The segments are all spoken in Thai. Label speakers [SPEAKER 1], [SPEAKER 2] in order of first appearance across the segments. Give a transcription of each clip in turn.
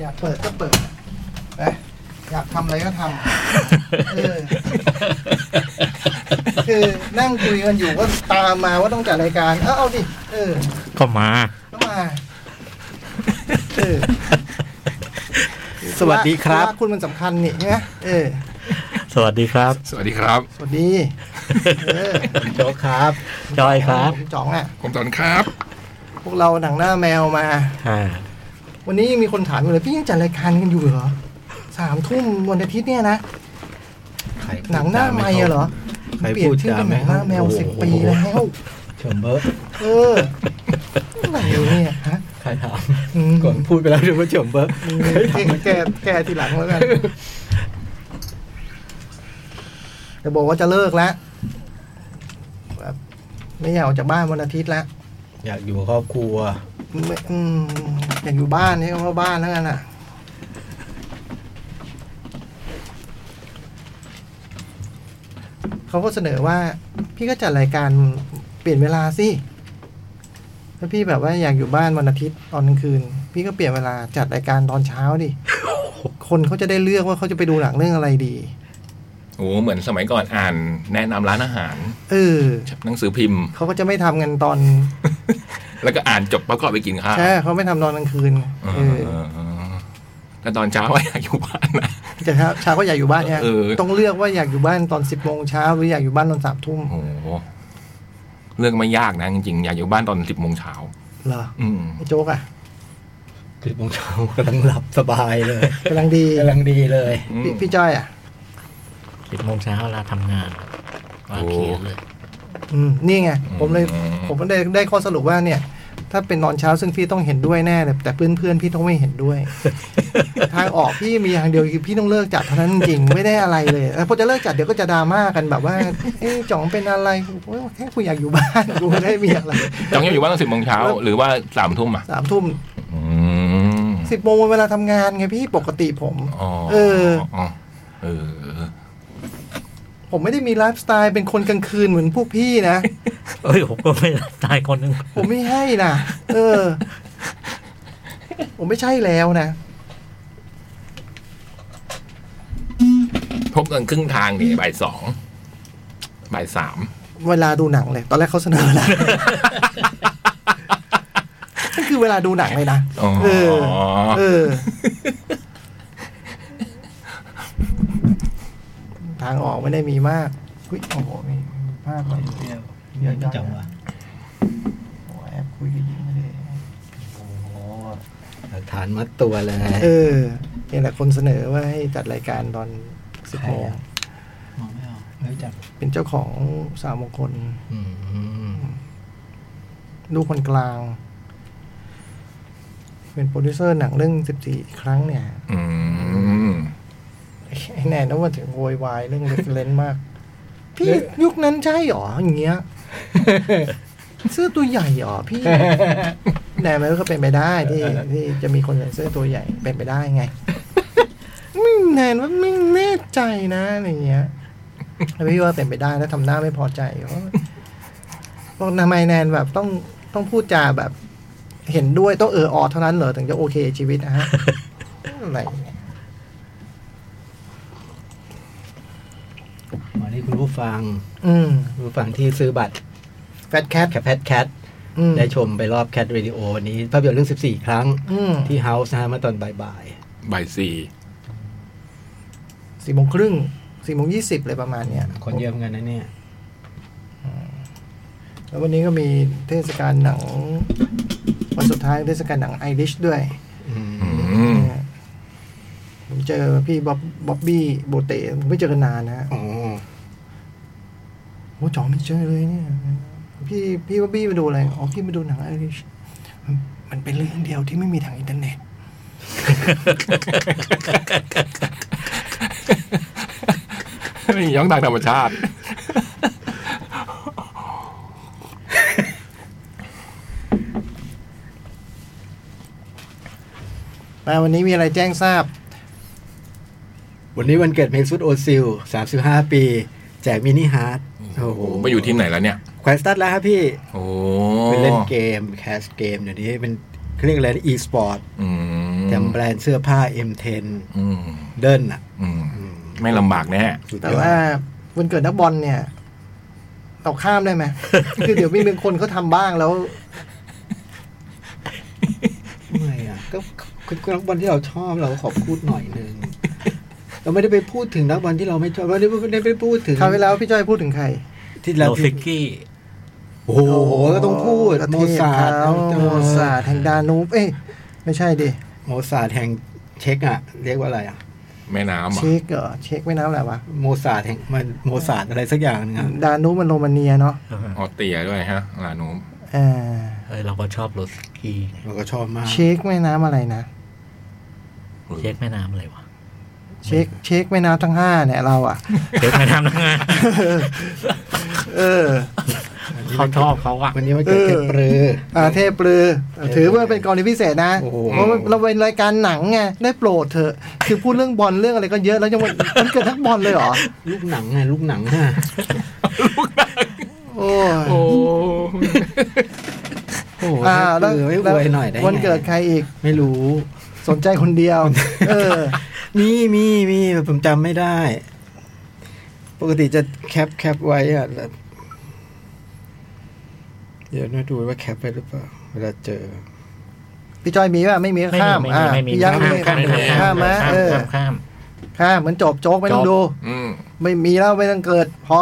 [SPEAKER 1] อยากเปิดก็เปิดไปอยากทำอะไรก็ทำเออคือนั่งคุยกันอยู่ก็ตามมาว่าต้องจัดรายการ เออเอาดิเออ
[SPEAKER 2] ก็มา
[SPEAKER 1] ก็มาเออ
[SPEAKER 2] สวัสดีครับ
[SPEAKER 1] ว่าคุณมันสำคัญนี่ใช่ไหมเออ
[SPEAKER 2] สวัสดีครับ
[SPEAKER 3] สวัสดีครับ
[SPEAKER 1] สวัสดีเออ
[SPEAKER 2] โจ๊กครับ จอยครับ
[SPEAKER 1] ผมจ๋องอ่ะ
[SPEAKER 3] ผมตอนครับ
[SPEAKER 1] พวกเราหนังหน้าแมวมา
[SPEAKER 2] อ่า
[SPEAKER 1] วันนี้ยังมีคนถามอยู่เลยพี่ยังจัดรายการกันอยู่เหรอสามทุ่มวันอาทิตย์เนี่ยนะ
[SPEAKER 4] ใครพูด
[SPEAKER 1] หนังหน้าไมค์อะเหรอ
[SPEAKER 4] ใคร
[SPEAKER 1] เปลี่ย
[SPEAKER 4] พู
[SPEAKER 1] น
[SPEAKER 4] ด
[SPEAKER 1] ชื่อ
[SPEAKER 4] จา
[SPEAKER 1] เป็นหนั
[SPEAKER 4] ไม่
[SPEAKER 1] งหน้าแมว
[SPEAKER 4] โอ้โห
[SPEAKER 1] สิบปีแล้ว
[SPEAKER 4] เฉิมเบิร์ด
[SPEAKER 1] เอออะไรเนี่ยฮะ
[SPEAKER 4] ใครถาม
[SPEAKER 1] อืม
[SPEAKER 4] ก่อนพูดไปแล้วเดี๋ยวว่าเฉิมเบิร์ด
[SPEAKER 1] แกแกแกทีหลังแล้วกันจะบอกว่าจะเลิกแล้วแบบไม่อยากออกจากบ้านวันอาทิตย์แล้ว
[SPEAKER 4] อยากอยู่กับครอบครัว
[SPEAKER 1] ไม่อืมอยากอยู่บ้านนี่ก็ว่าบ้านแล้วกันอ่ะ เขาก็เสนอว่า พี่ก็จัดรายการเปลี่ยนเวลาสิถ้าพี่แบบว่าอยากอยู่บ้านวันอาทิตย์ตอนกลางคืน พี่ก็เปลี่ยนเวลาจัดรายการตอนเช้าดิ คนเขาจะได้เลือกว่าเขาจะไปดูหนังเรื่องอะไรดี
[SPEAKER 3] โอ้เหมือนสมัยก่อนอ่านแนะนำร้านอาหาร
[SPEAKER 1] เออ
[SPEAKER 3] หนังสือพิมพ์
[SPEAKER 1] เขาก็จะไม่ทำกันตอน
[SPEAKER 3] แล้วก็อ่านจบประกอบไปกินข้าว
[SPEAKER 1] ใช่เขาไม่ทำตอนกลางคืน
[SPEAKER 3] เอ
[SPEAKER 1] เออ
[SPEAKER 3] อแล้วตอนเช้าอยากอยู่บ้านนะ
[SPEAKER 1] แต่เช้าเช้าก็อยากอยู่บ้านเนี่ย
[SPEAKER 3] เออ
[SPEAKER 1] ต้องเลือกว่าอยากอยู่บ้านตอนสิบโมงเช้าหรืออยากอยู่บ้านตอนสามทุ่ม
[SPEAKER 3] โอ้โหเรื่องไม่ยากนะจริงๆอยากอยู่บ้านตอนสิบโมงเช้า
[SPEAKER 1] เหรอ
[SPEAKER 3] อืม
[SPEAKER 1] ไอ้โจ๊กอ่ะ
[SPEAKER 4] คลิปของเช้ากำลังหลับสบายเลย
[SPEAKER 1] กำลังดี
[SPEAKER 4] กำลังดีเลย
[SPEAKER 3] อืม
[SPEAKER 1] พี่พี่จ้อยอ่ะ
[SPEAKER 2] สิบโมงเช้าเวลาทำงานวาง
[SPEAKER 3] โอ้
[SPEAKER 2] เขียนเลย
[SPEAKER 1] อืมนี่ไง
[SPEAKER 3] อืม
[SPEAKER 1] ผมเลย ผมก็ได้ได้ข้อสรุปว่าเนี่ย ถ้าเป็นตอนเช้าซึ่งพี่ต้องเห็นด้วยแน่แต่แต่เพื่อนเพื่อนๆพี่ต้องไม่เห็น ด้วย ทางออกพี่มีอย่างเดียวคือพี่ต้องเลิกจัดเท่านั้นจริงไม่ได้อะไรเลยแล้วพอจะเลิกจัดเดี๋ยวก็จะดราม่ากันแบบว่า เอ้จ่องเป็นอะไรโอ้ยแค่กูอยากอยู่บ้าน กูไม่ได้มีอะไร
[SPEAKER 3] จังอยากอยู่บ้านตอนสิบโมงเช้าหรือว่าสามทุ่มอ่ะ
[SPEAKER 1] สามทุ่ม
[SPEAKER 3] อืม
[SPEAKER 1] สิบโมงเวลาทำงานไงพี่ปกติผม
[SPEAKER 3] อ๋อ
[SPEAKER 1] เออ
[SPEAKER 3] เออ
[SPEAKER 1] ผมไม่ได้มีไลฟ์สไตล์เป็นคนกลางคืนเหมือนพวกพี่นะ
[SPEAKER 2] เอ้ยผมก็ไม่ได้ตายคนหนึง
[SPEAKER 1] ผมไม่ให้นะเออ ผมไม่ใช่แล้วนะ
[SPEAKER 3] พบกันครึ่งทางนี่บ่ายสองบ่ายสาม
[SPEAKER 1] เวลาดูหนังเลย ตอนแรกเขาเสนอแล้ว นั่นคือเวลาดูหนังเลยนะ
[SPEAKER 3] อ๋อ
[SPEAKER 1] เออ เออ ทางออกไม่ได้มีมากอุ๊ยโอ้โหมีภาพอะไรเดียวเดี๋ยอะจั
[SPEAKER 4] จั
[SPEAKER 1] ง
[SPEAKER 4] ง
[SPEAKER 1] วะ
[SPEAKER 4] วะ
[SPEAKER 1] โอ้แอปคุยกันยิงไม่ได้
[SPEAKER 4] โอ้โหหลักฐานมัดตัวเลย
[SPEAKER 1] เออเนี่ยแหละคนเสนอว่าให้จัดรายการตอนสิบโมง
[SPEAKER 4] ใครอะ มองไม่ออกไม่จับ
[SPEAKER 1] เป็นเจ้าของสาวมงคล
[SPEAKER 4] อืม
[SPEAKER 1] ลูกคนกลาง เป็นโปรดิวเซอร์หนังเรื่องสิบสี่ครั้งเนี่ย
[SPEAKER 3] อืม
[SPEAKER 1] ไอ้แน่นะมันถึงโวยวายเรื่องเรฟเลนมาก พี่ยุคนั้นใช่หรอ อย่างเงี้ย เสื้อตัวใหญ่หรอพี่ แน่มันก็เป็นไปได้ที่ที่จะมีคนใส่เสื้อตัวใหญ่เป็นไปได้ไง ไม่แน่ว่าไม่แน่ใจนะอะไรเงี้ยแล้วพี่ว่าเป็นไปได้แล้วทำหน้าไม่พอใจว่าบอกทำไมแนนแบบต้องต้องพูดจาแบบ เห็นด้วยต้องเออออเท่านั้นเหรอถึงจะโอเคชีวิตนะฮะอะไรเนี่ย
[SPEAKER 4] วันนี้คุณผู้ฟัง
[SPEAKER 1] อืม
[SPEAKER 4] คุณผู้ฟังที่ซื้อบัตร
[SPEAKER 1] แฟตแคท
[SPEAKER 4] แคปแพทแคท
[SPEAKER 1] อืม
[SPEAKER 4] ได้ชมไปรอบแคทวิดีโอวันนี้ภาพยนตร์เรื่อง 14 ครั้ง
[SPEAKER 1] อืม
[SPEAKER 4] ที่เฮาส์นะฮะเมาตอนบ่าย
[SPEAKER 3] บ่ายสี่
[SPEAKER 1] สี่โมงครึ่งสี่โมงยี่สิบเลยประมาณเนี้ย
[SPEAKER 4] ๆคนเยอะเหมือนกันนะเนี่ย
[SPEAKER 1] แล้ววันนี้ก็มีเทศกาลหนัง วันสุดท้ายเทศกาลหนังไอริชด้วย
[SPEAKER 4] อืม
[SPEAKER 3] อืม
[SPEAKER 1] เนี่ยผมเจอพี่บ๊อบบ๊อบบี้โบเต้ผมไม่เจอกันนานนะฮะ
[SPEAKER 4] อ๋อ
[SPEAKER 1] โอ้จ๋องไม่เจอเลยเนี่ย พี่พี่บ๊อบบี้มาดูอะไรอ๋อพี่มาดูหนังไอริชมันเป็นเรื่องเดียวที่ไม่มีทางอินเทอร์เน็ต
[SPEAKER 3] นี่ย้อนทางธรรมชาติ
[SPEAKER 1] มาวันนี้มีอะไรแจ้งทราบ
[SPEAKER 4] วันนี้วันเกิดเพลงซุดโอซิล 35 ปี แจกมินิฮาร์ดโอ้โห
[SPEAKER 3] ไปอยู่ทีมไหนแล้วเนี่ย
[SPEAKER 4] แควสตัดแล้วครับพี่
[SPEAKER 3] โอ้
[SPEAKER 4] ไปเล่นเกม แคสเกม เดี๋ยวนี้เป็นเขาเรียกอะไรอีสปอร์ต
[SPEAKER 3] อืม
[SPEAKER 4] แจ อย่างแบรนด์เสื้อผ้า M10
[SPEAKER 3] อืม
[SPEAKER 4] เดินอ่ะ
[SPEAKER 3] อืมไม่ลำบากแน่
[SPEAKER 4] สุดยอด
[SPEAKER 1] แต่ว่าวันเกิดนักบอลเนี่ย เราข้ามได้ไหม คือเดี๋ยวมีบางคนเขาทำบ้างแล้ว
[SPEAKER 4] ไม่อ่ะก็คือนักบอลที่เราชอบเราก็ขอพูดหน่อยนึง เราไม่ได้ไปพูดถึงนักบอลที่เราไม่ชอบเราไม่ได้ไม่ได้ไปพูดถึง
[SPEAKER 1] คราวที่แล้วพี่จ้อยพูดถึงใคร
[SPEAKER 4] ที่
[SPEAKER 2] โล
[SPEAKER 4] เรา
[SPEAKER 2] ฟิกกี้
[SPEAKER 4] โอ้โหก็ต้องพูด
[SPEAKER 1] ประ
[SPEAKER 4] โม
[SPEAKER 1] เทศ
[SPEAKER 4] ซาร์ท
[SPEAKER 1] เขาโมซาร์ทแห่งดานูบเอ้ยไม่ใช่ดิ
[SPEAKER 4] โมซาร์ทแห่งเช็กอ่ะ เรียกว่าอะไรอ่ะ
[SPEAKER 3] แม่น้ำเหรอ
[SPEAKER 1] เช็คเหรอเช็คไม่น้ำอะไรวะ
[SPEAKER 4] โมซาร์ทแห่งมันโมซาร์ทอะไรสักอย่างหนึงอ่ะ
[SPEAKER 1] ดานูบมันโรมาเนียเนาะ
[SPEAKER 3] ออสเตรียด้วยฮะลานูม
[SPEAKER 1] เออ
[SPEAKER 2] เอ้ยเราก็ชอบโลฟิกกี้ไง
[SPEAKER 4] เราก็ชอบมาก
[SPEAKER 1] เช็คแม่น้ำอะไรนะ
[SPEAKER 2] เช็คแม่น้ำอะไรวะ
[SPEAKER 1] เช็คเช็คแม่น้ำทั้งห้าเนี่ยเราอ่ะ
[SPEAKER 2] เช็คแม่น้ำทั้งงาน
[SPEAKER 1] เออ
[SPEAKER 2] เขาชอบเขาอะ
[SPEAKER 4] วันนี้มันเกิด
[SPEAKER 1] เออ
[SPEAKER 4] เทปเปรือ
[SPEAKER 1] อ่าเทพลือถือว่าเป็นกรณีพิเศษนะ
[SPEAKER 4] โอ้โห
[SPEAKER 1] เพราะว่าเราเป็นรายการหนังไงได้โปรดเถอะ คือพูดเรื่องบอลเรื่องอะไรก็เยอะแล้วยังวันมันเกิดทั้งบอลเลยเหรอ
[SPEAKER 4] ลูกหนังไงลูกหนังฮะ
[SPEAKER 1] โอ้ย
[SPEAKER 3] โอ้
[SPEAKER 4] โอ้โห
[SPEAKER 1] อ่า
[SPEAKER 4] เท
[SPEAKER 1] แล้ว
[SPEAKER 4] ปเปรือไม่อวยหน่อยได้ไง
[SPEAKER 1] วันเกิดใครอีก
[SPEAKER 4] ไม่รู้
[SPEAKER 1] สนใจคนเดียว เออ
[SPEAKER 4] มีมีมีผมจำไม่ได้ ปกติจะแคปแคปไว้อะแล้วเดี๋ยวนะดูว่าแคปไปหรือเปล่า เวลาเจอ
[SPEAKER 1] พี่จอยมีป่ะไม่มีก็
[SPEAKER 2] ไม่
[SPEAKER 1] ข้าม
[SPEAKER 2] มี
[SPEAKER 1] อ่า
[SPEAKER 2] ไม่มี
[SPEAKER 1] พี่
[SPEAKER 2] ไม่
[SPEAKER 1] ยัง
[SPEAKER 2] มี
[SPEAKER 1] ไม่มีข้าม
[SPEAKER 2] ข้าม
[SPEAKER 1] ข้ามนะ
[SPEAKER 2] ข้าม
[SPEAKER 1] เออ
[SPEAKER 2] ข้ามข้าม
[SPEAKER 1] ข้ามเหมือนจบโจ๊กไม่ต้อง
[SPEAKER 2] จบ
[SPEAKER 1] ดู
[SPEAKER 3] อืม
[SPEAKER 1] ไม่มีแล้วไม่ต้องเกิด พอ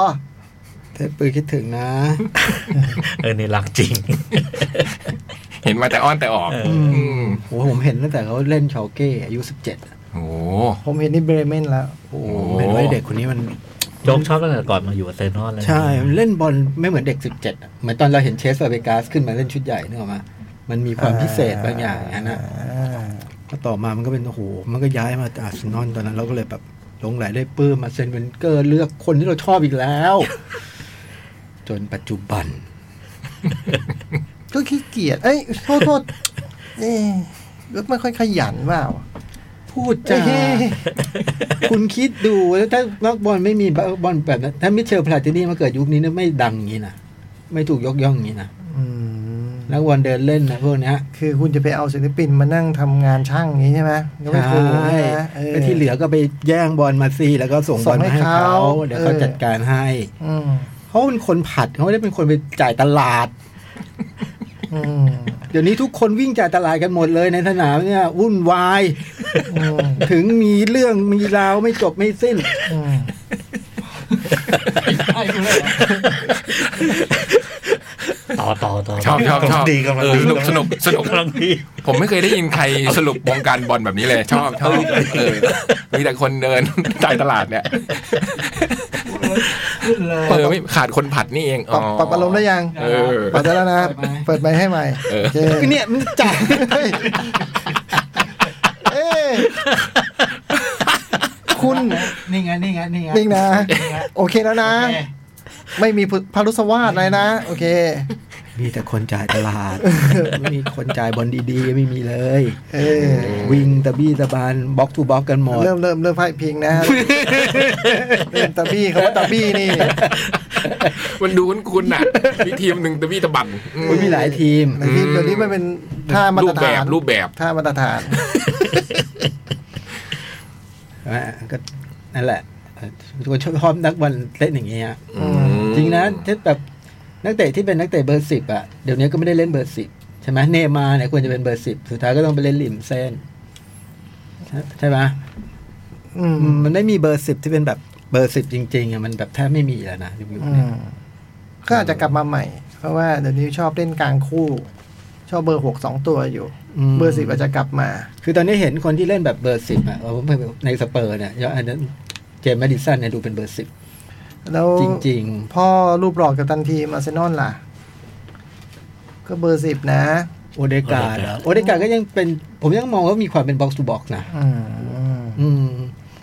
[SPEAKER 4] เทปปืนคิดถึงนะ
[SPEAKER 2] เออนี่รักจริง
[SPEAKER 3] เห็นมาแต่อ้อนแต่ออก
[SPEAKER 2] เออ
[SPEAKER 3] อืม
[SPEAKER 4] โอ้โหผมเห็นตั้งแต่เขาเล่นชาวเก้อายุสิบเจ็ด
[SPEAKER 3] โอ้
[SPEAKER 1] ผมเห็นนี่เบรเมนแล้ว
[SPEAKER 4] โอ้โห
[SPEAKER 3] โอ้โห
[SPEAKER 4] เห็นว่าเด็กคนนี้มัน
[SPEAKER 2] โจ๊กชอบตั้งแต่ก่อนมาอยู่อาร์เซนอลแล้วนะ
[SPEAKER 4] ใช่มันเล่นบอลไม่เหมือนเด็กสิบเจ็ดเหมือนตอนเราเห็นเชสลาเวกัสขึ้นมาเล่นชุดใหญ่นึกออกมา มันมีความพิเศษบางอย่างอย่างนะ
[SPEAKER 1] อ่า
[SPEAKER 4] ก็ต่อมามันก็เป็นโอ้โหมันก็ย้ายมาอาร์เซนอลตอนนั้นเราก็เลยแบบหลงไหลได้ปลื้มมาเซนเวนเกอร์เลือกคนที่เราชอบอีกแล้ว จนปัจจุบัน
[SPEAKER 1] ก็ขี้เกียจเอ้ยโทษโทษเอ้ยไม่ค่อยขยันเปล่า
[SPEAKER 4] พูดจา
[SPEAKER 1] เอ้ย
[SPEAKER 4] คุณคิดดูแล้วถ้านักบอลไม่มีบอลแบบนั้นถ้ามิเชลพลาตินีมาเกิดยุคนี้นะไม่ดังอย่างนี้นะไม่ถูกยกย่องอย่างนี้นะ
[SPEAKER 1] อืม
[SPEAKER 4] นักบอลเดินเล่นนะพวกเนี้ย
[SPEAKER 1] คือคุณจะไปเอาศิลปินมานั่งทำงานช่างอย่างนี้ใช่ไหมก็ไม่ถูก
[SPEAKER 4] ใช่
[SPEAKER 1] นะเออ
[SPEAKER 4] แล้วที่เหลือก็ไปแย่งบอลมาซีแล้วก็ส่งบอลมาให้
[SPEAKER 1] ส่งให้เขา
[SPEAKER 4] เขา เดี๋ยวเขา
[SPEAKER 1] เออ
[SPEAKER 4] จัดการให้
[SPEAKER 1] อืม
[SPEAKER 4] เขาเป็นคนผัดเขาไม่ได้เป็นคนไปจ่ายตลาด
[SPEAKER 1] อืม
[SPEAKER 4] เดี๋ยวนี้ทุกคนวิ่งจ่ายตลาดกันหมดเลยในสนามเนี่ยวุ่นวาย
[SPEAKER 1] อืม
[SPEAKER 4] ถึงมีเรื่องมีราวไม่จบไม่สิ้น
[SPEAKER 1] อืม
[SPEAKER 2] ต่อต่อต่อ
[SPEAKER 3] ชอบชอบชอบ
[SPEAKER 2] ดีกำลัง
[SPEAKER 3] เออ
[SPEAKER 2] ดี
[SPEAKER 3] สนุกสนุกสนุก
[SPEAKER 2] กำลังดี
[SPEAKER 3] ผมไม่เคยได้ยินใครสรุปวงการบอลแบบนี้เลย ชอบชอบเออมีแต่คนเดิน จ่ายตลาดเนี่ยเออไม่ขาดคนผัดนี่เอง
[SPEAKER 1] ปรับปรับอารมณ์ได้ยัง
[SPEAKER 3] เออ
[SPEAKER 1] เปิดได้แล้วนะ เปิดไปให้ใหม่
[SPEAKER 3] เออ
[SPEAKER 1] โอเค
[SPEAKER 4] เนี่ยมันจ่าย
[SPEAKER 1] เฮ้ยเอ้ยคุณ
[SPEAKER 4] นี่ไงนี่ไงนี่ไง
[SPEAKER 1] นิ่งนะ โอเคแล้วนะ ไม่มีพารุสวาสอะไรนะ โอเค
[SPEAKER 4] มีแต่คนจ่ายตลาด ไม่มีคนจ่ายบอลดีๆไม่มีเลย
[SPEAKER 1] เออ
[SPEAKER 4] วิ่งตะบี้ตะบานบล็อกทูบล็อกกันหมด
[SPEAKER 1] เริ่มเริ่มเริ่มไพ่พิงนะเริ่มตาบี้เขาว่าตาบี้นี่
[SPEAKER 3] มันดูคุ้นๆน่ะมีทีมหนึ่งตะบี้ตะบันอืม
[SPEAKER 4] มันมีหลายทีม
[SPEAKER 1] ในที่เดี๋ยวนี้มันเป็นท่ามาตรฐาน
[SPEAKER 3] รูปแบบ
[SPEAKER 1] ท่ามาตรฐาน
[SPEAKER 4] อ่าก็นั่นแหละเอ่อคนชอบชอบนักบอลเล่นอย่างเงี้ย
[SPEAKER 3] อืม
[SPEAKER 4] จริงนะถ้าแบบนักเตะที่เป็นนักเตะเบอร์สิบอ่ะเดี๋ยวนี้ก็ไม่ได้เล่นเบอร์สิบใช่ไหมเนย์มาร์เนี่ยควรจะเป็นเบอร์สิบสุดท้ายก็ต้องไปเล่นริมเส้น ใช่ใช่ไหม
[SPEAKER 1] อืม
[SPEAKER 4] มันไม่มีเบอร์สิบที่เป็นแบบเบอร์สิบจริงๆอ่ะมันแบบแทบไม่มีแล้วนะยุคนี้
[SPEAKER 1] อืมก็อาจจะกลับมาใหม่ เพราะว่าเดี๋ยวนี้ชอบเล่นกลางคู่ ชอบเบอร์หกสองตัวอยู่
[SPEAKER 4] ม
[SPEAKER 1] เบอร์สิบอาจจะกลับมา
[SPEAKER 4] คือตอนนี้เห็นคนที่เล่นแบบเบอร์สิบอ่ะเอาผมในสเปอร์เนี่ยอันนั้นเจมส์แมดดิสันเนี่ยดูเป็นเบอร์สิบ
[SPEAKER 1] แล้ว
[SPEAKER 4] จริง
[SPEAKER 1] พ่อรูปหล่อกับตันทีมอาร์เซนอลล่ะ ก็เบอร์สิบนะ
[SPEAKER 4] ๆ โอเดการ์ดอะโอเดการ์ดก็ยังเป็นผมยังมองว่ามีความเป็นบ็อกซ์ทูบ็อกซ์นะ
[SPEAKER 1] อืมอืม
[SPEAKER 4] อืม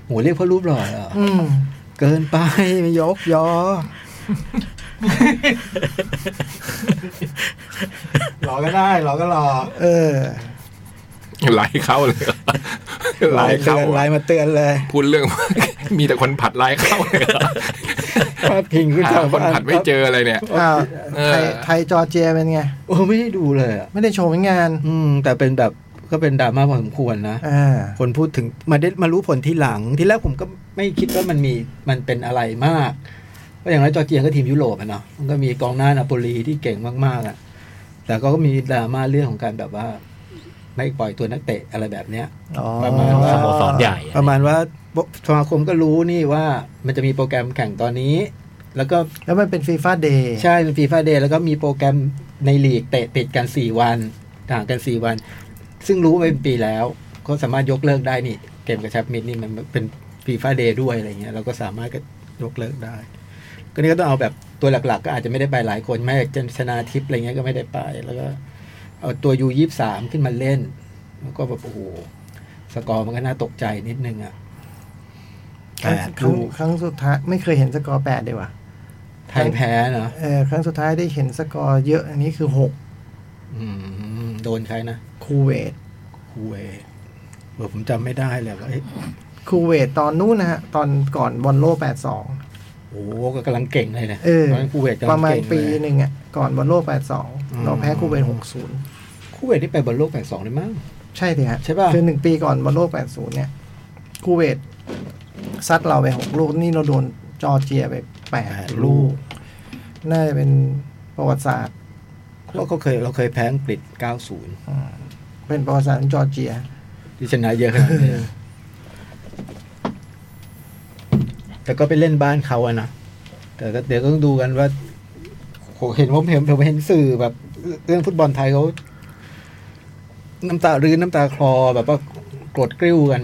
[SPEAKER 4] โหเรียกพ่อรูปหล่อเหรอ
[SPEAKER 1] อืม
[SPEAKER 4] เกินไปไม่ยกยอ หล่อก็ได้หล่อก็หล่อ
[SPEAKER 1] เออ
[SPEAKER 3] ไหลเข้าเลยไหล
[SPEAKER 4] ไลน์เตื
[SPEAKER 3] เข้า
[SPEAKER 4] อนไลน์มาเตือนเลย
[SPEAKER 3] พูดเรื่อง มีแต่คนผัดไหลเข้าเลย
[SPEAKER 4] พาดพิงคุณ
[SPEAKER 3] หา
[SPEAKER 4] ชาว
[SPEAKER 3] คนผัดไม่เจออะไรเนี่ย
[SPEAKER 1] อ้าว
[SPEAKER 3] เออ
[SPEAKER 1] ไทยไทยจอร์เจียเป็นไง
[SPEAKER 4] โอ้ไม่ได้ดูเลยอะ
[SPEAKER 1] ไม่ได้โชว์ผลงาน
[SPEAKER 4] อืม แต่เป็นแบบ ก็เป็นดราม่าพอสมควรนะ
[SPEAKER 1] อ่า
[SPEAKER 4] คนพูดถึงมาได้มารู้ผลทีหลัง ทีแรกผมก็ไม่คิดว่ามันมีมันเป็นอะไรมากก็อย่างไรจอร์เจียก็ทีมยุโรปอะเนาะมันก็มีกองหน้านาโปลีที่เก่งมากๆอะแต่ก็มีดราม่าเรื่องของการแบบว่า ไม่ปล่อยตัวนักเตะอะไรแบบเนี้ย
[SPEAKER 1] อ๋อ
[SPEAKER 4] ประมาณว่า
[SPEAKER 2] สโมสรใหญ่อะ
[SPEAKER 4] ประมาณว่าสมาคมก็รู้นี่ว่ามันจะมีโปรแกรมแข่งตอนนี้ แล้วก็
[SPEAKER 1] แล้วมันเป็นฟีฟ่าเดย์
[SPEAKER 4] ใช่เป็นฟีฟ่าเดย์แล้วก็มีโปรแกรมในลีกเตะติดกันสี่วันต่างกันสี่วัน ซึ่งรู้มาเป็นปีแล้ว ก็สามารถยกเลิกได้นี่ เกมกระชับมิตรนี่มันเป็นฟีฟ่าเดย์ด้วยอะไรเงี้ยเราก็สามารถก็ยกเลิกได้ ก็นี่ก็ต้องเอาแบบตัวหลักๆ ก็อาจจะไม่ได้ไปหลายคนแม้จะชนะทิพย์อะไรเงี้ยก็ไม่ได้ไป แล้วก็เอาตัวยูยี่สามขึ้นมาเล่นแล้วก็แบบโอ้โหสกอร์มันก็น่าตกใจนิดนึงอ่ะ
[SPEAKER 1] ครั้งครั้งครั้งสุดท้ายไม่เคยเห็นสกอร์แปดเลยว่ะ
[SPEAKER 4] ไทยแพ้เนาะ
[SPEAKER 1] เออครั้งสุดท้ายได้เห็นสกอร์เยอะอันนี้คือหก
[SPEAKER 4] อืมโดนใครนะ
[SPEAKER 1] คูเวต
[SPEAKER 4] คูเวตเออผมจำไม่ได้เลยว่าเอ๊ะ
[SPEAKER 1] คูเวตตอนนู้นนะฮะ ตอนก่อนบอลโลกแปดสอง
[SPEAKER 4] โอ้โหก็กำลังเก่งเลยนะ
[SPEAKER 1] เออ
[SPEAKER 4] ตนนั้นคูเวตกำ
[SPEAKER 1] ป
[SPEAKER 4] ลั
[SPEAKER 1] ระ
[SPEAKER 4] ง
[SPEAKER 1] มาณ
[SPEAKER 4] เก่ง
[SPEAKER 1] ปี
[SPEAKER 4] เล
[SPEAKER 1] ห
[SPEAKER 4] ยนะ
[SPEAKER 1] นึ่งอ่ะ ก่อนบอลโลกแปดสอง
[SPEAKER 4] อืม
[SPEAKER 1] เราแพ้คูเวตหกศูนย์
[SPEAKER 4] คูเวตที่ไปบอลโลกแปดสองเลยมั้ง
[SPEAKER 1] ใช่เลยฮะ
[SPEAKER 4] ใช่ป่ะ
[SPEAKER 1] คือหนึ่งปีก่อนบอลโลกแปดศูนย์เนี่ยคูเวตซัดเราไปหกลูกนี่เราโดนจอร์เจียไปแปดลูก น่าจะเป็นประวัติศาสตร์
[SPEAKER 4] เราก็เคยเราเคยแพ้อังกฤษ90
[SPEAKER 1] เป็นประวัติศาสตร์ของจอร์เจีย
[SPEAKER 4] ที่ชนะเยอะขนาดนี้ แต่ก็ไปเล่นบ้านเขาอะนะ แต่ก็เดี๋ยวก็ต้องดูกันว่าโหเห็นผมเห็นผมเห็นสื่อแบบเรื่องฟุตบอลไทยเขาน้ำตารื้นน้ำตาคลอแบบว่าโกรธกริ้วกัน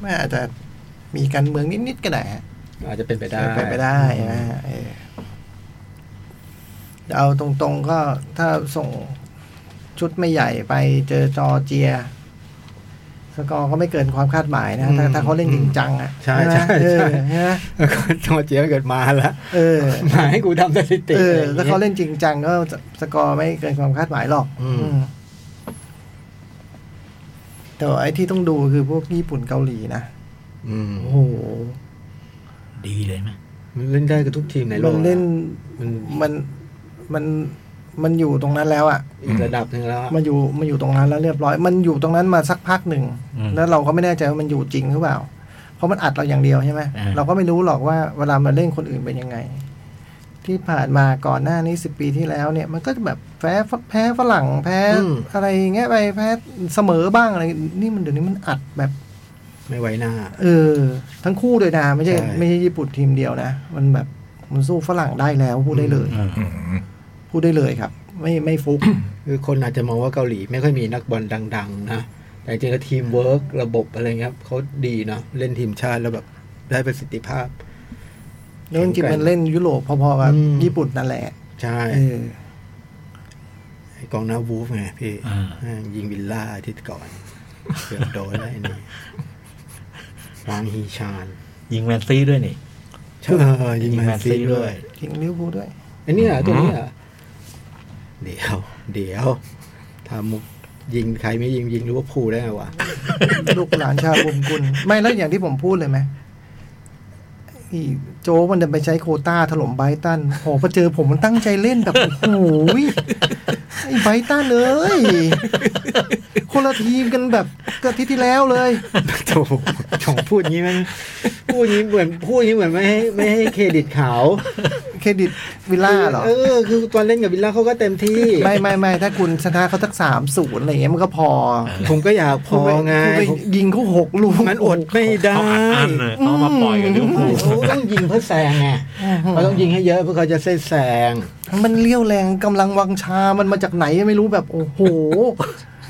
[SPEAKER 1] ไม่อาจจะมีการเมืองนิด ๆ ก็ได้ฮะ
[SPEAKER 4] อาจจะเป็นไปได้
[SPEAKER 1] ไปไม่ได้นะฮะเออเอาตรง ๆ ก็ถ้าส่งชุดไม่ใหญ่ไปเจอจอร์เจีย สกอร์ก็ไม่เกินความคาดหมายนะถ้าถ้าเขาเล่นจริงจังอ่ะ
[SPEAKER 4] ใช่ใช่
[SPEAKER 1] ไหมเอ
[SPEAKER 4] ใช่
[SPEAKER 1] อใช่ไหม
[SPEAKER 4] แล้วก็ จอร์เจียเกิดมาแล้ว
[SPEAKER 1] เออ
[SPEAKER 4] มาให้กูทำสถิ
[SPEAKER 1] เออ
[SPEAKER 4] ติะไรย่งงี้ย
[SPEAKER 1] ถ้าเขาเล่นจริงจังก็สกอร์ไม่เกินความคาดหมายหรอก
[SPEAKER 4] อืม
[SPEAKER 1] อืมแต่ว่าไอ้ที่ต้องดูคือพวกญี่ปุ่นเกาหลีนะ
[SPEAKER 4] อืม
[SPEAKER 1] โอ้โห
[SPEAKER 2] ดีเลยไหม
[SPEAKER 4] มันเล่นได้กับทุกทีมในโล
[SPEAKER 1] มั
[SPEAKER 4] ก
[SPEAKER 1] นเล่น
[SPEAKER 4] มัน
[SPEAKER 1] มันมันมันอยู่ตรงนั้นแล้วอ่ะ
[SPEAKER 4] อีกระดับหนึ่งแล้วอะ
[SPEAKER 1] มันอยู่มันอยู่ตรงนั้นแล้วเรียบร้อย มันอยู่ตรงนั้นมาสักพักหนึ่ง
[SPEAKER 2] อืม
[SPEAKER 1] แล้วเราก็ไม่แน่ใจว่ามันอยู่จริงหรือเปล่า เพราะมันอัดเราอย่างเดียวใช่ไหม
[SPEAKER 2] อ่า
[SPEAKER 1] เราก็ไม่รู้หรอกว่าเวลามาเล่นคนอื่นเป็นยังไง ที่ผ่านมาก่อนหน้านี้สิบปีที่แล้วเนี่ย มันก็จะแบบแพ้แพ้ฝรั่งแพ้อะไรอย่างเงี้ยไปแพ้เสมอบ้างอะไร นี่มันเดี๋ยวนี้มันอัดแบบ
[SPEAKER 4] ไม่ไว้หน้า
[SPEAKER 1] เออ ทั้งคู่เลยนะไม่ใช่
[SPEAKER 4] ใช่
[SPEAKER 1] ไม่ใช่ญี่ปุ่นทีมเดียวนะมันแบบมันสู้ฝรั่งได้แล้วพูดได้เลย
[SPEAKER 2] อืม
[SPEAKER 1] พูดได้เลยครับ ไม่ไม่ฟุก
[SPEAKER 4] คือคนอาจจะมองว่าเกาหลีไม่ค่อยมีนักบอลดัง ๆ นะ แต่จริงๆแล้วทีมเวิร์กระบบอะไรเงี้ยเขาดีเนาะเล่นทีมชาติแล้วแบบได้ประสิทธิภาพ
[SPEAKER 1] แล้วจริงๆมันเล่นยุโรปพอๆกับ
[SPEAKER 4] อืม
[SPEAKER 1] ญี่ปุ่นนั่นแหละ
[SPEAKER 4] ใช่
[SPEAKER 1] เออ
[SPEAKER 4] ไอ้กองหน้าวูฟไงพี่
[SPEAKER 2] อ่า
[SPEAKER 4] แม่งยิงวิลล่าอาทิตย์ก่อน เกือบโดนแล้วไอ้ นี่วางฮีชาน
[SPEAKER 2] ยิงแมนซี่ด้วยนี่
[SPEAKER 4] ใช่เออยิงแมนซีด้วย
[SPEAKER 1] จริงลิเวอร์พูลด้วย
[SPEAKER 4] ไอ้เนี่ยตัวเนี้ยเดี๋ยว เดี๋ยวทามุกยิงใครไม่ยิงยิงลิเวอร์พูลได้ไงวะ
[SPEAKER 1] ลูกหลานชาวบุมกุลไม่แล้วอย่างที่ผมพูดเลยไหมไอ้โจกมันจะไปใช้โควต้าถล่มไบรตันโอ้พอเจอผมมันตั้งใจเล่นแบบโอ้โหยไอ้ไบรตันเลย คนละทีมกันแบบกับอาที่ที่แล้วเลย
[SPEAKER 4] โถโถพูดงี้มันพูดงี้เหมือนพูดงี้เหมือนไม่ให้ไม่ให้เครดิตเขา
[SPEAKER 1] เครดิตวิลล่าเหรอ
[SPEAKER 4] เออคือตอนเล่นกับวิลล่าเขาก็เต็มที่
[SPEAKER 1] ไม่ไม่ไม่ถ้าคุณชนะเขาสักสามศูนย์อะไรอย่างเงี้ยมันก็พอ
[SPEAKER 4] ผมก็อยากพอไง
[SPEAKER 1] คุณป
[SPEAKER 4] ผม
[SPEAKER 1] ยิงเขาหกลูก
[SPEAKER 4] มันอดไม่ได้
[SPEAKER 2] เขาอัดอั้นเลยเขามาปล่อยกันลิเวอร์พูล
[SPEAKER 4] เขาต้องยิงเพื่อแซงไงเขาต้องยิงให้เยอะเพื่อเขาจะเส้นแซง
[SPEAKER 1] มันเลี้ยวแรงกำลังวังชา มันมาจากไหนไม่รู้แบบโอ้โห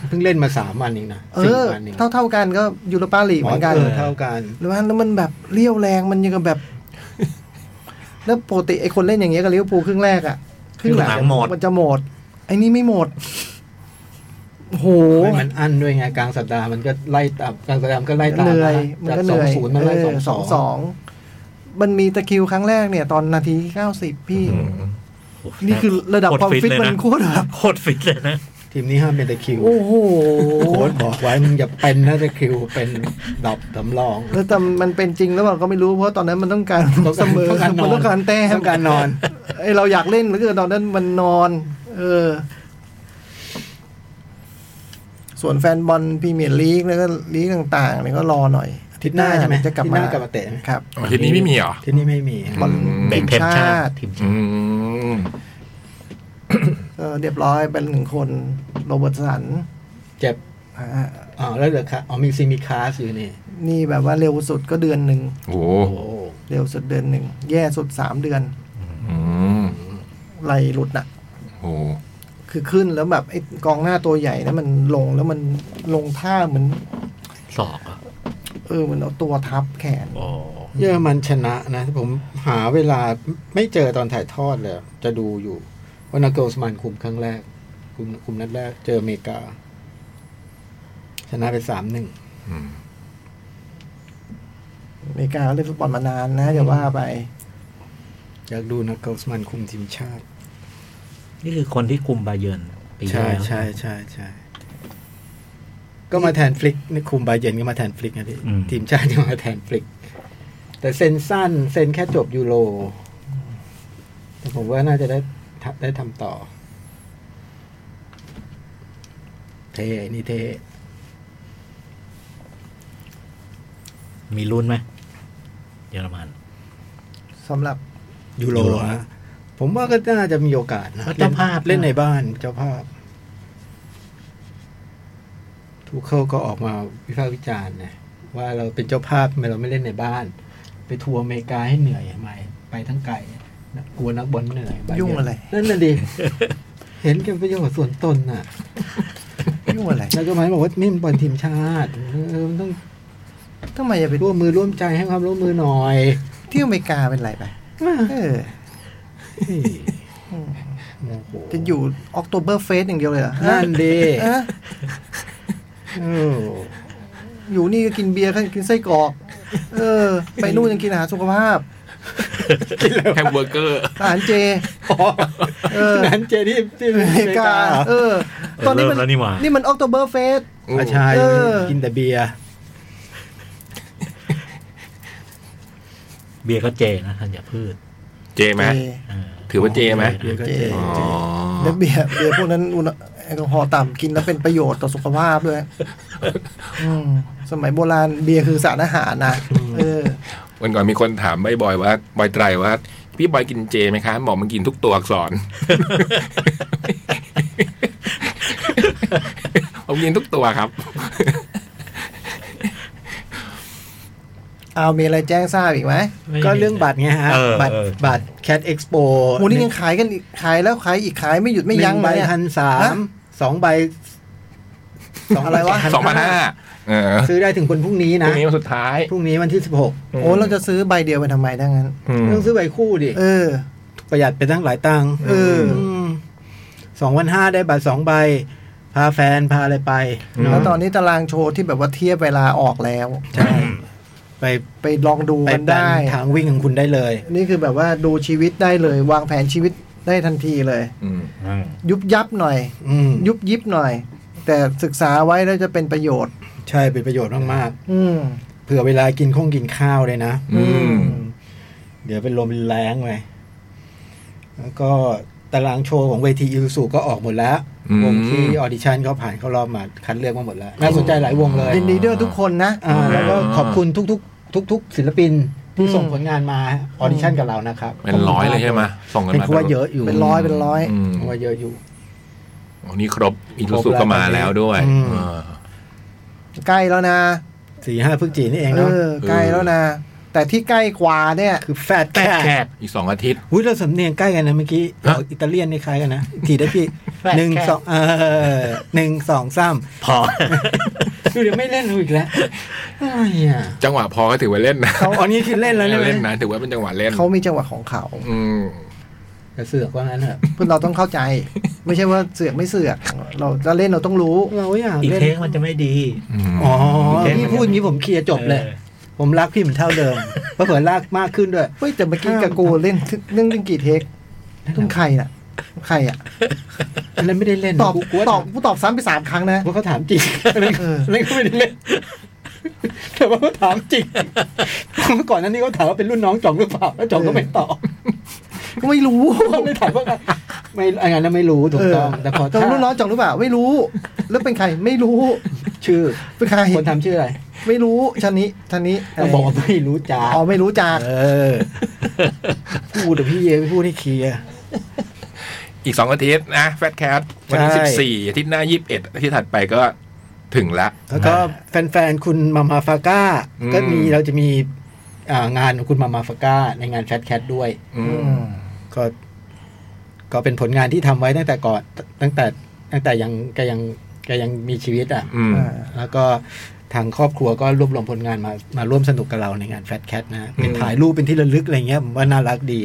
[SPEAKER 4] เพิ่งเล่นมาสามวันเองนะ
[SPEAKER 1] เอ
[SPEAKER 4] สี่
[SPEAKER 1] อ
[SPEAKER 4] วันเอง
[SPEAKER 1] เท่าเท่าๆกันก็ยูโรปาลีกเหมือนกัน
[SPEAKER 4] เออเท่ากัน
[SPEAKER 1] แล้วมันแล้วมันแบบเลี้ยวแรงมันยังกับแบบ แล้วปกติไอคนเล่นอย่างเงี้ยกับลิเวอร์พูลครึ่งแรกอะครึ่งหลั
[SPEAKER 2] ครึ่
[SPEAKER 1] ง
[SPEAKER 2] งหลังหมด
[SPEAKER 1] มันจะหมด ไอนี่ไม่หมดโอ้โห
[SPEAKER 4] มันอั้นด้วยไงกลางสัปดาห์มันก็ไล่ตามกลางสัปดาห์มันก็ไล่ตาม
[SPEAKER 1] เหนื่อยมัน
[SPEAKER 4] จาก
[SPEAKER 1] ก็เหนื่อย
[SPEAKER 4] สองศูนย์มาไล่
[SPEAKER 1] เอ
[SPEAKER 4] สอ
[SPEAKER 1] อง สองส
[SPEAKER 4] สอ
[SPEAKER 1] อง งมันมีตะคริวครั้งแรกเนี่ย ตอนนาทีเก้าสิบพี่ นี่คือระดับความฟิตมันโคตรแบบ
[SPEAKER 2] โคตรฟิตเลยนะ
[SPEAKER 4] ทีมนี้ห้ามเป็นตะคริว
[SPEAKER 1] โอ้โห
[SPEAKER 4] โค้ดบอกไว้มึงอย่าเป็นนะตะคริวเป็นดับสำรอง
[SPEAKER 1] แล้วแต่มันเป็นจริงหรือเปล่าก็ไม่รู้เพราะตอนนั้นมันต้องการเสมอ
[SPEAKER 4] การน
[SPEAKER 1] มันนต้องการแต้ม
[SPEAKER 4] ต้องการนอน
[SPEAKER 1] ไอเราอยากเล่นเหรือเกินตอนนั้นมันนอน เออ ส่วนแฟนบอลพรีเมียร์ลีกแล้วก็ลีกต่างๆเนี่ยก็รอหน่อยอาทิตย์หน้า
[SPEAKER 4] อาทิตย์หน้าใช่ไหม
[SPEAKER 1] จะกลับ
[SPEAKER 4] อาทิตย์
[SPEAKER 1] มา
[SPEAKER 4] หน้ากลับมาเตะไหม
[SPEAKER 1] ครับ
[SPEAKER 3] อ๋ออาทีนี้ไม่มีเหรอ
[SPEAKER 4] ที่นี่ไม่มี
[SPEAKER 1] บอล
[SPEAKER 3] อืม
[SPEAKER 1] ทีมชาติ
[SPEAKER 2] ทีมชาติ
[SPEAKER 3] อืม
[SPEAKER 1] เออเรียบร้อยเป็นหนึ่งคนโรเบิร์ตสัน
[SPEAKER 4] เจ็บ
[SPEAKER 1] อ่า
[SPEAKER 4] อ๋อแล้วเหลือคะอ๋อมีซีมีคาสอยู่นี่
[SPEAKER 1] นี่แบบว่าเร็วสุดก็เดือนหนึ่ง
[SPEAKER 3] โอ้โห
[SPEAKER 4] โอ้โห
[SPEAKER 1] เร็วสุดเดือนหนึ่งแย่สุดสามเดือน
[SPEAKER 3] อืม
[SPEAKER 1] ไหลหลุดน่ะ
[SPEAKER 3] โอ้โห
[SPEAKER 1] คือขึ้นแล้วแบบไอ้กองหน้าตัวใหญ่นะมันลงแล้วมันลงท่าเหมือน
[SPEAKER 2] ศอกเหรอ
[SPEAKER 1] เออเหมือนเอาตัวทับแขน
[SPEAKER 2] โอ้
[SPEAKER 4] เยอรมันชนะนะ ผมหาเวลาไม่เจอตอนถ่ายทอดเลย จะดูอยู่ว่านาเกิลสมันคุมครั้งแรก คุมคุมนัดแรก เจออเมริกา ชนะไปสามหนึ่ง
[SPEAKER 3] อืม
[SPEAKER 1] อเมริกาเขาเล่นฟุตบอลมานานนะอย่าว่าไป
[SPEAKER 4] อยากดูนักเกิลสมันคุมทีมชาติ
[SPEAKER 2] นี่คือคนที่คุมบาเยิร์นปีที่
[SPEAKER 4] ใช่
[SPEAKER 2] แล้ว
[SPEAKER 4] ใช่ใช่ใช่ก็มาแทนฟลิกนี่คุมบาเยร์นก็มาแทนฟลิกนะพี่ทีมชาติก็มาแทนฟลิก แต่เซ็นสั้น เซ็นแค่จบยูโรแต่ผมว่าน่าจะได้ทำได้ทำต่อ เทนี่เท
[SPEAKER 2] มีรุ่นไหมเยอรมัน
[SPEAKER 1] สำหรับ
[SPEAKER 4] ยูโร
[SPEAKER 2] ยูโร
[SPEAKER 4] ฮะผมว่าก็น่าจะมีโอกาสนะ
[SPEAKER 2] เจ้าภาพนะ
[SPEAKER 4] เล่นในบ้านเจ้าภาพ ทูเคิลก็ออกมาวิพากษ์วิจารณ์นะว่าเราเป็นเจ้าภาพทำไมเราไม่เล่นในบ้าน ไปทัวร์อเมริกาให้เหนื่อยทำไมไปทั้งไกลนะกลัวนักบอลเหนื่อยบาเร์น
[SPEAKER 1] ยุ่งอะไร
[SPEAKER 4] นั่นน่ะดิ เห็นแก่ประโยชน์ส่วนตนน่ะ
[SPEAKER 1] ยุ่งอะไร
[SPEAKER 4] แล้วก็หมายบอกว่านี่มันบอลทีมชาติเออมันต้อง
[SPEAKER 1] ทำไมจะไป
[SPEAKER 4] ร่วมมือร่วมใจให้ความร่วมมือหน่อย
[SPEAKER 1] ที่อเมริกาเป็นไรไปเอออืม
[SPEAKER 4] โอ้โห
[SPEAKER 1] จะอยู่ออกโตเบอร์เฟสอย่างเดียวเลยเหรอ
[SPEAKER 4] นั่นดิ
[SPEAKER 1] เออ
[SPEAKER 4] เออ
[SPEAKER 1] อยู่นี่ก็กินเบียร์กินไส้กรอก เออ ไปนู่นยังกินอาหารสุขภาพ
[SPEAKER 3] แฮมเบอร์เกอร์
[SPEAKER 1] อาหารเจ
[SPEAKER 4] อ๋อ
[SPEAKER 1] เออ
[SPEAKER 4] นั้นเจนี่ที่อ
[SPEAKER 1] อ
[SPEAKER 4] เม
[SPEAKER 1] เม
[SPEAKER 4] ริกาก
[SPEAKER 1] ริา เออ ตอนนี้มัน
[SPEAKER 2] เริ่มแล้วนี่หว่า
[SPEAKER 1] นี่มันออกโตเบอร์เฟส
[SPEAKER 4] อาชาย
[SPEAKER 1] เออ
[SPEAKER 4] กินแต่เบียร์
[SPEAKER 2] เบียร์ก็เจนะทันอย่าพืช
[SPEAKER 3] เจไหม
[SPEAKER 2] เออ
[SPEAKER 3] ถือว่าเจไหม
[SPEAKER 4] เบียร์ก็เจ
[SPEAKER 1] เจ
[SPEAKER 3] อ๋อ
[SPEAKER 1] แล้วเบียร์เบียร์พวกนั้นอุณหแอลกอฮอล์ต่ำกินแล้วเป็นประโยชน์ต่อสุขภาพด้วยอืมสมัยโบราณเบียร์คือสารอาหารนะเออ
[SPEAKER 3] วันก่อนมีคนถามบอยๆว่าบอยไตรว่า พี่บอยกินเจไหมคะบอกมันกินทุกตัวอักษร ผมกินทุกตัวครับ
[SPEAKER 1] เอามีอะไรแจ้งทราบอีกไหม
[SPEAKER 2] ไม่
[SPEAKER 4] ก็เรื่องบัตรไงฮะ
[SPEAKER 2] เออ
[SPEAKER 4] บัตร
[SPEAKER 2] เออ
[SPEAKER 4] บัตรแคดเอ็กซ์โป
[SPEAKER 1] โมนี่ยังขายกันอีกขายแล้วขายอีกขายไม่หยุดไม่ยั้ง
[SPEAKER 4] ใบ
[SPEAKER 1] เลยเนี่ย
[SPEAKER 4] พันสา
[SPEAKER 1] ฮะ
[SPEAKER 4] มสองใบสง
[SPEAKER 1] อะไรวะ
[SPEAKER 3] สองพันห้าเออ
[SPEAKER 4] ซื้อได้ถึงคนพรุ่งนี้
[SPEAKER 3] พ
[SPEAKER 4] นะ
[SPEAKER 3] รุ่งนี้วันสุดท้าย
[SPEAKER 4] พรุ่งนี้วันที่สิบหก
[SPEAKER 1] โอ้เราจะซื้อใบเดียวไปทำไมดังนั้น
[SPEAKER 3] อืม
[SPEAKER 4] ต้องซื้อใบคู่ดิ
[SPEAKER 1] เออ
[SPEAKER 4] ประหยัดไปตั้งหลายตังค์
[SPEAKER 1] เออ
[SPEAKER 4] สองวันห้าได้บัตรสองใบ พาแฟนพาอะไรไปเะ
[SPEAKER 1] แล้วตอนนี้ตารางโชว์ที่แบบว่าเทียบเวลาออกแล้ว
[SPEAKER 4] ใช่ไป
[SPEAKER 1] ไปลองดู
[SPEAKER 4] ไป
[SPEAKER 1] กัน
[SPEAKER 4] แปล
[SPEAKER 1] ได้
[SPEAKER 4] นทางวิ่งของคุณได้เลย
[SPEAKER 1] นี่คือแบบว่าดูชีวิตได้เลย วางแผนชีวิตได้ทันทีเลย
[SPEAKER 3] อืม
[SPEAKER 2] อืม
[SPEAKER 1] ยุบยับหน่อย
[SPEAKER 4] อืม
[SPEAKER 1] ยุบยิบหน่อย แต่ศึกษาไว้แล้วจะเป็นประโยชน์
[SPEAKER 4] ใช่เป็นประโยชน์มาก
[SPEAKER 1] อืม
[SPEAKER 4] ๆ เผื่อเวลากินข้องกินข้าวเลยนะ
[SPEAKER 3] อืม
[SPEAKER 4] เดี๋ยวเป็นลมเป็นแรงไปแล้วก็ตารางโชว์ของเวทีอิลสูก็ออกหมดแล้ว วงที่ออดิชั่นก็ผ่านเข้ารอบมาคัดเลือกมาหมดแล้ว น่าสนใจหลายวงเลย
[SPEAKER 1] เป็นลีดเดอร์ทุกคนนะ
[SPEAKER 4] อ่าแล้วก็ขอบคุณทุก ๆ ทุก ๆ ศิลปินที่
[SPEAKER 1] อืม
[SPEAKER 4] ส่งผลงานมาออดิชั่นกับเรานะครับ
[SPEAKER 3] เป็นร้อยเลยใช่ไหมส่งกัน
[SPEAKER 4] เป็น
[SPEAKER 3] มา
[SPEAKER 4] คว่าเยอะอยู่
[SPEAKER 1] เป็นร้อยเป็นร้อย
[SPEAKER 3] อืม
[SPEAKER 4] เพราะว่าเยอะอยู่
[SPEAKER 3] อ๋อนี่ครบอีลูสุก็มาแล้วด้วย
[SPEAKER 4] อืม
[SPEAKER 3] เออ
[SPEAKER 1] ใกล้แล้วนะ
[SPEAKER 4] สี่ห้าพฤศจิกายนนี่เอง
[SPEAKER 1] เอ
[SPEAKER 4] เนาะ
[SPEAKER 1] อใกล้แล้วนะ แต่ที่ใกล้กว่าเนี่ย
[SPEAKER 4] คือแฟด
[SPEAKER 2] แต
[SPEAKER 4] แค่
[SPEAKER 2] กแคด
[SPEAKER 3] อีกสองอาทิตย์
[SPEAKER 4] อุ้ยเราสำเนียงใกล้กันนะเมื่อกี้
[SPEAKER 3] ฮะ
[SPEAKER 4] อิตาเลียนนี่คล้ายกันนะทีได้พี่
[SPEAKER 2] แฟด
[SPEAKER 4] หนึ่ง
[SPEAKER 2] แค่
[SPEAKER 4] สองเออหนึ่งสองสาม
[SPEAKER 2] พอ
[SPEAKER 4] ดูเดี๋ยวไม่เล่นกูอีกแล้วอะไรอ่ะ
[SPEAKER 3] จังหวะพอก็ถือว่าเล่นนะ
[SPEAKER 4] เขาอันนี้คือเล่นแล้วใช่ไหม
[SPEAKER 3] เล่นนะถือว่าเป็นจังหวะเล่น
[SPEAKER 1] เขามีจังหวะของเขา
[SPEAKER 3] อืม
[SPEAKER 4] กระเสือกว่างั้นเหรอะ
[SPEAKER 1] เพื่อเราต้องเข้าใจ ไม่ใช่ว่าเสือกไม่เสือก เราจะเล่นเราต้องรู้
[SPEAKER 4] เราอยาก
[SPEAKER 2] อีก
[SPEAKER 4] เล่น
[SPEAKER 2] เทคมันจะไม่ดี
[SPEAKER 4] อ๋อ
[SPEAKER 2] อีกเทค
[SPEAKER 4] พี่พูดอย่างนี้ผมเคลียร์จบเลย
[SPEAKER 2] เออ
[SPEAKER 4] ผมรักพี่เหมือนเท่าเดิมเพราะเผื่อลากมากขึ้นด้วย
[SPEAKER 1] เฮ้ยแต่เมื่อกี้กากูเล่นเรื่องเรื่องกี่เทคเรื่องใครน่ะ ใครอ่ะ
[SPEAKER 4] อันนั้นไม่ได้เล่น
[SPEAKER 1] ตอบ
[SPEAKER 4] กูกลัว
[SPEAKER 1] ตอบกูตอบซ้ำไปสามครั้งนะ
[SPEAKER 4] ว่าเขาถามจริงอันนั้น
[SPEAKER 1] เออ
[SPEAKER 4] อันนั้นก็ไม่ได้เล่นแต่ว่าเขาถามจริงเมื่อก่อนนั้นนี่เขาถามว่าเป็นรุ่นน้องจ่องหรือเปล่าแล้วจ่องก็ไม่ตอบ
[SPEAKER 1] กูไม่รู้
[SPEAKER 4] เขาไม่ถามว่า ไม่อันนั้นไม่รู้ถูกต้อง แต่พอ
[SPEAKER 1] เจองรู้ร้อนจองรู้เปล่าไม่รู้ แล้วเป็นใครไม่รู้
[SPEAKER 4] ชื่อ
[SPEAKER 1] เป็นใคร
[SPEAKER 4] คนทำชื่ออะไร
[SPEAKER 1] ไม่รู้ชันนี้ชันนี้
[SPEAKER 4] ต้องบอกว่าไม่รู้จัก
[SPEAKER 1] อ๋อไม่รู้จัก
[SPEAKER 4] เออ พูดแต่พี่เยไม่พูดให้เคลียร์
[SPEAKER 3] อีกสองอาทิตย์นะแฟตแคทวันที่
[SPEAKER 4] ใช่
[SPEAKER 3] สิบสี่อาทิตย์หน้ายี่สิบเอ็ดอาทิตย์ถัดไปก็ถึงละ
[SPEAKER 4] แล้วก็แฟนๆ คุณมามาฟาก้า
[SPEAKER 3] อืม
[SPEAKER 4] ก็มีเราจะมีอ่างานของคุณมามาฟาก้า ในงานแฟตแคทด้วย
[SPEAKER 3] อืม
[SPEAKER 4] ก็ ก็เป็นผลงานที่ทำไว้ตั้งแต่ก่อนตั้งแต่ตั้งแต่ยังแกยังแกยังมีชีวิตอ่ะ
[SPEAKER 3] อืม
[SPEAKER 4] แล้วก็ทางครอบครัวก็รวบรวมผลงานมามาร่วมสนุกกับเราในงานแฟตแคทนะฮะเป็นถ่ายรูปเป็นที่ระลึกอะไรเงี้ยผมว่าน่ารักดี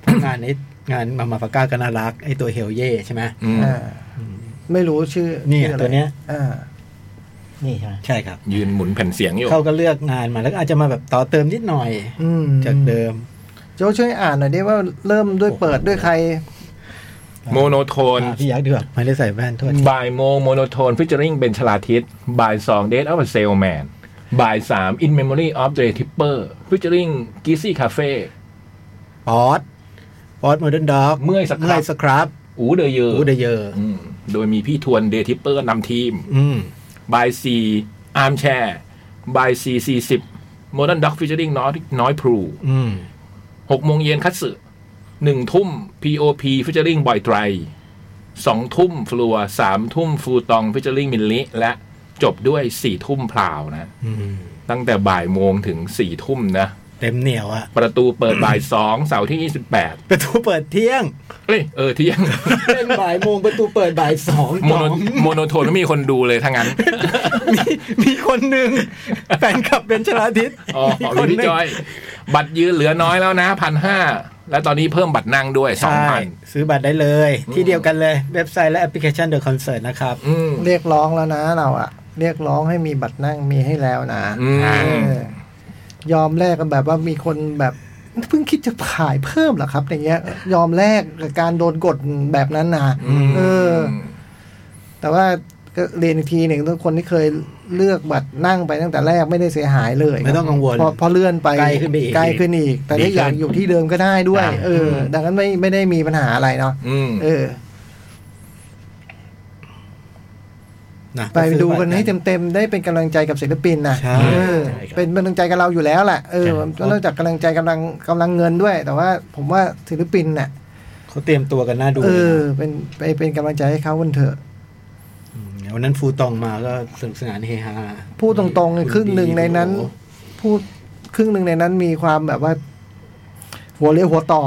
[SPEAKER 4] เพราะงานไอ้งานมามาฟาก้าก็น่ารักไอ้ตัวเฮลเย่ใช่ไหม
[SPEAKER 3] อืม
[SPEAKER 1] อ่าไม่รู้ชื่อ
[SPEAKER 4] เนี่ย
[SPEAKER 1] ชื่ออะไร
[SPEAKER 4] ตัวเนี้ย
[SPEAKER 1] อ่า
[SPEAKER 2] นี่ใช่ไหม
[SPEAKER 4] ใช่ครับ
[SPEAKER 3] ยืนหมุนแผ่นเสียงอยู่
[SPEAKER 4] เขาก็เลือกงานมาแล้วก็อาจจะมาแบบต่อเติมนิดหน่อย
[SPEAKER 1] อืม
[SPEAKER 4] จากเดิม
[SPEAKER 1] โจช่วยอ่านหน่อยได้ว่าเริ่มด้วยเปิดด้วยใคร
[SPEAKER 3] โมโนโทน
[SPEAKER 4] อ่ะพี่ยักษ์ดีกว่าไม่ได้ใส่แว่นโทษ
[SPEAKER 3] บ่ายโมงโมโนโทนฟิชเจอริงเป็นชลาทิศบ่ายสองเดทออฟเซลแมนบ่ายสามอินเมมโมรี่ออฟเดทิปเปอร์ฟิชเจอริงกีซี่คาเฟ่
[SPEAKER 4] ป๊อตป๊อตโมเดิร์นด็อก
[SPEAKER 3] เมื่อยสครับ
[SPEAKER 4] เมื่อยสครับ
[SPEAKER 3] อูเดเยอ
[SPEAKER 4] อูเดเยอร์
[SPEAKER 3] อืมโดยมีพี่ทวนเดทิปเปอร์นำทีม
[SPEAKER 4] อืม
[SPEAKER 3] บ่ายสี่อาร์มแชร์บ่ายสี่สี่สิบโมเดิร์นด็อกฟิชเจอริงน้อยน้อยพลู
[SPEAKER 4] อืม
[SPEAKER 3] หกโมงเย็นคัตสึหนึ่งทุ่ม POP ฟิชเจอริงบอยไตรสองทุ่มฟลัวสามทุ่มฟูตองฟิชเจอริงมินลิและจบด้วยสี่ทุ่มพลาวนะ
[SPEAKER 4] อืม
[SPEAKER 3] ตั้งแต่บ่ายโมงถึงสี่ทุ่มนะ
[SPEAKER 4] เต็มเหนียวอะ
[SPEAKER 3] ประตูเปิด บ่ายสองเสาร์ที่ยี่สิบแปด
[SPEAKER 4] ประตูเปิดเที่ยง
[SPEAKER 3] เอ้ย เออเที่ย ง
[SPEAKER 4] เป็นบ่ายโมงประตูเปิดบ่ายส อง
[SPEAKER 3] โม
[SPEAKER 4] สอ
[SPEAKER 3] โน
[SPEAKER 4] ง
[SPEAKER 3] โมโนโทนไม่มีคนดูเลยทั้างนั้น
[SPEAKER 4] มีมีคนหนึ่งแฟนคลับเป็นชลาทิศ
[SPEAKER 3] อ๋อ
[SPEAKER 4] มี
[SPEAKER 3] ของ
[SPEAKER 4] คนห
[SPEAKER 3] พี่
[SPEAKER 4] นึ่ง
[SPEAKER 3] จอย บัตรยืนเหลือน้อยแล้วนะพันห้าและตอนนี้เพิ่มบัตรนั่งด้วยสอง
[SPEAKER 4] ใช่
[SPEAKER 3] พัน
[SPEAKER 4] ซื้อบัตรได้เลย ที่เดียวกันเลย เว็บไซต์และแอปพลิเคชันเดอะคอนเสิร์ตนะครับ
[SPEAKER 3] อืม
[SPEAKER 1] เรียกร้องแล้วนะเราอะเรียกร้องให้มีบัตรนั่งมีให้แล้วนะ
[SPEAKER 3] อื
[SPEAKER 1] เอ
[SPEAKER 3] ม
[SPEAKER 1] อยอมแลกกันแบบว่ามีคนแบบเพิ่งคิดจะขายเพิ่มเหรอครับ อย่างเงี้ย ยอมแลกกับการโดนกดแบบนั้นนะเออ แต่ว่าก็เรียนอีกทีหนึ่งทุกคนที่เคยเลือกบัตรนั่งไปตั้งแต่แรกไม่ได้เสียหายเลย
[SPEAKER 4] ไม่ต้องกังวล
[SPEAKER 1] พอพอเลื่อนไป
[SPEAKER 4] ใกล้ขึ้นไปอีก
[SPEAKER 1] ใกล้ขึ้นอีก แต่ถ้าอยากอยู่ที่เดิมก็ได้ด้วย เออ ดังนั้นไม่ไม่ได้มีปัญหาอะไรเนาะ
[SPEAKER 3] อืม
[SPEAKER 1] เออ
[SPEAKER 4] นะ
[SPEAKER 1] ไป
[SPEAKER 4] ซื้อ
[SPEAKER 1] ดู
[SPEAKER 4] บัตร
[SPEAKER 1] กันให้เต็มๆ ได้เป็นกำลังใจกับศิลปินนะ
[SPEAKER 4] ใช่
[SPEAKER 1] เออ
[SPEAKER 2] ใช่ครับ
[SPEAKER 1] เป็นกำลังใจกับเราอยู่แล้วแหละเออ
[SPEAKER 2] ใช่ครับ
[SPEAKER 1] นอกจากกำลังใจกำลังกำลังเงินด้วย แต่ว่าผมว่าศิลปินน่ะ
[SPEAKER 4] เขาเตรียมตัวกันน่าดู
[SPEAKER 1] เอ
[SPEAKER 4] เลย
[SPEAKER 1] อ
[SPEAKER 4] นะ
[SPEAKER 1] เป็นไปเป็นกำลังใจให้เขาวันเถอะ
[SPEAKER 4] มวันนั้นฟูตองมาก็สนุกสนานเฮฮา
[SPEAKER 1] พูดตรงๆเลย
[SPEAKER 4] ณ
[SPEAKER 1] ครึ่งหนึ่งในนั้น
[SPEAKER 4] โอ้โ
[SPEAKER 1] พูดครึ่งหนึ่งในนั้นมีความแบบว่า หัวเลี้ยวหัวต่อ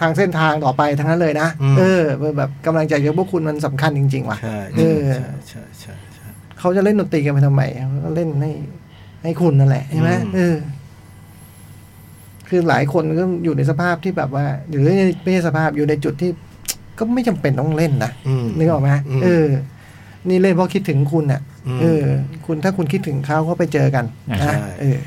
[SPEAKER 1] ทางเส้นทางต่อไปทั้งนั้นเลยนะ
[SPEAKER 4] อืม
[SPEAKER 1] เออแบบกำลังใจจากพวกคุณมันสำคัญจริง ๆ ว่ะ
[SPEAKER 4] ใช่
[SPEAKER 1] เอ
[SPEAKER 4] ใช่
[SPEAKER 1] อ
[SPEAKER 4] ใช่ใช่ใช่
[SPEAKER 1] เขาจะเล่นดนตรีกันไปทำไมเขาก็เล่นให้ให้คุณนั่นแหละใช่ไหม
[SPEAKER 4] อืม
[SPEAKER 1] เออ คือหลายคนก็อยู่ในสภาพที่แบบว่า หรือไม่ใช่สภาพอยู่ในจุดที่ ก็ไม่จำเป็นต้องเล่นนะ
[SPEAKER 4] อืม
[SPEAKER 1] นึกออกไหม
[SPEAKER 4] อืม
[SPEAKER 1] เออ นี่เล่นเพราะคิดถึงคุณน่ะ
[SPEAKER 4] อืม
[SPEAKER 1] เออ คุณถ้าคุณคิดถึงเขาก็ไปเจอกัน
[SPEAKER 4] ใช่
[SPEAKER 1] นะเออ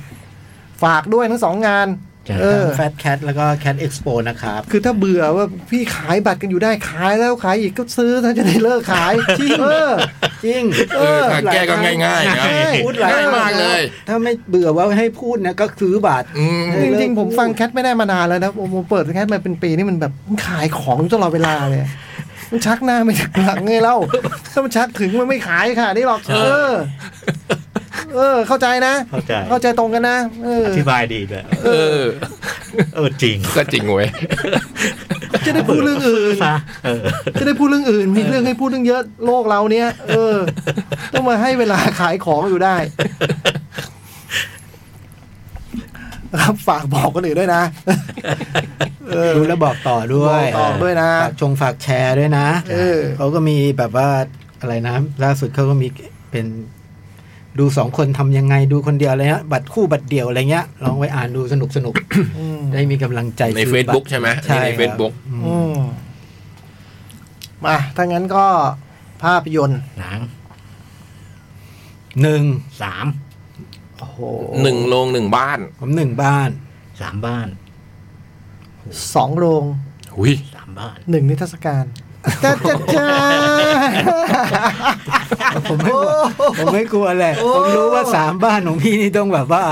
[SPEAKER 1] ฝากด้วยทั้งสองงาน
[SPEAKER 2] ใช่ครับ
[SPEAKER 1] เออ
[SPEAKER 4] แฟตแคทแล้วก็แคทเอ็กซ์โปนะครับ
[SPEAKER 1] คือถ้าเบื่อว่าพี่ขายบัตรกันอยู่ได้ขายแล้วขายอีกก็ซื้อถ้าจะได้เลิก ขายจริงเออ
[SPEAKER 4] จริง
[SPEAKER 3] เออทางแก้ก็ง่ายๆนะ
[SPEAKER 1] ใช่
[SPEAKER 4] พูดหลาย
[SPEAKER 3] ง่ายมากเลย
[SPEAKER 4] ถ้าไม่เบื่อว่าให้พูดนะก็ซื้อบัตร
[SPEAKER 3] อืม
[SPEAKER 4] เอ
[SPEAKER 1] จ
[SPEAKER 4] อ
[SPEAKER 1] ริงๆ ผมฟังแคทไม่ได้มานานแล้วนะผมผมเปิดแคทมาเป็นปีนี่มันแบบมันขายของอยู่ตลอดเวลาเลย มันชักหน้าไม่ถึงหลังไงเล่าถ้ามันชักถึงมันไม่ขายค่ะ นี่หรอก
[SPEAKER 2] ใช่
[SPEAKER 1] เออ เออ เข้าใจนะ
[SPEAKER 2] เข้าใจ
[SPEAKER 1] เข้าใจตรงกันนะ เออ
[SPEAKER 2] อธิบายดีด้วย
[SPEAKER 3] เออ
[SPEAKER 2] เออจริง
[SPEAKER 3] ก็จริงเว้ย
[SPEAKER 1] จะได้พูดเรื่องอื่น
[SPEAKER 2] ซะเออ
[SPEAKER 1] จะได้พูดเรื่องอื่น มีเรื่องให้พูดเรื่องเยอะโลกเราเนี่ย เออ ต้องมาให้เวลาขายของอยู่ได้ ครับฝากบอกคนอื่นด้วยนะ เออ
[SPEAKER 4] รู้แล้วบอกต่อด้ว
[SPEAKER 1] บ
[SPEAKER 4] ย
[SPEAKER 1] อกต่อด้วยนะ
[SPEAKER 4] ฝากชงฝากแชร์ด้วยนะ
[SPEAKER 1] เออ
[SPEAKER 4] ก็มีแบบว่าอะไรนะ ล่าสุดเขาก็มีเป็นดูสองคนทำยังไงดูคนเดียวอะไรเงี้ยบัตรคู่บัตรเดี่ยวอะไรเงี้ยลองไปอ่านดูสนุกสนุก
[SPEAKER 1] อืม
[SPEAKER 4] ได้มีกำลังใจ
[SPEAKER 3] ใน
[SPEAKER 4] ซื้อบัตร
[SPEAKER 3] Facebook ใช่ไหม
[SPEAKER 4] ใช่
[SPEAKER 3] ใน Facebook
[SPEAKER 4] ครับอืม
[SPEAKER 1] อืมมาถ้างั้นก็ภาพยนตร์
[SPEAKER 2] หนัง
[SPEAKER 4] หนึ่ง
[SPEAKER 2] สาม
[SPEAKER 1] โอ้โห
[SPEAKER 3] หนึ่งโรงหนึ่งบ้าน
[SPEAKER 4] ผมหนึ่งบ้าน
[SPEAKER 2] สามบ้าน
[SPEAKER 1] สองโรง
[SPEAKER 3] อุ้ย
[SPEAKER 2] สามบ้าน
[SPEAKER 1] หนึ่งนิทรรศการ จ้าจ้าจ้า
[SPEAKER 4] ผมไม่กลัวผมไม่กลัวแหละ ผมรู้ว่าสามบ้านของพี่นี่ต้องแบบว่า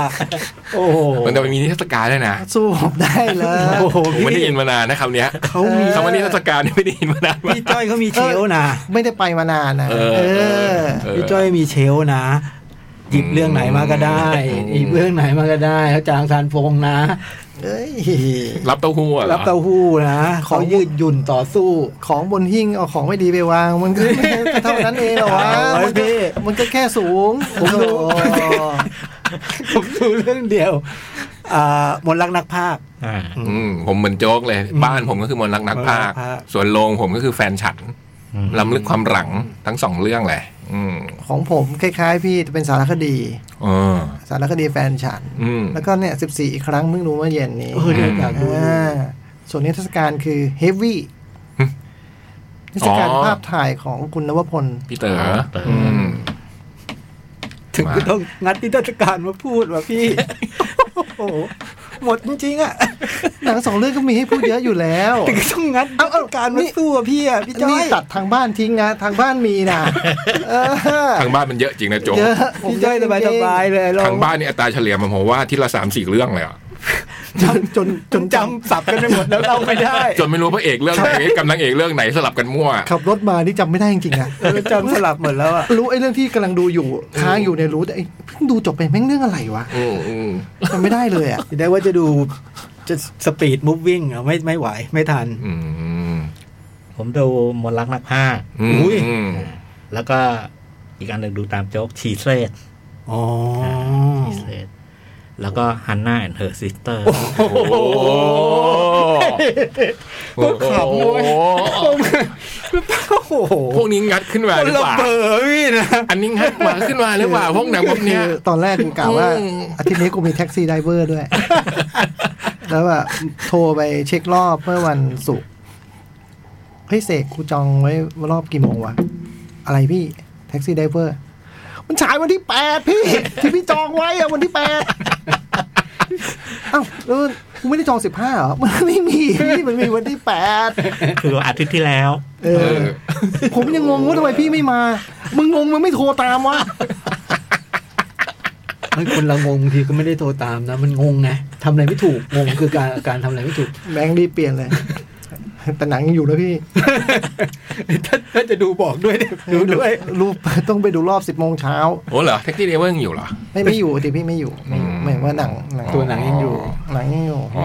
[SPEAKER 4] โอ้โห
[SPEAKER 3] มันจะมีนิทรรศการด้วยนะ
[SPEAKER 1] สู้ผมได้เลย
[SPEAKER 4] โอ้โห
[SPEAKER 3] ผม
[SPEAKER 4] พี่
[SPEAKER 3] ไม่ได้ยินมานานนะคำเนี้ย
[SPEAKER 4] เขามี
[SPEAKER 3] คำว่านิทรรศการเนี่ยไม่ได้ยินมานานมาก
[SPEAKER 4] พี่จ้อยเขามีเชลฟ์นะ
[SPEAKER 1] ไม่ได้ไปมานานนะ
[SPEAKER 3] เออ
[SPEAKER 1] อ
[SPEAKER 3] เออ
[SPEAKER 4] พี่จ้อยมีเชลฟ์นะ หยิบเรื่องไหนมาก็ได้
[SPEAKER 3] อืม
[SPEAKER 4] หยิบเรื่องไหนมาก็ได้เขาจางซานฟงนะ
[SPEAKER 1] เอ้ย
[SPEAKER 3] รับเต้าหู้อะหอ
[SPEAKER 4] รับเต้าหู้นะ
[SPEAKER 1] ขอ
[SPEAKER 4] เขา
[SPEAKER 1] ง
[SPEAKER 4] ยืดหยุ่นต่อสู้
[SPEAKER 1] ของบนหิ้งเอาของไม่ดีไปวาง มันก็ เท่านั้นเองเหรอวะ
[SPEAKER 4] เอาไว้
[SPEAKER 1] มัน
[SPEAKER 4] พี่
[SPEAKER 1] ก็มันก็แค่สูงผมดู
[SPEAKER 4] ผมดูเรื่องเดียวอ่ามนต์รักนักภาค
[SPEAKER 2] อ่า
[SPEAKER 3] อืมผมเหมือนโจ๊กเลย
[SPEAKER 4] อืม
[SPEAKER 3] บ้านผมก็คือมนต์รักนักภาค
[SPEAKER 4] มนต์รักภาค
[SPEAKER 3] ส่วนโรงผมก็คือแฟนฉัน
[SPEAKER 2] อืม
[SPEAKER 3] ลำลึกความหลังทั้งสองเรื่องเลยอืม
[SPEAKER 1] ของผมคล้าย ๆ พี่เป็นสารคดี
[SPEAKER 3] เออ
[SPEAKER 1] สารคดีแฟนฉัน
[SPEAKER 3] อืม
[SPEAKER 1] แล้วก็เนี่ยสิบสี่ครั้งเพิ่งรู้เมื่อเย็นนี้
[SPEAKER 4] เออเนี่ยอยากดู
[SPEAKER 1] อ่าส่วนนิทรรศการคือเฮฟวี่
[SPEAKER 3] หึ
[SPEAKER 1] นิทรรศการ
[SPEAKER 3] อ๋อ
[SPEAKER 1] ภาพถ่ายของคุณนวพล
[SPEAKER 3] พี่เต๋ออืม
[SPEAKER 4] ถึง
[SPEAKER 3] มา
[SPEAKER 4] ก็ต้องงัดนิทรรศการมาพูดว่ะพี่ โอ้โหหมดจริงๆอ่ะ
[SPEAKER 1] หนังสองเรื่องก็มีให้พูดเยอะอยู่แล้ว
[SPEAKER 4] ถึงก็ต้องงัดนิทรรศการมาสู้อ่ะพี่อ่ะพี่จ้อ
[SPEAKER 1] นี่
[SPEAKER 4] ย
[SPEAKER 1] ตัดทางบ้านทิ้งนะ ทางบ้านมี นะเออ
[SPEAKER 3] ทางบ้านมันเยอะจริงนะโจ๊ก
[SPEAKER 1] เยอะ
[SPEAKER 4] พี่จ้อยสบายสบายๆเลยลอ
[SPEAKER 3] ทาง งบ้านนี่อัตราเฉลี่ยมันผมว่าที่ละสามสี่เรื่องเลยอะ
[SPEAKER 1] จนจน
[SPEAKER 4] จ
[SPEAKER 1] จ
[SPEAKER 4] น
[SPEAKER 1] น
[SPEAKER 4] จำสับกันไปหมดแล้วเราไม่ได้
[SPEAKER 3] จนไม่รู้พระเอกเรื่องไหนกับนางเอกเรื่องไหนสลับกันมั่ว
[SPEAKER 1] ขับรถมานี่จำไม่ได้จริงๆนะ
[SPEAKER 4] เราจำสลับหมดแล้วอ่ะ
[SPEAKER 1] รู้ไอ้เรื่องที่กำลังดูอยู่ค้างอยู่ในยรู้แต่ไอ้เพิ่งดูจบไปแม่งเรื่องอะไรวะ
[SPEAKER 3] อืมอืม
[SPEAKER 1] จำไม่ได้เลยอ่ะ
[SPEAKER 4] ได้ว่าจะดูจะสปีดมูฟวิ่งอ่ะไม่ไม่ไหวไม่ทัน
[SPEAKER 3] อืม
[SPEAKER 2] ผมดูมนต์รักนักผ้าค
[SPEAKER 3] อื
[SPEAKER 4] อุ๊ย
[SPEAKER 3] ม
[SPEAKER 2] อ่าแล้วก็อีกอันหนึ่งดูตามโจ๊กชีเซต
[SPEAKER 4] อ๋อ
[SPEAKER 2] ชีเซตแล้วก็ฮันน่าแอนเ e อร์ซิสเตอร์
[SPEAKER 3] โอ้โห
[SPEAKER 4] ก็ขำเว้ย
[SPEAKER 3] โอ้โห
[SPEAKER 4] โอ้โห
[SPEAKER 3] พวกนี้งัดขึ้นมา
[SPEAKER 4] คน
[SPEAKER 3] หรือเป
[SPEAKER 4] ละ
[SPEAKER 3] ล่า
[SPEAKER 4] เบอร์พี่นะ
[SPEAKER 3] อันนี้งัดมาขึ้นมาหรือเปล่าพวกหนังพวกเนี้ย
[SPEAKER 1] คือตอนแรกกูกล่าวว่า
[SPEAKER 3] อืม
[SPEAKER 1] อาทิตย์นี้กูมีแท็กซี่ไดรเวอร์ ด้วย แล้วแบบโทรไปเช็ครอบเมื่อวันศุกร์เฮ้ยเสกกูจองไว้รอบกี่โมงวะ อะไรพี่ แท็กซี่ไดรเวอร์ มันฉายวันที่แปดพี่ ที่พี่จองไว้อะวันที่แป ดเอ้าแล้วกูไม่ได้จองสิบห้าเหรอมันไม่มีพี่มันมีวันที่แปด
[SPEAKER 2] คืออาทิตย์ที่แล้ว
[SPEAKER 1] เอ
[SPEAKER 3] เอ
[SPEAKER 1] อ
[SPEAKER 3] อ
[SPEAKER 1] ผมยังงงว่าทำไมพี่ไม่มา มึงงงมึงไม่โทรตามวะ
[SPEAKER 4] มันคนเรางงทีก็ไม่ได้โทรตามนะ มันงงไงทำอะไรไม่ถูกงงคือการอาการทำอะไรไม่ถูก
[SPEAKER 1] แบงค์รีบเปลี่ยน เลย แต่หนังยังอยู่แล้วพี่
[SPEAKER 4] ถ้าจะดูบอกด้วยดิดูด้วย
[SPEAKER 1] รูป ต้องไปดูรอบสิบโมงเช้า
[SPEAKER 3] โอ้เหรอแท็กซี่เดเวอร์ยังอยู่เหรอ
[SPEAKER 1] ไม่ไม่ อยู่ติพี่ไม่อยู่ไม่อยู่
[SPEAKER 3] อืม
[SPEAKER 1] หมายว่าหนังหนัง
[SPEAKER 4] ตัวหนังยังอยู่
[SPEAKER 1] หนังยังอยู่
[SPEAKER 3] อ๋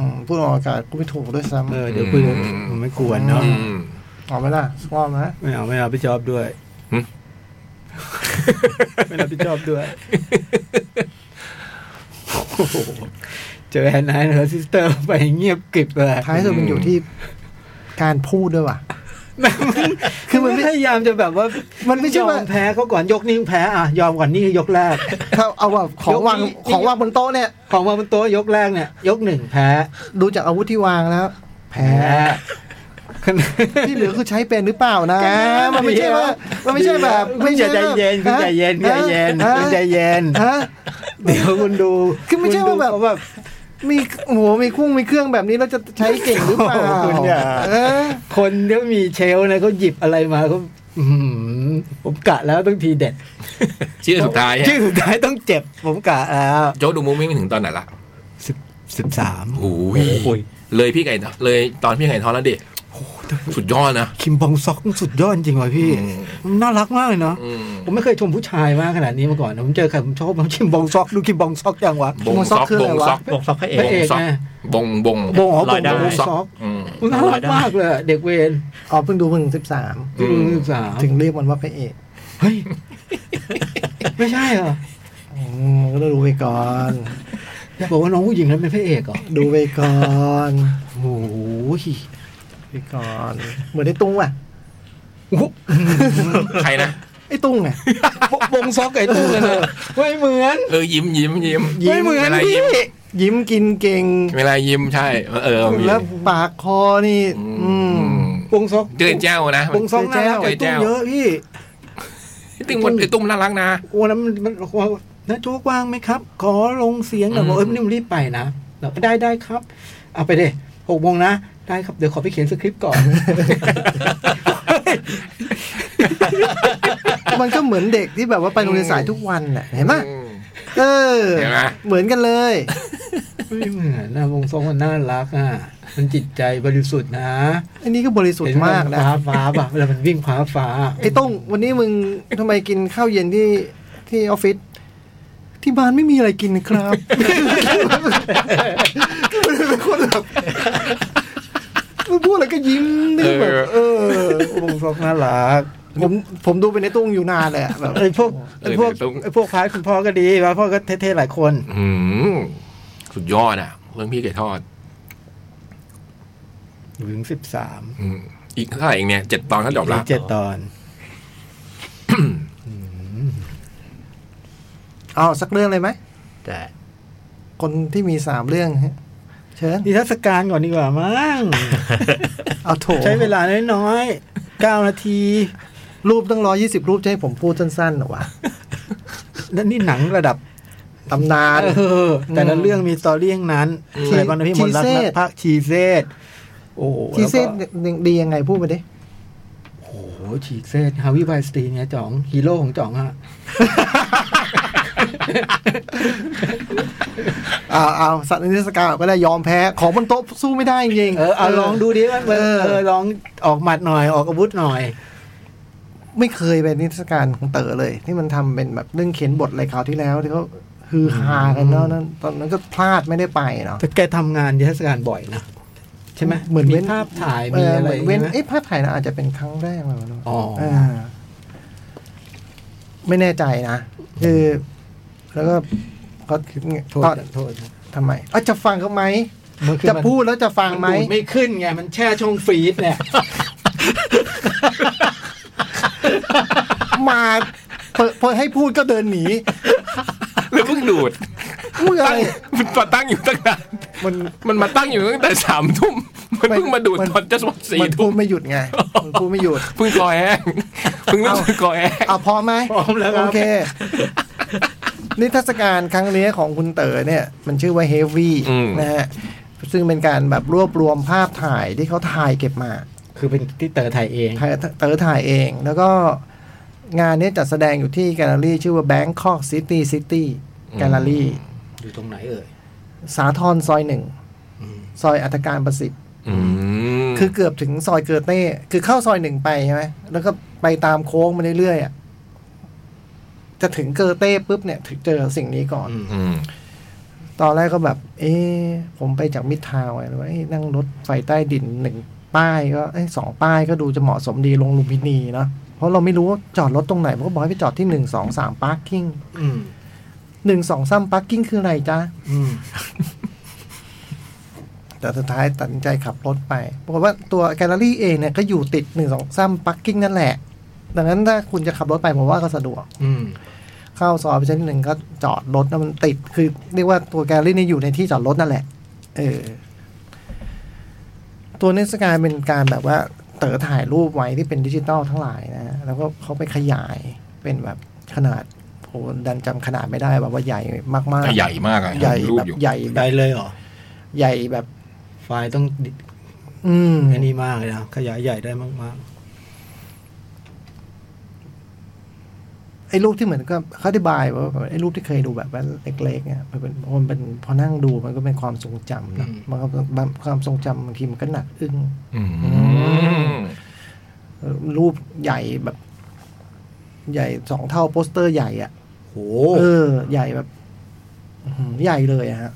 [SPEAKER 3] อ
[SPEAKER 1] มพูดออกอากาศกูไม่ถูกด้วยซ้ำ
[SPEAKER 4] เออเดี๋ยวคุยกัน
[SPEAKER 3] อืม
[SPEAKER 4] มันไม่ควรเนาะ
[SPEAKER 3] อืม
[SPEAKER 1] ออกไหมล่ะชอบนะ
[SPEAKER 4] ไม่เอาไม่เอาพี่จอบด้วย
[SPEAKER 3] หึ
[SPEAKER 4] ไม่เอาพี่จอบด้วยโอ้โหเจอแอนไนน์แล้วซิสเตอร์ไปเงียบกริบเลย
[SPEAKER 1] ท้ายสุดมันอยู่ที่การพูดด้วยว่ะ
[SPEAKER 4] คือมันไม่พยายามจะแบบว่า มันไม่ใช่ว่าย
[SPEAKER 1] อม
[SPEAKER 4] แพ้เขาก่อนยกนิ้วแพ้อ่ะยอมก่อนนี่คือยกแรก
[SPEAKER 1] ถ้าเอาแบบของวาง
[SPEAKER 4] ยกนี้
[SPEAKER 1] ของวางบนโต๊ะเนี่ย
[SPEAKER 4] ของวางบนโต๊ะยกแรกเนี่ย ยกหนึ่งแพ้
[SPEAKER 1] ดูจากอาวุธที่วางแล้ว แพ้
[SPEAKER 4] แพ้
[SPEAKER 1] ที่เหลือคือใช้เป็นหรือเปล่านะ
[SPEAKER 4] แกนะ
[SPEAKER 1] มันไม่ใช่ว่า
[SPEAKER 4] เดี๋ยว
[SPEAKER 1] มันไม่ใช่แบบไม่
[SPEAKER 4] ใจ
[SPEAKER 1] ใช่แบบ
[SPEAKER 4] เย็นคุณใจเย็นคุณใจเย็น
[SPEAKER 1] ฮะ
[SPEAKER 4] คุณใจเย็น
[SPEAKER 1] ฮะ
[SPEAKER 4] เดี๋ยวคุณดู
[SPEAKER 1] คือไม่ใช่ว่าแบบ
[SPEAKER 4] คุณดูเขแบบ
[SPEAKER 1] มีโอ้โหมีคุ้งมีเครื่องแบบนี้เราจะใช้เก่งหรือเปล่า
[SPEAKER 4] โอ้โหคุณอย่า
[SPEAKER 1] เออ
[SPEAKER 4] คนที่มีเชลฟ์นะเขาหยิบอะไรมาเขาอื้อหือผมกะแล้วต้องทีเด็ด
[SPEAKER 3] ชื่อสุดท้าย
[SPEAKER 4] ชื่อสุดท้ายต้องเจ็บ ผมกะแล้ว
[SPEAKER 3] โจ๊กดูมูฟวิ่งไปถึงตอนไหนละ
[SPEAKER 4] สิบสิบสาม
[SPEAKER 3] โอ้ยเลยพี่ไก่เลยตอนพี่ไก่ทอนแล้วดิสุดยอดนะ
[SPEAKER 4] คิมบองซอกมันสุดยอดจริงว่ะพี่
[SPEAKER 3] อืม
[SPEAKER 4] มันน่ารักมากเลยเนาะ
[SPEAKER 3] อืม
[SPEAKER 4] ผมไม่เคยชมผู้ชายมากขนาดนี้มาก่อนนะผมเจอใครผมชอบมากคิมบองซอกดูคิมบองซอกจังวะ
[SPEAKER 3] บงซอกบงซอก
[SPEAKER 2] วงซอกพระเอ
[SPEAKER 4] พระเอก ก
[SPEAKER 3] ซอกบงบง
[SPEAKER 4] บงอ๋อบ
[SPEAKER 2] ลอง ยได้
[SPEAKER 4] บงซอก
[SPEAKER 3] อืม
[SPEAKER 4] มันน่ารักมากเลยอะเด็กเวร
[SPEAKER 1] อ๋อเพิ่งดูเพิ่งสิบสาม
[SPEAKER 4] ที่ดูสิบสาม
[SPEAKER 1] ถึงเรียกมันว่าพระเอก
[SPEAKER 4] เฮ้ยไม่ใช่เหรอ
[SPEAKER 1] อืมก็ต้องดูไปก่อน
[SPEAKER 4] บอกว่าน้องผู้หญิงนั้นเป็นพระเอกเหรอ
[SPEAKER 1] ดูไปก่อน
[SPEAKER 4] โอ้โห
[SPEAKER 1] ไปก่อน เหมือนไอ้ตุ้งว่ะ
[SPEAKER 3] ใครนะ
[SPEAKER 1] ไอ้ตุ้งไง
[SPEAKER 4] บงซอกไก่ตู้กันเลยไม่เหมือน
[SPEAKER 3] เออยิ้มยิ้มยิ้ม
[SPEAKER 4] ไม่เหมือน
[SPEAKER 3] เวลา
[SPEAKER 4] พี่
[SPEAKER 3] ยิ้ม
[SPEAKER 1] ยิ้มกินเก่ง
[SPEAKER 3] เวลายิ้มใช่ เออมี
[SPEAKER 1] แล้วปากคอนี่ อืม
[SPEAKER 4] บงซอก
[SPEAKER 3] เจอเจ้านะ
[SPEAKER 4] บงซอกน่ารักไก่
[SPEAKER 3] เจ้า
[SPEAKER 4] ตู้เยอะพี่
[SPEAKER 3] ตึ้งวันไอตุ้มน่ารักนะ
[SPEAKER 4] โอ้นั้นมันมันนะโจ๊กว่างไหมครับ ขอลงเสียงหน่อย
[SPEAKER 3] อืม
[SPEAKER 4] บอกเอ้ยนี่มันรีบไปนะเราได้ได้ครับ เอาไปเด้หกโมงนะ ได้ครับ เดี๋ยวขอไปเขียนสคริปต์ก่อน
[SPEAKER 1] มันก็เหมือนเด็กที่แบบว่าไปโรงเรียนสายทุกวันน่ะเห็นไหม
[SPEAKER 3] อืม
[SPEAKER 1] เออ
[SPEAKER 3] เห็นไหม
[SPEAKER 1] เหมือนกันเลย
[SPEAKER 4] ไม่เหมือนนะวงทรงมันน่ารักอ่ะ มันจิตใจบริสุทธิ์นะ
[SPEAKER 1] อันนี้ก็บริสุท
[SPEAKER 4] เห็น
[SPEAKER 1] ธิ์
[SPEAKER 4] มั
[SPEAKER 1] มากนะ
[SPEAKER 4] ฟ้าฟ้าป่ะเวลามันวิ่งฟ้าฟ้า
[SPEAKER 1] ไอ้ต้องวันนี้มึงทำไมกินข้าวเย็นที่ที่ออฟฟิศที่บ้านไม่มีอะไรกินครับเป็นคนแบบมึงพูดอะไรก็ยิ้มนี่แบบเออ
[SPEAKER 4] วงทรงน่ารัก
[SPEAKER 1] ผมผมดูไปในตุ้งอยู่นานเลยอะแบบ
[SPEAKER 4] ไอ้พวก
[SPEAKER 3] เออ
[SPEAKER 4] ไอ้พวก
[SPEAKER 3] เดี๋ยวต้อง
[SPEAKER 4] ไอ้พวกพายคุณพ่อก็ดีว่าพ่อก็เท่ๆหลายคน
[SPEAKER 3] อืมสุดยอดอ่ะ เรื่องพี่ไก่ทอด
[SPEAKER 4] อยู่ถึงสิบสาม
[SPEAKER 3] อืมอีกเท่าไหร่เองเนี่ยเจ็ดตอนก็จบละ
[SPEAKER 4] เจ็ดตอน
[SPEAKER 1] เอาสักเรื่องเลยไหม
[SPEAKER 2] แต่
[SPEAKER 1] คนที่มีสามเรื่องฮะเชิญ
[SPEAKER 4] นิทรรศการก่อนดีกว่ามั้ง
[SPEAKER 1] เอาโถ
[SPEAKER 4] ใช้เวลาน้อยๆเก้านาที
[SPEAKER 1] รูปตั้งร้อยี่สิบรูปจะให้ผมพูดสั้นๆเหรอวะ
[SPEAKER 4] นั่นนี่หนังระดับ
[SPEAKER 1] ตำนาน
[SPEAKER 4] เออแต่ละเรื่องมีสตอรี่ทั้งนั้น
[SPEAKER 1] อืม
[SPEAKER 4] อะไรบ้างนะพี่มนต์รั
[SPEAKER 1] ชี
[SPEAKER 4] ก
[SPEAKER 1] เซต
[SPEAKER 4] นักภาคชีเซตโอ้โห
[SPEAKER 1] ทีเซต
[SPEAKER 4] แล้วก็
[SPEAKER 1] ดียังไงพูดไปดิ
[SPEAKER 4] โอ้โหชีเซตฮาวิไวสตีเนี่ยจ่องฮีโร่ของจ่องฮะ
[SPEAKER 1] เอาเอาสัตว์ในเทศกาลก็ได้ยอมแพ้ ของบนโต๊ะสู้ไม่ได้จริง
[SPEAKER 4] เออเอาลองดูดิว่าเออเออลองออกหมัดหน่อยออกอาวุธหน่อย
[SPEAKER 1] ไม่เคยไปนิทรรศการของเต๋อเลย ที่มันทำเป็นแบบเรื่องเขียนบทอะไรคราวที่แล้วที่เขาฮือฮากันเนาะนั้นตอนนั้นก็พลาดไม่ได้ไปเนาะ
[SPEAKER 4] แต่แกทำงานนิทรรศการบ่อยนะใช่ไหม
[SPEAKER 1] เหมือน
[SPEAKER 4] มี
[SPEAKER 1] เว้น
[SPEAKER 4] ภาพถ่าย
[SPEAKER 1] เอ
[SPEAKER 4] มี
[SPEAKER 1] อ
[SPEAKER 4] อะ
[SPEAKER 1] เห
[SPEAKER 4] ไร
[SPEAKER 1] มือนเว้น
[SPEAKER 4] ใช่ไหม
[SPEAKER 1] เอ้ยภาพถ่ายนะอาจจะเป็นครั้งแรกเลยเนาะ
[SPEAKER 4] อ๋ออ่
[SPEAKER 1] าไม่แน่ใจนะคือแล้วก็ก็
[SPEAKER 4] โทษ
[SPEAKER 1] ตอน
[SPEAKER 4] นะโทษนะ
[SPEAKER 1] ทำไมอ่ะจะฟังเขาไหม
[SPEAKER 4] มันคือ
[SPEAKER 1] จะ
[SPEAKER 4] มัน
[SPEAKER 1] พูดแล้วจะฟังไหม
[SPEAKER 4] ดูดไม่ขึ้นไง มันแช่ช่องฟรีดเนี่ย
[SPEAKER 1] มาเปิดเปิดให้พูดก็เดินหนี
[SPEAKER 3] แล้วเพิ่งดูด
[SPEAKER 1] มึงอะไร
[SPEAKER 3] ตั้งมันตัวตั้งอยู่ตั้งนาน
[SPEAKER 1] มัน
[SPEAKER 3] มันมาตั้งอยู่ตั้งแต่สามทุ่มมันเพิ่งมาดูดตอนจะสดสี่
[SPEAKER 1] มันพู
[SPEAKER 3] ทุ่
[SPEAKER 1] ด
[SPEAKER 3] ม
[SPEAKER 1] ไม่หยุดไง มันพูดไม่หยุด
[SPEAKER 3] เพิ่งคอแห้งเพิ่งรู้สึกคอแห้ง
[SPEAKER 1] อ่ะพร้อมไหม
[SPEAKER 4] พร้อมแล้วครับ
[SPEAKER 1] โอเค นิทรรศการครั้งนี้ของคุณเต๋อเนี่ย มันชื่อว่า Heavy นะฮะ ซึ่งเป็นการแบบรวบรวมภาพถ่ายที่เขาถ่ายเก็บมา
[SPEAKER 4] คือเป็นที่เต๋อถ่ายเอง
[SPEAKER 1] ถ่ายเต๋อถ่ายเอง แล้วก็งานเนี้จัดแสดงอยู่ที่แกลเลอรี่ชื่อว่า Bangkok City City Gallery
[SPEAKER 4] อยู่ตรงไหนเอ่ย
[SPEAKER 1] สาทรซอยหนึ่ง ซอยอัตการประสิทธิ
[SPEAKER 3] อืม
[SPEAKER 1] คือเกือบถึงซอยเกิดเต้คือเข้าซอยหนึ่งไปใช่ไหมแล้วก็ไปตามโค้งมาเรื่อยๆอ่ะจะถึงเกิดเต้ปุ๊บเนี่ยถึงเจอสิ่งนี้ก่อน
[SPEAKER 4] อืม
[SPEAKER 3] ม
[SPEAKER 1] ตอนแรกก็แบบ เอ๊ะผมไปจากมิดทาวน์ไงแล้วว่าเอ๊ะนั่งรถไฟใต้ดินหนึ่งป้ายก็เอ๊ะสองป้ายก็ดูจะเหมาะสมดีลงลุมพินีเนาะเพราะเราไม่รู้ว่าจอดรถตรงไหนมันก็บอกให้ไปจอดที่หนึ่งสองสามพาร์กิ้ง
[SPEAKER 4] อืม
[SPEAKER 1] หนึ่งสองสามพาร์กิ้งคืออะไรจ๊ะ
[SPEAKER 4] อืม
[SPEAKER 1] แต่สุดท้ายตัดสินใจขับรถไปปรากฏว่าตัวแกลเลอรี่เองเนี่ยก็อยู่ติดหนึ่งสองซ้ำปักกิ้งนั่นแหละ ดังนั้นถ้าคุณจะขับรถไปผมว่าก็สะดวก
[SPEAKER 4] อืม
[SPEAKER 1] เข้าซอยไปชั้นหนึ่งก็จอดรถแล้วมันติด คือเรียกว่าตัวแกลเลอรี่นี่อยู่ในที่จอดรถนั่นแหละ เออ ตัวนิทรรศการเป็นการแบบว่า เต๋อถ่ายรูปไว้ที่เป็นดิจิตอลทั้งหลายนะ แล้วก็เขาไปขยายเป็นแบบขนาดโหดันจำขนาดไม่ได้แบบว่าใหญ่มากๆ
[SPEAKER 3] ใหญ่มากอะ
[SPEAKER 1] ใหญ่
[SPEAKER 3] รูป
[SPEAKER 1] แบบ
[SPEAKER 3] อยู่
[SPEAKER 1] ใหญ่แบ
[SPEAKER 4] ได้
[SPEAKER 1] บ
[SPEAKER 4] เลยเหรอ
[SPEAKER 1] ใหญ่แบบ
[SPEAKER 4] ไฟล์ต้อง
[SPEAKER 1] อืม
[SPEAKER 4] อันนี้มากเลยนะ ขยายใหญ่ได้มาก
[SPEAKER 1] ไอ้รูปที่เหมือนก็เขาอธิบายว่าไอ้รูปที่เคยดูแบบว่าเล็กๆเนี่ยมันเป็นมันเป็นพอนั่งดูมันก็เป็นความทรงจำนะ
[SPEAKER 4] อืม
[SPEAKER 1] มันก็บางความทรงจำบางทีมันก็หนักอึ้ง
[SPEAKER 3] อืม
[SPEAKER 1] เออรูปใหญ่แบบ ใหญ่สองเท่าโปสเตอร์ใหญ่อะ
[SPEAKER 4] ๆโห
[SPEAKER 1] เออ ใหญ่แบบอื้อหือใหญ่เลยอะฮะ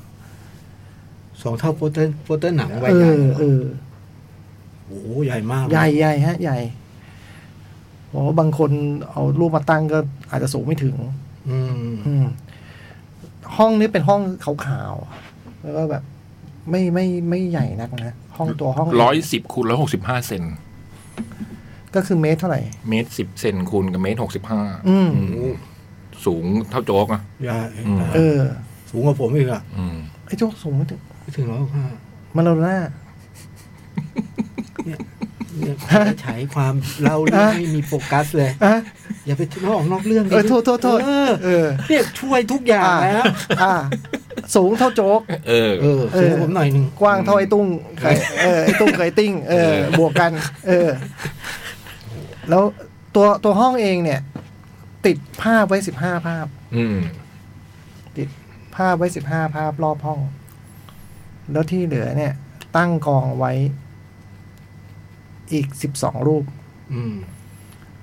[SPEAKER 4] สองเท่าโปสเตอร์โปสเตอร์หนังไว้
[SPEAKER 1] เอ
[SPEAKER 4] ใหญ่
[SPEAKER 1] อเออ
[SPEAKER 4] โอ้ใหญ่มาก
[SPEAKER 1] ใหญ่ใหญ่ฮะ ใหญ่เพราะว่าบางคนเอารูปมาตั้งก็อาจจะสูงไม่ถึง
[SPEAKER 4] อืม
[SPEAKER 1] อืมห้องนี้เป็นห้องขาวๆ แล้วก็แบบ ไม่ไม่ไม่ใหญ่นักนะ ห้องตัวห้อง
[SPEAKER 3] ร้อยสิบคูณร้อยหกสิบห้าเซน
[SPEAKER 1] ก็คือเมตรเท่าไหร่
[SPEAKER 3] เมตรสิบเซนคูณกับเมตรหกสิบห้า
[SPEAKER 1] อืม
[SPEAKER 3] สูงเท่าโจ๊กอะ
[SPEAKER 4] ใหญ่
[SPEAKER 3] อืม
[SPEAKER 1] เออ
[SPEAKER 4] สูงกว่าผมอีกอ่ะ
[SPEAKER 3] อืม
[SPEAKER 1] ไอ้โจ๊กสูงไม่ถึง
[SPEAKER 4] ไม่ถึงร้อยห้า
[SPEAKER 1] มาโลน่า
[SPEAKER 4] เนี่ยใช้ความเล่าเรื่องไม่มีโฟกัสเลย
[SPEAKER 1] อ่ะ
[SPEAKER 4] อย่าไปนอกนอกเรื่องดิ
[SPEAKER 1] เออโทษโทษโทษ
[SPEAKER 4] เออ
[SPEAKER 1] เออ
[SPEAKER 4] เนี่ยช่วยทุกอย่าง
[SPEAKER 1] อ่า
[SPEAKER 4] แล้ว
[SPEAKER 1] อ่า สูงเท่าโจ๊ก
[SPEAKER 3] เออ
[SPEAKER 4] เออ
[SPEAKER 1] เออ
[SPEAKER 4] ซื้อผมหน่อยหนึ่ง
[SPEAKER 1] กว้างเท่าไอ้ตุ้งไข่เออไอ้ตุ้งไข่ติ้งเออ
[SPEAKER 3] เออ
[SPEAKER 1] บวกกัน เออ แล้วตัวตัวห้องเองเนี่ย ติดภาพไว้สิบห้าภาพ
[SPEAKER 3] อืม
[SPEAKER 1] ติดภาพไว้สิบห้าภาพรอบห้อง แล้วที่เหลือเนี่ย ตั้งกองไว้ อีกสิบสองรูป
[SPEAKER 4] อืม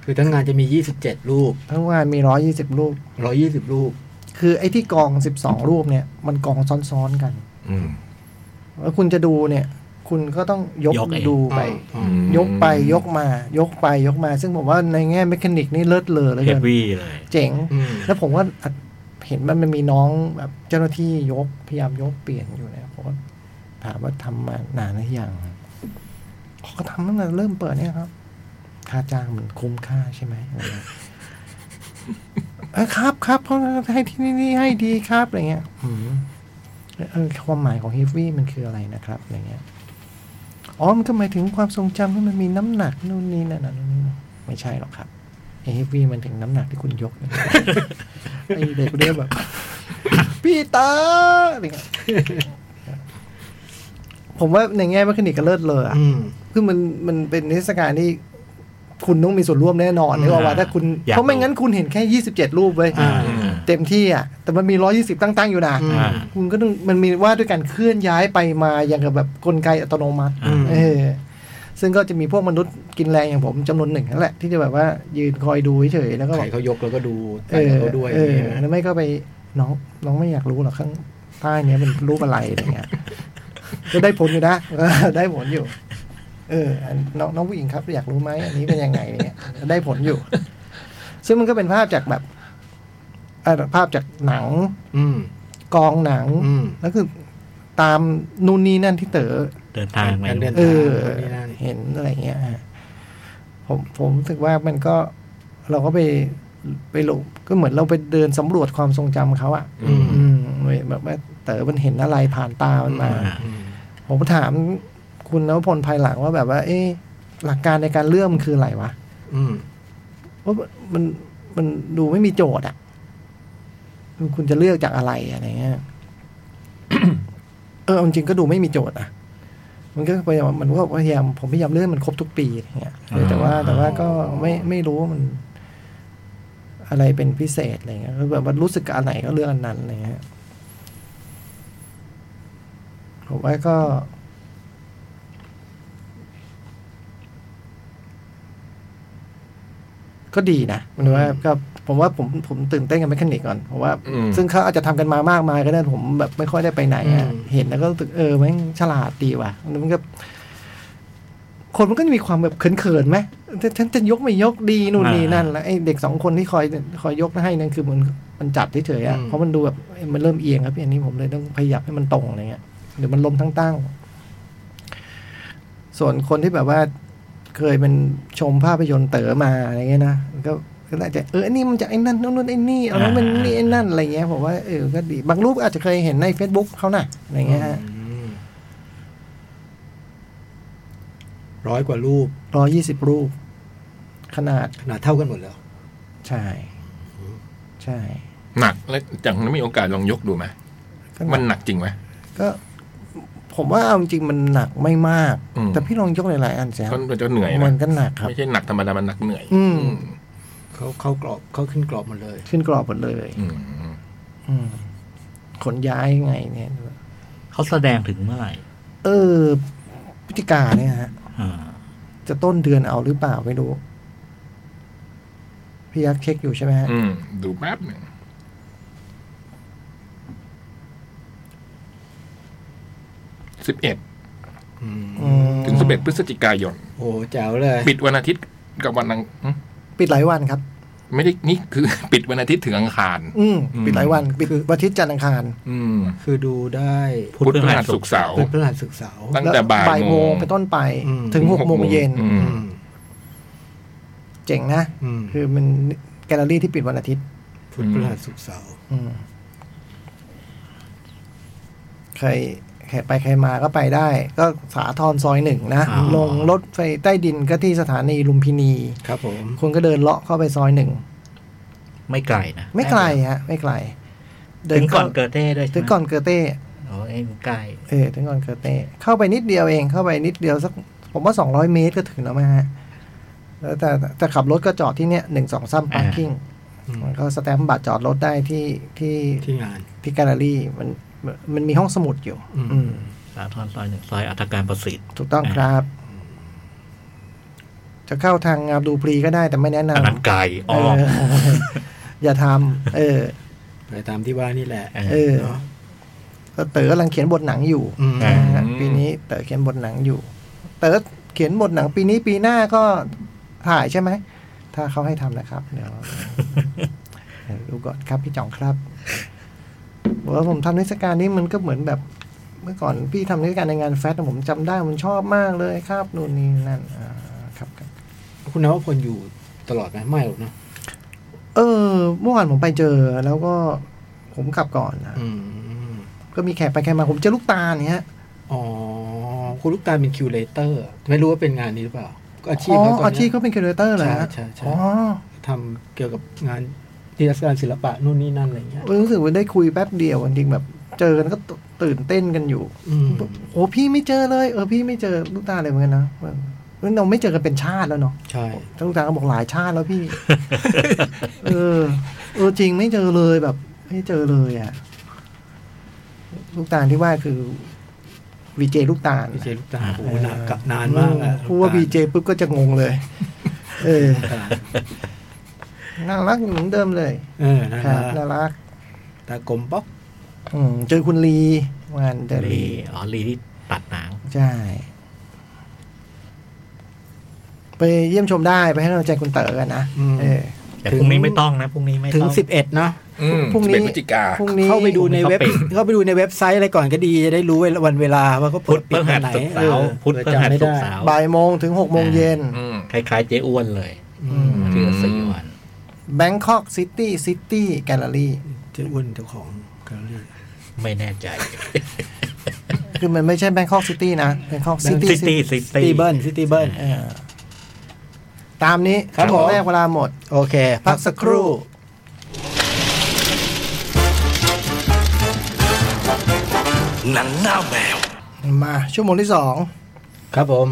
[SPEAKER 4] คือทั้งงานจะมียี่สิบเจ็ดรูป
[SPEAKER 1] ทั้งงานมีร้อยี่สิบรูป
[SPEAKER 4] ร้อยี่สิบรูป
[SPEAKER 1] คือไอ้ที่กองสิบสองรูปเนี่ย มันกองซ้อนๆกัน
[SPEAKER 3] อืม
[SPEAKER 1] แล้วคุณจะดูเนี่ย คุณก็ต้องยก
[SPEAKER 2] ยกเอง
[SPEAKER 1] ดูไป
[SPEAKER 3] อืม
[SPEAKER 1] ยกไปยกมา ยกไปยกมา ซึ่งผมว่าในแง่เมคานิกนี่เลิศเลอเลย
[SPEAKER 2] เฮ
[SPEAKER 1] เกิ
[SPEAKER 2] ฟ
[SPEAKER 1] น
[SPEAKER 2] วี่เลย
[SPEAKER 1] เจ๋ง
[SPEAKER 4] อืม
[SPEAKER 1] แล้วผมว่าเห็นมันมันมีน้องแบบเจ้าหน้าที่ยกพยายามยกเปลี่ยนอยู่นะผมก็ถามว่าทำมานานหรือยังเขาก็ทำตั้งแต่เริ่มเปิดเนี่ยครับ ค่าจ้างมันคุ้มค่าใช่ไหมอะไรเงี้ยเออครับครับเพราะให้ที่นี่นี่ให้ดีครับอะไรเงี้ยอืมเออความหมายของเฮฟวี่มันคืออะไรนะครับอะไรเงี้ยอ๋อมันก็หมายถึงความทรงจำที่มันมีน้ำหนักนู่นนี่นั่นน่ะนู่นนี่นั่นไม่ใช่หรอกครับเฮฟวี่มันถึงน้ำหนักที่คุณยกนะครับ ไอเด็กเรียกแบบ พี่ตาอะไรเงี้ยผมว่าในแง่ว่าคลินิกก็เลิศเลยอะ
[SPEAKER 4] อืม
[SPEAKER 1] คือมันมันเป็นนิทรรศการที่ คุณต้องมีส่วนร่วมแน่นอน
[SPEAKER 4] อืม
[SPEAKER 1] นึกออกว่าถ้าคุณ
[SPEAKER 2] อยาก
[SPEAKER 1] เพราะไม่งั้นคุณเห็นแค่ยี่สิบเจ็ดรูปเว้ย
[SPEAKER 4] อ่า
[SPEAKER 1] เต็มที่อ่ะ แต่มันมีร้อยี่สิบตั้ง ๆ อยู่นะ
[SPEAKER 4] อืม
[SPEAKER 2] อ่า
[SPEAKER 1] คุณก็ต้องมันมีว่าด้วยการเคลื่อนย้ายไปมาอย่างกับแบบกลไกอัตโนมัติ
[SPEAKER 4] อืม
[SPEAKER 1] เออ ซึ่งก็จะมีพวกมนุษย์กินแรงอย่างผมจำนวนหนึ่งนั่นแหละ ที่จะแบบว่า ยืนคอยดูเฉยๆแล้วก็แบ
[SPEAKER 4] ใคร
[SPEAKER 1] บ
[SPEAKER 4] เขายกแล้วก็ดู
[SPEAKER 1] เอ
[SPEAKER 4] ใส่
[SPEAKER 1] อ
[SPEAKER 4] เขาด้วย
[SPEAKER 1] เออ
[SPEAKER 4] อย่างเงี้ย
[SPEAKER 1] หรือไม่ก็ไปน้องน้องไม่อยากรู้หรอกข้างใต้เนี้ยมันรูปอะไรอะไร เงี้ยก็ได้ผลอยู่นะ เออได้ผลอยู่ เอออันน้องน้องผู้หญิงครับ อยากรู้ไหมอันนี้เป็นยังไงอะไรเงี้ยได้ผลอยู่ ซึ่งมันก็เป็นภาพจากแบบเอ่อภาพจากหนัง
[SPEAKER 4] อืม
[SPEAKER 1] กองหนัง
[SPEAKER 4] อืม
[SPEAKER 1] แล้วคือตามนู่นนี่นั่นที่เต๋อ
[SPEAKER 2] เดินทางไป
[SPEAKER 4] การเดิน
[SPEAKER 1] เออ
[SPEAKER 4] นู่นนี่นั่น
[SPEAKER 1] เห็นอะไรเงี้ยฮะผมผมรู้สึกว่ามันก็เราก็ไปไปหลงก็เหมือนเราไปเดินสำรวจความทรงจำเขาอะ
[SPEAKER 4] อืม
[SPEAKER 1] อืมเหมือนแบบว่าเต๋อมันเห็นอะไรผ่านตามันมา
[SPEAKER 4] อืม
[SPEAKER 1] ผมถามคุณนวพลภายหลังว่าแบบว่า เอ๊ะหลักการในการเลื่อมคืออะไรวะ
[SPEAKER 4] อืม
[SPEAKER 1] ว่ามันมันดูไม่มีโจทย์อะคุณจะเลือกจากอะไรอะไรเงี้ย เออเอาจริงก็ดูไม่มีโจทย์อะมันก็พยายามมันก็พยายามผมพยายามเลื่อนมันครบทุกปีอะไรเงี้ยเออแต่ว่าแต่ว่าก็ไม่ไม่รู้ว่ามัน อะไรเป็นพิเศษอะไรเงี้ยก็แบบว่ารู้สึกกับอันไหนก็เลือกอันนั้นอะไรเงี้ยผมว่าก็ ก็ดีนะหมันว่าก็ผมว่าผมผมตื่นเต้นกับแมคานิกก่อนผมว่า
[SPEAKER 3] อืม
[SPEAKER 1] ซึ่งเขาอาจจะทำกันมามากมายก็ได้ผมแบบไม่ค่อยได้ไปไหนอะ
[SPEAKER 4] อืม
[SPEAKER 1] เห็นแล้วก็รู้สึกเออแมันฉลาดดีว่ะแล้วมันก็ คนมันก็จะมีความแบบเขินๆไหมฉันฉันจะยกไม่ยกดีนู่นนี่นั่น แล้วไอ้เด็กสองคนที่คอยคอยยกให้นั่นคือมันมันจับเฉยๆอ่ะ
[SPEAKER 4] อืม
[SPEAKER 1] เพราะมันดูแบบมันเริ่มเอียงครับพี่อันนี้ผมเลยต้องพยายามให้มันตรงอะไรเงี้ยเดี๋ยวมันล้มทั้งตั้ง ส่วนคนที่แบบว่า เคยเป็นชมภาพยนตร์เต๋อมาอะไรเงี้ยนะมันก็ก็อาจจะเออไอ้นี่มันจากไอ้นั่นนู่นนู่นไอ้นี่เอาแล้วมันนี่ไอ้นั่นอะไรเงี้ยผมว่าเออก็ดีบางรูปอาจจะเคยเห็นใน Facebook เขาน่ะอะไรเงี้ย
[SPEAKER 4] อืมร้อยกว่ารูป
[SPEAKER 1] ร้อยี่สิบรูป ขนาด
[SPEAKER 4] ขนาดเท่ากันหมดเลยเหรอ
[SPEAKER 1] ใช่ ใช่
[SPEAKER 3] หนักแล้วจากนั้นมีโอกาสลองยกดูไหม
[SPEAKER 1] ก็
[SPEAKER 3] มันหนักจริงไหม
[SPEAKER 1] ก็ ผมว่าเอาจริงมันหนักไม่มาก
[SPEAKER 3] อืม
[SPEAKER 1] แต่พี่ลองยกหลายๆอันเสีย
[SPEAKER 3] ก็จะเหนื่อย
[SPEAKER 1] มั
[SPEAKER 3] นะ
[SPEAKER 1] นก็หนักครับ
[SPEAKER 3] ไม่ใช่หนักธรรมดามันหนักเหนื่อย
[SPEAKER 1] อืม
[SPEAKER 4] เขาเขากรอบเขาขึ้นกรอบหมดเลย
[SPEAKER 1] ขึ้นกรอบหมดเลย
[SPEAKER 3] อืม
[SPEAKER 1] อืมขนย้ายไงเนี่ย
[SPEAKER 2] เขาแสดงถึงเมื่อไหร่
[SPEAKER 1] เออพฤศจิกาเนี่ยฮะ
[SPEAKER 2] อ่า
[SPEAKER 1] จะต้นเดือนเอาหรือเปล่าไม่รู้ พี่ยักษ์เช็คอยู่ใช่ไหมฮะ
[SPEAKER 3] อืมดูแป๊บหนึ่งสิบเอ็ด
[SPEAKER 4] อืม
[SPEAKER 1] อืม
[SPEAKER 3] ถึงสิบเอ็ดพฤศจิกายน
[SPEAKER 4] โอ้แจ๋วเลย
[SPEAKER 3] ปิดวันอาทิตย์กับวันอังหึ
[SPEAKER 1] ปิดหลายวันครับ
[SPEAKER 3] ไม่ได้นี่คือ ปิดวันอาทิตย์ถึงอังคาร
[SPEAKER 1] อืม
[SPEAKER 3] อืม
[SPEAKER 1] ปิดหลายวัน ปิดวันอาทิตย์จันทร์อังคาร
[SPEAKER 3] อืม
[SPEAKER 4] คือดูได้
[SPEAKER 2] พุธ
[SPEAKER 3] พุธ
[SPEAKER 2] พฤ
[SPEAKER 3] พฤ
[SPEAKER 2] หั
[SPEAKER 3] หั
[SPEAKER 2] ส
[SPEAKER 3] ส
[SPEAKER 2] ศุ
[SPEAKER 3] ศุ
[SPEAKER 2] ก
[SPEAKER 3] ก
[SPEAKER 2] ร์
[SPEAKER 3] ร์เสาร์
[SPEAKER 4] เป็นพระรหัสศึกเสาร์
[SPEAKER 3] ตั้งแต่บ่าย
[SPEAKER 1] แล้วโม
[SPEAKER 3] โม
[SPEAKER 1] ง
[SPEAKER 3] ง
[SPEAKER 1] เป็นต้นไป
[SPEAKER 4] อืม
[SPEAKER 1] ถึงหกโมงเย็น
[SPEAKER 3] อืม
[SPEAKER 4] อืม
[SPEAKER 1] เจ๋งนะ
[SPEAKER 4] อืม
[SPEAKER 1] คือมันแกลเลอรี่ที่ปิดวันอาทิตย์
[SPEAKER 4] พุธพฤหัสศุกร์เสาร์
[SPEAKER 1] อืมใครใครไปใครมาก็ไปได้ ก็สาทรซอยหนึ่งนะ
[SPEAKER 2] อ๋อ
[SPEAKER 1] ลงรถไฟใต้ดินก็ที่สถานีลุมพินี
[SPEAKER 4] ครับผม
[SPEAKER 1] คุณก็เดินเลาะเข้าไปซอยหนึ่ง
[SPEAKER 2] ไม่ไกลนะ
[SPEAKER 1] ไม่ไกลฮะ ไม่ไกล เดิ
[SPEAKER 2] ถึงก่
[SPEAKER 1] เข้า
[SPEAKER 2] อนเกิดเต้ด้วยใช่ไหม
[SPEAKER 1] ถึงก่อนเกอเต้
[SPEAKER 2] โอ้ยใกล้
[SPEAKER 1] เออถึงก่อนเกิดเต้เข้าไปนิดเดียวเองเข้าไปนิดเดียวสักผมว่าสองร้อยเมตรก็ถึงแล้วมั้งฮะแล้วแต่แต่ขับรถก็จอดที่เนี้ยหนึ่งสองซ้ำพาร์คิ่ง
[SPEAKER 4] อืม
[SPEAKER 1] มันก็สแตมป์บัตรจอดรถได้ที่ที่
[SPEAKER 4] ที่งาน
[SPEAKER 1] ที่แกลเลอรี่มันมันมีห้องสมุดอยู่
[SPEAKER 4] อืม
[SPEAKER 1] อืม
[SPEAKER 2] สาทรซอยหนึ่งซอยอัตการประสิทธิ์
[SPEAKER 1] ถูกต้องครับ จะเข้าทางงามดูปรีก็ได้แต่ไม่แนะ
[SPEAKER 2] อันนั้น
[SPEAKER 1] นำ
[SPEAKER 2] ไกล
[SPEAKER 1] เอ
[SPEAKER 2] อ้อ
[SPEAKER 1] อ
[SPEAKER 2] ม
[SPEAKER 1] อย่าทำเออ
[SPEAKER 4] ไปตามที่ว่านี่แหละ
[SPEAKER 1] เออก็เต๋อกำลังเขียนบทหนังอยู่
[SPEAKER 4] ม
[SPEAKER 1] นะฮะปีนี้เต๋อเขียนบทหนังอยู่ เต๋อเขียนบทหนังปีนี้ปีหน้าก็ถ่ายใช่ไหม ถ้าเขาให้ทำนะครับ เดี๋ ยวเดี๋ยวดูก่อนครับพี่จ่องครับบอกว่าผมทำนิทรรศการนี้มันก็เหมือนแบบ เมื่อก่อนพี่ทำนิทรรศการในงานแฟชั่นผมจำได้ผมชอบมากเลยครับนู่นนี่นั่นอ่าครับครับ
[SPEAKER 4] คุณนวพลอยู่ตลอดไหมไม่หรอกเนาะ
[SPEAKER 1] เออ เมื่อวานผมไปเจอแล้วก็ผมกลับก่อนนะ
[SPEAKER 4] อืม
[SPEAKER 1] ก็มีแขกไปแขกมาผมเจอลูกตาลเนี่ย
[SPEAKER 4] อ๋อคุณลูกตาลเป็นคิวเลเตอร์ไม่รู้ว่าเป็นงานนี้หรือเปล่าก็อาชีพ
[SPEAKER 1] อ๋อ
[SPEAKER 4] เขาตอน
[SPEAKER 1] อาชี
[SPEAKER 4] เนี้
[SPEAKER 1] พ
[SPEAKER 4] ย
[SPEAKER 1] ก็เป็นครีเอเตอร์เหรอฮะ
[SPEAKER 4] ใช่ใช่ใช่
[SPEAKER 1] อ๋อ
[SPEAKER 4] ทำเกี่ยวกับงานนิทรรศการศิลปะนู่นนี่นั่นอะไรเงี้ย
[SPEAKER 1] เออรู้สึกว่าได้คุยแป๊บเดียวจริงๆแบบ เจอกันก็ตตื่นเต้นกันอยู่
[SPEAKER 4] อืม
[SPEAKER 1] โอ้พี่ไม่เจอเลย เออพี่ไม่เจอลูกตาเลยเหมือนกันนะแบบเออเราไม่เจอกันเป็นชาติแล้วเนาะ
[SPEAKER 4] ใช่
[SPEAKER 1] ทั้งลูกตาก็บอกหลายชาติแล้ว พี่ เออ เออจริงไม่เจอเลยแบบ ไม่เจอเลยอ่ะลูกตาที่ว่าคือวีเจลูกตาล
[SPEAKER 4] พี่เจลูกตาลโอ้โหนานกะนานมากอะ
[SPEAKER 1] พูดว่าวีเจปุ๊บก็จะงงเลย เออ
[SPEAKER 4] ลูกตาล
[SPEAKER 1] น่ารักอยู่เหมือนเดิมเลย
[SPEAKER 4] เออนะ
[SPEAKER 1] ค
[SPEAKER 4] ค
[SPEAKER 1] รั
[SPEAKER 4] รั
[SPEAKER 1] บบ น่ารัก
[SPEAKER 4] ตากลมป๊อก
[SPEAKER 1] อืมเจอคุณลีเมื่อวานเจอลี
[SPEAKER 2] ลีอ๋อลีที่ตัดหนัง
[SPEAKER 1] ใช่ ไปเยี่ยมชมได้ไปให้กำลังใจคุณเต๋อกันนะเออ
[SPEAKER 2] แต่พรุ่งนี้ไม่ต้องนะพรุ่งนี้ไม่
[SPEAKER 4] ถึง
[SPEAKER 2] ต้อง
[SPEAKER 4] สิบเอ็ดเนาะ
[SPEAKER 1] พรุ่งนี้
[SPEAKER 3] นี้เป็นพฤศจิกา
[SPEAKER 1] พรุ่งนี้
[SPEAKER 4] เข้าไปดูในเว็บ
[SPEAKER 2] ผมก็ปิด
[SPEAKER 4] เข้าไปดูในเว็บไซต์อะไรก่อนก็ดีจะได้รู้วันเวลาว่าเขา
[SPEAKER 2] พุ
[SPEAKER 4] เปิ
[SPEAKER 2] ธ
[SPEAKER 4] ด
[SPEAKER 2] เพื่อ
[SPEAKER 4] ปิด
[SPEAKER 2] หั
[SPEAKER 4] วั
[SPEAKER 2] ด
[SPEAKER 4] นไหน
[SPEAKER 2] สุกร์เสาร์
[SPEAKER 4] ออ
[SPEAKER 2] พุธเพื่อหัดสุกร์เสาร์
[SPEAKER 1] บ่ายโมงถึงหกโมงเย็น
[SPEAKER 3] อืม
[SPEAKER 2] คล้ายๆเจ๊อ้วนเลย
[SPEAKER 4] อืม
[SPEAKER 2] ชื่อสี่วัน
[SPEAKER 1] Bangkok City City Gallery
[SPEAKER 4] เจะอ้วนเจ้าของแกลเลอรี่
[SPEAKER 2] ไม่แน่ ใจ
[SPEAKER 1] คือมันไม่ใช่ Bangkok City นะ Bangkok City
[SPEAKER 2] ซิตี้
[SPEAKER 1] City
[SPEAKER 2] ซิ
[SPEAKER 4] ซิตี้
[SPEAKER 2] ตี้
[SPEAKER 4] เบิลซิตี้เบิล
[SPEAKER 1] เออตามนี้
[SPEAKER 4] ครับผม
[SPEAKER 1] แรกเวลาหมด
[SPEAKER 4] โอเค พักสักครู่
[SPEAKER 1] มาชั่วโมงที่สอง
[SPEAKER 4] ครับผม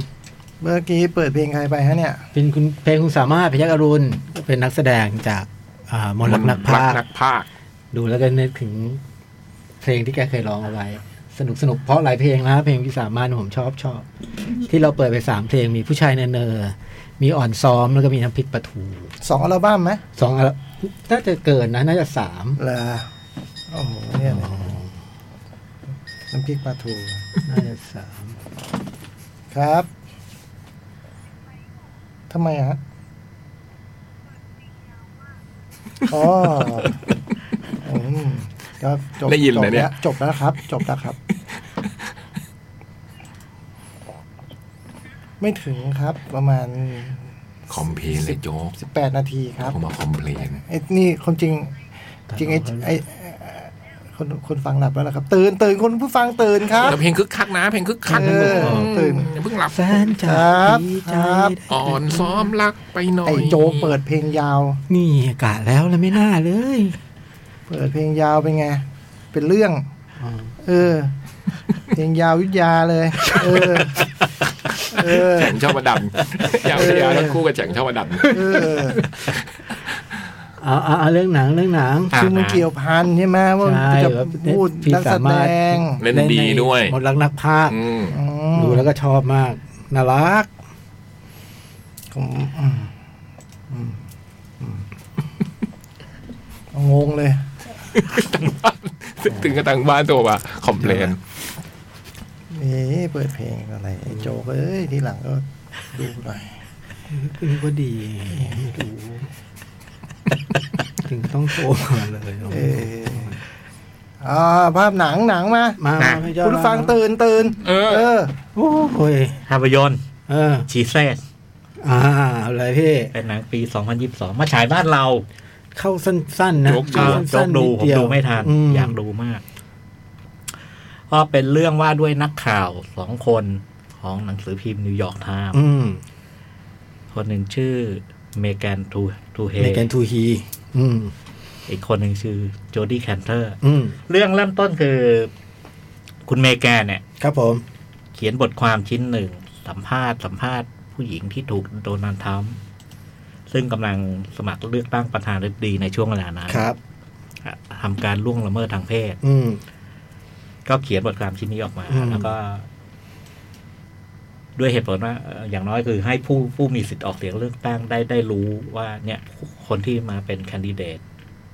[SPEAKER 1] เมื่อกี้เปิดเพลงใครไปฮะเนี่ย
[SPEAKER 4] เป็นคุณเพลงคุณสามารถพยักอรุณ เป็นนักแสดงจากอ่ามนต์รักนักพากย์
[SPEAKER 3] นักพากย์
[SPEAKER 4] ดูแล้วก็นึกถึงเพลงที่แกเคยร้องเอาไว้ สนุกสนุกเพราะหลายเพลงนะเพลงที่สามารถผมชอบชอบ ที่เราเปิดไปสามเพลงมีผู้ชายเนเนอมีอ่อนซ้อมแล้วก็มีน้ำพริกปลาทู
[SPEAKER 1] สองอัลบั้มไหม
[SPEAKER 4] สองอันน่าจะเกินนะ น่าจะสาม
[SPEAKER 1] เหรอโอ้โหเนี่ยนะน้ำพริกปลาทู
[SPEAKER 4] น่าจะสาม
[SPEAKER 1] ครับทำไมอะฮะอ๋ออืมก็จบ
[SPEAKER 3] ได้ยิน
[SPEAKER 1] จบ
[SPEAKER 3] เลยเนี่ย
[SPEAKER 1] แวจบแล้วครับ จบแล้วครับ ไม่ถึงครับ ประมาณ
[SPEAKER 3] คอมเพลนเลยโจ๊ก
[SPEAKER 1] สิบแปดนาทีครับ
[SPEAKER 3] เขามาคอมเพลน
[SPEAKER 1] ไอ้นี่ความจริง จริงไอ้ไอ้เอ่อคนคนฟังหลับแล้วล่ะครับ ตื่นตื่นคนผู้ฟังตื่นครับ
[SPEAKER 3] แต่เพลงคึกคักนะ เพลงคึกคัก
[SPEAKER 1] เออ
[SPEAKER 3] ม
[SPEAKER 1] ตื่น
[SPEAKER 3] อย่าเพิ่งหลับ
[SPEAKER 4] แฟนจ๋า
[SPEAKER 1] ครับ
[SPEAKER 4] ดีใจ
[SPEAKER 1] ครับ
[SPEAKER 3] อ่อนซ้อมรักไปหน่อย
[SPEAKER 1] ไอ้โจกเปิดเพลงยาว
[SPEAKER 4] นี่กะแล้วแล้วไม่น่าเลย
[SPEAKER 1] เปิดเพลงยาวเป็นไง เป็นเรื่อง
[SPEAKER 4] อ๋อ
[SPEAKER 1] เออ เพลงยาวอยุทธยาเลย เอ อ เออ
[SPEAKER 3] แข่งชอบประดับยาวพยาทั้งคู่กับแข่งชอบประดับ
[SPEAKER 1] เออ
[SPEAKER 4] เอาเอาเอาเรื่องหนังเรื่องหนัง
[SPEAKER 1] คือมันเกี่ยวพันใช่ไหมว่า
[SPEAKER 4] ใช่
[SPEAKER 1] จะ
[SPEAKER 4] แบบ
[SPEAKER 1] พูด
[SPEAKER 4] พี่
[SPEAKER 1] นักแส
[SPEAKER 4] สา
[SPEAKER 1] ด
[SPEAKER 4] มารถ
[SPEAKER 1] ง
[SPEAKER 3] เล่นดีด้วย
[SPEAKER 4] มดรักนักภาค
[SPEAKER 3] อืม
[SPEAKER 1] อืม
[SPEAKER 4] ดูแล้วก็ชอบมากน่ารัก
[SPEAKER 1] ผมอืมอืมอืมงงเลย
[SPEAKER 3] ถึงกระตังบ้านตัวว่าคอมเพลน
[SPEAKER 1] เอ๊ะเปิดเพลงอะไรไอ้โจกเอ้ยทีหลังก็ดูหน่อย
[SPEAKER 4] คือก็ดีไม่รู้ถึงต้องโทรมาเลย
[SPEAKER 1] เอออ่าภาพหนังหนังมา
[SPEAKER 4] มามาพี่ยอด
[SPEAKER 1] คุณผู้ฟังตื่นตื่น
[SPEAKER 3] เออ
[SPEAKER 4] โอ้โหย
[SPEAKER 2] ภาพยนตร์
[SPEAKER 4] เออ
[SPEAKER 2] ชีเซส
[SPEAKER 4] อ่าเอาเลยพี่
[SPEAKER 2] เป็นหนังปี 2022 มาฉายบ้านเรา
[SPEAKER 4] เข้าสั้นๆนะ
[SPEAKER 3] โจ๊กดู
[SPEAKER 4] เข้า
[SPEAKER 2] โจ๊
[SPEAKER 4] สั้
[SPEAKER 2] ก
[SPEAKER 4] น
[SPEAKER 2] ดู
[SPEAKER 4] นิ
[SPEAKER 2] ผม
[SPEAKER 4] เยว
[SPEAKER 2] ดูไม่ทัน
[SPEAKER 4] ม
[SPEAKER 2] อยากดูมากก็เป็นเรื่องว่าด้วยนักข่าวสองคนของหนังสือพิมพ์นิวยอร์กไทม์
[SPEAKER 4] อืม
[SPEAKER 2] คนหนึ่งชื่อเมแกนทูทูเฮ
[SPEAKER 4] ในแกนทูฮี อืม
[SPEAKER 2] อีกคนหนึ่งชื่อโจดี้แคนเทอร์
[SPEAKER 4] อืม
[SPEAKER 2] เรื่องเริ่มต้นคือ คุณเมแกนเนี่ย
[SPEAKER 4] ครับผม
[SPEAKER 2] เขียนบทความชิ้นหนึ่ง สัมภาษณ์สัมภาษณ์ผู้หญิงที่ถูกโดนัลด์ทรัมป์ซึ่งกำลังสมัครเลือกตั้งประธานาธิบดีในช่วงเวลานั้น
[SPEAKER 4] ครับ
[SPEAKER 2] ทำการล่วงละเมิดทางเพศ
[SPEAKER 4] อืม
[SPEAKER 2] ก็เขียนบทความชิ้นนี้ออกมา
[SPEAKER 4] อืม
[SPEAKER 2] แล้วก็ ด้วยเหตุผลว่าเอ่ออย่างน้อยคือให้ผู้ผู้มีสิทธิ์ออกเสียงเลือกตั้งได้ได้รู้ว่าเนี่ยคนที่มาเป็นแคนดิเดต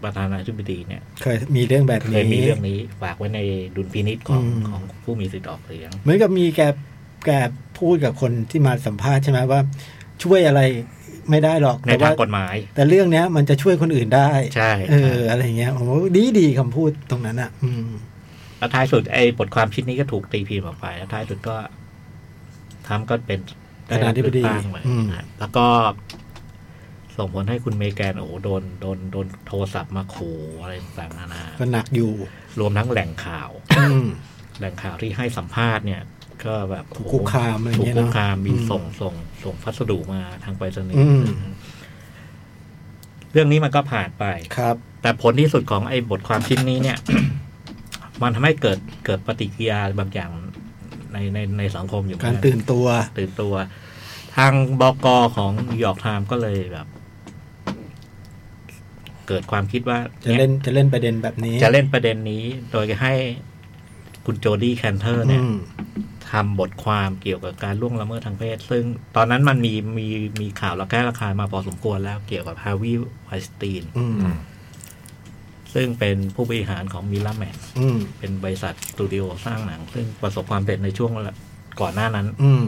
[SPEAKER 2] ประธานาธิบดีเนี่ย
[SPEAKER 4] เคยมีเรื่องแบบ
[SPEAKER 2] เค
[SPEAKER 4] นี้
[SPEAKER 2] ยมีเรื่องนี้ฝากไว้ในดุลพินิษของ
[SPEAKER 4] อืม
[SPEAKER 2] ของผู้มีสิทธิ์ออกเสียง
[SPEAKER 4] เหมือนกับมีแกแกพูดกับคนที่มาสัมภาษณ์ใช่ไหมว่า ช่วยอะไรไม่ได้หรอก
[SPEAKER 2] ใน
[SPEAKER 4] แต่
[SPEAKER 2] ทา
[SPEAKER 4] ว่าง
[SPEAKER 2] กฎหมาย
[SPEAKER 4] แต่เรื่องเนี้ย มันจะช่วยคนอื่นได้
[SPEAKER 2] ใช่
[SPEAKER 4] เอ
[SPEAKER 2] ใช่
[SPEAKER 4] อ อะไรเงี้ยผมว่าดีดีคำพูดตรงนั้นอ่ะ อืม
[SPEAKER 2] แล้วท้ายสุดไอ้บทความชิ้นนี้ก็ถูกตีพิมพ์ออกไป แล้วท้ายสุดก็ทำก็เป็นได้รับเลือกตั้ง
[SPEAKER 4] ประธานาธิบดี
[SPEAKER 2] มา
[SPEAKER 4] อืม
[SPEAKER 2] แล้วก็ ส่งผลให้คุณเมแกนโอ้โหโดนโดนโดนโทรศัพท์มาขู่อะไรต่างๆนานา
[SPEAKER 4] ก็หนักอยู่
[SPEAKER 2] รวมทั้งแหล่งข่าว
[SPEAKER 4] อืม
[SPEAKER 2] แหล่งข่าวที่ให้สัมภาษณ์เนี่ย ก็แบบโอ้โห
[SPEAKER 4] คุกคามอะไรอย่าง
[SPEAKER 2] ถูก
[SPEAKER 4] เงี้ย
[SPEAKER 2] คุ
[SPEAKER 4] เนอะ
[SPEAKER 2] กคามมี
[SPEAKER 4] อืม
[SPEAKER 2] ส่งส่ง ส่งพัสดุมาทางไปรษณี
[SPEAKER 4] อื
[SPEAKER 2] ย์
[SPEAKER 4] ม
[SPEAKER 2] เรื่องนี้มันก็ผ่านไป
[SPEAKER 4] ครับ
[SPEAKER 2] แต่ผลที่สุดของไอ้บทความชิ้นนี้เนี่ย มันทำให้เกิดเกิดปฏิกิริยาบางอย่างในในในสังคมอยู่เหมือ
[SPEAKER 4] การ
[SPEAKER 2] กั
[SPEAKER 4] ตื่นตัว
[SPEAKER 2] ตื่นตัว ทางบกของนิวยอร์กไทม์ก็เลยแบบ เกิดความคิดว่า
[SPEAKER 4] จะ
[SPEAKER 2] ย
[SPEAKER 4] เล่นจะเล่นประเด็นแบบนี้
[SPEAKER 2] จะเล่นประเด็นนี้ โดยให้คุณโจดี้แคนเทอร์เนี่ย
[SPEAKER 4] อืม
[SPEAKER 2] ทำบทความเกี่ยวกับการล่วงละเมิดทางเพศ ซึ่งตอนนั้นมันมีมีมีข่าวระแคะระคายมาพอสมควรแล้วเกี่ยวกับฮาวิไวสตีน
[SPEAKER 4] อืม
[SPEAKER 3] อืม
[SPEAKER 2] ซึ่งเป็นผู้บริหารของมิลาแม
[SPEAKER 4] อืม
[SPEAKER 2] เป็นบริษัทสตูดิโอสร้างหนัง ซึ่งประสบความสำเร็จในช่วงก่อนหน้านั้น
[SPEAKER 4] อืม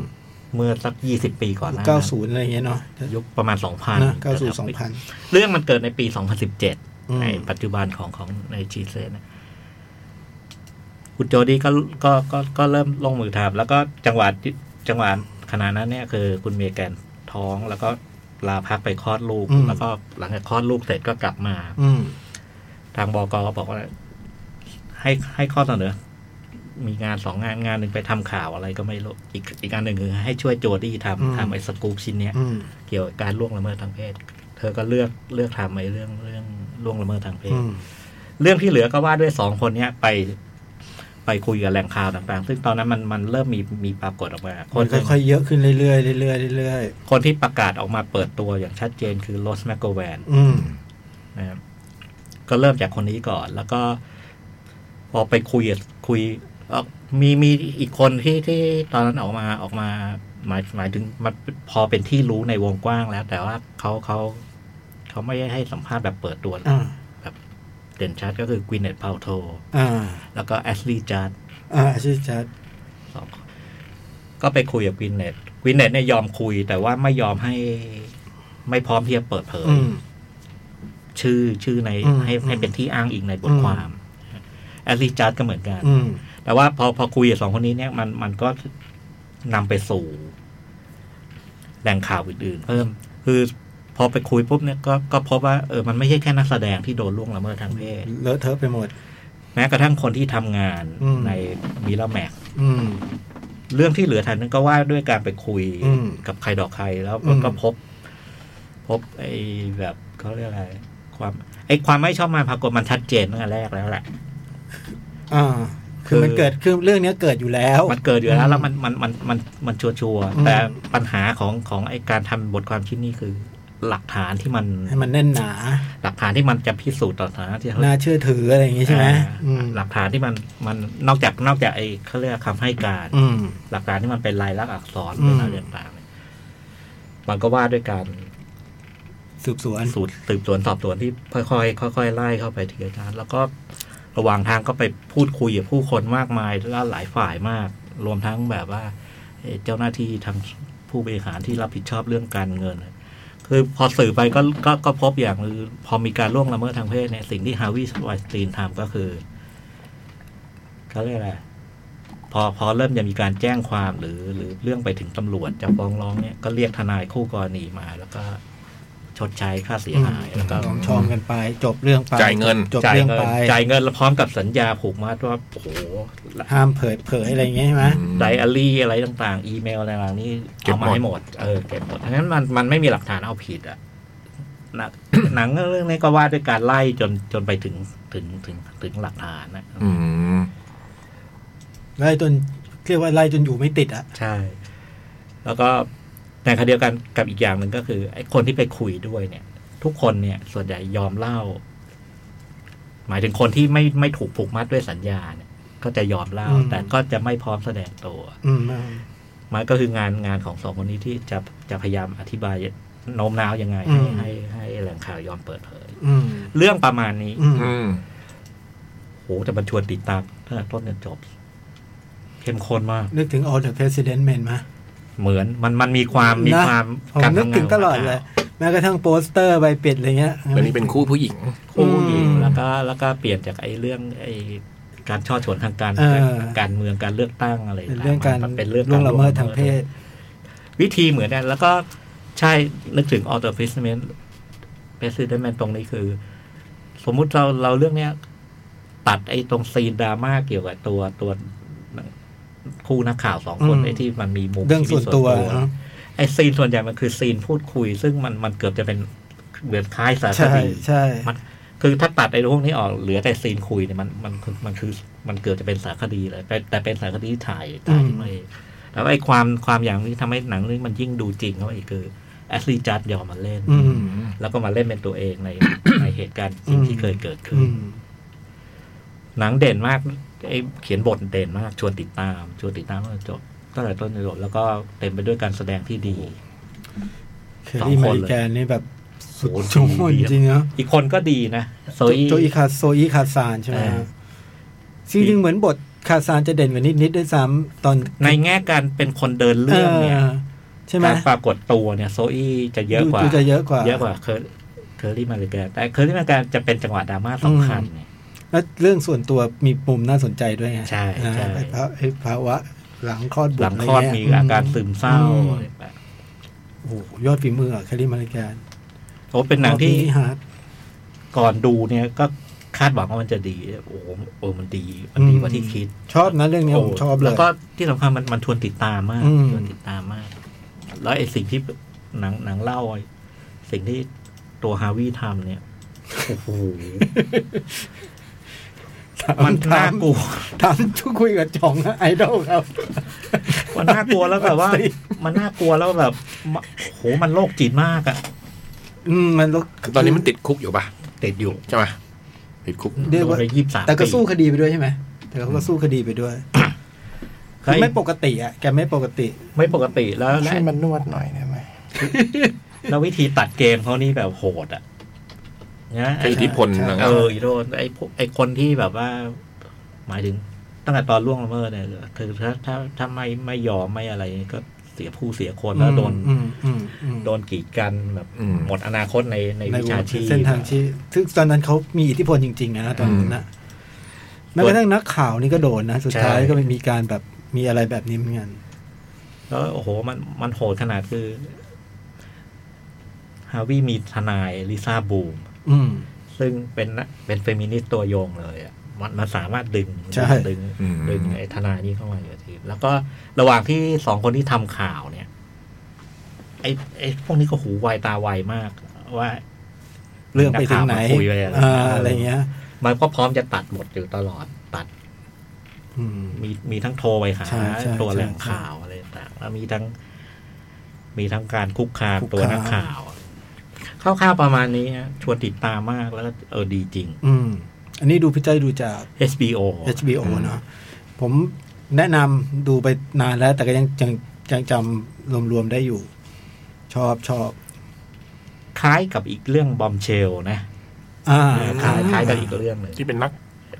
[SPEAKER 2] เมื่อสักยี่สิบปีก่อนหน้า
[SPEAKER 4] เก้า
[SPEAKER 2] นั้น
[SPEAKER 4] ศูนย์อะไรเงี้ยเนาะ
[SPEAKER 2] ยุคประมาณสองพัน
[SPEAKER 4] นะเก้าศูนย์สองพัน
[SPEAKER 2] เรื่องมันเกิดในปีสองพันสิบเจ็ด
[SPEAKER 4] อืม
[SPEAKER 2] ในปัจจุบันของของในจีเซนะคุณโจดี้ก็ก็ก็ก็เริ่มลงมือทำแล้วก็จังหวะที่จังหวะขณะนั้นเนี่ยคือคุณเมแกนท้องแล้วก็ลาพักไปคลอดลูก แล้วก็หลังจากคลอดลูกเสร็จก็กลับมา
[SPEAKER 4] อืม
[SPEAKER 2] ทางบกก็บอกว่า ให้ให้ข้อเสนอ มีงานสองงานงานหนึ่งไปทำข่าวอะไรก็ไม่รู้อีกอีกอันหนึ่งคือให้ช่วยโจดี้ทำ
[SPEAKER 4] อืม
[SPEAKER 2] ทำไอ้สกู๊ปชิ้นเนี้ย
[SPEAKER 4] อืม
[SPEAKER 2] เกี่ยวกับการล่วงละเมิดทางเพศ เธอก็เลือกเลือกทำไอ้เรื่องเรื่องล่วงละเมิดทางเพศ
[SPEAKER 4] อืม
[SPEAKER 2] เรื่องที่เหลือก็ว่าด้วยสองคนเนี้ยไปไปคุยกับแหล่งข่าวต่างๆ ซึ่งตอนนั้นมันมันเริ่มมีมีปรากฏออกมา ค
[SPEAKER 4] มัน น
[SPEAKER 2] ที่
[SPEAKER 4] ค่อยๆเยอะขึ้นเรื่อยๆเรื่อยๆเรื่อย
[SPEAKER 2] คนที่ประกาศออกมาเปิดตัวอย่างชัดเจนคือโรสแมกโกแวน
[SPEAKER 4] ๆอืม
[SPEAKER 2] นะครับก็เริ่มจากคนนี้ก่อน แล้วก็พอไปคุยคุยเอ่อมีมีอีกคนที่ที่ตอนนั้นออกมาออกมา หมายหมายถึงมันพอเป็นที่รู้ในวงกว้างแล้ว แต่ว่าเขาเขาเขาไม่ได้ให้สัมภาษณ์แบบเปิดตัว
[SPEAKER 4] อ่า
[SPEAKER 2] แบบเด่นชัดก็คือกวินเนตพาวโท
[SPEAKER 4] อ่า
[SPEAKER 2] แล้วก็แอชลีย์จัด
[SPEAKER 4] อ่าชื่อชัด
[SPEAKER 2] สองคนก็ไปคุยกับกวินเนตกวินเนตเนี่ยยอมคุย แต่ว่าไม่ยอมให้ ไม่พร้อมที่จะเปิดเผย
[SPEAKER 4] อืม
[SPEAKER 2] ชื่อชื่อใน
[SPEAKER 4] อืม
[SPEAKER 2] ให้ให้เป็นที่อ้างอิงในบท
[SPEAKER 4] อืม
[SPEAKER 2] ความแอลลีจาร์ดก็เหมือนกัน
[SPEAKER 4] อืม
[SPEAKER 2] แต่ว่าพอพอคุยกับสองคนนี้เนี่ยมันมันก็นำไปสู่แหล่งข่าวอื่นๆ เพิ่ม คือพอไปคุยปุ๊บเนี่ยก็ก็พบว่าเออมันไม่ใช่แค่นักแสดงที่โดนล่วงละเมิดทางเพศ
[SPEAKER 4] เลอะเทอะไปหมด
[SPEAKER 2] แม้กระทั่งคนที่ทำงาน
[SPEAKER 4] อืม
[SPEAKER 2] ในมิลแมก
[SPEAKER 4] อืม
[SPEAKER 2] เรื่องที่เหลือทันนั้นก็ว่าด้วยการไปคุย
[SPEAKER 4] อืม
[SPEAKER 2] กับใครดอกใครแล้ว
[SPEAKER 4] อืม
[SPEAKER 2] ก็พบ พบไอ้แบบเขาเรียกอะไร ความไอ้ความไม่ชอบมาพากลมันชัดเจนตั้งแต่แรกแล้วแหละ
[SPEAKER 4] อ่า
[SPEAKER 2] คื
[SPEAKER 4] คือ
[SPEAKER 2] อ
[SPEAKER 4] มันเกิดคือเรื่องเนี้ยเกิดอยู่แล้ว
[SPEAKER 2] มันเกิดอยู่แล้
[SPEAKER 4] อื
[SPEAKER 2] ว
[SPEAKER 4] ม
[SPEAKER 2] แล้วมันมันมันมันมันชัวชัวร์ๆ
[SPEAKER 4] อืม
[SPEAKER 2] แต่ปัญหาของของไอการทำบทความชิ้นนี้คือ หลักฐานที่มัน
[SPEAKER 4] ให้มันแน่นหนา
[SPEAKER 2] หลักฐานที่มันจะพิสูจน์ต่อสาธารณะที่เขา
[SPEAKER 4] น่าเชื่อถืออะไรอย่างงี้ใช่ไหม
[SPEAKER 2] อ่า
[SPEAKER 4] อืม
[SPEAKER 2] หลักฐานที่มันมันนอกจากนอกจากไอเขาเรียกคำให้การ
[SPEAKER 4] อืม
[SPEAKER 2] หลักฐานที่มันเป็นลายลักษณ์อักษร
[SPEAKER 4] อื
[SPEAKER 2] เป็
[SPEAKER 4] ม
[SPEAKER 2] นอะไรต่างๆเนี่ยมันก็ว่าด้วยการ
[SPEAKER 4] สืบสวน
[SPEAKER 2] สูตรสืบสวนสอบสวนที่ค่อยๆค่อยๆไล่เข้าไปทีละชั้นแล้วก็ระหว่างทางก็ไปพูดคุยกับผู้คนมากมายแล้วหลายฝ่ายมาก รวมทั้งแบบว่า เอ่อเจ้าหน้าที่ทางผู้บริหารที่รับผิดชอบเรื่องการเงิน คือพอสื่อไปก็ก็ก็พบอย่างคือพอมีการล่วงละเมิดทางเพศเนี่ยสิ่งที่ฮาวิสไวสตีนทำก็คือเขาเรียกอะไรพอพอเริ่มจะมีการแจ้งความหรือหรือเรื่องไปถึงตำรวจจะฟ้องร้องเนี่ยก็เรียกทนายคู่กรณีมา แล้วก็ชดใช้ค่าเสียหายแล้วก็
[SPEAKER 4] ลองชอมกันไป จบเรื่องไป
[SPEAKER 3] จ่ายเงิน
[SPEAKER 4] จบ
[SPEAKER 2] จ่าย
[SPEAKER 4] เรื่อง
[SPEAKER 2] เงิน
[SPEAKER 4] ไป
[SPEAKER 2] จ่ายเงินแล้วพร้อมกับสัญญาผูกมัดว่าโอ้โห
[SPEAKER 4] ห้ามเผยเผยอะไรอย่างงี้ใช่ไหม
[SPEAKER 2] ไดอารี่อะไรต่างๆ อีเมลอะไรต่างๆนี่
[SPEAKER 3] เก็บ
[SPEAKER 2] เอา
[SPEAKER 3] หม
[SPEAKER 2] มา
[SPEAKER 3] ด
[SPEAKER 2] ให้หมด เออเก็บหมดเพราะฉะนั้นมันมันไม่มีหลักฐานเอาผิดอะ หนัง หนังเรื่องนี้ก็ว่าด้วยการไล่จนจนไปถึงถึงถึงถึงหลักฐานนะ
[SPEAKER 3] อืม
[SPEAKER 4] ไล่จนเรียกว่าไล่จนอยู่ไม่ติดอ่ะ
[SPEAKER 2] ใช่ แล้วก็ในขณะเดียวกันกับอีกอย่างหนึ่งก็คือไอ้คนที่ไปคุยด้วยเนี่ย ทุกคนเนี่ยส่วนใหญ่ยอมเล่า หมายถึงคนที่ไม่ไม่ถูกผูกมัดด้วยสัญญาเนี่ย ก็จะยอมเล่า
[SPEAKER 4] อืม
[SPEAKER 2] แต่ก็จะไม่พร้อมแสดงตัว
[SPEAKER 4] อืม
[SPEAKER 2] มันก็คืองานงานของสองคนนี้ที่จะจะพยายามอธิบายโน้มน้าวยังไง
[SPEAKER 4] อื
[SPEAKER 2] ให้
[SPEAKER 4] ม
[SPEAKER 2] ให้ให้แหล่งข่าวยอมเปิดเผย
[SPEAKER 4] อืม
[SPEAKER 2] เรื่องประมาณนี้
[SPEAKER 4] อืม
[SPEAKER 3] อืม
[SPEAKER 2] โหแต่มันชวนติดตามตั้งแต่ต้นจนจบเข้มข้นมาก
[SPEAKER 4] นึกถึง all the president men มา
[SPEAKER 2] เหมือนมันมันมีความมี
[SPEAKER 4] นะ
[SPEAKER 2] ความ
[SPEAKER 4] ผม
[SPEAKER 2] การ
[SPEAKER 4] นึก
[SPEAKER 2] ทำงาน
[SPEAKER 4] ถึงตลอดเลย แม้กระทั่งโปสเตอร์ใบเป็ดอะไรเงี้ย
[SPEAKER 3] วันนี้เป็นคู่ผู้หญิง
[SPEAKER 2] คู่อยู่
[SPEAKER 4] อืม
[SPEAKER 2] แล้วก็แล้วก็เปลี่ยนจากไอ้เรื่องไอ้การช่อฉนทางการ
[SPEAKER 4] เออ
[SPEAKER 2] การเมืองการเลือกตั้งอะไร
[SPEAKER 4] เป็นเรื่องการ
[SPEAKER 2] ต่ๆเป็นเรื่อง
[SPEAKER 4] ล่ว
[SPEAKER 2] กาง ร
[SPEAKER 4] ละเมิดทางเพศ
[SPEAKER 2] วิธีเหมือนกันแล้วก็ใช่นึกถึงออโตฟิสเมนเพสซิเดนแมนตรงนี้คือ สมมุติเราเราเรื่องเนี้ย ตัดไอ้ตรงซีนดราม่าเกี่ยวกับตัวตัวคู่นักข่าวสองคน
[SPEAKER 4] อืม
[SPEAKER 2] ไอ้ที่มันมีมุม
[SPEAKER 4] เรื่อง
[SPEAKER 2] ชีต
[SPEAKER 4] ส่วนตัวเนอะ
[SPEAKER 2] ไอ้ซีนส่วนใหญ่มันคือซีนพูดคุย ซึ่งมันมันเกือบจะเป็นเหมือนคล้ายสารค
[SPEAKER 4] ใช่
[SPEAKER 2] ดี
[SPEAKER 4] ใช่
[SPEAKER 2] มันคือถ้าตัดไอ้พวกนี้ออกเหลือแต่ซีนคุยเนี่ยมันมันคือมันคือมันเกือบจะเป็นสารคดีเลยแต่แต่เป็นสารคดีที่ถ่ายถ่ายขึ้นมาเองแล้วไอ้ความความอย่างนี้ทำให้หนังเรื่องนี้มันยิ่งดูจริงเข้าไปอีกคือแอสลีจัดยอมมาเล่น
[SPEAKER 4] อืม
[SPEAKER 2] แล้วก็มาเล่นเป็นตัวเองใน ในเหตุการณ์จริงที่เคยเกิดขึ้
[SPEAKER 4] อื
[SPEAKER 2] น
[SPEAKER 4] ม
[SPEAKER 2] หนังเด่นมากไอ้เขียนบทเด่นมาก ชวนติดตาม ชวนติดตามตั้งแต่จบตั้งแต่ต้นจนจบแล้วก็เต็มไปด้วยการแสดงที่ดี
[SPEAKER 4] เคอ
[SPEAKER 2] ส
[SPEAKER 4] รี่
[SPEAKER 2] อง
[SPEAKER 4] มา
[SPEAKER 2] คน
[SPEAKER 4] ริ
[SPEAKER 2] เลย
[SPEAKER 4] แกนนี่แบบสุด
[SPEAKER 2] โอ้โห
[SPEAKER 4] โจง
[SPEAKER 2] ดี
[SPEAKER 4] จริงๆเนาะ
[SPEAKER 2] อีกคนก็ดีนะโซอี
[SPEAKER 4] โจอีคาโซอีคาซานใช่ไหม
[SPEAKER 2] เออ
[SPEAKER 4] จริงๆเหมือนบทคาซานจะเด่นกว่านิดนิดๆด้วยซ้ำตอน
[SPEAKER 2] ในแง่การเป็นคนเดินเรื่องเนี่ย
[SPEAKER 4] ใช่ไหม
[SPEAKER 2] การปรากฏตัวเนี่ยโซอี้จะเยอะกว่า
[SPEAKER 4] ดูจะเยอะกว่า
[SPEAKER 2] เยอะกว่าเคอร์เคอรี่มาริแกนแต่เคอรี่มาริแกนจะเป็นจังหวะดราม่าสำคัญไง
[SPEAKER 4] แล้วเรื่องส่วนตัวมีปุ่มน่าสนใจด้วยไง
[SPEAKER 2] ใช่
[SPEAKER 4] อ่า
[SPEAKER 2] ใช่
[SPEAKER 4] ไอ้ภาไอ้ภาวะหลังคลอดบุตร
[SPEAKER 2] หลังคลอด
[SPEAKER 4] ะไร
[SPEAKER 2] มี
[SPEAKER 4] เงี้ย
[SPEAKER 2] อาการซึมเศร้า
[SPEAKER 4] อืม
[SPEAKER 2] อะไรแบบ
[SPEAKER 4] โอ้โหยอดฝีมืออะแคลรี่มาริแกน
[SPEAKER 2] โอ้เป็นหนังที่
[SPEAKER 4] รอบฮาร์ด
[SPEAKER 2] ก่อนดูเนี่ยก็คาดหวังว่ามันจะดี โอ้โหเออมันดี มันดีกว่าที่คิด
[SPEAKER 4] ชอบนะเรื่องเนี้ยผมชอบเล
[SPEAKER 2] แล้
[SPEAKER 4] ย
[SPEAKER 2] วก็ที่สำคัญมันมันชวนติดตามมาก
[SPEAKER 4] อืม
[SPEAKER 2] ชวนติดตามมาก แล้วไอ้สิ่งที่หนังหนังเล่าไอ้สิ่งที่ตัวฮาวิทำเนี่ยโอ้โห มันน่ากลัว
[SPEAKER 4] ถามทุกคุยกับจ่องนะไอดอลครับ
[SPEAKER 2] มันน่ากลัวแล้วแบบว่า
[SPEAKER 4] สิ
[SPEAKER 2] มันน่ากลัวแล้วแบบมะโอ้โหมันโรคจิตมากอะ
[SPEAKER 4] อืมมันลก
[SPEAKER 3] ตอนนี้มันติดคุกอยู่ปะ
[SPEAKER 2] ติดอยู่
[SPEAKER 3] ใช่ไหมติดคุก
[SPEAKER 4] เรียกว่า
[SPEAKER 2] โดนไปยี่สิบสาม
[SPEAKER 4] แต่ก็สู้คดีไปด้วยใช่ไหมแต่เขาก็สู้คดีไปด้วยคือไม่ปกติอ่ะแกไม่ปกติ
[SPEAKER 2] ไม่ปกติแล้วและ
[SPEAKER 1] ช่วยมันนวดหน่อยได้ไหม
[SPEAKER 2] แล้ววิธีตัดเกมเขานี่แบบโหดอะนะ
[SPEAKER 3] ใช้
[SPEAKER 2] ไอ้
[SPEAKER 3] อิทธิพลหนัง
[SPEAKER 2] เอออีโรนไอ้พวกไอ้คนที่แบบว่า หมายถึงตั้งแต่ตอนล่วงละเมิดเนี่ยคือถ้าถ้าถ้าไม่ไม่ยอมไม่อะไรก็เสียผู้เสียคนแล้วโดน
[SPEAKER 4] อืมอืมอืม
[SPEAKER 2] โดนกีดกันแบบ
[SPEAKER 3] อืม
[SPEAKER 2] หมดอนาคตในใน
[SPEAKER 4] ใน
[SPEAKER 2] วิชาชีพ
[SPEAKER 4] เส้นทางชีพซึ่งตอนนั้นเขามีอิทธิพลจริง ๆ นะตอนนั้นนะแม้กระทั่งนักข่าวนี่ก็โดนนะ สุดท้ายก็มีการแบบมีอะไรแบบนี้เหมือนกัน
[SPEAKER 2] แล้วโอ้โหมันมันโหดขนาดคือฮาวิมีทนายลิซ่าบูม
[SPEAKER 4] อืม
[SPEAKER 2] ซึ่งเป็นนะเป็นเฟมินิสต์ตัวยงเลยอะมันมันสามารถดึง
[SPEAKER 4] ใช่
[SPEAKER 2] ดึง
[SPEAKER 3] อืม
[SPEAKER 2] ดึงไอ้ทนายนี่เข้ามาอยู่ในทีมแล้วก็ระหว่างที่สองคนที่ทำข่าวเนี่ย ไอ้ไอ้พวกนี้ก็หูไวตาไวมากว่า
[SPEAKER 4] เรื่องไปถึงไหน
[SPEAKER 2] กข่าวมาคุยไปอะไร
[SPEAKER 4] อ่าอะไรเงี้ย
[SPEAKER 2] มันก็พร้อมจะตัดหมดอยู่ตลอดตัด
[SPEAKER 4] อืม
[SPEAKER 2] มีมีทั้งโทรไปหา
[SPEAKER 4] ใช่ใช่
[SPEAKER 2] ตัว
[SPEAKER 4] ใช่
[SPEAKER 2] แหล่งข่าวอะไรต่างๆแล้วมีทั้ง มีทั้งการคุกคาม
[SPEAKER 4] คุกคาม
[SPEAKER 2] ตัวนักข่าวคร่าวๆประมาณนี้ฮะชวนติดตามมากแล้วก็เออดีจริง
[SPEAKER 4] อืม อันนี้ดูพี่ใจยดูจาก
[SPEAKER 2] HBO
[SPEAKER 4] HBO เนอะผมแนะนำดูไปนานแล้ว แต่ก็ยังยังยังจำรวมๆได้อยู่ ชอบชอบ
[SPEAKER 2] คล้ายกับอีกเรื่องบอมเชลนะ
[SPEAKER 4] อ่า
[SPEAKER 2] คล้ายคล้ายกับอีกเรื่องหนึ่ง
[SPEAKER 3] ที่เป็นนัก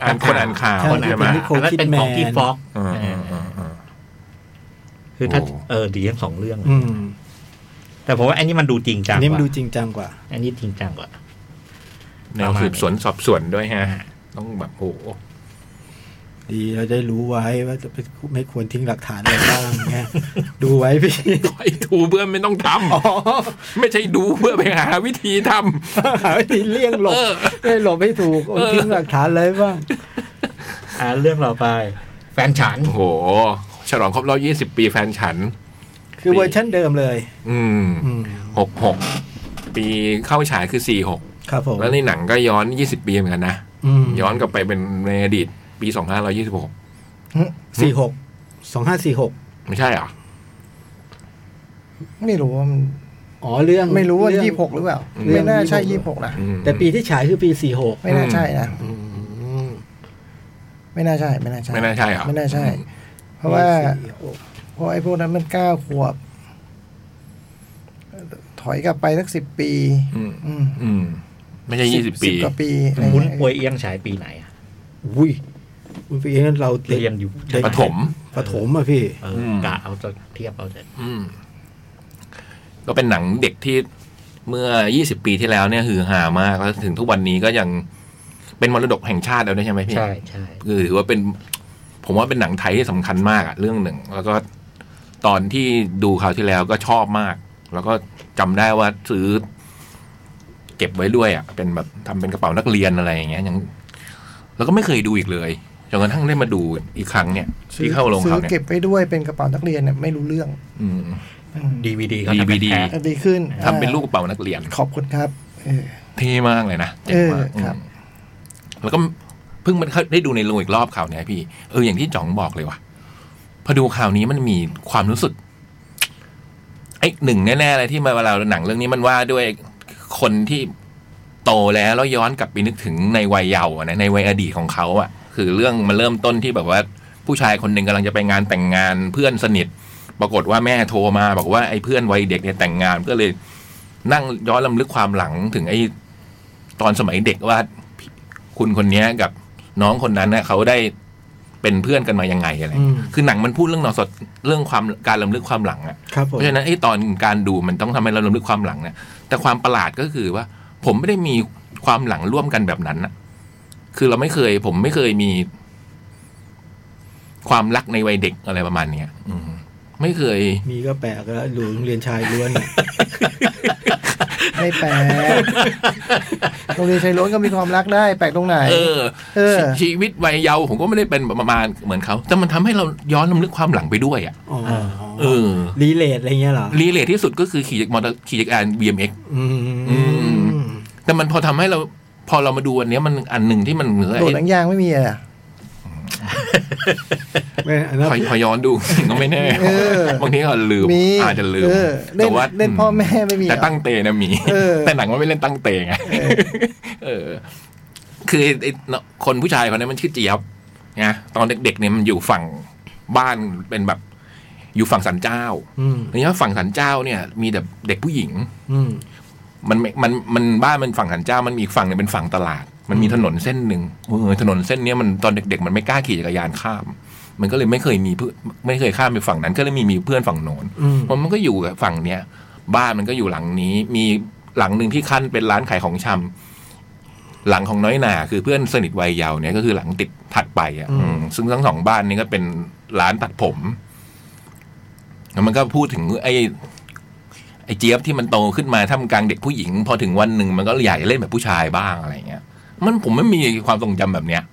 [SPEAKER 3] อ่านคนอ่านข่าว
[SPEAKER 4] ใช่
[SPEAKER 2] คนอ่าน
[SPEAKER 3] ไหม
[SPEAKER 2] มา
[SPEAKER 4] ที่ Nicole
[SPEAKER 2] อันนั้นเป็นของ
[SPEAKER 4] Kidman
[SPEAKER 2] ที่ฟ็อก
[SPEAKER 3] อ่าอ่าอ่าอ่า
[SPEAKER 2] คือถ้า
[SPEAKER 3] โอ้
[SPEAKER 2] เออดีทั้งสองเรื่อง
[SPEAKER 4] อืม
[SPEAKER 2] แต่ผมว่าอันนี้มันดูจริงจั
[SPEAKER 4] อั
[SPEAKER 2] ง
[SPEAKER 4] นนี้
[SPEAKER 2] ก
[SPEAKER 4] มัน
[SPEAKER 2] ว่า
[SPEAKER 4] ดูจริงจังกว่า
[SPEAKER 2] อันนี้จริงจังกว่า
[SPEAKER 3] แนวสืบสวนสอบสวนด้วยฮะ ต้องแบบโอ้โห
[SPEAKER 4] ดีเราได้รู้ไว้ว่าจะไม่ควรทิ้งหลักฐานอะไรบ้างเงี้ย ดูไว้พี่
[SPEAKER 3] ไอ้ทูเพื่อไม่ต้องทำไม่ใช่ดูเพื่อไปหาวิธีท
[SPEAKER 4] หาวิธีเลี่ยงหลบ
[SPEAKER 3] เออ
[SPEAKER 4] ไม่หลบให้ถูกโอ้ยทิ้งหลักฐานอะไรบ้าง
[SPEAKER 2] อ่าเรื่องต่อไป แฟนฉัน
[SPEAKER 3] ำโอ้โห ฉลองครบรอบ 20 ปีแฟนฉัน
[SPEAKER 4] คือเวอร์ชั่นเดิมเลย
[SPEAKER 3] อืม
[SPEAKER 4] อืม
[SPEAKER 3] หกหก ปีเข้าฉายคือ
[SPEAKER 4] ครับผม
[SPEAKER 3] 46 แล้วในหนังก็ย้อน 20 ปีเหมือนกันนะ
[SPEAKER 4] อืม
[SPEAKER 3] ย้อนกลับไปเป็นในอดีตปี 2526
[SPEAKER 4] สี่หกสองห้าสี่หก
[SPEAKER 3] ไม่ใช่เหรอ
[SPEAKER 1] ไม่รู้ว่ามัน
[SPEAKER 4] อ๋อเรื่อง
[SPEAKER 1] ไม่รู้ว่า
[SPEAKER 4] เอง
[SPEAKER 1] ยี่หกหรือเปล่า
[SPEAKER 3] อืม
[SPEAKER 1] ไม่น่าใช่
[SPEAKER 4] เรื่อง
[SPEAKER 1] ยี่หกนะ
[SPEAKER 3] อืม
[SPEAKER 4] แต่ปีที่ฉายคือปีสี่หก
[SPEAKER 1] ไม่น่าใช่นะไม่น่าใช่ ไม่น่าใช่
[SPEAKER 3] ไม่น่าใช่เหรอ
[SPEAKER 1] ไม่น่าใช่ เพราะว่า เพราะไอ้พวกนั้นมันเก้าขวบ ถอยกลับไปสักสิบปี
[SPEAKER 3] อืม
[SPEAKER 1] อืม
[SPEAKER 3] อืมไม่ใช่ 20 ปี
[SPEAKER 1] สิบกว่าปี
[SPEAKER 2] คุณปวยเอียงฉายปีไหนอะ
[SPEAKER 4] อุ้ยอุ้ยปีนั้นเรา
[SPEAKER 2] เรียนอยู่
[SPEAKER 4] เด็ก
[SPEAKER 3] ประถม
[SPEAKER 4] ประถมอะพี่
[SPEAKER 2] เอออ
[SPEAKER 3] ม
[SPEAKER 2] กะเอาจะเทียบเอาจะ
[SPEAKER 3] อืมก็เป็นหนังเด็กที่เมื่อ 20 ปีที่แล้วเนี่ยฮือฮามากแล้วถึงทุกวันนี้ก็ยังเป็นมรดกแห่งชาติแล้วด้วยใช่ไหมพี่
[SPEAKER 2] ใช่ใช่
[SPEAKER 3] คือถือว่าเป็น ผมว่าเป็นหนังไทยที่สำคัญมากอะเรื่องหนึ่ง แล้วก็ตอนที่ดูคราวที่แล้วก็ชอบมาก แล้วก็จำได้ว่าซื้อ เก็บไว้ด้วยอะเป็นแบบทำเป็นกระเป๋านักเรียนอะไรอย่างเงี้ยยังแล้วก็ไม่เคยดูอีกเลยจนกระทั่งได้มาดูอีกครั้งเนี่ยที่เข้าโรง
[SPEAKER 1] ซื้
[SPEAKER 3] เขา
[SPEAKER 1] อ
[SPEAKER 3] เนี่ย
[SPEAKER 1] เก็บไว้ด้วยเป็นกระเป๋านักเรียนเนี่ยไม่รู้เรื่อง
[SPEAKER 3] อืม
[SPEAKER 2] ดีวีดีเขาทำเป็น
[SPEAKER 3] DVD
[SPEAKER 2] แพ็ค
[SPEAKER 1] อ่ะดีขึ้น
[SPEAKER 3] ทำเป็นลูกกระเป๋านักเรียน
[SPEAKER 1] ขอบคุณครับ เออ
[SPEAKER 3] เท่มากเลยนะเจ๋งมาก
[SPEAKER 1] เออครับ
[SPEAKER 3] อืมแล้วก็เพิ่งมันเข้าได้ดูในโรงอีกรอบข่าวเนี้ยพี่ เอออย่างที่จ๋องบอกเลยว่ะพอดูข่าวนี้มันมีความรู้สึกไอ้หนึ่งแน่ๆเลยที่มาเวลาหนังเรื่องนี้มันว่าด้วยคนที่โตแล้วแล้วย้อนกลับไปนึกถึงในวัยเยาว์อะนะในวัยอดีตของเขาอะคือเรื่องมันเริ่มต้นที่แบบว่า ผู้ชายคนหนึ่งกำลังจะไปงานแต่งงานเพื่อนสนิท ปรากฏว่าแม่โทรมาบอกว่าไอ้เพื่อนวัยเด็กเนี่ยแต่งงานก็เลย นั่งย้อนลำลึกความหลังถึงไอ้ ตอนสมัยเด็กว่าพี่คุณคนเนี้ยกับน้องคนนั้นเน่ะเขาได้เป็นเพื่อนกันมายังไงอะไร
[SPEAKER 4] อืม
[SPEAKER 3] คือหนังมันพูดเรื่องนอสดเรื่องความการลำลึกความหลังอะ
[SPEAKER 4] ครับผ
[SPEAKER 3] เพ
[SPEAKER 4] ม
[SPEAKER 3] ราะฉะนั้นไอ้ตอนการดูมันต้องทำให้เราลำลึกความหลังเนี่ยแต่ความประหลาดก็คือว่า ผมไม่ได้มีความหลังร่วมกันแบบนั้นนะคือเราไม่เคย ผมไม่เคยมี ความรักในวัยเด็กอะไรประมาณเนี้ยอืมไม่เคย
[SPEAKER 4] มีก็แปลกแล้วดูโรงเรียนชายล้วนเนี่ย
[SPEAKER 1] ไม่แปลกโรงเรียนชายล้วนก็มีความรักได้ แปลกตรงไหน
[SPEAKER 3] เออ
[SPEAKER 1] เออ
[SPEAKER 3] ชชีวิตวัยเยาว์ผมก็ไม่ได้เป็นประมาณเหมือนเขาแต่มันทำให้เราย้อนลำลึกความหลังไปด้วยอ่ะ
[SPEAKER 4] อ๋อ
[SPEAKER 3] เออ
[SPEAKER 4] รีเลทอะไรเงี้ยเหรอ
[SPEAKER 3] รีเลทที่สุดก็คือขี่จักรมอเตอร์ขี่จักรยาน BMX
[SPEAKER 4] อื
[SPEAKER 3] อืม
[SPEAKER 4] ม
[SPEAKER 3] แต่มันพอทำให้เรา พอเรามาดูอันเนี้ยมันอันหนึ่งที่มันเหนือ
[SPEAKER 1] โดด
[SPEAKER 3] ไอ้
[SPEAKER 1] หนังยางไม่มีอ่ะ
[SPEAKER 4] ไม่อันนั้น
[SPEAKER 3] พอพอย้อนดู ก็ไม่แน่
[SPEAKER 1] เออบ
[SPEAKER 3] างทีก็ลืม
[SPEAKER 1] มี
[SPEAKER 3] อาจจะลืม
[SPEAKER 1] เออเล่น
[SPEAKER 3] แต่ว่า
[SPEAKER 1] เล่นพ่อแม่ไม่มี
[SPEAKER 3] แต่
[SPEAKER 1] เหรอ
[SPEAKER 3] ตั้งเตนะมี
[SPEAKER 1] เออ
[SPEAKER 3] แต่หนังมันไม่เล่นตั้งเตไงเออ คือไอ้ไอ้เนอะคนผู้ชายคนนั้นมันชื่อเจี๊ยบนะตอนเด็กๆเนี่ยมันอยู่ฝั่งบ้านเป็นแบบ อยู่ฝั่งสันเจ้า
[SPEAKER 4] อืม
[SPEAKER 3] ระยะฝั่งสันเจ้าเนี่ย มีแต่เด็กผู้หญิง
[SPEAKER 4] อืม
[SPEAKER 3] มันไม่มันมันบ้านมันฝั่งหันเจ้ามันมีอีกฝั่งหนึงเป็นฝั่งตลาด มันมีถนนเส้นหนึ่งเออถนนเส้นเนี้ยมันตอนเด็ก ๆ มันไม่กล้าขี่จักรยานข้าม มันก็เลยไม่เคยมีเพื่อนไม่เคยข้ามไปฝั่งนั้น ก็เลยมีมีเพื่อนฝั่งโน้น
[SPEAKER 4] อืม
[SPEAKER 3] มันมันก็อยู่กับฝั่งเนี้ยบ้านมันก็อยู่หลังนี้ มีหลังหนึ่งที่ขั้นเป็นร้านขายของชำหลังของน้อยหนาคือเพื่อนสนิทวัยเยาว์เนี่ยก็คือหลังติดถัดไปอ่ะอืมซึ่งทั้งสองบ้านนี้ก็เป็นร้านตัดผมแล้วมันก็พูดถึงไอ้ ไอ้เจี๊ยบที่มันโตขึ้นมาท่ามกลางเด็กผู้หญิง พอถึงวันหนึ่งมันก็อยากจะเล่นแบบผู้ชายบ้างอะไรเงี้ย มันผมไม่มีความทรงจำแบบเนี้ย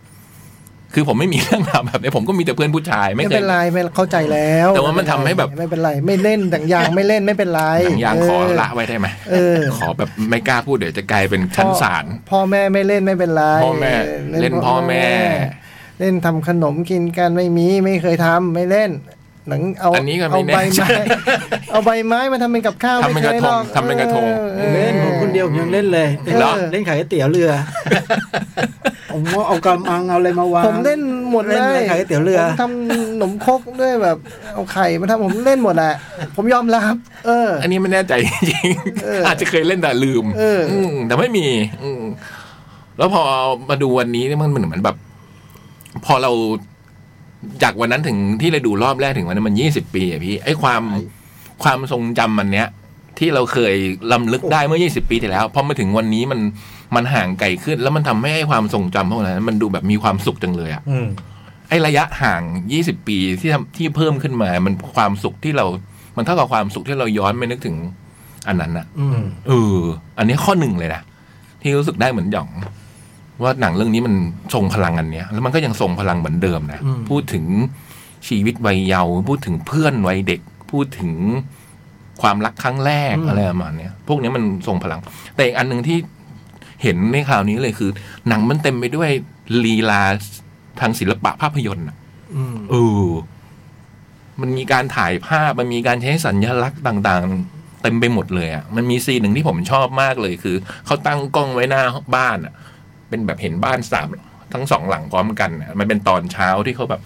[SPEAKER 3] คือผมไม่มีเรื่องราวแบบเนี้ยผมก็มีแต่เพื่อนผู้ชายไม่
[SPEAKER 1] ไม่
[SPEAKER 3] เคย
[SPEAKER 1] เป็นไรไม่เข้าใจแล้ว
[SPEAKER 3] แต่ว่ามันทำให้แบบ
[SPEAKER 1] ไม่เป็นไร ไม่เล่นหนังย างไม่เล่นไม่เป็นไร
[SPEAKER 3] หนังยาง
[SPEAKER 1] เ
[SPEAKER 3] ขอละไว้ได้ไหม
[SPEAKER 1] เออ
[SPEAKER 3] ขอแบบไม่กล้าพูดเดี๋ยวจะกลายเป็นชั้นศาล
[SPEAKER 1] พ่อแม่ไม่เล่นไม่เป็นไร
[SPEAKER 3] พ่อแม่เล่นพ่อแม่
[SPEAKER 1] เล่นทำขนมกินกันไม่มีไม่เคยทำไม่เล่น หนังเอา
[SPEAKER 3] อันนี้ก็ไม่
[SPEAKER 1] เอา
[SPEAKER 3] แน่
[SPEAKER 1] ใบไม้ เอาใบไม้มาทำเป็นกับข้าว
[SPEAKER 3] ทำเป็น
[SPEAKER 1] ไม่คย
[SPEAKER 3] กระทง
[SPEAKER 1] หอ
[SPEAKER 3] ทำเป็นกระทง
[SPEAKER 1] ออ
[SPEAKER 4] เล่นผมคนเดียวยังเล่นเลย
[SPEAKER 1] เออ
[SPEAKER 4] เล่นขายก๋วยเตี๋ยวเรือ ผมว่าเอากำอังเอาอะไรมาวาง
[SPEAKER 1] ผมเล่นหมดเล
[SPEAKER 4] เล่น
[SPEAKER 1] ย
[SPEAKER 4] อะไรขายก๋วยเตี๋ยวเรือ
[SPEAKER 1] ผมทำขนมครกด้วยแบบ เอาไข่มาทำผมเล่นหมดแหละผมยอมรับ เออ
[SPEAKER 3] อันนี้ไม่แน่ใจจริงๆ
[SPEAKER 1] เอออ
[SPEAKER 3] อาจจะเคยเล่นแต่ลืม
[SPEAKER 1] เอออื
[SPEAKER 3] มแต่ไม่มี อืมแล้วพอมาดูวันนี้เนี่ยมันเหมือนแบบ พอเราจากวันนั้นถึงที่เราดูรอบแรกถึงวันนั้นมันยี่สิบปีอะพี่ไอ้ความความทรงจำมันเนี้ย ที่เราเคยลํำลึกได้เมื่อยี่สิบปีที่แล้วพอมาถึงวันนี้มันมันห่างไกลขึ้น แล้วมันทำให้ไอ้ความทรงจำพวกนั้นมันดูแบบมีความสุขจังเลยอะ
[SPEAKER 2] อืม
[SPEAKER 3] ไอ้ระยะห่าง 20 ปีที่ทำที่เพิ่มขึ้นมา มันความสุขที่เรา มันเท่ากับความสุขที่เราย้อนไปนึกถึง อันนั้นน่ะ
[SPEAKER 4] อืม
[SPEAKER 3] เออ อันนี้ข้อหนึ่งเลยนะ ที่รู้สึกได้เหมือนหยอง ว่าหนังเรื่องนี้มันทรงพลังอันเนี้ย แล้วมันก็ยังทรงพลังเหมือนเดิมนะ พูดถึงชีวิตวัยเยาว์ พูดถึงเพื่อนวัยเด็ก พูดถึง ความรักครั้งแรก
[SPEAKER 1] อืม
[SPEAKER 3] อะไรประมาณเนี้ยพวกเนี้ยมันส่งพลัง แต่อีกอันหนึ่งที่เห็นในข่าวนี้เลยคือ หนังมันเต็มไปด้วยลีลาทางศิลปะภาพยนตร์อะ
[SPEAKER 1] อืม
[SPEAKER 3] เออมันมีการถ่ายภาพมันมีการใช้สัญลักษณ์ต่างๆ เต็มไปหมดเลยอ่ะมันมีซีนหนึ่งที่ผมชอบมากเลยคือเขาตั้งกล้องไว้หน้าบ้านอ่ะ เป็นแบบเห็นบ้านสามทั้งสองหลังพร้อมกันน่ะมันเป็นตอนเช้าที่เขาแบบ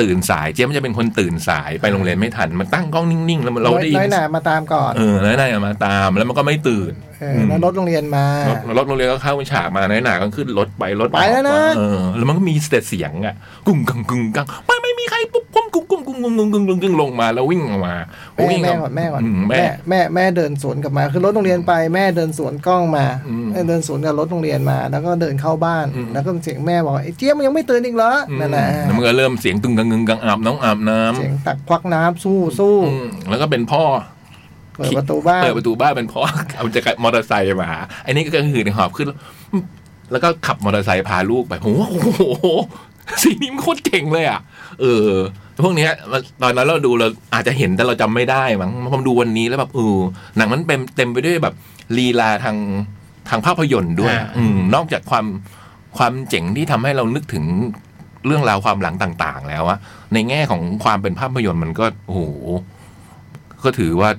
[SPEAKER 3] ตื่นสายเจ๊ยบมันจะเป็นคนตื่นสายไปโรงเรียนไม่ทัน มันตั้งกล้องนิ่งๆ แล้วมันเราได้ยิ
[SPEAKER 1] น้อย
[SPEAKER 3] น
[SPEAKER 1] หนามาตามก่อน
[SPEAKER 3] เออแล้วนายมาตามแล้วมันก็ไม่ตื่น
[SPEAKER 1] เออแล้วรถโรงเรียนมา
[SPEAKER 3] รถรถโรงเรียนก็เข้าฉากมาน้อยหนาก็ขึ้นรถไปรถ
[SPEAKER 1] ไปแล้วนะ
[SPEAKER 3] เออแล้วมันก็มีแต่เสียงอะกุ้งกังกุ้งกังไม่ไม่มีใครปุ๊บกุ้งกุ้งกุ้งกุ้งกุ้งกุ้งกุ้งกุ้งลงมาแล้ววิ่งออกมา
[SPEAKER 1] แม่
[SPEAKER 3] วิ่ง
[SPEAKER 1] แม่
[SPEAKER 3] ก
[SPEAKER 1] ก่อ
[SPEAKER 3] มาน
[SPEAKER 1] แม่ก่อน
[SPEAKER 3] อืแม่
[SPEAKER 1] แม่แม่เดินสวนกลับมาคือรถโรงเรียนไปแม่เดินสวนกล้องมา
[SPEAKER 3] อืม
[SPEAKER 1] เออเดินสวนกับรถโรงเรียนมา แล้วก็เดินเข้าบ้าน
[SPEAKER 3] อืม
[SPEAKER 1] แล้วก็เสียงแม่บอกไอ้เจี๊ยบมันยังไม่ตื่นอีกเหรอ
[SPEAKER 3] อืม
[SPEAKER 1] นั่นแหละ
[SPEAKER 3] แล้วมันก็เริ่มเสียงกึ่งกังกึ่งกังอาบน้องอาบน้ำ
[SPEAKER 1] เสียงตักควักน้ำสู้สู้
[SPEAKER 3] อืมแล้วก็เป็นพ่อ
[SPEAKER 1] เปิดประตูบ้าน
[SPEAKER 3] เปิดประตูบ้านเป็นเพรา ะ เอาจักรมอเตอร์ไซค์มาไอ้นี่ก็กระหืดหอบขึ้น แล้วก็ขับมอเตอร์ไซค์พาลูกไปโอ้โหสีนี้มันโคตรเก่งเลยอ่ะ เออ พวกเนี้ยตอนนั้นเราดูเราอาจจะเห็นแต่เราจำไม่ได้มั้งพอมาดูวันนี้แล้วแบบเออหนังมันเต็มเต็มไปด้วยแบบลีลาทางทางภาพยนตร์ด้วย
[SPEAKER 2] อ่า
[SPEAKER 3] อืมนอกจากความความเจ๋งที่ทำให้เรานึกถึงเรื่องราวความหลังต่าง ๆ แล้วอะในแง่ของความเป็นภาพยนตร์มันก็โอ้โหก็ถือว่า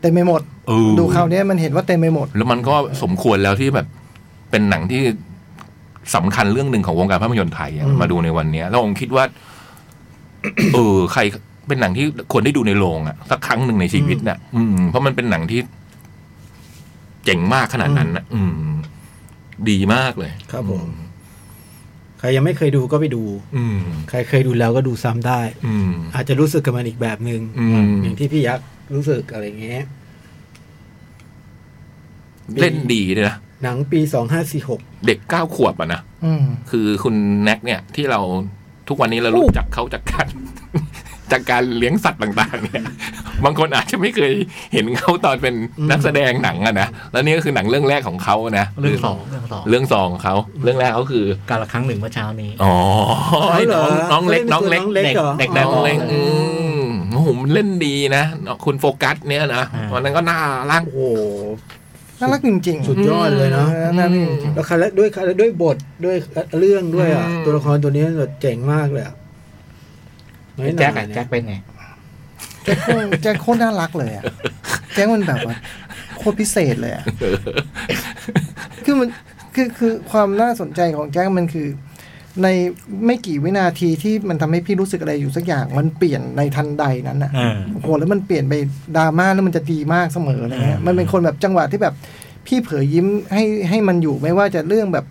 [SPEAKER 1] เต็มไปหมด
[SPEAKER 3] เออ
[SPEAKER 1] ดูคราวเนี้ยมันเห็นว่าเต็มไปหมด
[SPEAKER 3] แล้วมันก็สมควรแล้วที่แบบเป็นหนังที่สำคัญเรื่องหนึ่งของวงการภาพยนตร์ไทยอะ
[SPEAKER 1] อืม
[SPEAKER 3] มาดูในวันเนี้ยแล้วผมคิดว่า เออ ใครเป็นหนังที่ควรได้ดูในโรงอะสักครั้งหนึ่งในชีวิตน่ะ อืม เพราะมันเป็นหนังที่เจ๋งมากขนาดนั้นนะอืม ดีมากเลย
[SPEAKER 4] ครับผม ใครยังไม่เคยดูก็ไปดู
[SPEAKER 3] อืม
[SPEAKER 4] ใครเคยดูแล้วก็ดูซ้ำได้
[SPEAKER 3] อืม
[SPEAKER 4] อาจจะรู้สึกกับมันอีกแบบหนึ
[SPEAKER 3] อื
[SPEAKER 4] ง่
[SPEAKER 3] ม
[SPEAKER 4] งอย่างที่พี่ยักษ์รู้สึกอะไรอย่างเงี้ย
[SPEAKER 3] เล่นดีเลยนะ
[SPEAKER 4] หนังปีสองห้าสี่หก
[SPEAKER 3] เด็กเก้าขวบอะนะ
[SPEAKER 1] อืม
[SPEAKER 3] คือคุณแน็กเนี่ย ที่เราทุกวันนี้เรารู้จักเขาจากการ จากการเลี้ยงสัตว์ต่าง ๆ เนี่ย บางคนอาจจะไม่เคยเห็นเขาตอนเป็นนักแสดงหนังอะนะ แล้วนี่ก็คือหนังเรื่องแรกของเขานะ
[SPEAKER 2] เรื่องสองเรื่องสอง
[SPEAKER 3] เรื่องสองของเขา เรื่องแรกเขาคือ
[SPEAKER 2] การละครั้งหนึ่งเมื่อเช้านี้
[SPEAKER 3] อ๋อไอ้น้องน้องเล็กน้องเล็ก
[SPEAKER 4] น้องเล็กเหรอ
[SPEAKER 2] เด็ก
[SPEAKER 3] น้องเล็ก
[SPEAKER 4] อ๋อ
[SPEAKER 3] อืมโอ้โหมันเล่นดีนะคุณโฟกัสเนี่ยนะวันนั้นก็น่ารัก
[SPEAKER 4] โอ้โห
[SPEAKER 1] น่ารักจริงๆ
[SPEAKER 4] สุดยอดเลยเนาะ
[SPEAKER 1] ออน่ารักจริง
[SPEAKER 4] แล้วคาแรคด้วยคาแรด้วยบทด้วยเรื่องด้วยอ่ะ
[SPEAKER 3] อืม
[SPEAKER 4] ตัวละครตัวนี้แบบเจ๋งมากเลยอ่ะ
[SPEAKER 2] ไอ้แจ็คอะแจ็คเป็นไง
[SPEAKER 1] ๆแจ็คโคแจ็คโคตรน่ารักเลยอะแจ็คมันแบบว่าโคตรพิเศษเลยอะ คือมันคือคือความน่าสนใจของแจ็คมันคือ ในไม่กี่วินาทีที่มันทำให้พี่รู้สึกอะไรอยู่สักอย่างมันเปลี่ยนในทันใดนั้นอ่ะ
[SPEAKER 2] อ่า
[SPEAKER 1] โอ้โหแล้วมันเปลี่ยนไปดราม่าแล้วมันจะดีมากเสมออะไรเงี้ย
[SPEAKER 2] อ่ามั
[SPEAKER 1] มันเป็นคนแบบจังหวะที่แบบ พี่เผยยิ้มให้ให้มันอยู่ไม่ว่าจะเรื่องแบบ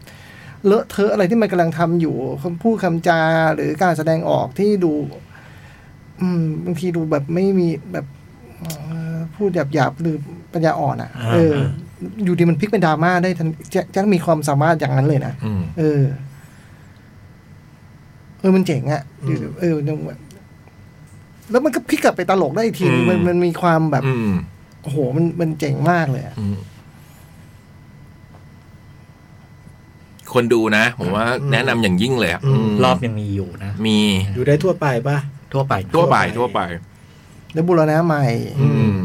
[SPEAKER 1] เลอะเทอะอะไรที่มันกำลังทำอยู่คำพูดคำจาหรือการแสดงออกที่ดู อืมบางทีดูแบบไม่มีแบบเอ่อพูดหยาบหยาบๆหรือปัญญาอ่อนอ่ะ
[SPEAKER 2] อ่า
[SPEAKER 1] เออ อยู่ดีมันพลิกเป็นดราม่าได้ทันแจ็คแจ็คมีความสามารถอย่างนั้นเลยนะ
[SPEAKER 3] อืม
[SPEAKER 1] เออ เออมันเจ๋งอะอยู่เออจังหวะแล้วมันก็พลิกกลับไปตลกได้อีกที
[SPEAKER 3] อืม
[SPEAKER 1] มันมันมีความแบบ
[SPEAKER 3] อืม
[SPEAKER 1] โอ้โหมันมันเจ๋งมากเลยอะ
[SPEAKER 3] อืมคนดูนะผมว่าแนะนำอย่างยิ่งเลยอะม
[SPEAKER 2] รอบยังมีอยู่นะ
[SPEAKER 3] มี
[SPEAKER 4] อยู่ได้ทั่วไปป่ะ
[SPEAKER 2] ทั่วไป
[SPEAKER 3] ทั่วไปทั่วไป
[SPEAKER 1] แล้วบุรณะใหม่
[SPEAKER 3] อืม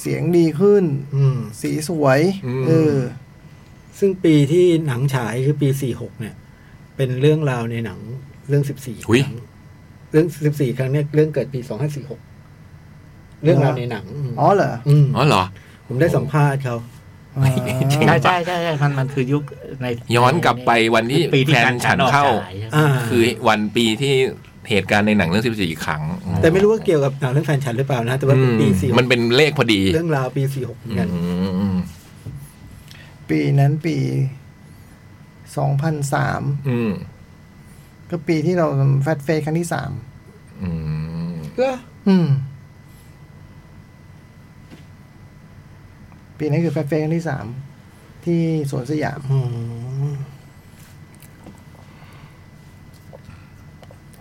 [SPEAKER 1] เสียงดีขึ้น
[SPEAKER 4] อืม
[SPEAKER 1] สีสวย
[SPEAKER 3] อืม
[SPEAKER 1] เออ
[SPEAKER 4] ซึ่งปีที่หนังฉายคือปีสี่หกเนี่ย เป็นเรื่องราวในหนังเรื่องสิบสี่
[SPEAKER 3] อุ๊ย
[SPEAKER 4] เรื่องสิบสี่ครั้งเนี่ยเรื่องเกิดปีสองห้าสี่หกเรื่องราวในหนังม
[SPEAKER 1] อ๋อเหรอ
[SPEAKER 4] ม
[SPEAKER 3] อ๋อเหรอ
[SPEAKER 4] ผมได้สัมภาษณ์เขา
[SPEAKER 1] อ๋อ
[SPEAKER 3] จริง
[SPEAKER 2] ใช่ใช่ใช่ใช่มันมันคือยุคใน
[SPEAKER 3] ย้อนกลับไปวันที่
[SPEAKER 2] ปีที่
[SPEAKER 3] แฟนฉันเข้า
[SPEAKER 2] ออกฉยใช่ไหม
[SPEAKER 4] อ่า
[SPEAKER 3] คือวันปีที่เหตุการณ์ในหนังเรื่อง 14 ครั้ง
[SPEAKER 4] แต่ไม่รู้ว่าเกี่ยวกับหนังเรื่องแฟนฉันหรือเปล่านะ แต่ว่า
[SPEAKER 3] อื
[SPEAKER 4] เป็น
[SPEAKER 3] ม
[SPEAKER 4] ปีสี่
[SPEAKER 3] มันเป็นเลขพอดี
[SPEAKER 4] เรื่องราวปีสี่หกเหมือนกัน
[SPEAKER 3] อืม
[SPEAKER 1] ปีนั้นปีสองพันสาม
[SPEAKER 3] อืม
[SPEAKER 1] ก็ปีที่เราแฟตเฟสครั้งที่สาม
[SPEAKER 3] อืม
[SPEAKER 4] ก็
[SPEAKER 1] อืม ปีนั้นคือแฟตเฟสครั้งที่สามที่สวนสยาม
[SPEAKER 4] อ๋อ